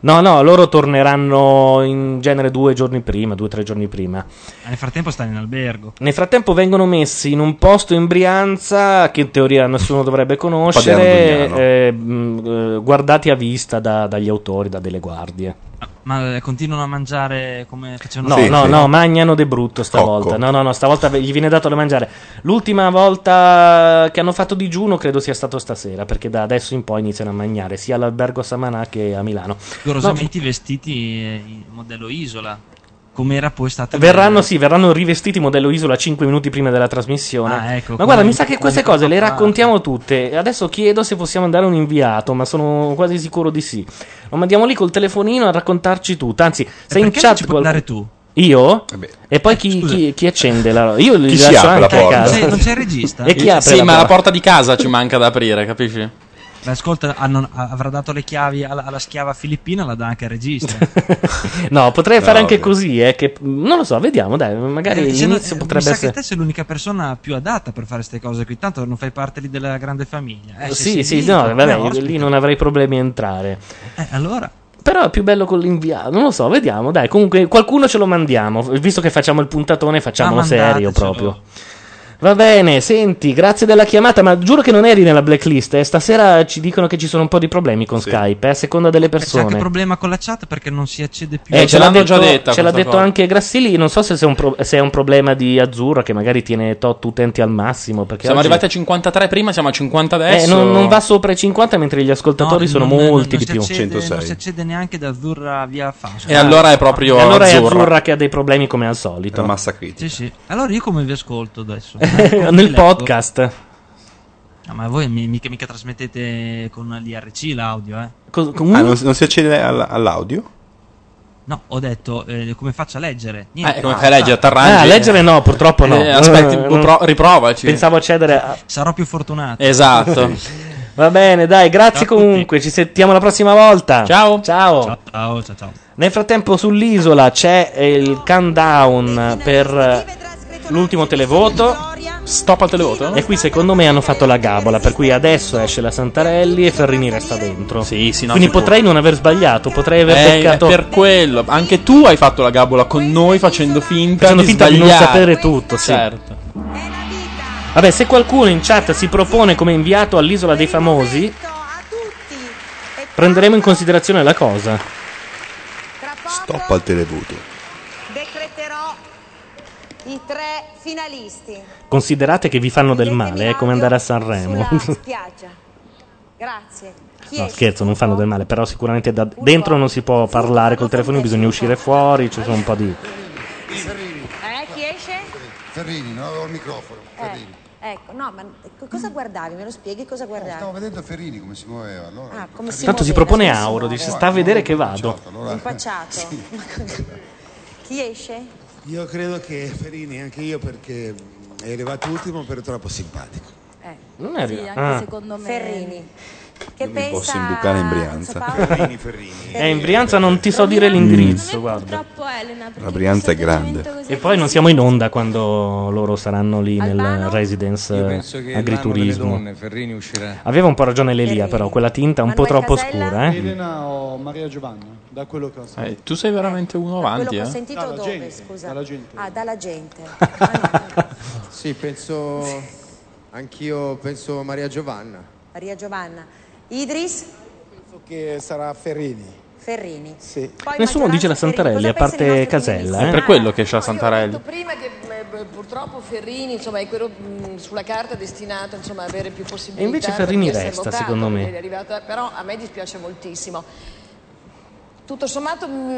S5: No, no, loro torneranno in genere due giorni prima, due o tre giorni prima.
S12: Ma Nel frattempo stanno in albergo.
S5: Nel frattempo vengono messi in un posto in Brianza che in teoria nessuno dovrebbe conoscere,
S12: Paderno
S5: eh, mh, eh, guardati a vista da- dagli autori, da delle guardie.
S12: Ma eh, continuano a mangiare come facevano
S5: No, no, no, mangiano de brutto stavolta. No, no, no, stavolta gli viene dato da mangiare. L'ultima volta che hanno fatto digiuno credo sia stato stasera, perché da adesso in poi iniziano a mangiare sia all'albergo a Samanà che a Milano. No,
S12: Rigorosamente vestiti eh, in modello isola. Come era poi stata.
S5: Verranno, sì, verranno rivestiti modello isola 5 minuti prima della trasmissione.
S12: Ah, ecco,
S5: ma guarda,
S12: come-
S5: mi sa che
S12: come
S5: queste
S12: dicono
S5: cose le
S12: papà.
S5: raccontiamo tutte. E Adesso chiedo se possiamo andare un inviato, ma sono quasi sicuro di sì. Lo mandiamo lì col telefonino a raccontarci tutto. Anzi, sei in
S12: perché non
S5: chat.
S12: ci puoi
S5: qualcuno-
S12: andare tu?
S5: Io? E poi chi, chi- chi accende la.
S6: <laughs>
S5: Io li
S6: Eh Chi si
S5: lascio
S6: apre la
S12: Eh,
S5: anche a
S6: porta?
S5: casa.
S6: Sì, non c'è il
S5: <laughs>
S12: regista.
S5: E chi apre
S6: Sì,
S5: la
S6: ma la
S5: porta?
S6: porta di casa ci manca da aprire, capisci?
S12: Beh, ascolta, hanno- a- avrà dato le chiavi alla, alla schiava filippina, la dà anche al regista.
S5: <laughs> No,
S6: Ah,
S5: potrei
S12: No,
S5: fare anche
S12: vabbè.
S5: così, eh. Che, non lo so, vediamo, dai. Magari
S12: Eh, se no-
S5: l'inizio
S12: eh,
S5: potrebbe
S12: mi sa
S5: essere.
S12: che te sei l'unica persona più adatta per fare queste cose qui. Tanto non fai parte lì della grande famiglia. Eh, se
S5: sì,
S12: sei
S5: sì,
S12: lì,
S5: no,
S12: eh,
S5: vabbè,
S12: ospite.
S5: lì non avrei problemi a entrare.
S12: Eh, allora.
S5: Però è più bello con l'inviato. Non lo so, vediamo. Dai, comunque qualcuno ce lo mandiamo. Visto che facciamo il puntatone, facciamolo
S12: Ah,
S5: serio
S12: mandatecelo.
S5: proprio. Va bene, senti, grazie della chiamata, ma giuro che non eri nella blacklist. eh. Stasera ci dicono che ci sono un po' di problemi con Skype, eh, a seconda delle
S12: C'è anche
S5: persone.
S12: problema con la chat perché non si accede più.
S5: Eh, ce l'ha detto- Ce l'ha detto anche Grassilli. Non so se è, un pro- se è un problema di Azzurra che magari tiene tot utenti al massimo. Perché
S6: Siamo
S5: oggi-
S6: arrivati a 53 prima, siamo a 50
S5: Eh,
S6: adesso.
S5: non, non va sopra i 50, mentre gli ascoltatori
S6: No,
S5: sono
S6: non- non-
S5: molti
S6: non
S5: di
S6: si
S5: più.
S6: accede- non si
S5: 106.
S12: Eh, Non si accede neanche da Azzurra via Fausto.
S5: Ah, e allora è Azzurra che ha dei problemi come al solito.
S12: Sì, sì. Allora io come vi ascolto adesso?
S5: <laughs> Nel podcast.
S12: No, Ah, ma voi mi- mica, mica trasmettete con l'IRC l'audio, eh?
S7: Ah, non, non si accede all- all'audio?
S12: No, ho detto eh, come faccio a leggere.
S6: Eh, come fai a leggere? T'arrangi?
S5: Ah, leggere no, purtroppo <laughs> no.
S6: Eh, aspetti,
S5: Eh,
S6: pro- riprovaci.
S5: Pensavo accedere a...
S12: Sarò più fortunato. <laughs>
S6: Esatto.
S5: <laughs> Va bene, dai, grazie comunque. Ci sentiamo la prossima volta. Ciao. Ciao.
S12: Ciao, ciao, ciao.
S5: Nel frattempo sull'isola c'è eh, il countdown per eh, l'ultimo televoto.
S6: Stop al televoto?
S5: E qui secondo me hanno fatto la gabola, per cui adesso esce la Santarelli e Ferrini resta dentro.
S6: Sì, sì, no,
S5: Quindi
S6: sicuro.
S5: potrei non aver sbagliato, potrei aver
S6: Eh,
S5: beccato
S6: per quello, anche tu hai fatto la gabola con noi facendo finta,
S5: Facendo
S6: di,
S5: finta di non
S6: sbagliare.
S5: sapere tutto, sì.
S6: certo.
S5: Vabbè, se qualcuno in chat si propone come inviato all'isola dei famosi, prenderemo in considerazione la cosa.
S7: Stop al televoto.
S8: Decreterò i tre finalisti
S5: Considerate che vi fanno del male, è come andare a Sanremo.
S8: sulla spiaggia. Grazie. Chi
S5: <laughs> No,
S8: esce?
S5: scherzo, non fanno del male, però sicuramente da dentro non si può parlare col telefono, bisogna uscire fuori, ci sono un po' di...
S8: Ferrini. Eh, chi esce?
S20: Ferrini, non avevo il microfono. Ferrini.
S8: Ecco, no, ma co- cosa guardavi? Me lo spieghi cosa guardavi?
S20: Stavo vedendo Ferrini come si muoveva. Allora,
S8: Ah, come si
S5: Tanto si
S8: muoveva,
S5: propone
S8: come si
S5: Auro,
S8: muoveva.
S5: dice sta a vedere che vado.
S8: Impacciato. Ma cosa- <laughs> Chi esce?
S20: Io credo che Ferrini, anche io, perché è arrivato ultimo per troppo simpatico.
S8: Eh.
S5: Non è arrivato. Sì, anche Ah.
S8: secondo me. Ferrini. Che
S7: mi
S8: pensa?
S7: posso imbucare in Brianza. Ferrini, Ferrini.
S5: Eh, in Brianza non ti so dire l'indirizzo, guarda.
S7: La Brianza è grande.
S5: E poi non siamo in onda quando loro saranno lì nel residence
S14: Io
S5: eh,
S14: penso che l'anno delle
S5: agriturismo.
S14: donne Ferrini uscirà.
S5: Aveva un po' ragione l'Elia, però quella tinta un po' troppo scura, eh.
S13: Elena o Maria Giovanna, da quello che ho sentito.
S6: Eh, tu sei veramente uno avanti,
S8: Quello che ho
S6: eh.
S8: sentito
S13: Dalla
S8: dove,
S13: gente,
S8: scusa?
S13: dalla gente.
S8: Ah, dalla
S5: <laughs>
S8: gente.
S14: Sì, penso anch'io penso Maria Giovanna.
S8: Maria Giovanna. Idris
S30: Penso che sarà Ferrini.
S8: Ferrini.
S30: Sì.
S8: Poi
S5: Nessuno dice la Santarelli, a parte Casella.
S6: È per quello che c'è la Santarelli.
S2: Prima che eh, purtroppo Ferrini insomma, è quello mh, sulla carta destinato insomma, a avere più possibilità.
S5: E invece Ferrini
S2: perché è
S5: resta,
S2: avvocato,
S5: secondo me.
S2: quindi è arrivata- però a me dispiace moltissimo. Tutto sommato mh,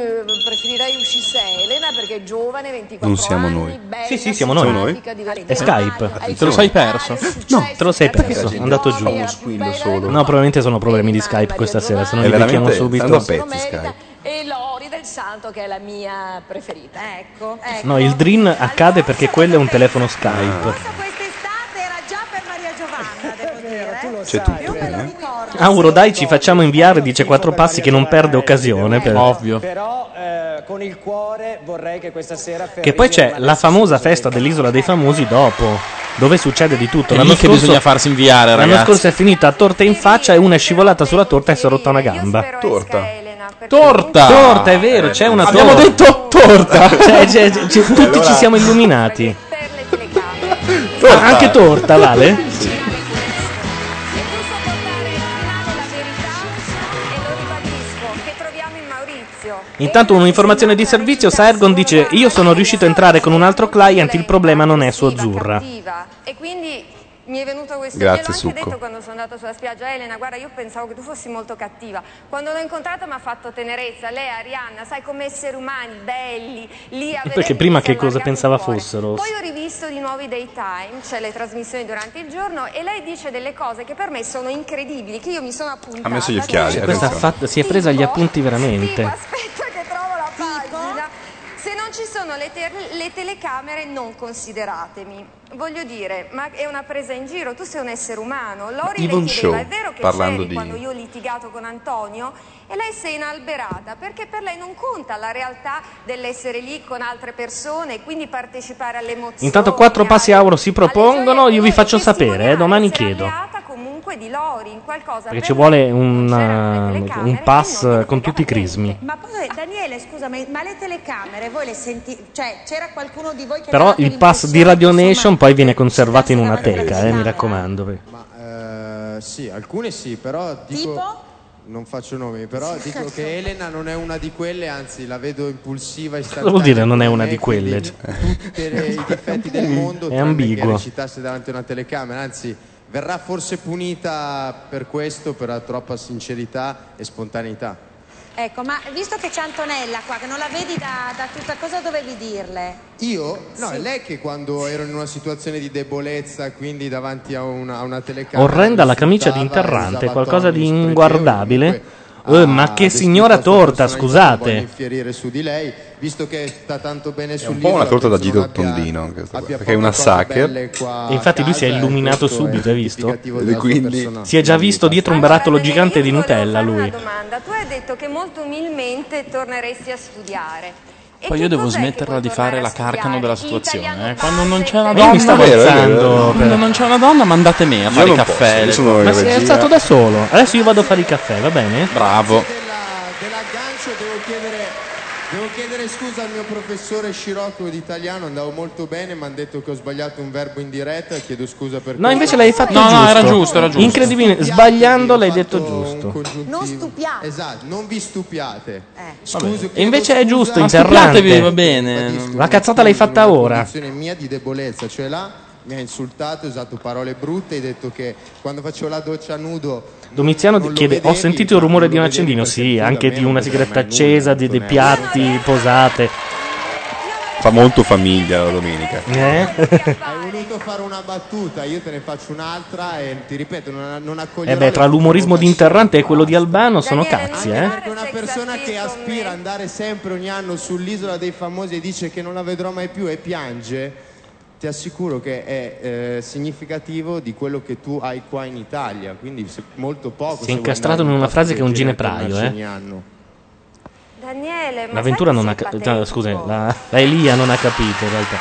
S2: preferirei uscisse Elena perché è giovane, 24
S7: Non siamo
S2: anni,
S7: noi.
S2: bella,
S5: Sì, sì, siamo noi.
S7: Siamo noi?
S2: simpatica, divertente.
S5: È Skype.
S7: Te lo sei
S5: perso? No, te lo sei perso. È andato giù.
S7: Uno squillo solo.
S5: No, probabilmente sono problemi di Skype questa sera, se non
S7: È
S5: li becchiamo
S7: veramente
S5: subito.
S7: stando a pezzi Skype.
S2: E Lori del Santo che è la mia preferita. Ecco, ecco.
S5: No, il Dream accade perché quello è un telefono Skype.
S7: C'è tutto. eh?
S5: Auro, Ah, dai, ci facciamo inviare, dice quattro passi che non perde occasione. per-
S16: Però eh, con il cuore vorrei che questa sera Ferrini
S5: Che poi c'è la famosa festa dell'isola dei famosi dopo, dove succede di tutto.
S6: È lì che bisogna farsi inviare,
S5: l'anno
S6: ragazzi.
S5: scorso è finita a torta in faccia e una è scivolata sulla torta e si è rotta una gamba.
S7: Torta.
S5: Torta! Torta, è vero, c'è una torta.
S6: Eh, Abbiamo detto torta!
S5: <laughs> Cioè, c'è- c'è- c'è- tutti
S6: Allora-
S5: ci siamo illuminati. Ah, anche torta, Vale? Intanto un'informazione di servizio, Sargon dice io sono riuscito a entrare con un altro client, il problema non è su Azzurra.
S22: E quindi mi è venuto
S5: Grazie,
S22: questo. Gliel'ho anche
S5: Succo.
S22: detto quando sono andata sulla spiaggia, Elena, guarda, io pensavo che tu fossi molto cattiva. Quando l'ho incontrata mi ha fatto tenerezza. Lei, Arianna, sai come esseri umani, belli, lì a
S5: Perché
S22: vederli
S5: prima
S22: mi si è
S5: che cosa
S22: allargato il
S5: pensava
S22: cuore.
S5: fossero?
S22: Poi ho rivisto di nuovo i daytime, cioè le trasmissioni durante il giorno, e lei dice delle cose che per me sono incredibili, che io mi sono appuntata.
S7: Ha messo gli occhiali,
S5: Cioè, questa ha
S7: attenzione.
S5: fatto- si è presa gli appunti veramente.
S22: Aspetta che trovo la pagina. Se non ci sono le, ter- le telecamere non consideratemi. Voglio dire, ma è una presa in giro, tu sei un essere umano. Lori le
S7: Yvonne
S22: chiedeva,
S7: Shaw,
S22: è vero che
S7: parlando
S22: c'eri
S7: di-
S22: quando io ho litigato con Antonio? E lei si è inalberata, perché per lei non conta la realtà dell'essere lì con altre persone, quindi partecipare alle emozioni.
S5: Intanto quattro passi Auro si propongono, io vi faccio sapere, eh, domani chiedo.
S22: comunque di Lori in qualcosa.
S5: Perché
S22: per
S5: ci
S22: lui
S5: vuole
S22: non
S5: un,
S22: c'erano le
S5: eh,
S22: telecamere
S5: un pass con tutti i crismi.
S11: Ma poi, Daniele, scusa, ma, ma le telecamere voi le sentite? Cioè, c'era qualcuno di voi che
S5: Però
S11: aveva
S5: il pass di Radio Nation poi viene conservato in una teca, eh, mi raccomando. perché-
S20: Ma eh, sì, alcune sì, però dico. Non faccio nomi, però dico che Elena non è una di quelle, anzi la vedo impulsiva,
S5: Cosa
S20: istantanea.
S5: vuol dire non è una di
S20: <laughs>
S5: quelle? Cioè,
S20: tutti i difetti del mondo
S5: È
S20: tranne
S5: ambiguo.
S20: che recitasse davanti a una telecamera anzi verrà forse punita per questo per la troppa sincerità e spontaneità
S11: Ecco, ma visto che c'è Antonella qua, che non la vedi da, da tutta, cosa dovevi dirle?
S20: io? No,
S11: Sì.
S20: è lei che quando ero in una situazione di debolezza, quindi davanti a una, a una telecamera.
S5: Orrenda
S20: mi
S5: la camicia di
S20: insultava,
S5: interrante,
S20: usava
S5: qualcosa di
S20: toni
S5: inguardabile.
S20: ah,
S5: Eh, ma che
S20: descritto
S5: signora
S20: la sua
S5: torta,
S20: personalità, non voglio
S5: scusate.
S20: infierire su di lei, visto che sta tanto
S7: È
S20: bene
S7: un
S20: sull'isola.
S7: po' una torta da
S20: penso
S7: Gito
S20: non abbia-
S7: Tondino, questa qua,
S20: abbia
S7: perché è una
S20: poche cose belle
S7: sacker.
S20: qua
S5: E infatti lui si è
S20: casa, eh,
S5: illuminato
S20: questo è
S5: subito, hai visto?
S20: significativo della sua persona.
S5: Si è già visto dietro un barattolo gigante di Nutella lui.
S22: domanda. Tu hai detto che molto umilmente torneresti a studiare. E
S6: Poi
S22: che
S6: io devo
S22: cos'è che
S6: smetterla di fare la carcano della situazione. eh. Quando non c'è una
S5: Io mi
S6: donna,
S5: stavo
S6: Vero, vero,
S5: alzando
S6: vero.
S5: per-
S6: Quando non c'è una donna, mandate me a
S5: Io
S6: fare
S5: non
S6: i
S5: posso,
S6: caffè.
S5: io
S6: le
S5: sono
S6: cose.
S5: Ma sei alzato da solo. Adesso io vado a fare il caffè, va bene?
S6: Bravo.
S20: Dell'aggancio devo chiedere, devo chiedere scusa al mio professore Scirocco di italiano, andavo molto bene, mi hanno detto che ho sbagliato un verbo in diretta, chiedo scusa per
S5: No, invece l'hai fatto
S6: No,
S5: giusto.
S6: no, era giusto, era giusto.
S5: Incredibile, sbagliando l'hai detto giusto.
S20: Non stupiate. Esatto, non vi stupiate. Scuso
S5: E Eh. invece è giusto,
S20: Ma
S5: interrante.
S20: stupiatevi, va
S5: bene. La cazzata l'hai fatta ora.
S20: posizione mia di debolezza, cioè là mi ha insultato, ho usato parole brutte, hai detto che quando facevo la doccia nudo
S5: Domiziano
S20: Non lo
S5: chiede: Ho
S20: vedevi?
S5: sentito il rumore di un accendino? Sì, anche di una sigaretta accesa, di dei piatti posate.
S7: Fa molto famiglia la domenica.
S20: <laughs>
S5: Eh?
S20: hai voluto fare una battuta, io te ne faccio un'altra e ti ripeto, non, non accoglierò
S5: E Eh beh,
S20: le
S5: tra l'umorismo di Interrante e quello di Albano sono cazzi, eh?
S20: Perché una persona che aspira ad andare sempre ogni anno sull'isola dei famosi e dice che non la vedrò mai più e piange, ti assicuro che è eh, significativo di quello che tu hai qua in Italia, quindi se- molto poco.
S5: Si è incastrato in una frase che è un ginepraio, eh?
S22: Daniele, ma
S5: L'avventura
S22: sai
S5: non ha
S22: che sei
S5: capito.
S22: patetico?
S5: scusa, la, la Elia non ha capito in realtà.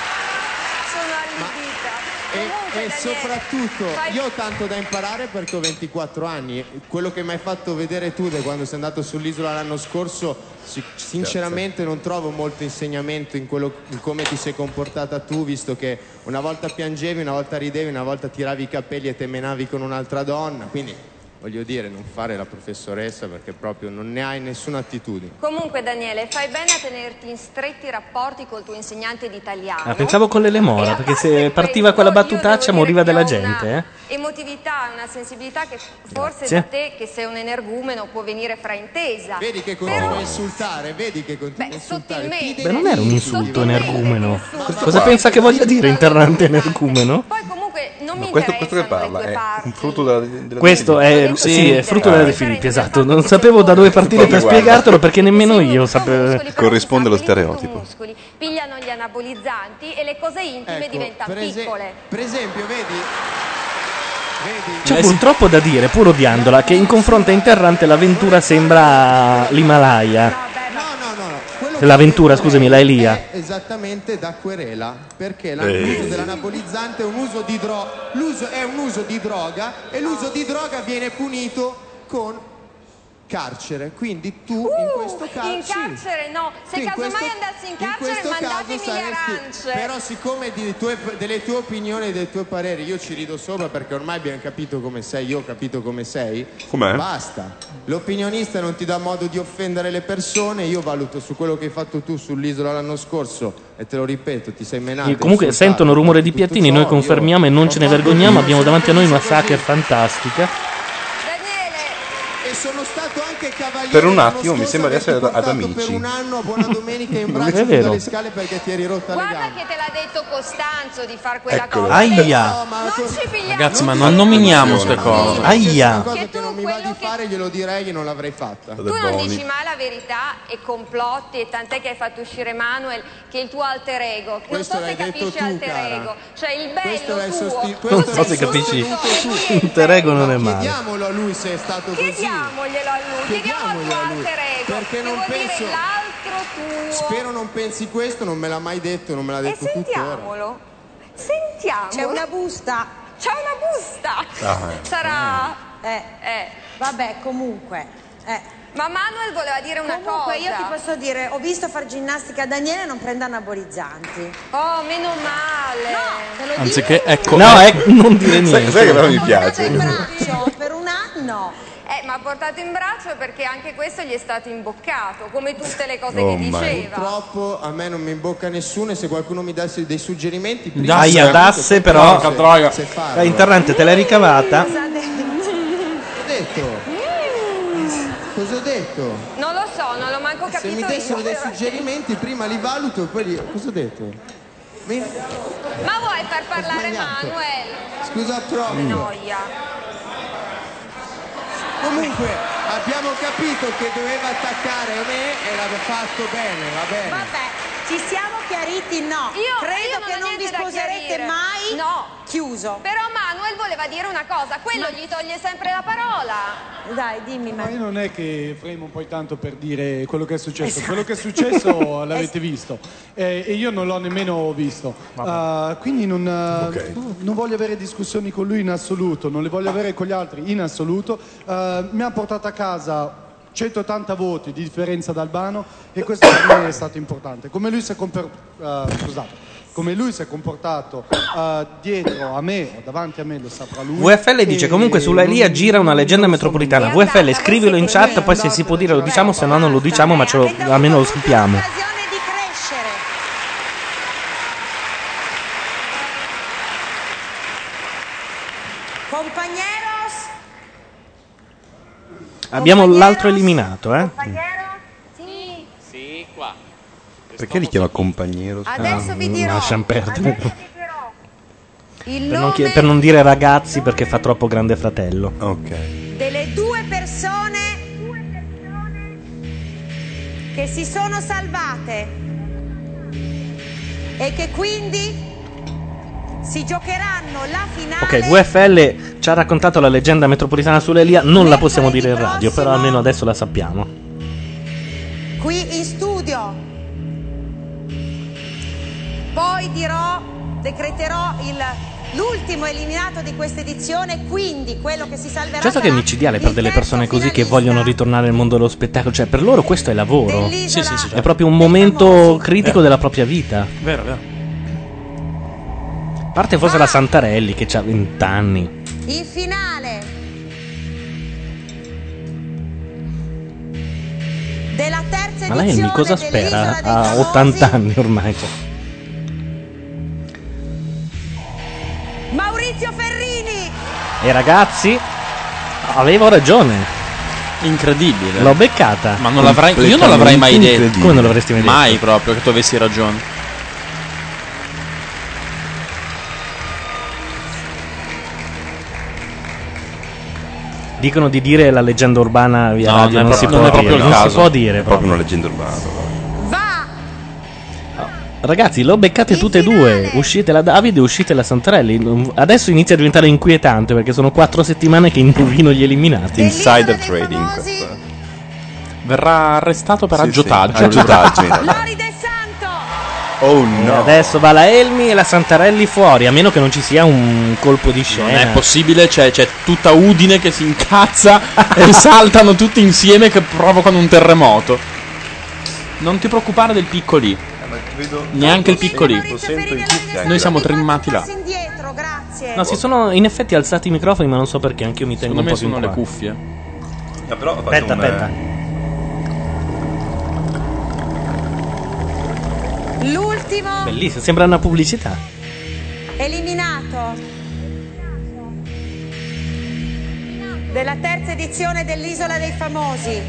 S20: E soprattutto io ho tanto da imparare perché ho 24 anni. Quello che mi hai fatto vedere tu da quando sei andato sull'isola l'anno scorso, si- sinceramente non trovo molto insegnamento in, quello, in come ti sei comportata tu, visto che una volta piangevi, una volta ridevi, una volta tiravi i capelli e te menavi con un'altra donna. Quindi voglio dire, non fare la professoressa perché proprio non ne hai nessuna attitudine.
S22: Comunque Daniele, fai bene a tenerti in stretti rapporti col tuo insegnante di italiano.
S5: Ah, pensavo con le lemora, perché se partiva quella battutaccia moriva della gente, eh?
S22: Emotività, una sensibilità che forse
S5: Grazie.
S22: da te, che sei un energumeno, può venire fraintesa.
S20: Vedi che
S22: Però-
S20: continua a insultare, vedi che continua a insultare. Ti
S5: Beh, non era un
S20: deliri.
S5: insulto energumeno.
S22: Questo
S5: Cosa
S7: qua.
S5: pensa che voglia dire interrante energumeno?
S22: Poi comunque non mi
S7: Questo,
S22: interessa.
S7: questo che parla è un frutto della, della
S5: Questo è, sì, è frutto della definitiva, esatto. Non sapevo da dove partire per
S7: Guarda.
S5: spiegartelo perché nemmeno io sapevo.
S7: Corrisponde allo stereotipo.
S22: muscoli, pigliano gli anabolizzanti e le cose intime diventano piccole.
S20: Ecco, Per esempio, vedi?
S5: C'è purtroppo da dire, pur odiandola, che in confronto a Interrante l'avventura sembra l'Himalaya. L'avventura, scusami, la Elia.
S20: Esattamente da querela, perché la-
S5: Eh.
S20: l'uso dell'anabolizzante è un uso di dro- l'uso- è un uso di droga e l'uso di droga viene punito con carcere. Quindi tu in questo caso
S22: In carcere no, se
S20: Sì, in
S22: casomai
S20: questo-
S22: andassi in
S20: in
S22: carcere
S20: questo
S22: mandatemi
S20: caso
S22: le
S20: saresti-
S22: arance.
S20: Però siccome di tue- delle tue opinioni e dei tuoi pareri io ci rido sopra perché ormai abbiamo capito come sei, io ho capito come sei.
S7: Com'è?
S20: Basta. L'opinionista non ti dà modo di offendere le persone, io valuto su quello che hai fatto tu sull'isola l'anno scorso e te lo ripeto, ti sei menato.
S5: E comunque
S20: insultato.
S5: sentono rumore di piattini, noi confermiamo e non ce ne vergogniamo. Abbiamo davanti a noi una sacker fantastica.
S20: E sono stato anche cavaliere
S7: Per un
S20: l'anno
S7: attimo mi
S20: scorso,
S7: sembra di essere ad, ad
S20: per
S7: amici.
S20: un anno, buona domenica in
S7: Non
S20: braccio
S7: è
S20: tutte
S7: vero.
S20: le scale perché ti eri rotta le
S22: Guarda
S20: gambe.
S22: che te l'ha detto Costanzo di far quella
S7: Ecco.
S6: Eccolo.
S22: cosa.
S6: Aia.
S22: No, ma non ci pigliamo.
S6: Ragazzi, ma non ecco. nominiamo queste cose.
S20: Aia.
S22: Che tu quello che
S20: fare glielo direi e non l'avrei fatta.
S22: Tu non dici mai la verità e complotti e tant'è che hai fatto uscire Manuel che è il tuo alter ego. Non
S20: Questo
S22: so se
S20: l'hai detto
S22: capisci
S20: tu,
S22: alter
S20: cara.
S22: ego. Cioè il bello
S20: Questo l'hai
S22: tuo.
S20: sosti-
S5: Non
S20: questo
S5: so se
S20: l'hai
S5: capisci.
S20: sostenuto tu.
S5: Interego non è male.
S20: Chiediamolo a lui se è stato così.
S22: Chiediamoglielo a lui, chiediamo al
S20: Chiediamoglielo
S22: tuo
S20: a lui.
S22: alter ego.
S20: Perché
S22: che
S20: non
S22: vuol
S20: penso-
S22: dire l'altro tuo.
S20: Spero non pensi questo, non me l'ha mai detto, non me l'ha
S22: e
S20: detto tuttora.
S22: sentiamolo. Sentiamolo.
S11: C'è una busta.
S22: C'è una busta!
S7: Ah, eh.
S22: Sarà...
S8: Eh, vabbè, comunque. eh.
S22: Ma Manuel voleva dire una
S8: Comunque
S22: cosa.
S8: io ti posso dire, ho visto far ginnastica a Daniele non prenda anabolizzanti.
S22: Oh, meno male.
S8: No, te lo
S6: Anziché, ecco.
S5: No, ecco, non dire
S7: Sai-
S5: niente.
S7: sai che però mi piace?
S8: dico per un
S11: Ah,
S8: anno.
S22: Eh, ma portato in braccio perché anche questo gli è stato imboccato, come tutte le cose
S20: Oh,
S22: che
S20: ma-
S22: diceva.
S20: Purtroppo a me non mi imbocca nessuno e se qualcuno mi desse dei suggerimenti... prima-
S5: Daia d'asse però.
S20: Porca troia. Se farlo.
S5: La interrante te l'hai ricavata.
S20: Cosa ho detto? Cosa ho detto?
S22: Non lo so, non l'ho manco
S20: Se mi
S22: capito
S20: dessero
S22: io.
S20: dei suggerimenti prima li valuto e poi li... Cosa ho detto? Mi-
S22: Ma vuoi far parlare
S20: sbagliato.
S22: Manuel?
S20: Scusa troppo.
S22: Che noia.
S20: Comunque abbiamo capito che doveva attaccare me e l'ha fatto bene, va bene.
S8: Ci siamo chiariti? No.
S22: Io
S8: Credo
S22: io
S8: che
S22: ho
S8: non vi
S22: niente da
S8: sposerete
S22: chiarire.
S8: mai.
S22: No.
S8: Chiuso.
S22: Però Manuel voleva dire una cosa, quello gli toglie sempre la parola.
S8: Dai, dimmi, ma...
S13: Ma io non è che fremo poi tanto per dire quello che è successo.
S8: Esatto.
S13: Quello che
S8: <laughs>
S13: è successo l'avete visto Eh, e io non l'ho nemmeno visto. Ah, quindi non, eh, non voglio avere discussioni con lui in assoluto, non le voglio avere con gli altri in assoluto. Eh, mi ha portato a casa 180 voti di differenza d'Albano e questo per me è stato importante. Come lui si è, compor- eh, scusate, come lui si è comportato eh, dietro a me o davanti a me lo saprà lui.
S5: VFL dice comunque sulla Elia gira una leggenda metropolitana. VFL scrivilo in chat, poi se si può dire lo diciamo, se no non lo diciamo, ma ce lo- almeno lo sappiamo.
S8: Compagneros,
S5: Abbiamo l'altro eliminato, eh.
S8: Sì.
S16: Sì, qua.
S7: Perché li chiama compagnero?
S8: Adesso vi dirò.
S5: Lasciamo perdere.
S8: Il
S5: Per non,
S8: nome
S5: chi- per non dire ragazzi perché fa troppo grande fratello.
S7: Ok.
S8: delle due persone che si sono salvate e che quindi si giocheranno la finale.
S5: Ok, VFL ci ha raccontato la leggenda metropolitana sull'Elia, non la possiamo dire in radio, però almeno adesso la sappiamo.
S8: qui in studio. Poi dirò, decreterò il- l'ultimo eliminato di questa edizione, quindi quello che si salverà
S5: Certo che è micidiale per delle persone così che vogliono ritornare nel mondo dello spettacolo, cioè per loro questo è lavoro.
S8: Sì, sì, sì,
S5: È proprio un momento critico
S6: Eh.
S5: della propria vita.
S6: cioè, Vero, vero.
S5: A parte forse la Santarelli che ha 20 anni.
S8: in finale della terza
S5: Ma lei
S8: edizione
S5: di cosa
S8: dell'Isola
S5: spera? Ah,
S8: dei
S5: Ha
S8: Famosi.
S5: 80 anni ormai. cioè.
S8: Maurizio Ferrini
S5: E ragazzi, avevo ragione.
S6: Incredibile.
S5: L'ho beccata.
S6: Ma non l'avrai, io non l'avrei mai detto.
S5: Come non l'avresti mai detto?
S6: Mai proprio che tu avessi ragione.
S5: Dicono di dire la leggenda urbana via
S6: No,
S5: radio,
S6: non è
S5: non, si,
S6: proprio-
S5: può
S6: non è
S5: dire,
S6: proprio il
S5: non si
S6: caso.
S5: può dire.
S7: È proprio una leggenda urbana.
S5: Ragazzi, l'ho beccate tutte e due. Uscite la Davide, uscite la Santarelli. Adesso inizia a diventare inquietante perché sono quattro settimane che indovino gli eliminati.
S7: Insider trading.
S6: Verrà arrestato per aggiotaggio.
S22: <laughs>
S8: Lori De
S7: Santo. Oh
S5: E
S7: no.
S5: adesso va la Elmi e la Santarelli fuori, a meno che non ci sia un colpo di
S6: Non
S5: scena.
S6: è possibile, c'è, c'è tutta Udine che si incazza <laughs> e saltano tutti insieme che provocano un terremoto. Non ti preoccupare del piccolì.
S5: Eh,
S6: Neanche il piccolì.
S7: Lo sento in cuffia.
S6: Noi siamo trimmati là.
S8: indietro, grazie.
S5: No, si sono in effetti alzati i microfoni, ma non so perché, anche io mi tengo
S6: Secondo
S5: un
S6: me
S5: po' più
S6: sono
S5: in
S6: le
S5: qua.
S6: cuffie.
S7: Ah, però ho fatto
S5: Aspetta,
S7: un,
S6: eh,
S5: aspetta.
S8: L'ultimo
S5: Bellissimo, sembra una pubblicità.
S8: eliminato della terza edizione dell'Isola dei Famosi.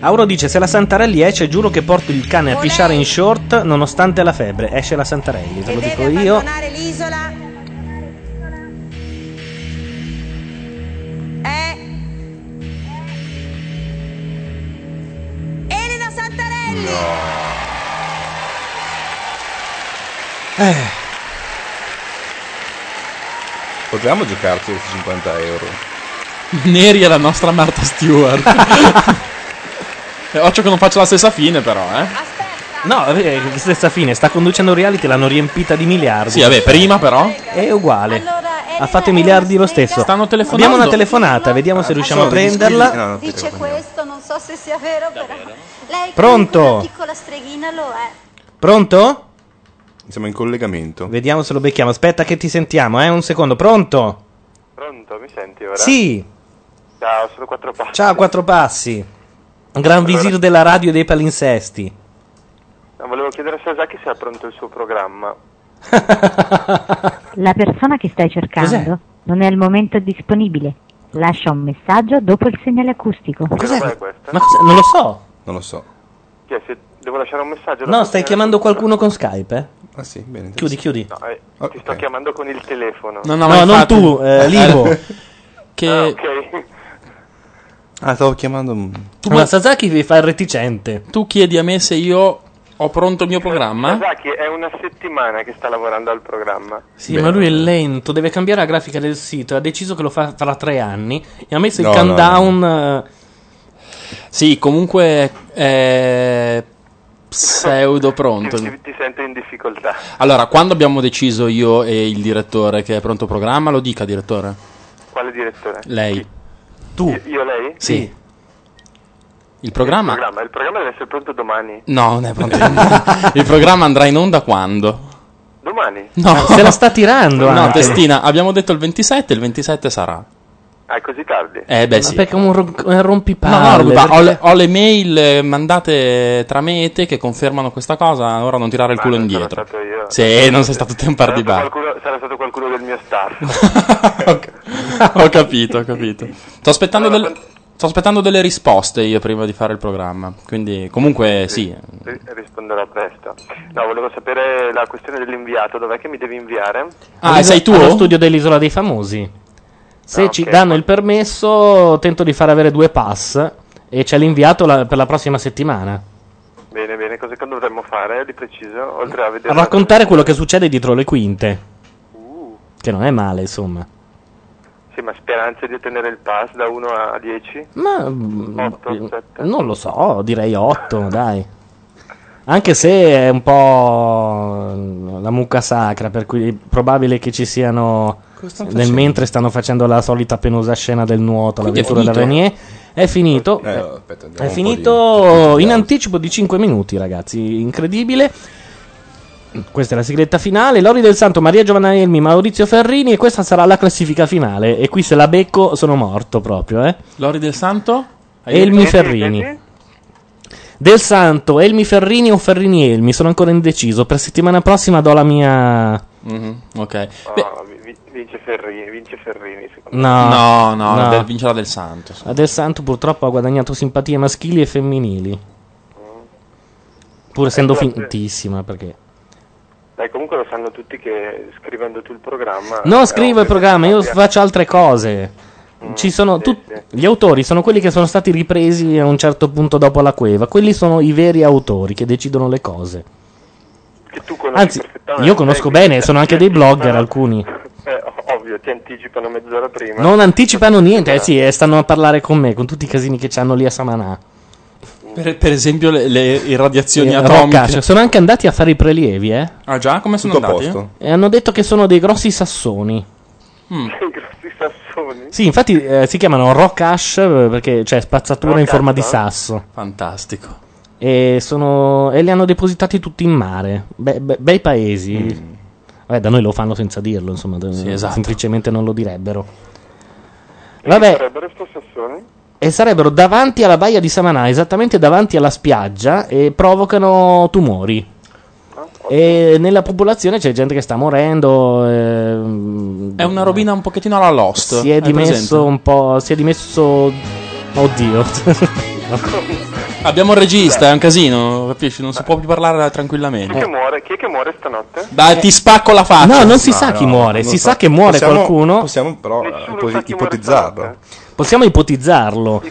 S5: Auro dice: Se la Santarelli esce, giuro che porto il cane a pisciare in short nonostante la febbre. Esce la Santarelli, ve
S8: e
S5: lo
S8: deve
S5: dico io.
S8: abbandonare l'isola è Elena Santarelli
S5: Eh,
S7: Potevamo giocarci questi 50 euro.
S6: <laughs> Neri è la nostra Martha Stewart. <laughs> E Occhio che non faccio la stessa fine, però, eh.
S5: No, eh, stessa fine, sta conducendo un reality, l'hanno riempita di miliardi.
S6: Sì, vabbè, prima però.
S5: È uguale.
S31: Allora,
S5: ha fatto i miliardi lo stesso.
S6: Stanno telefonando.
S5: Abbiamo una telefonata, vediamo se riusciamo a
S6: sono degli squilli. Ah, No,
S5: prenderla.
S6: no,
S14: Dice questo, non so se sia vero, però. Lei
S5: Pronto?
S14: comunque, una piccola streghina lo è.
S5: Pronto?
S7: Siamo in collegamento.
S5: Vediamo se lo becchiamo. Aspetta che ti sentiamo, eh, un secondo. Pronto?
S1: Pronto, mi senti ora?
S5: Sì.
S1: Ciao, Ah, sono quattro passi.
S5: Ciao, quattro passi. Gran visir della radio e dei palinsesti.
S1: No, volevo chiedere a Sasaki se ha pronto il suo programma.
S15: La persona che stai cercando non è al momento disponibile. Lascia un messaggio dopo il segnale acustico.
S1: Cos'è? roba è questa?
S5: Ma cos'è? Non lo so.
S7: Non lo so.
S1: Chi è? Se devo lasciare un messaggio?
S5: No, stai chiamando qualcuno con Skype, eh?
S7: Ah sì, bene.
S5: Chiudi, chiudi.
S1: No, eh, ti sto chiamando con il telefono.
S5: no non tu, eh,
S6: <laughs>
S5: Livo.
S6: che...
S1: Ah, ok.
S7: Ah, stavo chiamando.
S5: Tu ma Sasaki vi fa il reticente.
S6: Tu chiedi a me se io ho pronto il mio programma?
S1: Sasaki è una settimana che sta lavorando al programma.
S5: Sì, ma lui è lento, deve cambiare la grafica del sito. Ha deciso che lo fa tra tre anni e ha messo
S6: No,
S5: il
S6: no,
S5: countdown. eh,
S6: Sì, comunque è pseudo pronto.
S1: Ti, ti sento in difficoltà.
S6: Allora, quando abbiamo deciso io e il direttore che è pronto programma, lo dica direttore.
S1: Quale direttore?
S6: Lei.
S5: Tu?
S1: Io, io lei?
S6: Sì. Il programma?
S1: Il programma, il programma deve essere pronto domani.
S6: No, non è pronto. <laughs> il programma andrà in onda quando?
S1: Domani?
S6: <laughs> No,
S5: se la sta tirando.
S6: No,
S5: anche.
S6: testina, abbiamo detto il 27, il 27 sarà.
S1: Ah, è così tardi?
S6: Eh beh sì.
S5: Ma perché è un ro- è un rompipalle?
S6: No, no, Rubi, ma ho,
S5: perché-
S6: le- ho le mail eh, mandate tramite che confermano questa cosa. Ora non tirare il culo indietro. Sì, non sei stato te un par di bar.
S1: Qualcuno- sarà stato qualcuno del mio staff.
S6: <laughs> ho capito, ho capito. Sto aspettando, delle- sto aspettando delle risposte io prima di fare il programma. Quindi, comunque, sì.
S1: Ri- Risponderò presto. No, volevo sapere la questione dell'inviato, dov'è che mi devi inviare?
S20: Ah,
S5: Allo- Allo studio dell'Isola dei Famosi. Se
S1: Ah,
S5: ci
S1: ok.
S5: danno il permesso, tento di far avere due pass e c'è l'inviato la- per la prossima settimana.
S1: Bene, bene, cosa che dovremmo fare di preciso? Oltre a
S5: A
S1: vedere...
S5: raccontare quello che succede dietro le quinte.
S1: Uh.
S5: Che non è male, insomma.
S1: Sì, ma speranze di ottenere il pass da 1 a 10?
S5: Ma mm,
S1: Ah,
S5: non lo so, direi 8, dai. Anche se è un po' mm, la mucca sacra, per cui è probabile che ci siano
S6: Cosa stanno
S5: nel
S6: facendo?
S5: mentre stanno facendo la solita penosa scena del nuoto,
S6: Quindi è
S5: l'avventura da
S6: finito?
S5: Venier. È finito.
S6: Eh, aspetta, andiamo un po'
S5: è
S6: di-
S5: finito in anticipo di 5 minuti, ragazzi, incredibile. Questa è la sigletta finale. Lori del Santo, Maria Giovanna Elmi, Maurizio Ferrini e questa sarà la classifica finale e qui se la becco sono morto proprio, eh.
S6: Lori del Santo? Hai
S5: Elmi
S6: detto?
S5: Ferrini. Del Santo, Elmi Ferrini o Ferrini Elmi? Sono ancora indeciso. Per settimana prossima do la mia.
S6: Mhm, ok.
S1: No, vi- vince Ferrini, vince Ferrini, secondo
S5: No,
S6: No, Ah, no, del- vincerà Del Santo.
S5: A Del Santo purtroppo ha guadagnato simpatie maschili e femminili. Pur essendo
S1: guarda-
S5: fintissima, perché.
S1: me. Dai, comunque lo sanno tutti che scrivendo tu il programma...
S5: Non scrivo il programma, io
S1: faccio
S5: faccio altre cose.
S1: Mm,
S5: Ci sono tut- Gli autori sono quelli che sono stati ripresi a un certo punto dopo la cueva. Quelli sono i veri autori che decidono le cose. Anzi, io conosco bene, sono anche
S1: <laughs>
S5: dei blogger alcuni.
S1: eh, ovvio, ti anticipano mezz'ora prima.
S5: Non
S1: <laughs>
S5: anticipano niente, eh sì, eh, stanno a parlare con me, con tutti i casini che c'hanno lì a Samanà.
S6: Per, per esempio, le, le irradiazioni
S5: Eh,
S6: atomiche.
S5: Rocca, cioè, sono anche andati a fare i prelievi, eh.
S6: Ah, già? Come sono
S5: Tutto a
S6: andati?
S5: posto. E hanno detto che sono dei grossi sassoni.
S6: Mm.
S1: Dei grossi sassoni.
S5: Sì, infatti eh, si chiamano rock ash eh, perché c'è spazzatura in
S1: Rock
S5: forma
S1: ash,
S5: di
S1: eh?
S5: sasso.
S6: Fantastico.
S5: E, sono- e li hanno depositati tutti in mare. Be- be- bei paesi.
S1: Mm.
S5: Vabbè, da noi lo fanno senza dirlo, insomma, da-
S6: Sì, esatto.
S5: semplicemente non lo direbbero.
S1: Chi
S5: Vabbè,
S1: Sarebbero sto sassoni?
S5: e sarebbero davanti alla baia di Samanà, esattamente davanti alla spiaggia, e provocano tumori.
S1: Ah,
S5: E nella popolazione c'è gente che sta morendo. ehm,
S6: È una robina un pochettino alla Lost.
S5: si è
S6: hai presente?
S5: dimesso un po'. Si è dimesso. Oddio. <laughs>
S6: Abbiamo un regista, è un casino, capisci? Non si può più parlare tranquillamente.
S1: Chi muore? Chi è che muore stanotte?
S6: Dai, ti spacco la faccia.
S5: No, non si sa chi muore,
S6: non
S5: si
S6: so.
S5: sa che muore
S6: Possiamo-
S5: qualcuno.
S7: Possiamo però ipotizzarlo.
S1: eh?
S5: Possiamo ipotizzarlo.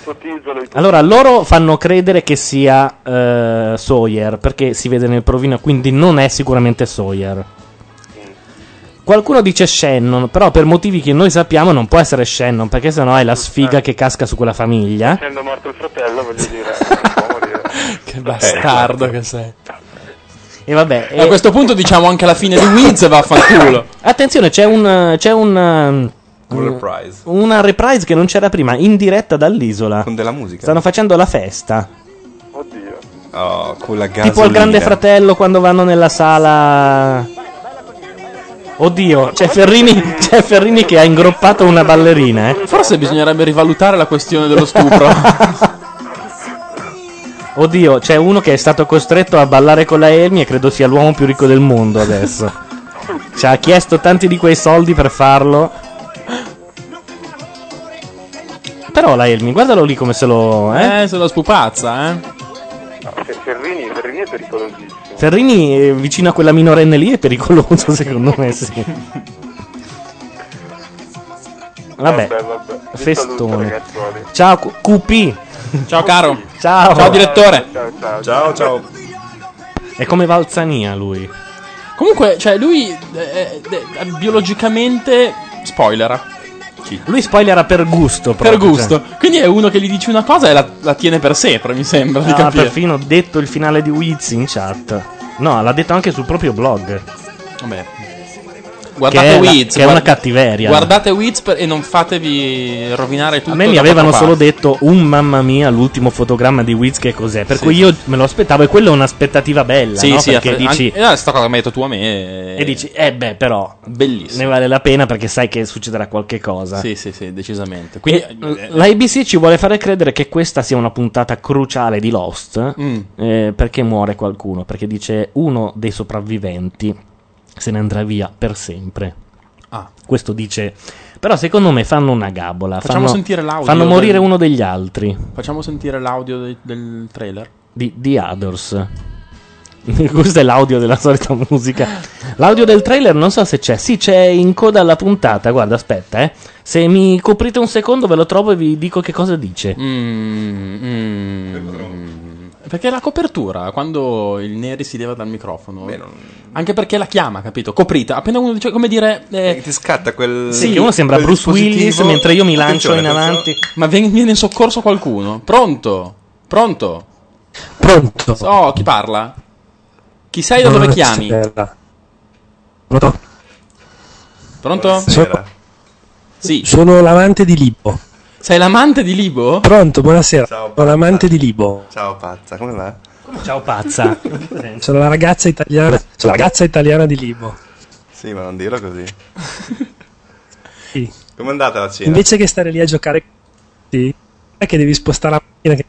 S5: Allora, loro fanno credere che sia eh, Sawyer perché si vede nel provino, quindi non è sicuramente Sawyer. Qualcuno dice Shannon, però per motivi che noi sappiamo non può essere Shannon perché sennò è la sfiga che casca su quella famiglia. <laughs>
S1: Essendo morto il fratello, voglio dire... non può morire.
S6: Che bastardo che sei.
S5: E vabbè. e-
S6: A questo punto diciamo anche la fine di Wiz e vaffanculo.
S5: Attenzione, c'è un. C'è un.
S7: Una reprise.
S5: Una reprise che non c'era prima, in diretta dall'isola. Con
S7: della musica.
S5: Stanno facendo la festa.
S7: Oh, con la gasolina.
S5: Tipo il grande fratello quando vanno nella sala. Oddio, c'è Ferrini, <laughs> c'è Ferrini che ha ingroppato una ballerina. Eh.
S6: Forse bisognerebbe rivalutare la questione dello stupro.
S5: Oddio, c'è uno che è stato costretto a ballare con la Elmi e credo sia l'uomo più ricco del mondo adesso. Ci ha chiesto tanti di quei soldi per farlo. Però la Elmi, guardalo lì come se lo. <laughs> Eh?
S6: eh, se lo spupazza, eh.
S1: Ferrini, Ferrini è pericolosissimo.
S5: Ferrini eh, vicino a quella minorenne lì è pericoloso, <laughs> secondo me, sì. Vabbè,
S1: Vabbè, vabbè. Vi saluto,
S5: festone.
S1: ragazzuoli.
S5: Ciao, Cu- QP.
S6: Ciao, caro.
S5: Ciao.
S6: Ciao, direttore.
S1: Ciao, ciao.
S7: Ciao, ciao.
S5: È come Valzania lui.
S6: Comunque, cioè, lui eh, eh, eh, biologicamente spoilera.
S5: Lui spoilera per gusto.
S6: Per
S5: proprio, cioè.
S6: gusto. Quindi è uno che gli dice una cosa e la, la tiene per sempre, mi sembra di
S5: Ha
S6: capire.
S5: perfino detto il finale di Wiz in chat. No, l'ha detto anche sul proprio blog.
S6: Vabbè. Guardate
S5: che è, la-
S6: Wiz,
S5: che è una
S6: guarda-
S5: cattiveria.
S6: Guardate Wiz per- e non fatevi rovinare tutto.
S5: a me mi
S6: da
S5: avevano
S6: quattro
S5: solo
S6: parti.
S5: detto un mamma mia l'ultimo fotogramma di Wiz che cos'è. Per
S6: Sì.
S5: cui io me lo aspettavo e quella è un'aspettativa bella,
S6: Sì,
S5: no?
S6: sì,
S5: perché
S6: aff-
S5: dici
S6: anche- eh, sta cosa che mi hai detto tu a me.
S5: E dici, eh beh, però.
S6: Bellissimo.
S5: ne vale la pena perché sai che succederà qualche cosa.
S6: Sì, sì, sì, decisamente. Quindi, eh,
S5: E, eh, la ABC ci vuole fare credere che questa sia una puntata cruciale di Lost
S6: Mm.
S5: eh, perché muore qualcuno, perché dice uno dei sopravviventi se ne andrà via per sempre.
S6: Ah.
S5: Questo dice, però secondo me fanno una gabola,
S6: Facciamo
S5: fanno,
S6: sentire l'audio
S5: fanno morire
S6: del-
S5: uno degli altri,
S6: Facciamo sentire l'audio de- del trailer.
S5: di, di Others. <laughs> Questo è l'audio della solita musica. L'audio del trailer non so se c'è. Sì, c'è in coda alla puntata. Guarda, aspetta, eh. Se mi coprite un secondo ve lo trovo e vi dico che cosa dice.
S6: Mm. Perché la copertura, quando il Neri si leva dal microfono, anche perché la chiama, capito? Coprita, appena uno dice, come dire... eh,
S7: Ti scatta quel.
S6: Sì,
S7: quel
S6: che uno sembra
S5: Bruce
S7: dispositivo.
S5: Willis mentre io mi lancio
S7: Attenzione,
S5: in
S7: attenzione.
S5: avanti.
S6: Ma ven- viene in soccorso qualcuno? Pronto? Pronto?
S3: Pronto?
S6: Oh, chi parla? Chi sei e da dove chiami?
S3: Buonasera. Pronto?
S6: Pronto?
S3: Sono,
S6: Sì.
S3: sono l'amante di Libo.
S6: Sei l'amante di Libo?
S3: Pronto, buonasera. sono l'amante di Libo.
S7: Ciao pazza, come va?
S5: Ciao pazza.
S3: Sono la ragazza italiana. Sono la ragazza italiana di Libo.
S7: <laughs> Sì, ma non dirlo
S5: <laughs>
S7: così.
S3: Sì.
S7: Com'è andata la cena?
S3: Invece che stare lì a giocare. Sì. È che devi spostare la macchina. Che...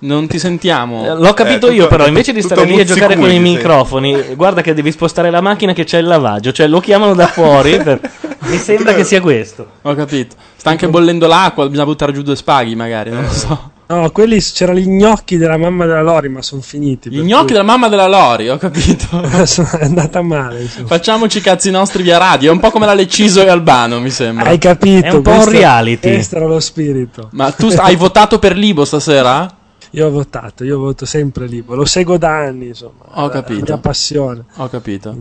S6: Non ti sentiamo.
S5: Eh, L'ho capito io, però, invece di stare lì a giocare con i microfoni, guarda che devi spostare la macchina che c'è il lavaggio, cioè lo chiamano da
S6: <laughs>
S5: fuori. per- Mi sembra che sia questo.
S6: Ho capito. Sta anche bollendo l'acqua, bisogna buttare giù due spaghi magari, non
S5: <laughs>
S6: lo so.
S3: No, quelli c'erano gli gnocchi della mamma della Lori, ma sono finiti.
S6: Gli gnocchi della mamma della Lori, ho capito.
S3: <laughs> È andata male. insomma.
S6: Faccimoci i cazzi nostri via radio, è un po' come la Leciso e Albano, mi sembra.
S3: Hai capito? questo- Questo
S6: Ma
S3: era lo spirito.
S6: tu st- hai votato per Libo stasera?
S3: Io ho votato, io voto sempre Libo. Lo seguo da anni, insomma.
S6: Ho
S3: La
S6: capito.
S3: mia passione.
S6: Ho capito.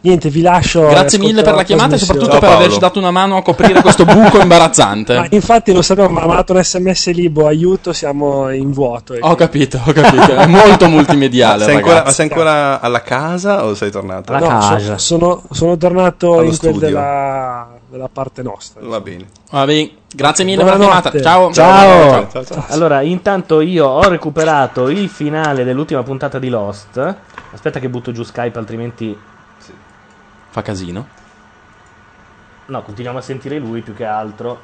S3: Niente, vi lascio. eh,
S6: Grazie mille per la chiamata e soprattutto per averci dato una mano a coprire questo
S3: <laughs>
S6: buco
S3: Ma
S6: imbarazzante.
S3: infatti lo sapevo, ma ha mandato un sms Libo, aiuto, siamo in vuoto. ecco.
S6: Ho capito, ho capito. È molto multimediale.
S7: Ma sei, ancora,
S6: ragazzi. cioè-
S7: ma sei ancora alla casa o sei tornato?
S3: No, so- sono, sono tornato
S7: Allo
S3: in quel
S7: studio.
S3: della, della parte nostra.
S7: Va bene.
S6: Va bene. Ah, Grazie mille
S3: Buonanotte.
S6: per la chiamata. Ciao.
S5: Ciao. Allora, intanto io ho recuperato il finale dell'ultima puntata di Lost. Aspetta che butto giù Skype, altrimenti
S6: Fa casino.
S5: no, continuiamo a sentire lui più che altro.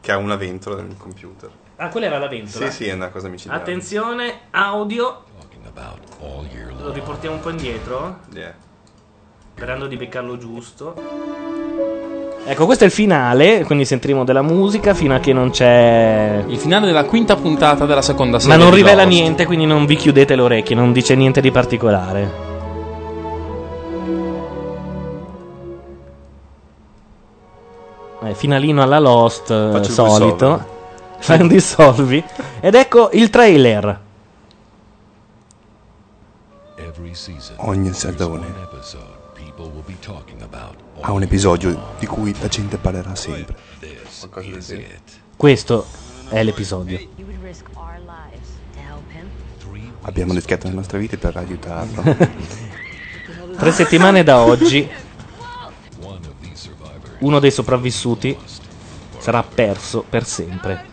S7: Che ha una ventola nel computer.
S5: Ah, quella era la ventola.
S7: Sì, sì, è una cosa micidiale.
S5: Attenzione, audio. Lo riportiamo un po' indietro. Sperando di beccarlo giusto. Ecco, questo è il finale, quindi sentiremo della musica fino a che non c'è...
S6: Il finale della quinta puntata della seconda
S5: Ma
S6: serie.
S5: non
S6: di
S5: rivela
S6: Lost.
S5: niente, quindi non vi chiudete le orecchie, non dice niente di particolare. Eh, finalino alla Lost, eh,
S6: Faccio il
S5: solito.
S6: dissolvere.
S5: <laughs> Fai un dissolvi. Ed ecco il trailer.
S7: Ogni serone ha un episodio di cui la gente parlerà sempre. Qualcosa del genere.
S5: Questo è l'episodio.
S7: Abbiamo rischiato le nostre vite per aiutarlo.
S5: <laughs> Tre settimane da oggi, uno dei sopravvissuti sarà perso per sempre.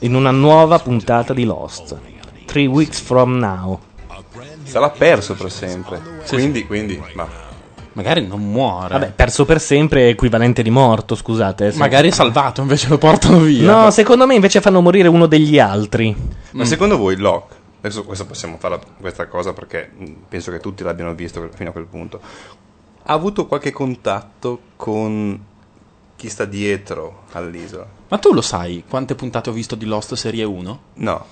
S5: In una nuova puntata di Lost. Three weeks from now.
S7: Sarà perso per sempre. quindi, quindi, ma
S5: Magari non muore. Vabbè, perso per sempre è equivalente di morto, scusate. eh, se-
S6: Magari è salvato, invece lo portano via.
S5: No, secondo me invece fanno morire uno degli altri.
S7: Ma secondo voi Locke, adesso questo possiamo fare questa cosa perché mh, penso che tutti l'abbiano visto fino a quel punto, ha avuto qualche contatto con chi sta dietro all'isola?
S6: Ma tu lo sai quante puntate ho visto di Lost Serie 1?
S7: No.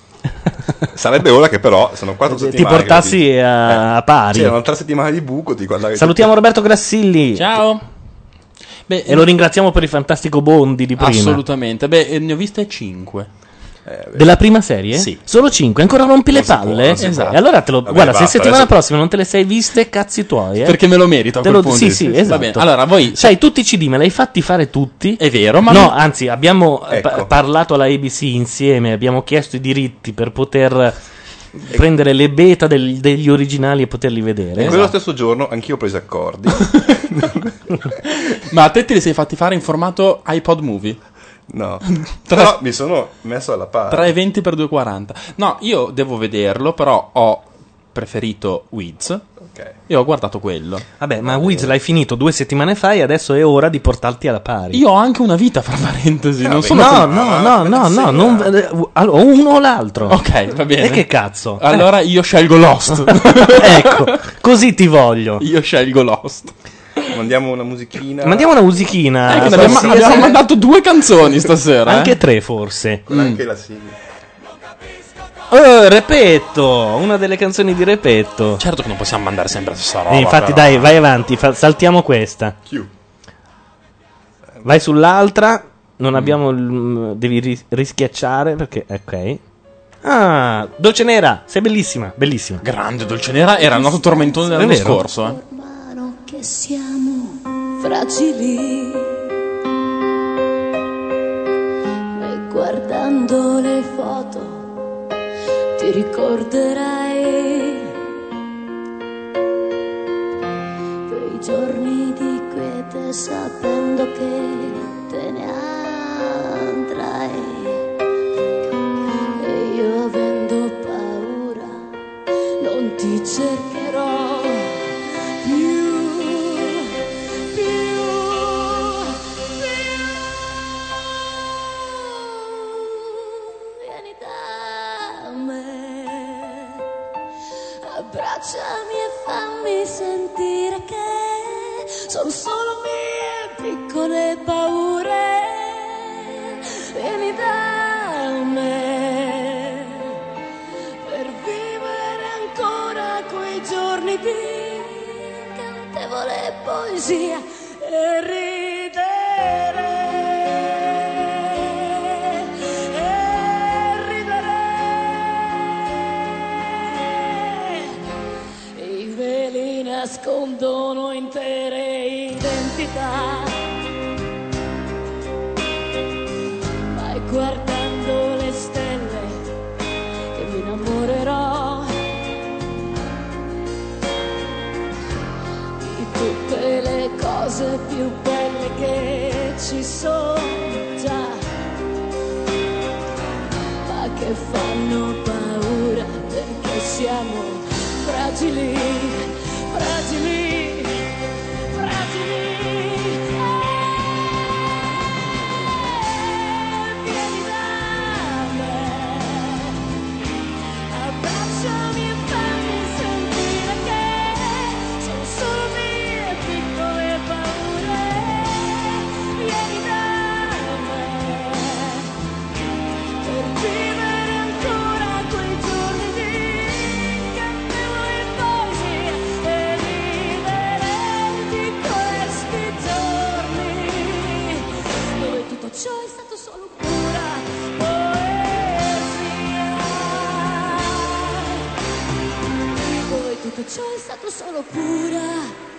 S7: Sarebbe ora che però sono quattro
S5: Ti
S7: settimane. che
S5: portassi
S7: dici-
S5: eh, a- a
S6: Eh,
S5: pari.
S7: C'erano tre settimane di buco, ti guardavi
S5: Salutiamo Roberto Grassilli.
S6: Ciao.
S5: E lo ringraziamo per il fantastico Bondi di prima.
S6: Assolutamente. Beh, eh, ne ho viste 5.
S7: Eh,
S5: Della prima serie?
S6: Sì.
S5: Solo 5, ancora rompi le
S6: si può,
S5: palle?
S6: non si
S5: Esatto.
S6: può.
S5: E allora te lo.
S6: Vabbè,
S5: guarda,
S6: basta,
S5: se settimana
S6: adesso-
S5: prossima non te le sei viste, cazzi tuoi. eh.
S6: Perché me lo merito a
S5: Te
S6: quel
S5: lo-
S6: punto.
S5: Sì, sì, esatto.
S6: Va bene. Allora, voi
S5: Sai, tutti i CD me l'hai fatti fare tutti.
S6: È vero, ma
S5: No,
S6: non- Ecco.
S5: anzi, abbiamo eh, pa- parlato alla ABC insieme, abbiamo chiesto i diritti per poter eh,
S6: Ecco.
S5: prendere le beta del- degli originali e poterli vedere.
S6: Esatto.
S7: E quello stesso giorno
S5: <laughs>
S7: anch'io ho preso accordi.
S6: <laughs> Ma a te te li sei fatti fare in formato iPod Movie?
S7: No.
S6: Tra-
S7: Però mi sono messo alla parte.
S6: 3,20 x 2,40. No, io devo vederlo, però ho preferito Wiz.
S7: Ok.
S6: E ho guardato quello.
S5: Esatto. Vabbè, ma Wiz l'hai finito due settimane fa e adesso è ora di portarti alla pari.
S6: Io ho anche una vita, fra parentesi. non sono
S5: Eh, no,
S6: com-
S5: no, no, no, no, non- eh, u- allora, o uno o l'altro.
S6: Ok, va bene.
S5: E che cazzo? Eh.
S6: Allora io scelgo Lost.
S5: <laughs> ecco, così ti voglio. Ah,
S6: Io scelgo Lost.
S7: Mandiamo una musichina.
S5: Mandiamo una musichina.
S6: Eh, che ne abbiamo-
S5: Sì,
S6: abbiamo
S5: sì.
S6: mandato due canzoni stasera. eh. Mm.
S5: Anche tre forse.
S7: Con anche la sigla.
S5: Oh, Repetto, una delle canzoni di Repetto.
S6: Certo che non possiamo mandare sempre la stessa roba.
S5: Eh, infatti
S6: però.
S5: dai, vai avanti, fa- saltiamo questa.
S7: Chiù.
S5: Vai sull'altra, non abbiamo il- mm, devi ri- rischiacciare perché ok. Ah, Dolce Nera, sei bellissima, bellissima.
S6: Grande Dolce Nera era il nostro tormentone dell'anno scorso, eh.
S4: che siamo fragili. E guardando le foto ti ricorderai quei giorni di quiete sapendo che te ne andrai. E io avendo paura non ti cercherò più, più, più. Vieni da me, abbracciami e fammi sentire che sono solo mie piccole paure. Vieni da me per vivere ancora quei giorni di cantevole poesia e ridere. E ridere. I veli nascondono intere identità. Vai guardando le stelle che mi innamorerò. di tutte le cose più belle che ci sono già, ma che fanno paura perché siamo fragili, fragili, fragili. Eh, vieni da me, Abbracciami e fammi sentire che sono solo mie piccole paure. Vieni da me per vivere ancora quei giorni di cantevole poesia e ridere di questi giorni dove tutto ciò è stato solo pura poesia. Poi tutto ciò è stato solo pura poesia.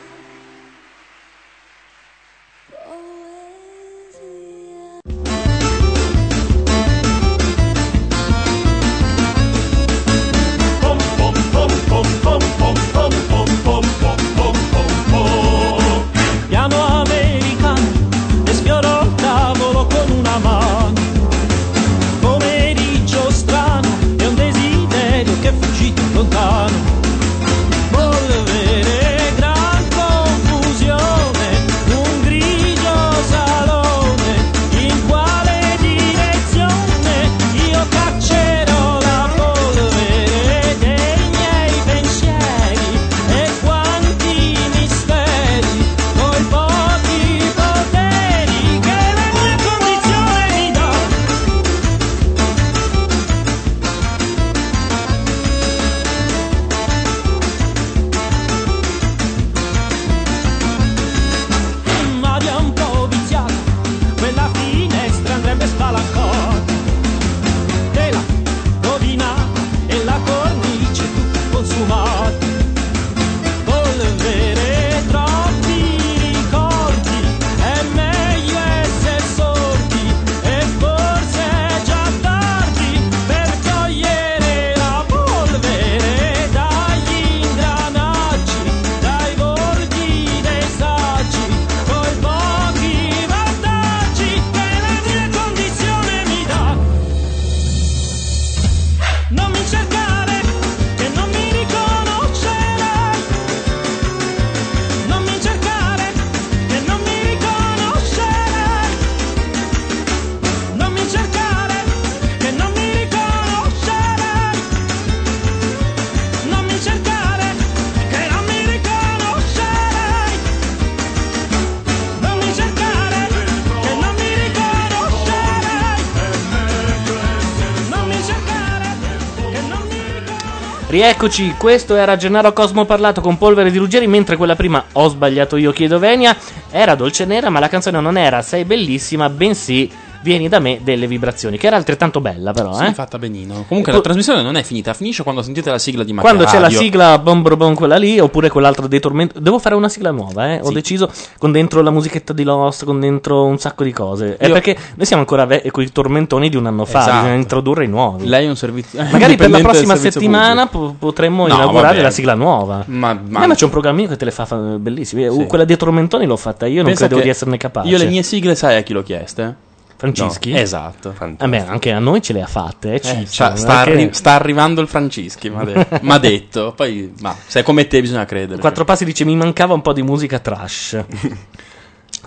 S5: Rieccoci, questo era Gennaro Cosmo parlato con Polvere di Ruggeri, mentre quella prima ho sbagliato io chiedo Venia, era Dolce Nera, ma la canzone non era Sei bellissima, bensì Vieni da me delle vibrazioni, che era altrettanto bella però,
S6: Sì,
S5: eh.
S6: fatta benino. Comunque la
S5: Poi-
S6: trasmissione non è finita, finisce quando sentite la sigla di Macchia
S5: Quando c'è la
S6: Radio.
S5: sigla bom bom bom quella lì, oppure quell'altra dei tormenti. Devo fare una sigla nuova, eh. Ho
S6: Sì.
S5: deciso con dentro la musichetta di Lost, con dentro un sacco di cose. È
S6: Io-
S5: perché noi siamo ancora ve- coi tormentoni di un anno fa,
S6: Esatto.
S5: bisogna
S6: <laughs>
S5: introdurre i nuovi.
S6: Lei è un servizio
S5: Magari per la
S6: dipendente del
S5: prossima
S6: servizio
S5: settimana po- potremmo
S6: No,
S5: inaugurare
S6: vabbè.
S5: la sigla nuova.
S6: Ma- ma-
S5: Eh, ma c'è un programmino che te le fa fa- bellissime. Uh, Quella dei tormentoni l'ho fatta io, non
S6: Pensa
S5: credevo
S6: che
S5: di esserne capace.
S6: Io le mie sigle sai a chi l'ho chieste?
S5: Francischi?
S6: No, Esatto.
S5: Eh beh, anche a noi ce le ha fatte. eh,
S6: Eh,
S5: ci-
S6: sta, sta
S5: perché-
S6: arri- sta arrivando il Francischi,
S5: <laughs>
S6: m'ha de- m'ha detto. Poi, ma se è come te bisogna credere.
S5: Quattro passi dice mi mancava un po' di musica
S6: <laughs>
S5: trash.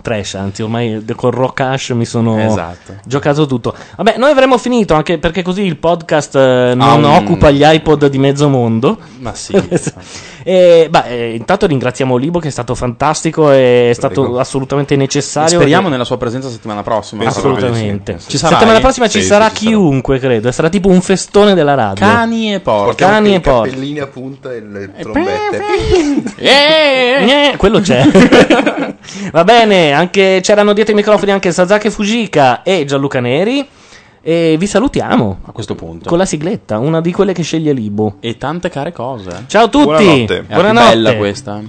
S5: trash, anzi, ormai de- con rock hash mi sono
S6: Esatto.
S5: giocato tutto. Vabbè, noi avremmo finito anche perché così il podcast eh, non
S6: Ah, mm.
S5: occupa gli iPod di mezzo mondo.
S6: Ma sì.
S5: <laughs> E, beh, eh, intanto ringraziamo Libo che è stato fantastico e è stato
S6: Prego.
S5: assolutamente necessario.
S6: Speriamo nella sua presenza settimana prossima.
S5: eh, Assolutamente.
S6: Sì, sì.
S5: Ci
S6: Ci sarà.
S5: Settimana prossima ci
S6: Sì,
S5: sarà
S6: sì,
S5: chiunque, credo. Sarà tipo un festone della radio.
S6: Cani e porci.
S5: Cani e porci.
S7: Cappellini a punta e le trombette. <laughs> Eh,
S5: Eh, quello <laughs> c'è. Va bene, anche- c'erano dietro i microfoni anche Sasaki Fujika e Gianluca Neri. E vi salutiamo
S6: A questo punto.
S5: con la sigletta, una di quelle che sceglie Libo.
S6: E tante care cose.
S5: Ciao a tutti.
S6: Buonanotte. È la più
S5: Buonanotte.
S6: bella questa.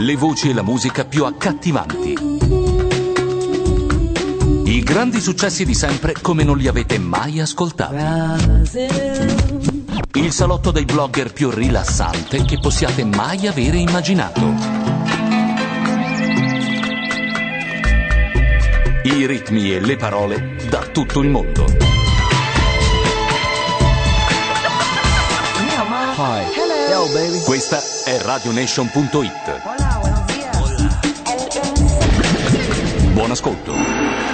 S8: Le voci e la musica più accattivanti. I grandi successi di sempre come non li avete mai ascoltati. Il salotto dei blogger più rilassante che possiate mai avere immaginato. I ritmi e le parole da tutto il mondo. Questa è radionation.it. Buon ascolto.